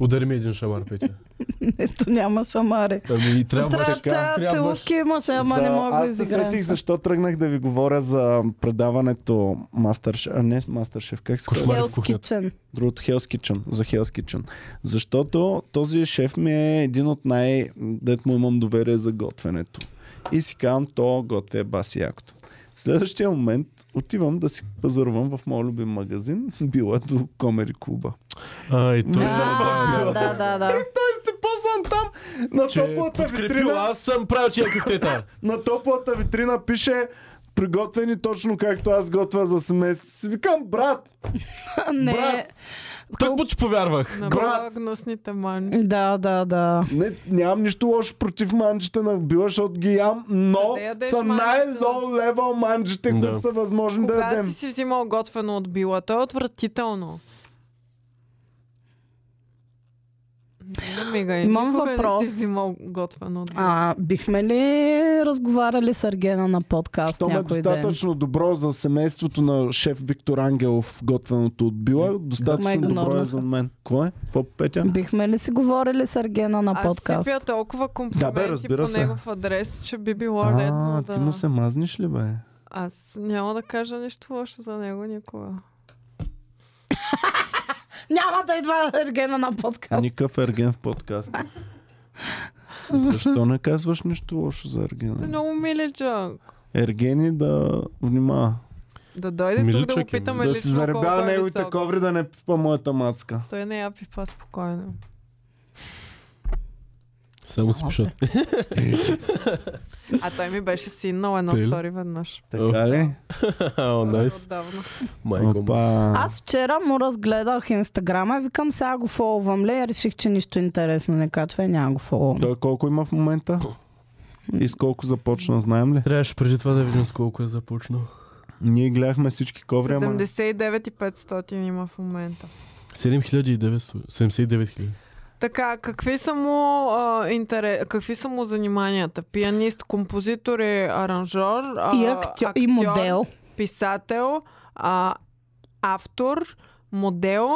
Speaker 3: Удари ми един шамар, Петя.
Speaker 4: Ето няма шамари.
Speaker 3: Ами и трябва
Speaker 4: Трябва
Speaker 1: Трябваше,
Speaker 4: ця-
Speaker 3: трябваше.
Speaker 4: целувки имаше, ама
Speaker 1: За-
Speaker 4: не мога да
Speaker 1: Аз се
Speaker 4: изиграя.
Speaker 1: сетих защо тръгнах да ви говоря за предаването Мастършеф. А не Мастършеф, как се казва?
Speaker 3: Кошмар.
Speaker 4: Хелс Кичен.
Speaker 1: Другото Hell's Kitchen, за Hell's Kitchen. Защото този шеф ми е един от най... Дет му имам доверие за готвенето. И си казвам, то готве е баси якото. В Следващия момент отивам да си пазарувам в моят любим магазин. Била до Комери клуба.
Speaker 3: А, и той
Speaker 4: Да, да, да, да.
Speaker 1: Той сте посан там на
Speaker 3: че е
Speaker 1: топлата
Speaker 3: подкрепил,
Speaker 1: витрина.
Speaker 3: аз съм правил чия кюфтета.
Speaker 1: на топлата витрина пише приготвени точно както аз готвя за семейството си. Викам, брат,
Speaker 4: Не.
Speaker 1: Брат,
Speaker 3: Тък му, че повярвах.
Speaker 2: На
Speaker 1: Брат.
Speaker 2: броя гнусните мани.
Speaker 4: Да, да, да.
Speaker 1: не, нямам нищо лошо против манджите на била, защото ги ям, но
Speaker 2: Да ядеш
Speaker 1: са
Speaker 2: манджи,
Speaker 1: най-лоу левел манджите,
Speaker 3: Да.
Speaker 1: които са възможни да
Speaker 2: Кога си
Speaker 1: ядем.
Speaker 2: си взимал готвено от била? То е отвратително. Не мигай.
Speaker 4: Имам
Speaker 2: Никога
Speaker 4: въпрос.
Speaker 2: Не си взимал готвено от била.
Speaker 4: А, бихме ли разговаряли с Аргена на подкаст
Speaker 1: То е
Speaker 4: някой ден?
Speaker 1: достатъчно добро за семейството на шеф Виктор Ангелов, готвеното от била.
Speaker 4: Май
Speaker 1: Достатъчно
Speaker 4: го
Speaker 1: добро е
Speaker 4: норнаха.
Speaker 1: за мен. Кое? Какво, Петя?
Speaker 4: Бихме ли си говорили с Аргена на
Speaker 2: Аз
Speaker 4: подкаст?
Speaker 2: сипя толкова комплименти
Speaker 1: Да, бе, разбира
Speaker 2: по
Speaker 1: се.
Speaker 2: негов адрес, че би било
Speaker 1: А,
Speaker 2: редно
Speaker 1: ти
Speaker 2: да...
Speaker 1: му се мазниш ли, бе?
Speaker 2: Аз няма да кажа нищо лошо за него никога.
Speaker 4: Няма да идва Аргена на подкаст.
Speaker 1: Никакъв ерген в подкаст. Защо не казваш нищо лошо за
Speaker 2: Той е
Speaker 1: Ергена?
Speaker 2: много миличък.
Speaker 1: Ергени да внимава.
Speaker 2: Да дойде тук да го
Speaker 3: Миличък е,
Speaker 2: питаме
Speaker 1: Да
Speaker 2: лично
Speaker 1: си заребява
Speaker 2: колко е
Speaker 1: неговите
Speaker 2: висок.
Speaker 1: коври да не пипа моята мацка.
Speaker 2: Той не я пипа спокойно.
Speaker 3: Само си пишат.
Speaker 2: А той ми беше синал едно
Speaker 3: Тъй ли?
Speaker 2: стори веднъж. е
Speaker 1: Така ли?
Speaker 3: О, найс.
Speaker 2: Отдавна.
Speaker 3: Майко. му.
Speaker 1: Опа.
Speaker 4: Аз вчера му разгледах инстаграма и викам сега го фолвам ли? Реших, че нищо интересно не качва и няма го фолвам.
Speaker 1: Той колко има в момента? И с колко започна, знаем ли?
Speaker 3: Трябваше преди това да видим с колко е започнал.
Speaker 1: Ние гледахме всички коври, ама... не.
Speaker 2: 79 500 има в момента.
Speaker 3: 7900. 79000.
Speaker 2: Така, какви са му, а, интерес, какви са му заниманията? Пианист, композитор и аранжор. А,
Speaker 4: И актьор, и модел.
Speaker 2: Писател, а, автор, модел,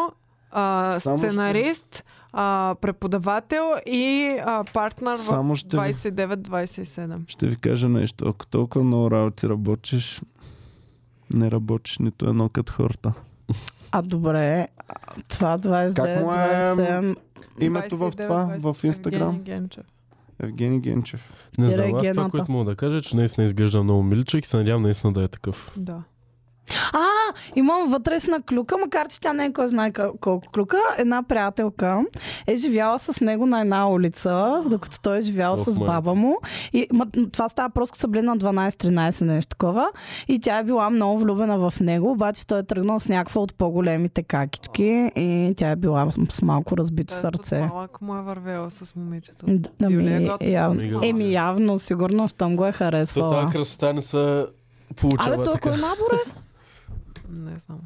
Speaker 2: а,
Speaker 1: Само ще-
Speaker 2: сценарист, а, преподавател и а, партнер
Speaker 1: Само
Speaker 2: в
Speaker 1: ще ви-
Speaker 2: 29-27.
Speaker 1: Ще ви кажа нещо. Ако толкова много работи работиш, не работиш нито едно като хората.
Speaker 4: А добре, а, това 29,
Speaker 1: Как му е,
Speaker 4: 27,
Speaker 1: Името в
Speaker 2: 29,
Speaker 1: това, в
Speaker 2: 27,
Speaker 1: Инстаграм,
Speaker 2: Евгений Генчев.
Speaker 1: Евгений Генчев.
Speaker 3: Не
Speaker 4: И
Speaker 3: знам, аз това,
Speaker 4: регената.
Speaker 3: което мога да кажа, е, че наистина изглежда много миличък и се надявам наистина да е такъв.
Speaker 2: Да.
Speaker 4: А, имам вътрешна клюка, макар че тя не е кой знае къл- колко клюка. Една приятелка е живяла с него на една улица, докато той е живял
Speaker 3: Ох,
Speaker 4: с
Speaker 3: майко.
Speaker 4: баба му. И, ма, това става просто като са били на 12-13, нещо такова. И тя е била много влюбена в него, обаче той е тръгнал с някаква от по-големите какички и тя е била с малко разбито
Speaker 2: Тоест, от
Speaker 4: сърце.
Speaker 2: Малък му е вървела с момичета.
Speaker 4: Д-
Speaker 2: Юлия е
Speaker 4: Ами,
Speaker 2: готина.
Speaker 3: Ами,
Speaker 4: явно,
Speaker 3: готина.
Speaker 4: еми явно, сигурно, щом го е харесвала.
Speaker 3: красота не се
Speaker 4: Абе, той кой набор е?
Speaker 2: Не знам.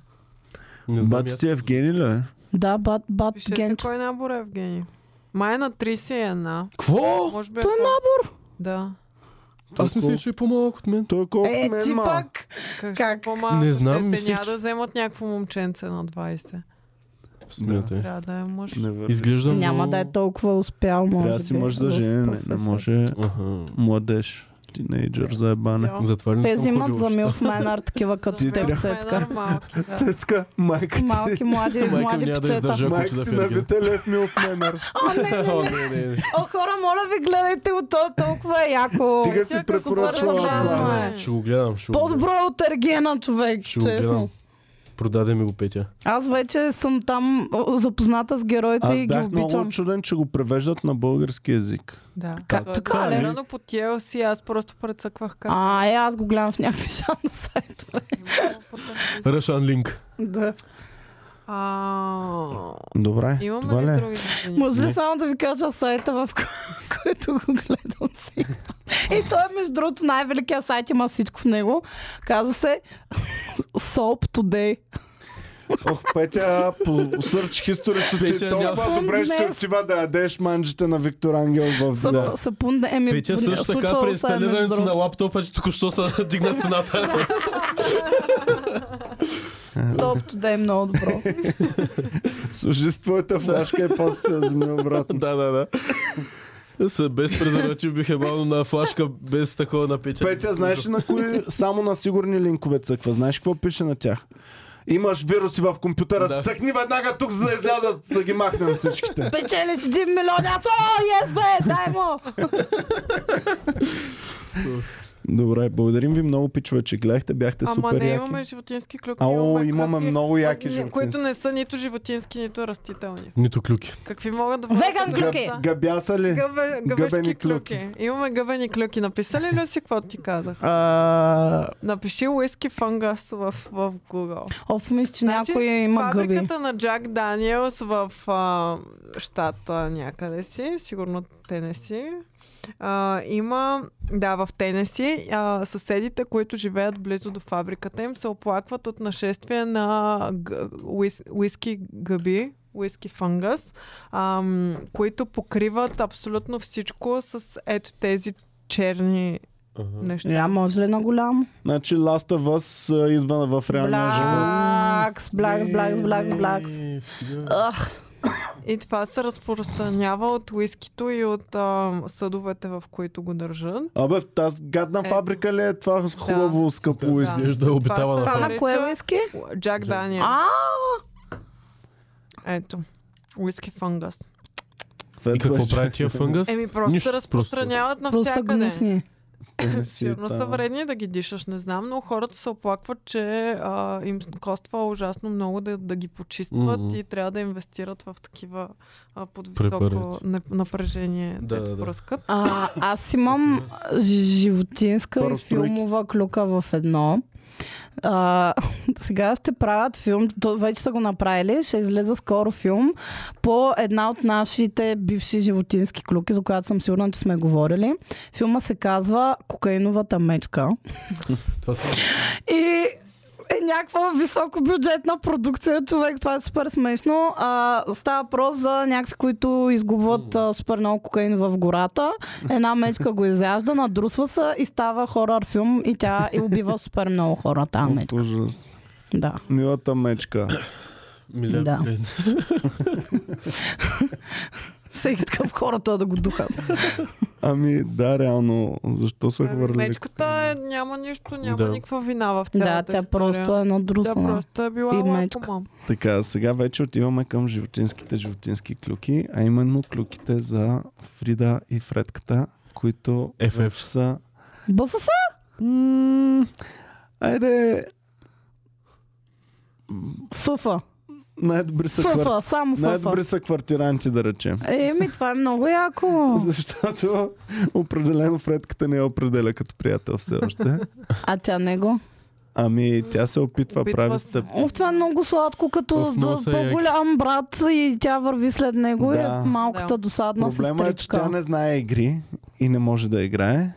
Speaker 3: Не знам,
Speaker 1: Бати
Speaker 3: аз...
Speaker 1: ти Евгений ли е?
Speaker 4: Да, бат, бат,
Speaker 2: Пишете
Speaker 4: генчо.
Speaker 2: кой набор е Евгений. Май е на 31.
Speaker 3: Кво?
Speaker 2: Може би
Speaker 4: Той е
Speaker 2: ако-
Speaker 4: набор.
Speaker 2: Да.
Speaker 3: Аз мисля, че е по-малък от мен.
Speaker 1: Той е колко
Speaker 4: Е,
Speaker 1: мен
Speaker 4: ти
Speaker 1: малък.
Speaker 4: пак.
Speaker 2: Как?
Speaker 4: Как?
Speaker 2: По-малко
Speaker 3: Не знам,
Speaker 2: дете,
Speaker 3: мислех,
Speaker 2: Няма
Speaker 3: че- Е.
Speaker 2: да вземат някакво момченце на 20.
Speaker 3: Смятай.
Speaker 2: Трябва да е мъж.
Speaker 1: Не върви.
Speaker 3: Изглежда
Speaker 4: Няма
Speaker 3: много...
Speaker 4: да е толкова успял, може
Speaker 1: Трябва да си
Speaker 4: би,
Speaker 1: мъж за
Speaker 4: в
Speaker 1: женене, не
Speaker 4: професията.
Speaker 1: може
Speaker 3: Аха.
Speaker 1: младеж, тинейджър за ебане.
Speaker 2: Тя-
Speaker 3: Затова ли не
Speaker 4: Те
Speaker 3: съм
Speaker 4: взимат
Speaker 3: ходил
Speaker 4: за
Speaker 3: още?
Speaker 4: милф майнар такива като
Speaker 1: е
Speaker 2: Ти
Speaker 4: теб, Цецка.
Speaker 2: Малки, да.
Speaker 1: Цецка, майка ти.
Speaker 4: Малки, млади,
Speaker 3: Майка ми
Speaker 4: млади
Speaker 3: няма да
Speaker 4: пичета.
Speaker 3: издържа. Ако ти
Speaker 1: Майка
Speaker 3: да
Speaker 1: ти
Speaker 3: ферген.
Speaker 1: на дете лев ми от менър.
Speaker 4: О, не, не,
Speaker 3: О,
Speaker 4: не.
Speaker 3: не, не, не.
Speaker 4: О, хора, моля ви, гледайте го, той е толкова яко.
Speaker 1: Стига си
Speaker 2: Чакай,
Speaker 1: препоръчвала
Speaker 4: супер забавно
Speaker 1: това.
Speaker 4: е.
Speaker 3: Ще го гледам, ще го гледам.
Speaker 4: По-добро е от Ергена, човек,
Speaker 3: Ще го гледам.
Speaker 4: честно.
Speaker 3: Продаде ми го Петя.
Speaker 4: Аз вече съм там о, запозната с героите
Speaker 1: Аз
Speaker 4: и ги
Speaker 1: бях много
Speaker 4: обичам.
Speaker 1: чуден, че го превеждат на български язик.
Speaker 2: Да.
Speaker 4: Как
Speaker 2: Той е
Speaker 4: така, ли?
Speaker 2: дублирано по TLC, аз просто прецъквах как.
Speaker 4: А, е, аз го гледам в някакви шано сайтове.
Speaker 3: Ръшан Линк.
Speaker 4: Да.
Speaker 2: А,
Speaker 1: Добре,
Speaker 2: Имаме
Speaker 1: това ли?
Speaker 2: ли
Speaker 1: е?
Speaker 2: други новини?
Speaker 4: Може ли само да ви кажа сайта, в ко- който го гледам сега? И той, е, между другото, най-великия сайт има всичко в него. Казва се Soap Today.
Speaker 1: Ох, Петя, по сърч хисторито ти
Speaker 3: Петя,
Speaker 1: толкова
Speaker 4: няма-
Speaker 1: добре ще
Speaker 4: Днес.
Speaker 1: отива да ядеш манджите на Виктор Ангел в да.
Speaker 4: Съп, Сапун да еми,
Speaker 3: Петя също така
Speaker 4: случвало
Speaker 3: при
Speaker 4: се е, между
Speaker 3: инсталирането на
Speaker 4: другото.
Speaker 3: лаптопа, че току-що са дигна цената.
Speaker 4: Soap Today е много добро.
Speaker 1: Служи с твоята флашка и после се разми обратно.
Speaker 3: Да, да, да. С- Без презерватив бих е бавно на флашка, без такова на печа.
Speaker 1: Петя, знаеш ли на кои само на сигурни линкове цъква? Знаеш какво пише на тях? Имаш вируси в компютъра,
Speaker 3: Да.
Speaker 1: цъкни веднага тук, за да излязат, да ги махнем всичките.
Speaker 4: Печелиш 1 милион, аз о, yes, бе, дай му!
Speaker 1: Добре, благодарим ви много, пичове, че гледахте, бяхте
Speaker 2: Ама
Speaker 1: супер
Speaker 2: не
Speaker 1: яки.
Speaker 2: имаме животински клюк.
Speaker 1: Ало, имаме много яки
Speaker 2: Които
Speaker 1: животински.
Speaker 2: не са нито животински, нито растителни.
Speaker 3: Нито клюки.
Speaker 2: Какви могат да бъдат?
Speaker 4: Веган клюки!
Speaker 1: Гъб, гъбяса ли?
Speaker 2: Гъбе,
Speaker 1: Гъбени
Speaker 2: гъбешки
Speaker 1: клюки.
Speaker 2: клюки. Имаме гъбени клюки. Написали ли си какво ти казах?
Speaker 4: А,
Speaker 2: Напиши уиски фънгас в, в Google.
Speaker 4: Оф, мисля, че
Speaker 2: Значи,
Speaker 4: някой има гъби.
Speaker 2: Фабриката на Джак Даниелс в а, щата някъде си, сигурно Тенеси. А, има, да, в Тенеси, а, съседите, които живеят близо до фабриката им, се оплакват от нашествие на г- уис, уиски гъби, уиски фънгъс, ам, които покриват абсолютно всичко с ето тези черни неща.
Speaker 4: Я може ли на голям?
Speaker 1: Значи Last of Us а, идва в реалния живот.
Speaker 4: Блакс, блакс, блакс,
Speaker 3: Е,
Speaker 4: блакс, блакс. Ах,
Speaker 2: И това се разпространява от уискито и от а, съдовете, в които го държат.
Speaker 1: Абе, в тази гадна
Speaker 2: Е.
Speaker 1: фабрика ли е това с хубаво скъпо
Speaker 3: Да.
Speaker 1: уиски?
Speaker 3: Изглежда обитава на
Speaker 2: Това
Speaker 4: това
Speaker 2: се
Speaker 4: на кое е виски?
Speaker 2: нарича Джак Даниел.
Speaker 4: А,
Speaker 2: Ето. Уиски фънгъс.
Speaker 1: Фет
Speaker 3: И какво
Speaker 1: беше.
Speaker 3: прави тия фънгъс?
Speaker 2: Еми просто
Speaker 3: Нищо,
Speaker 2: се разпространяват
Speaker 4: просто са
Speaker 2: навсякъде.
Speaker 4: гнусни.
Speaker 1: Тенеси,
Speaker 2: Сигурно
Speaker 1: там.
Speaker 2: са вредни да ги дишаш, не знам, но хората се оплакват, че а, им коства ужасно много да, да ги почистват
Speaker 3: Мгм.
Speaker 2: и трябва да инвестират в такива а, под високо
Speaker 3: Препарати.
Speaker 2: не- напрежение,
Speaker 3: Да,
Speaker 2: дето
Speaker 3: да, да.
Speaker 2: пръскат.
Speaker 4: А, аз имам животинска и
Speaker 1: Парастройки.
Speaker 4: филмова клюка в едно. А, сега ще правят филм, то вече са го направили, ще излезе скоро филм по една от нашите бивши животински клюки, за която съм сигурна, че сме говорили. Филма се казва Кокаиновата мечка.
Speaker 3: Това са
Speaker 4: И е някаква високобюджетна продукция, човек. Това е супер смешно. А, става въпрос за някакви, които изгубват а, супер много кокаин в гората. Една мечка го изяжда, надрусва се и става хорър филм и тя и убива супер много хора, тази
Speaker 1: От
Speaker 4: мечка.
Speaker 1: Ужас.
Speaker 4: Да.
Speaker 1: Милата мечка.
Speaker 3: Милен.
Speaker 4: Да.
Speaker 3: Милен.
Speaker 4: Всеки такъв хората да го духат.
Speaker 1: Ами да, реално, защо са хвърли?
Speaker 2: Ами, Мечката е, няма нищо, няма
Speaker 3: Да.
Speaker 2: никаква вина в цялата
Speaker 4: да, тя
Speaker 2: история.
Speaker 4: просто е една
Speaker 2: Тя
Speaker 4: друсна.
Speaker 2: просто е била
Speaker 4: И
Speaker 2: лакома.
Speaker 4: мечка.
Speaker 1: Така, сега вече отиваме към животинските животински клюки, а именно клюките за Фрида и Фредката, които
Speaker 3: FF.
Speaker 1: вече са...
Speaker 4: БФФ?
Speaker 1: М, Айде,
Speaker 4: ФФ.
Speaker 1: най-добри са, квар...
Speaker 4: ФФ, само
Speaker 1: най-добри
Speaker 4: ФФ.
Speaker 1: са квартиранти, да речем.
Speaker 4: Еми, това е много яко.
Speaker 1: Защото определено Фредката не я определя като приятел все още.
Speaker 4: А тя него?
Speaker 1: Ами тя се опитва,
Speaker 2: Опитва
Speaker 1: прави
Speaker 2: се.
Speaker 1: стъпки.
Speaker 4: Оф, това е много сладко, като
Speaker 3: Оф, много
Speaker 4: д-
Speaker 3: са
Speaker 4: по-голям брат и тя върви след него и
Speaker 1: Да.
Speaker 4: е малката
Speaker 2: Да.
Speaker 4: досадна
Speaker 1: Проблема е, че
Speaker 4: сестричка.
Speaker 1: тя не знае игри и не може да играе.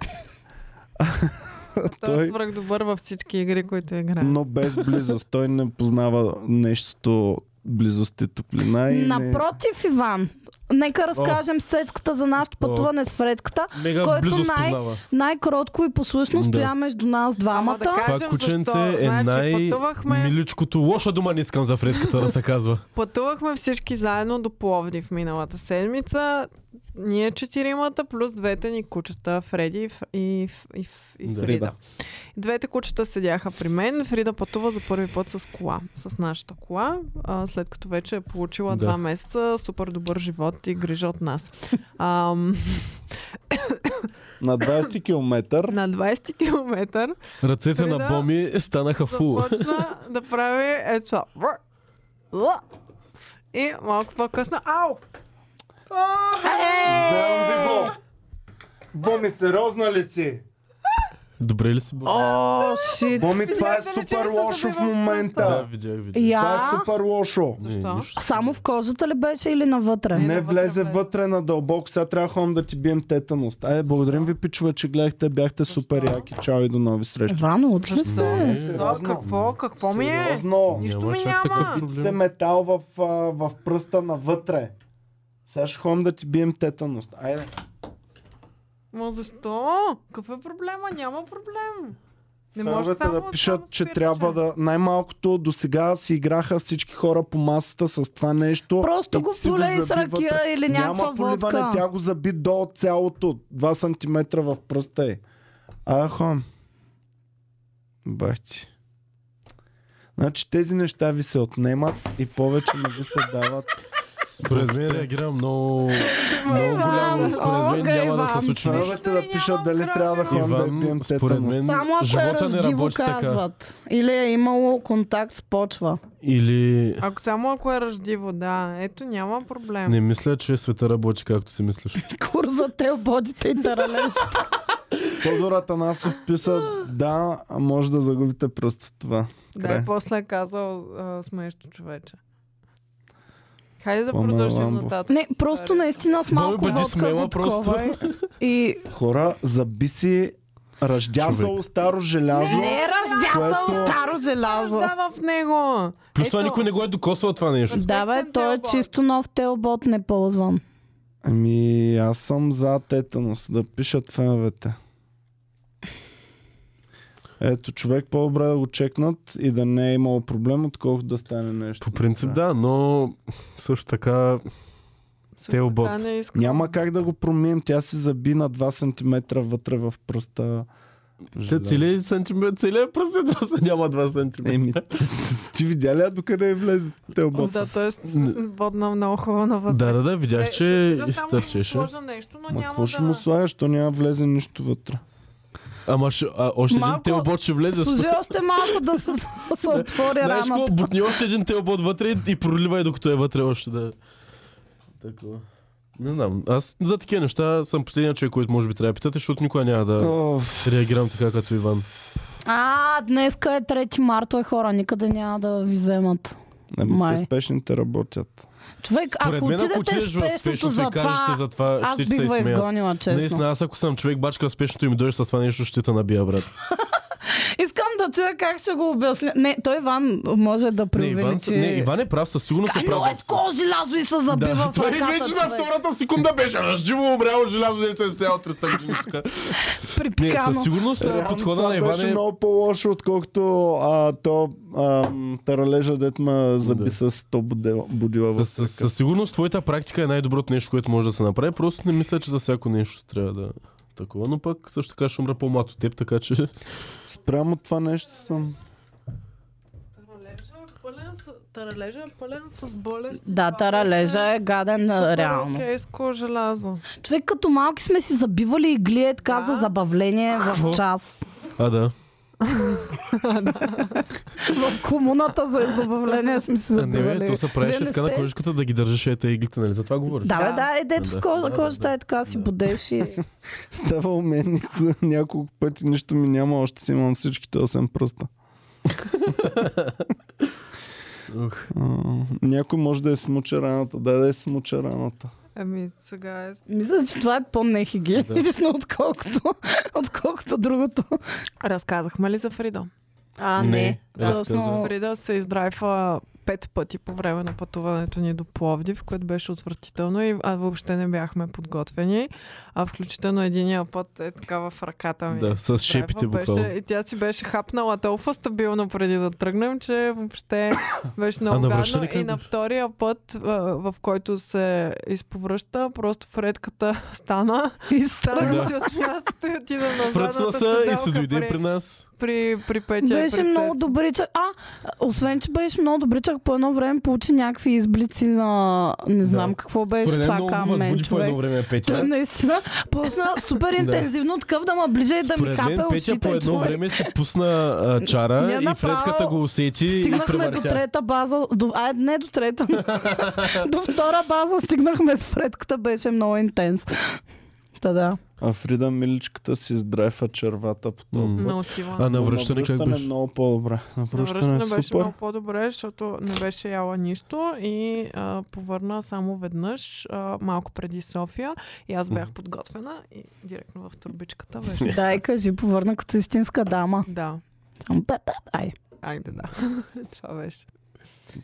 Speaker 2: Той е
Speaker 1: Той-
Speaker 2: свръх добър във всички игри, които играе.
Speaker 1: но без близост. Той не познава нещото близост и топлина. И
Speaker 4: Напротив, Иван, нека разкажем сецката за нашето пътуване с Фредката.
Speaker 3: Мега
Speaker 4: Който
Speaker 3: близост
Speaker 4: най-
Speaker 3: познава.
Speaker 4: Най-кротко и послушно
Speaker 3: Да.
Speaker 4: стоя между нас
Speaker 2: Ама да
Speaker 4: двамата.
Speaker 2: кажем
Speaker 3: Това кученце
Speaker 2: защо.
Speaker 3: е
Speaker 2: Значи, пътувахме,
Speaker 3: най-миличкото. Лоша дума не искам за фредката да се казва.
Speaker 2: пътувахме всички заедно до Пловдив миналата седмица. Ние четиримата, плюс двете ни кучета, Фреди и, Ф- и, Ф- и, Ф- и
Speaker 3: Да.
Speaker 2: Фрида. Двете кучета седяха при мен. Фрида пътува за първи път с кола, с нашата кола, а, след като вече е получила
Speaker 3: Да.
Speaker 2: два месеца супер добър живот и грижа от нас. Ам,
Speaker 1: на 20 км
Speaker 2: на 20 км
Speaker 3: Ръцете на
Speaker 2: Фрида
Speaker 3: Боми станаха фул.
Speaker 2: Ами започна да прави е това. Вър! Ла! И малко по-късно. Ау!
Speaker 1: Вземам ви го! Боми, сериозна ли си?
Speaker 3: Добре ли си, Боми?
Speaker 4: О, шит.
Speaker 1: Боми, това е
Speaker 2: Видяхте ли, че
Speaker 1: супер
Speaker 2: ми се
Speaker 1: лошо в
Speaker 2: забива в
Speaker 3: Да,
Speaker 1: момента.
Speaker 3: видях, видях.
Speaker 1: Това е
Speaker 4: Я.
Speaker 1: супер лошо.
Speaker 3: Не,
Speaker 2: Защо?
Speaker 3: нищо.
Speaker 4: Само в кожата ли беше или навътре?
Speaker 1: Не
Speaker 2: навътре
Speaker 1: влезе
Speaker 2: влезе.
Speaker 1: вътре на дълбоко, сега трябва да ходим да ти бием тетаност. Айде, благодарим ви, пичове, че гледахте, бяхте супер яки. Чао и до нови срещи.
Speaker 4: Иван, отлично.
Speaker 2: Защо?
Speaker 1: Не,
Speaker 2: Това
Speaker 1: сериозно.
Speaker 2: какво? Какво ми е?
Speaker 1: Сериозно.
Speaker 2: Нищо
Speaker 3: Няма
Speaker 2: ми
Speaker 3: чак
Speaker 2: няма.
Speaker 3: такъв
Speaker 1: Впит се метал в, а, в пръста навътре. Сега ще ходим да ти бием тетаност. Айде.
Speaker 2: Ма защо? Какъв е проблема? Няма проблем. Не може
Speaker 1: Феновете
Speaker 2: само
Speaker 1: да пишат,
Speaker 2: само
Speaker 1: че
Speaker 2: спирче.
Speaker 1: трябва да... Най-малкото до сега си играха всички хора по масата с това нещо.
Speaker 4: Просто
Speaker 1: и
Speaker 4: го
Speaker 1: ти си
Speaker 4: полей с
Speaker 1: заби
Speaker 4: ракия
Speaker 1: вътре.
Speaker 4: или някаква
Speaker 1: Няма поливане,
Speaker 4: водка.
Speaker 1: тя го заби до цялото. 2 см в пръста е. Ахо. Бахти. Значи тези неща ви се отнемат и повече не ви се дават.
Speaker 3: Според мен реагира много, много голямо. Според мен
Speaker 4: Ога,
Speaker 3: няма да
Speaker 4: Иван.
Speaker 3: се случи нищо.
Speaker 1: Феновете да пишат дали трябва да ходим да
Speaker 3: Иван,
Speaker 1: бием
Speaker 3: според
Speaker 1: тетаност.
Speaker 3: мен,
Speaker 4: Само ако е
Speaker 3: живота не
Speaker 4: ръждиво,
Speaker 3: работи така.
Speaker 4: казват. Или е имало контакт с почва.
Speaker 3: Или...
Speaker 2: Ако само ако е ръждиво, да. Ето няма проблем.
Speaker 3: Не мисля, че е света работи както си мислиш.
Speaker 4: Курза те ободите и таралежите.
Speaker 1: Тодор Атанасов писа, да, а може да загубите просто това.
Speaker 2: да,
Speaker 1: край.
Speaker 2: и после е казал а, смешно човече. Хайде да
Speaker 1: Пламен
Speaker 2: продължим
Speaker 1: Ламбов.
Speaker 2: нататък.
Speaker 4: Не, просто
Speaker 2: Стари.
Speaker 4: наистина с малко
Speaker 3: бъди
Speaker 4: водка е.
Speaker 3: смела
Speaker 4: го такова И
Speaker 1: Хора, заби си ръждясало старо желязо.
Speaker 4: не е раздясал
Speaker 1: Което-
Speaker 4: старо желязо.
Speaker 2: Да, в него.
Speaker 3: Плюс това никой не го е докосвал това нещо.
Speaker 4: Да, бе,
Speaker 2: Перфектен
Speaker 4: той е
Speaker 2: телбот.
Speaker 4: чисто нов телбот, не ползвам.
Speaker 1: Ами, аз съм за тетанус, да пишат феновете. Ето, човек по-добре да го чекнат и да не е имало проблем, отколкото да стане нещо.
Speaker 3: По принцип да, но също така
Speaker 2: Също
Speaker 3: телбот.
Speaker 2: така не искам.
Speaker 1: Няма как да го променим, тя се заби на 2 см вътре в пръста.
Speaker 3: те
Speaker 1: желязо.
Speaker 3: целият сантиметр, целият пръст е два сантиметра, няма два сантиметра.
Speaker 1: Еми, ти видя ли я докъде е влезе телбот?
Speaker 2: Да, т.е. с- водна много хубаво навътре.
Speaker 3: Да, да, да,
Speaker 4: Е,
Speaker 3: видях, че
Speaker 2: Е, Ще
Speaker 3: изтърчеше.
Speaker 2: сложа нещо, но
Speaker 1: Ма
Speaker 2: няма
Speaker 1: какво
Speaker 2: да...
Speaker 1: ще му слагаш, то няма влезе нищо вътре.
Speaker 3: Ама ще- а, още един
Speaker 4: Малко-
Speaker 3: телбот ще влезе.
Speaker 4: Служи още малко да се, се отвори
Speaker 3: Знаеш какво,
Speaker 4: раната.
Speaker 3: бутни още един телбот вътре и- и проливай докато е вътре още да... Такова. Не знам, аз за такива неща съм последния човек, който може би трябва да питате, защото никога няма да
Speaker 1: Оф,
Speaker 3: реагирам така като Иван.
Speaker 4: А, днеска е 3 марта, е хора, никъде няма да ви вземат.
Speaker 1: ами
Speaker 4: Май.
Speaker 1: те спешните работят.
Speaker 4: Човек,
Speaker 3: Според
Speaker 4: ако
Speaker 3: мен, ако
Speaker 4: отидете
Speaker 3: отидеш в
Speaker 4: спешното
Speaker 3: спешното
Speaker 4: за
Speaker 3: и кажеш, че
Speaker 4: това,
Speaker 3: за това
Speaker 4: аз
Speaker 3: ще се
Speaker 4: бих ва
Speaker 3: изсмеят.
Speaker 4: изгонила, честно.
Speaker 3: Наистина, аз ако съм човек, бачка в спешното и ми дойдеш с това нещо, ще те набия, брат.
Speaker 4: Искам да се чуя как ще го обясня. Не, той Иван може да
Speaker 3: Не, Иван,
Speaker 4: преувеличи.
Speaker 3: не, Иван е прав, със сигурност е
Speaker 4: Но е
Speaker 3: прав.
Speaker 4: такова желязо и се забива
Speaker 3: Да,
Speaker 4: в
Speaker 3: той
Speaker 4: ръката,
Speaker 3: вече на
Speaker 4: човек.
Speaker 3: втората секунда беше разживо обряло желязо, дето е стоял 300 години тук. Не,
Speaker 4: Припикано.
Speaker 3: със сигурност а,
Speaker 1: Реално
Speaker 3: подхода
Speaker 1: Ами това
Speaker 3: на Иван
Speaker 1: беше
Speaker 3: е...
Speaker 1: много по-лошо, отколкото а, то а, таралежа, дет ме заби
Speaker 3: Да.
Speaker 1: с то будила- будила в
Speaker 3: Със, със, със сигурност твоята практика е най-доброто нещо, което може да се направи. Просто не мисля, че за всяко нещо трябва да такова. Но пък също така ще умра по-мат от теб, така че...
Speaker 1: Спрямо това нещо съм.
Speaker 2: е Таралежа е пълен с болест.
Speaker 4: Да, таралежа е гаден а, реално.
Speaker 2: Кейско желязо.
Speaker 4: Човек като малки сме си забивали игли е така
Speaker 2: Да.
Speaker 4: за забавление в час.
Speaker 3: А, да.
Speaker 4: В комуната за забавление сме си
Speaker 3: А, не, бе,
Speaker 4: забивали.
Speaker 3: то се правеше
Speaker 4: Вие не
Speaker 3: така на
Speaker 4: сте-
Speaker 3: кожичката да ги държиш ета иглите, нали? За това говориш.
Speaker 4: Да, бе,
Speaker 2: Да.
Speaker 4: да, е дето с
Speaker 3: Да,
Speaker 4: кожа,
Speaker 3: да, да,
Speaker 4: кожата
Speaker 3: да.
Speaker 4: е така си
Speaker 3: Да.
Speaker 4: будеш и...
Speaker 1: Ставал мен никога- няколко пъти, нищо ми няма, още си имам всичките 8 пръста.
Speaker 3: Ух.
Speaker 1: А, някой може да е смуча раната. Дай да е смуча раната.
Speaker 2: Еми, сега е...
Speaker 4: Мисля, че това е по-нехигиенично, отколкото, отколкото другото.
Speaker 2: Разказахме ли за Фрида?
Speaker 4: А,
Speaker 3: Не, не. разказа.
Speaker 4: Точно...
Speaker 2: Фрида се издрайфа пет пъти по време на пътуването ни до Пловдив, което беше отвратително и а, въобще не бяхме подготвени. А включително единия път е така в ръката
Speaker 4: Ами,
Speaker 2: ми.
Speaker 3: Да, с шепите
Speaker 2: Драйва
Speaker 3: буквално.
Speaker 2: Беше, и тя си беше хапнала толкова стабилно преди да тръгнем, че въобще беше
Speaker 3: А
Speaker 2: много
Speaker 3: на
Speaker 2: гадно.
Speaker 3: връщане как
Speaker 2: И на
Speaker 3: беше?
Speaker 2: втория път, а, в който се изповръща, просто Фредката стана
Speaker 4: И
Speaker 2: Тръгна
Speaker 4: стара.
Speaker 2: си от мястото и отида на
Speaker 3: Пръцна
Speaker 2: задната
Speaker 3: се и
Speaker 2: седалка
Speaker 3: се дойде
Speaker 2: при,
Speaker 3: при нас.
Speaker 2: при, при Петя
Speaker 3: е
Speaker 2: и
Speaker 4: Беше
Speaker 2: при
Speaker 4: много
Speaker 2: Цецо.
Speaker 4: добричък. А, освен, че беше много добричък, по едно време получи някакви изблици на... Не знам
Speaker 3: Да.
Speaker 4: какво беше това към мен,
Speaker 3: по
Speaker 4: човек.
Speaker 3: едно време
Speaker 4: Той е
Speaker 3: Петя.
Speaker 4: наистина почна супер интензивно такъв да ме ближа и да ми
Speaker 3: Според мен
Speaker 4: хапе
Speaker 3: Петя по
Speaker 4: ушите,
Speaker 3: едно
Speaker 4: човек.
Speaker 3: време си пусна а,
Speaker 4: Ние
Speaker 3: чара и
Speaker 4: направо
Speaker 3: Фредката го усети и
Speaker 4: Стигнахме до
Speaker 3: превъртя.
Speaker 4: трета база, до, а не до трета, до втора база стигнахме с Фредката, беше много интенс. Та да.
Speaker 1: А Фрида миличката си здрайфа червата по този
Speaker 3: М.
Speaker 1: път.
Speaker 2: Но отива. е
Speaker 3: А е на връщане как
Speaker 1: Навръщане
Speaker 3: беше?
Speaker 1: много по-добре. Навръщане,
Speaker 2: Навръщане
Speaker 1: Навръщане
Speaker 2: беше
Speaker 1: супер.
Speaker 2: много по-добре, защото не беше яла нищо и а, повърна само веднъж, а, малко преди София. И аз бях подготвена и директно в турбичката беше.
Speaker 4: Да, и кажи, повърна като истинска дама.
Speaker 2: да,
Speaker 4: Само па, па, ай.
Speaker 2: айде да. Това беше.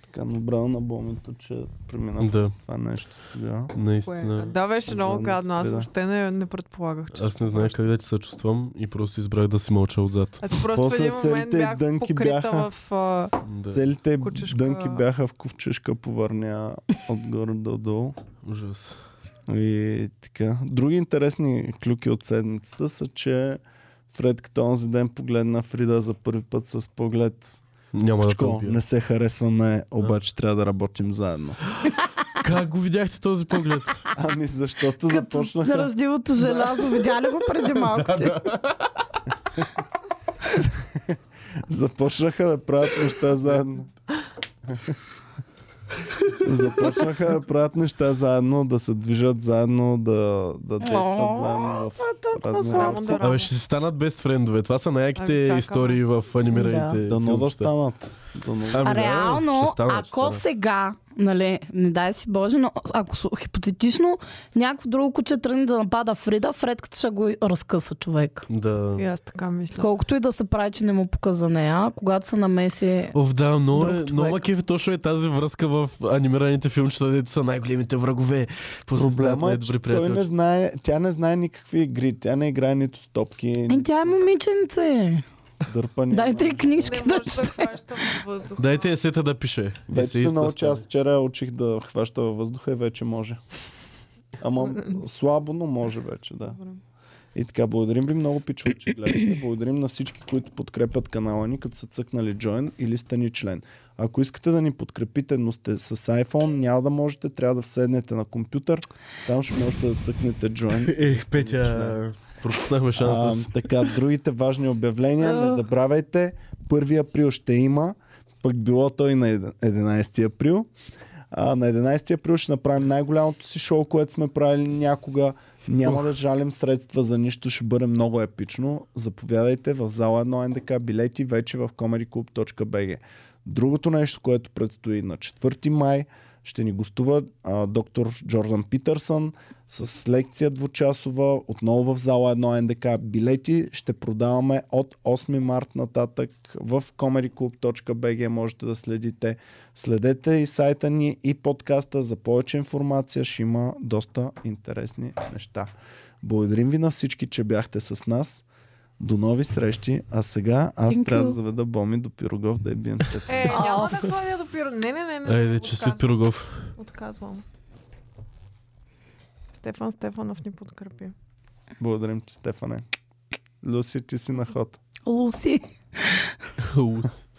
Speaker 1: Така набрал на бомито, че премина
Speaker 3: Да.
Speaker 1: през това нещо. Тогава.
Speaker 2: Кое?
Speaker 3: Наистина.
Speaker 2: Да, беше
Speaker 1: За
Speaker 2: много
Speaker 1: нас,
Speaker 2: гадно. Аз
Speaker 1: да.
Speaker 2: въобще не, не предполагах, че.
Speaker 3: Аз не знаех как да ти съчувствам и просто избрах да си мълча отзад.
Speaker 2: Аз просто
Speaker 1: После
Speaker 2: в един момент
Speaker 1: целите
Speaker 2: бях
Speaker 1: дънки
Speaker 2: покрита
Speaker 1: бяха.
Speaker 2: в... А,
Speaker 3: Да,
Speaker 1: Целите
Speaker 2: Кучешка.
Speaker 1: дънки бяха в ковчешка повърня отгоре до долу.
Speaker 3: ужас.
Speaker 1: И така. Други интересни клюки от седмицата са, че Фред като онзи ден погледна Фрида за първи път с поглед.
Speaker 3: Няма да
Speaker 1: Кучко,
Speaker 3: тълпя.
Speaker 1: не се харесваме, обаче трябва да работим заедно.
Speaker 3: Как го видяхте този поглед?
Speaker 1: Ами защото
Speaker 4: Като на
Speaker 1: започнаха
Speaker 4: раздивото желязо, видя ли го преди малко? ти?
Speaker 1: Започнаха да правят неща заедно. Започнаха да правят неща заедно, да се движат заедно, да, да действат заедно в разни
Speaker 2: Само
Speaker 1: работи.
Speaker 2: да
Speaker 3: Абе,
Speaker 2: работя.
Speaker 3: ще си станат без френдове. Това са
Speaker 2: Ами,
Speaker 3: най-яките
Speaker 2: чакаме.
Speaker 3: истории в анимираните да.
Speaker 1: Дано да станат. Дано да
Speaker 3: Ами, да,
Speaker 4: Реално,
Speaker 3: ще стане, ще
Speaker 4: ако
Speaker 3: стане.
Speaker 4: сега, нали, не дай си Боже, но ако с- хипотетично някакво друго куче тръгне да напада Фрида, Фредката ще го разкъса човек.
Speaker 3: Да.
Speaker 2: И аз така мисля.
Speaker 4: Колкото и да се прави, че не му пука за нея, когато се намеси...
Speaker 3: Ов, да, но е,
Speaker 4: Друг
Speaker 3: но
Speaker 4: човек.
Speaker 3: ма кефи точно е тази връзка в анимираните филмчета, дето са най-големите врагове. После
Speaker 1: Проблема е,
Speaker 3: стават
Speaker 1: че
Speaker 3: най-добри
Speaker 1: той не
Speaker 3: приятели.
Speaker 1: знае, тя не знае никакви игри. Тя не играе нито стопки,
Speaker 4: Е,
Speaker 1: нито
Speaker 4: тя е момиченце.
Speaker 1: дърпане.
Speaker 4: Дайте и книжки да чете.
Speaker 2: хващам във въздуха.
Speaker 3: Дайте есета да пише.
Speaker 1: Вече се
Speaker 3: Есеист да
Speaker 1: научи,
Speaker 3: стане.
Speaker 1: аз вчера я учих да хваща във въздуха и вече може. Ама слабо, но може вече, да. И така, благодарим ви много, пичове, че гледате. Благодарим на всички, които подкрепят канала ни, като са цъкнали Join или сте ни член. Ако искате да ни подкрепите, но сте с iPhone, няма да можете, трябва да вседнете на компютър. Там ще можете да цъкнете Join.
Speaker 3: Ех, Петя, е. пропуснахме
Speaker 1: А,
Speaker 3: шанса. си.
Speaker 1: така, другите важни обявления, не забравяйте. 1 април ще има, пък било той на 11 април. А, на 11 април ще направим най-голямото си шоу, което сме правили някога. Няма да жалим средства за нищо, ще бъде много епично. Заповядайте в зала 1 НДК, билети вече в comedyclub.bg. Другото нещо, което предстои на 4 май, Ще ни гостува а, доктор Джордан Питърсън с лекция двучасова, отново в зала 1 НДК. Билети ще продаваме от 8 март нататък в comedyclub.bg можете да следите. Следете и сайта ни и подкаста за повече информация. Ще има доста интересни неща. Благодарим ви на всички, че бяхте с нас. До нови срещи. А сега аз
Speaker 4: Thank
Speaker 1: трябва
Speaker 4: you.
Speaker 1: да заведа Боми до Пирогов да е бием с цвете.
Speaker 2: Е, няма да ходя до пиро. Не, не, не, не.
Speaker 3: Айде, че
Speaker 2: отказвам.
Speaker 3: след пирогов.
Speaker 2: Отказвам. Стефан Стефанов ни подкрепи.
Speaker 1: Благодарим ти, Стефане. Люси, ти си на ход.
Speaker 4: Луси.
Speaker 3: Лус.